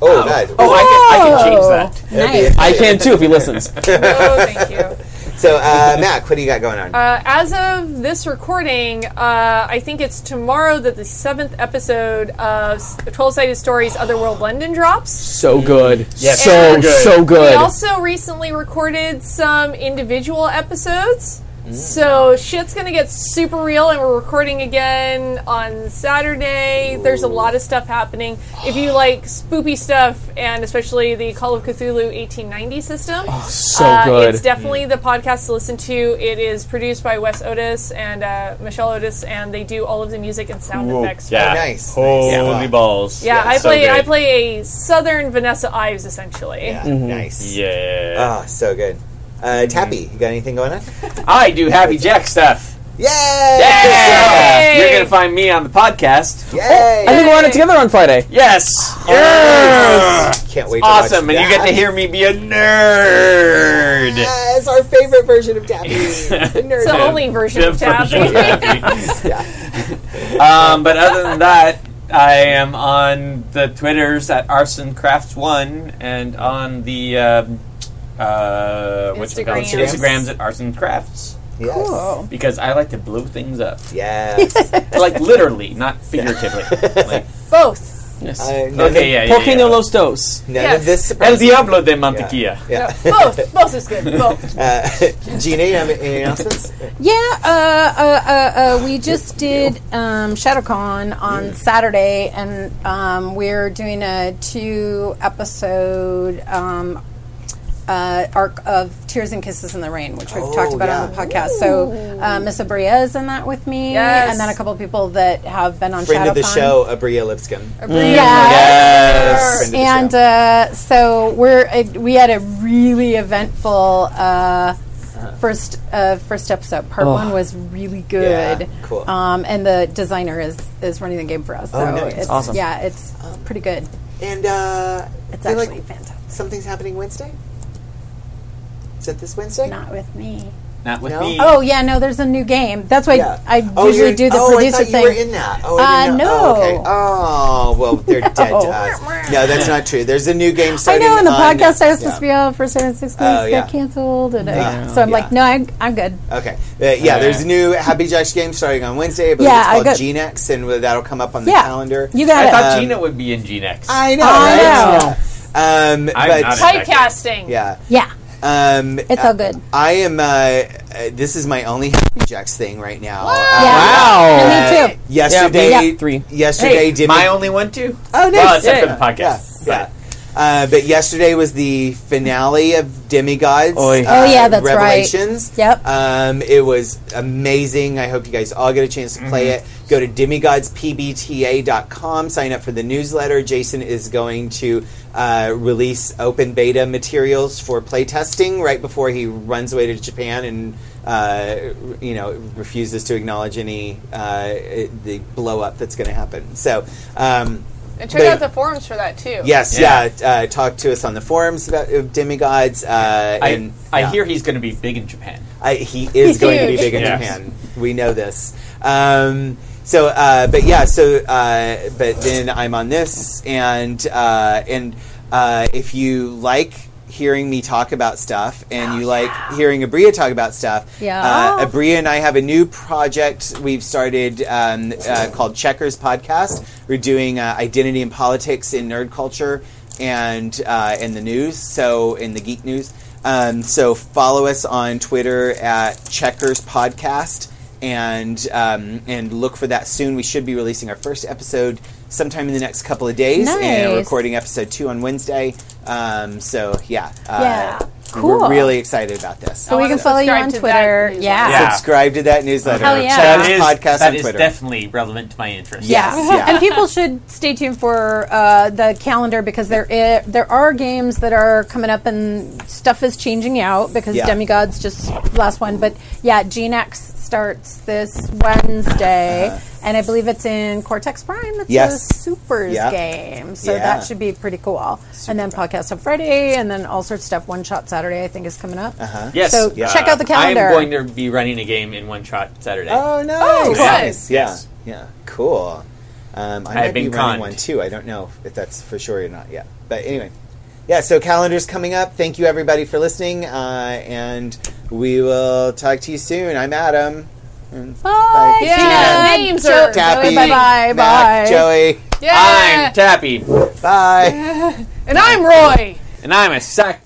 S3: Oh, God.
S5: Oh, I can, I can change that.
S12: Nice.
S4: I can too if he listens.
S2: Oh, thank you.
S3: So, uh, Mac, what do you got going on?
S2: Uh, as of this recording, uh, I think it's tomorrow that the seventh episode of Twelve Sided Stories Otherworld London drops.
S4: So good.
S5: Yes,
S4: so
S5: so good.
S4: so
S2: We
S4: good.
S2: also recently recorded some individual episodes. So shit's gonna get super real, and we're recording again on Saturday. There's a lot of stuff happening. If you like spoopy stuff, and especially the Call of Cthulhu 1890 system,
S4: so
S2: uh,
S4: good.
S2: it's definitely the podcast to listen to. It is produced by Wes Otis and uh, Michelle Otis, and they do all of the music and sound effects.
S5: Yeah.
S3: Oh, nice.
S5: Holy
S3: Nice.
S5: balls.
S2: Yeah, I
S5: So
S2: play.
S5: good.
S2: I play a Southern Vanessa Ives essentially.
S3: Yeah,
S4: Mm.
S3: Nice.
S5: Mm-hmm. Yeah. Mm-hmm.
S3: Oh, so good. Uh, Tappy, you got anything going on?
S5: I do Happy Jack stuff.
S3: Yay!
S5: Yeah.
S2: Yay!
S5: You're going to find me on the podcast.
S3: Yay!
S4: I think we're on it together on Friday.
S5: Yes.
S3: Can't wait to
S5: Awesome.
S3: watch
S5: And you
S3: that.
S5: get to hear me be a nerd.
S3: Yes, our favorite version of Tappy. The nerd.
S2: It's the only version of
S5: Different
S2: Tappy.
S5: version of Tappy. um, but other than that, I am on the Twitters at arsoncrafts1 and on the um, uh, what's it called?
S2: Instagrams.
S5: Instagrams at arsoncrafts
S3: yes.
S1: Cool.
S5: because I like to blow things up,
S3: Yes.
S5: like literally, not figuratively. like
S2: Both.
S4: Yes.
S3: I- Uh, none
S5: Okay, yeah,
S3: Of,
S5: yeah.
S4: Por que
S5: yeah.
S4: no los dos?
S3: none
S2: Yes.
S3: of this
S5: El
S3: surprises
S5: Diablo de Mantequilla.
S3: Yeah.
S2: both, both is good. Both.
S3: Uh, Gina, you have any announcements?
S1: Yeah, uh, uh, uh, uh, we just did um, ShadowCon on Saturday, and um, we're doing a two episode um, uh, arc of Tears and Kisses in the Rain, which
S3: Oh,
S1: we've talked about on the podcast. So, uh, Miss Abria is in that with me,
S2: Yes.
S1: and then a couple of people that have been on
S3: Friend
S1: ShadowCon.
S3: of the show, Abria Lipscomb. Friend
S1: Yes.
S3: of the
S1: And
S3: show.
S1: uh, so we're uh, we had a really eventful uh, first uh, first episode. Part one was really good.
S3: Yeah, cool. Oh,
S1: Um, and the designer is is running the game for us. So
S3: nice.
S1: it's
S4: Awesome.
S1: yeah, it's pretty good.
S3: and uh,
S1: It's
S3: I feel like
S1: actually fantastic.
S3: something's happening Wednesday. Is it this Wednesday?
S1: Not with me.
S5: Not with
S3: No?
S5: me.
S1: Oh yeah, no, there's a new game. That's why
S3: Yeah.
S1: I
S3: Oh,
S1: usually
S3: you're-
S1: do the
S3: oh,
S1: producer
S3: I thought
S1: thing.
S3: You were in that. Oh, I
S1: Uh,
S3: didn't know. Oh, okay.
S1: no.
S3: Oh, well, they're dead to
S1: No.
S3: us. No, that's not true. There's a new game
S1: I
S3: starting.
S1: know in the
S3: on-
S1: podcast I was
S3: yeah.
S1: supposed to be on for seven six
S3: Oh,
S1: months,
S3: yeah.
S1: got canceled, and
S3: Yeah.
S1: I, so I'm
S3: Yeah.
S1: like, no, I'm, I'm good.
S3: Okay. Uh, yeah, there's a new Happy Jacks game starting on Wednesday. I believe
S1: Yeah,
S3: it's
S1: I
S3: called
S1: got-
S3: Genex, and that'll come up on the
S1: Yeah.
S3: calendar.
S1: You got
S5: I
S1: it.
S5: thought
S3: Um,
S5: Gina would be in Genex.
S3: I know.
S1: I
S3: right?
S1: know.
S3: Yeah. Um,
S5: I'm
S3: but
S5: not in-
S2: Typecasting.
S3: yeah.
S1: yeah,
S3: Um,
S1: it's all good.
S3: I am. Uh, uh, this is my only Happy Jacks thing right now. Uh,
S4: Wow.
S1: And me too.
S3: Yesterday,
S1: Yeah, yeah.
S4: Three.
S3: yesterday
S5: hey,
S3: did
S5: my only one too.
S3: Oh, nice.
S5: Well, except for the
S4: Yeah.
S3: yeah,
S5: podcast.
S3: yeah. Uh, but yesterday was the finale of Demigods.
S4: Oy.
S1: Oh,
S3: uh,
S1: yeah, that's right.
S3: Revelations.
S1: Yep.
S3: Um, it was amazing. I hope you guys all get a chance to play
S5: Mm-hmm.
S3: it. Go to demigodspbta.com, sign up for the newsletter. Jason is going to uh, release open beta materials for playtesting right before he runs away to Japan and uh, you know refuses to acknowledge any uh, the blow up that's going to happen. So um,
S2: And check
S3: They-
S2: out the forums for that too.
S3: Yes,
S5: Yeah.
S3: yeah. Uh, talk to us on the forums about uh, demigods. Uh,
S5: I,
S3: and
S5: I
S3: yeah.
S5: hear he's going to be big in Japan.
S3: I, he is going to be big in
S5: Yes.
S3: Japan. We know this. Um, so, uh, but yeah. So, uh, but then I'm on this, and uh, and uh, if you like hearing me talk about stuff, and you like hearing Abria talk about stuff,
S1: Yeah.
S3: uh, Abria and I have a new project we've started um, uh, called Checkers Podcast. We're doing uh, identity and politics in nerd culture and uh, in the news, so in the geek news. Um, so follow us on Twitter at Checkers Podcast and um, and look for that soon. We should be releasing our first episode sometime in the next couple of days, and
S1: Nice.
S3: recording episode two on Wednesday. Um, so yeah, uh,
S1: Yeah.
S3: We're
S1: Cool.
S3: really excited about this.
S1: So we can follow you
S2: subscribe
S1: on
S2: to that
S1: Twitter.
S2: newsletter.
S1: Yeah.
S5: Yeah.
S3: Subscribe to that newsletter.
S1: Hell yeah.
S3: Check
S5: That
S3: this
S5: is,
S3: podcast
S5: that
S3: on
S5: is
S3: Twitter.
S5: definitely relevant to my interest.
S1: Yeah.
S3: Yes, yeah.
S1: and people should stay tuned for uh, the calendar because there i- there are games that are coming up and stuff is changing out because
S3: Yeah.
S1: Demigods just last one, but yeah, GeneX starts this Wednesday, and I believe it's in Cortex Prime. It's
S3: Uh-huh. Yes.
S1: a supers
S3: Yep.
S1: game, so
S3: Yeah.
S1: that should be pretty cool. and then podcast on Friday, and then all sorts of stuff. One shot Saturday, I think, is coming up. Uh-huh.
S5: Yes.
S1: So
S5: yeah.
S1: check out the calendar.
S5: I'm going to be running a game in one shot Saturday.
S3: Oh, nice.
S2: cool.
S3: Nice. Yeah.
S5: Yes.
S3: Yeah. Cool. Um, I
S5: I have
S3: might be
S5: been
S3: running
S5: conned.
S3: one too. I don't know if that's for sure or not yet. But anyway, yeah. So calendar's coming up. Thank you everybody for listening, uh, and we will talk to you soon. I'm Adam.
S1: Bye.
S3: Bye.
S2: Yeah.
S1: Gina,
S2: Names
S1: Joe,
S2: are-
S3: Tappy.
S1: Bye-bye,
S3: Mac,
S1: bye.
S3: Joey.
S2: Yeah.
S5: I'm Tappy,
S3: Bye.
S2: and I'm Roy.
S5: and I'm a sack.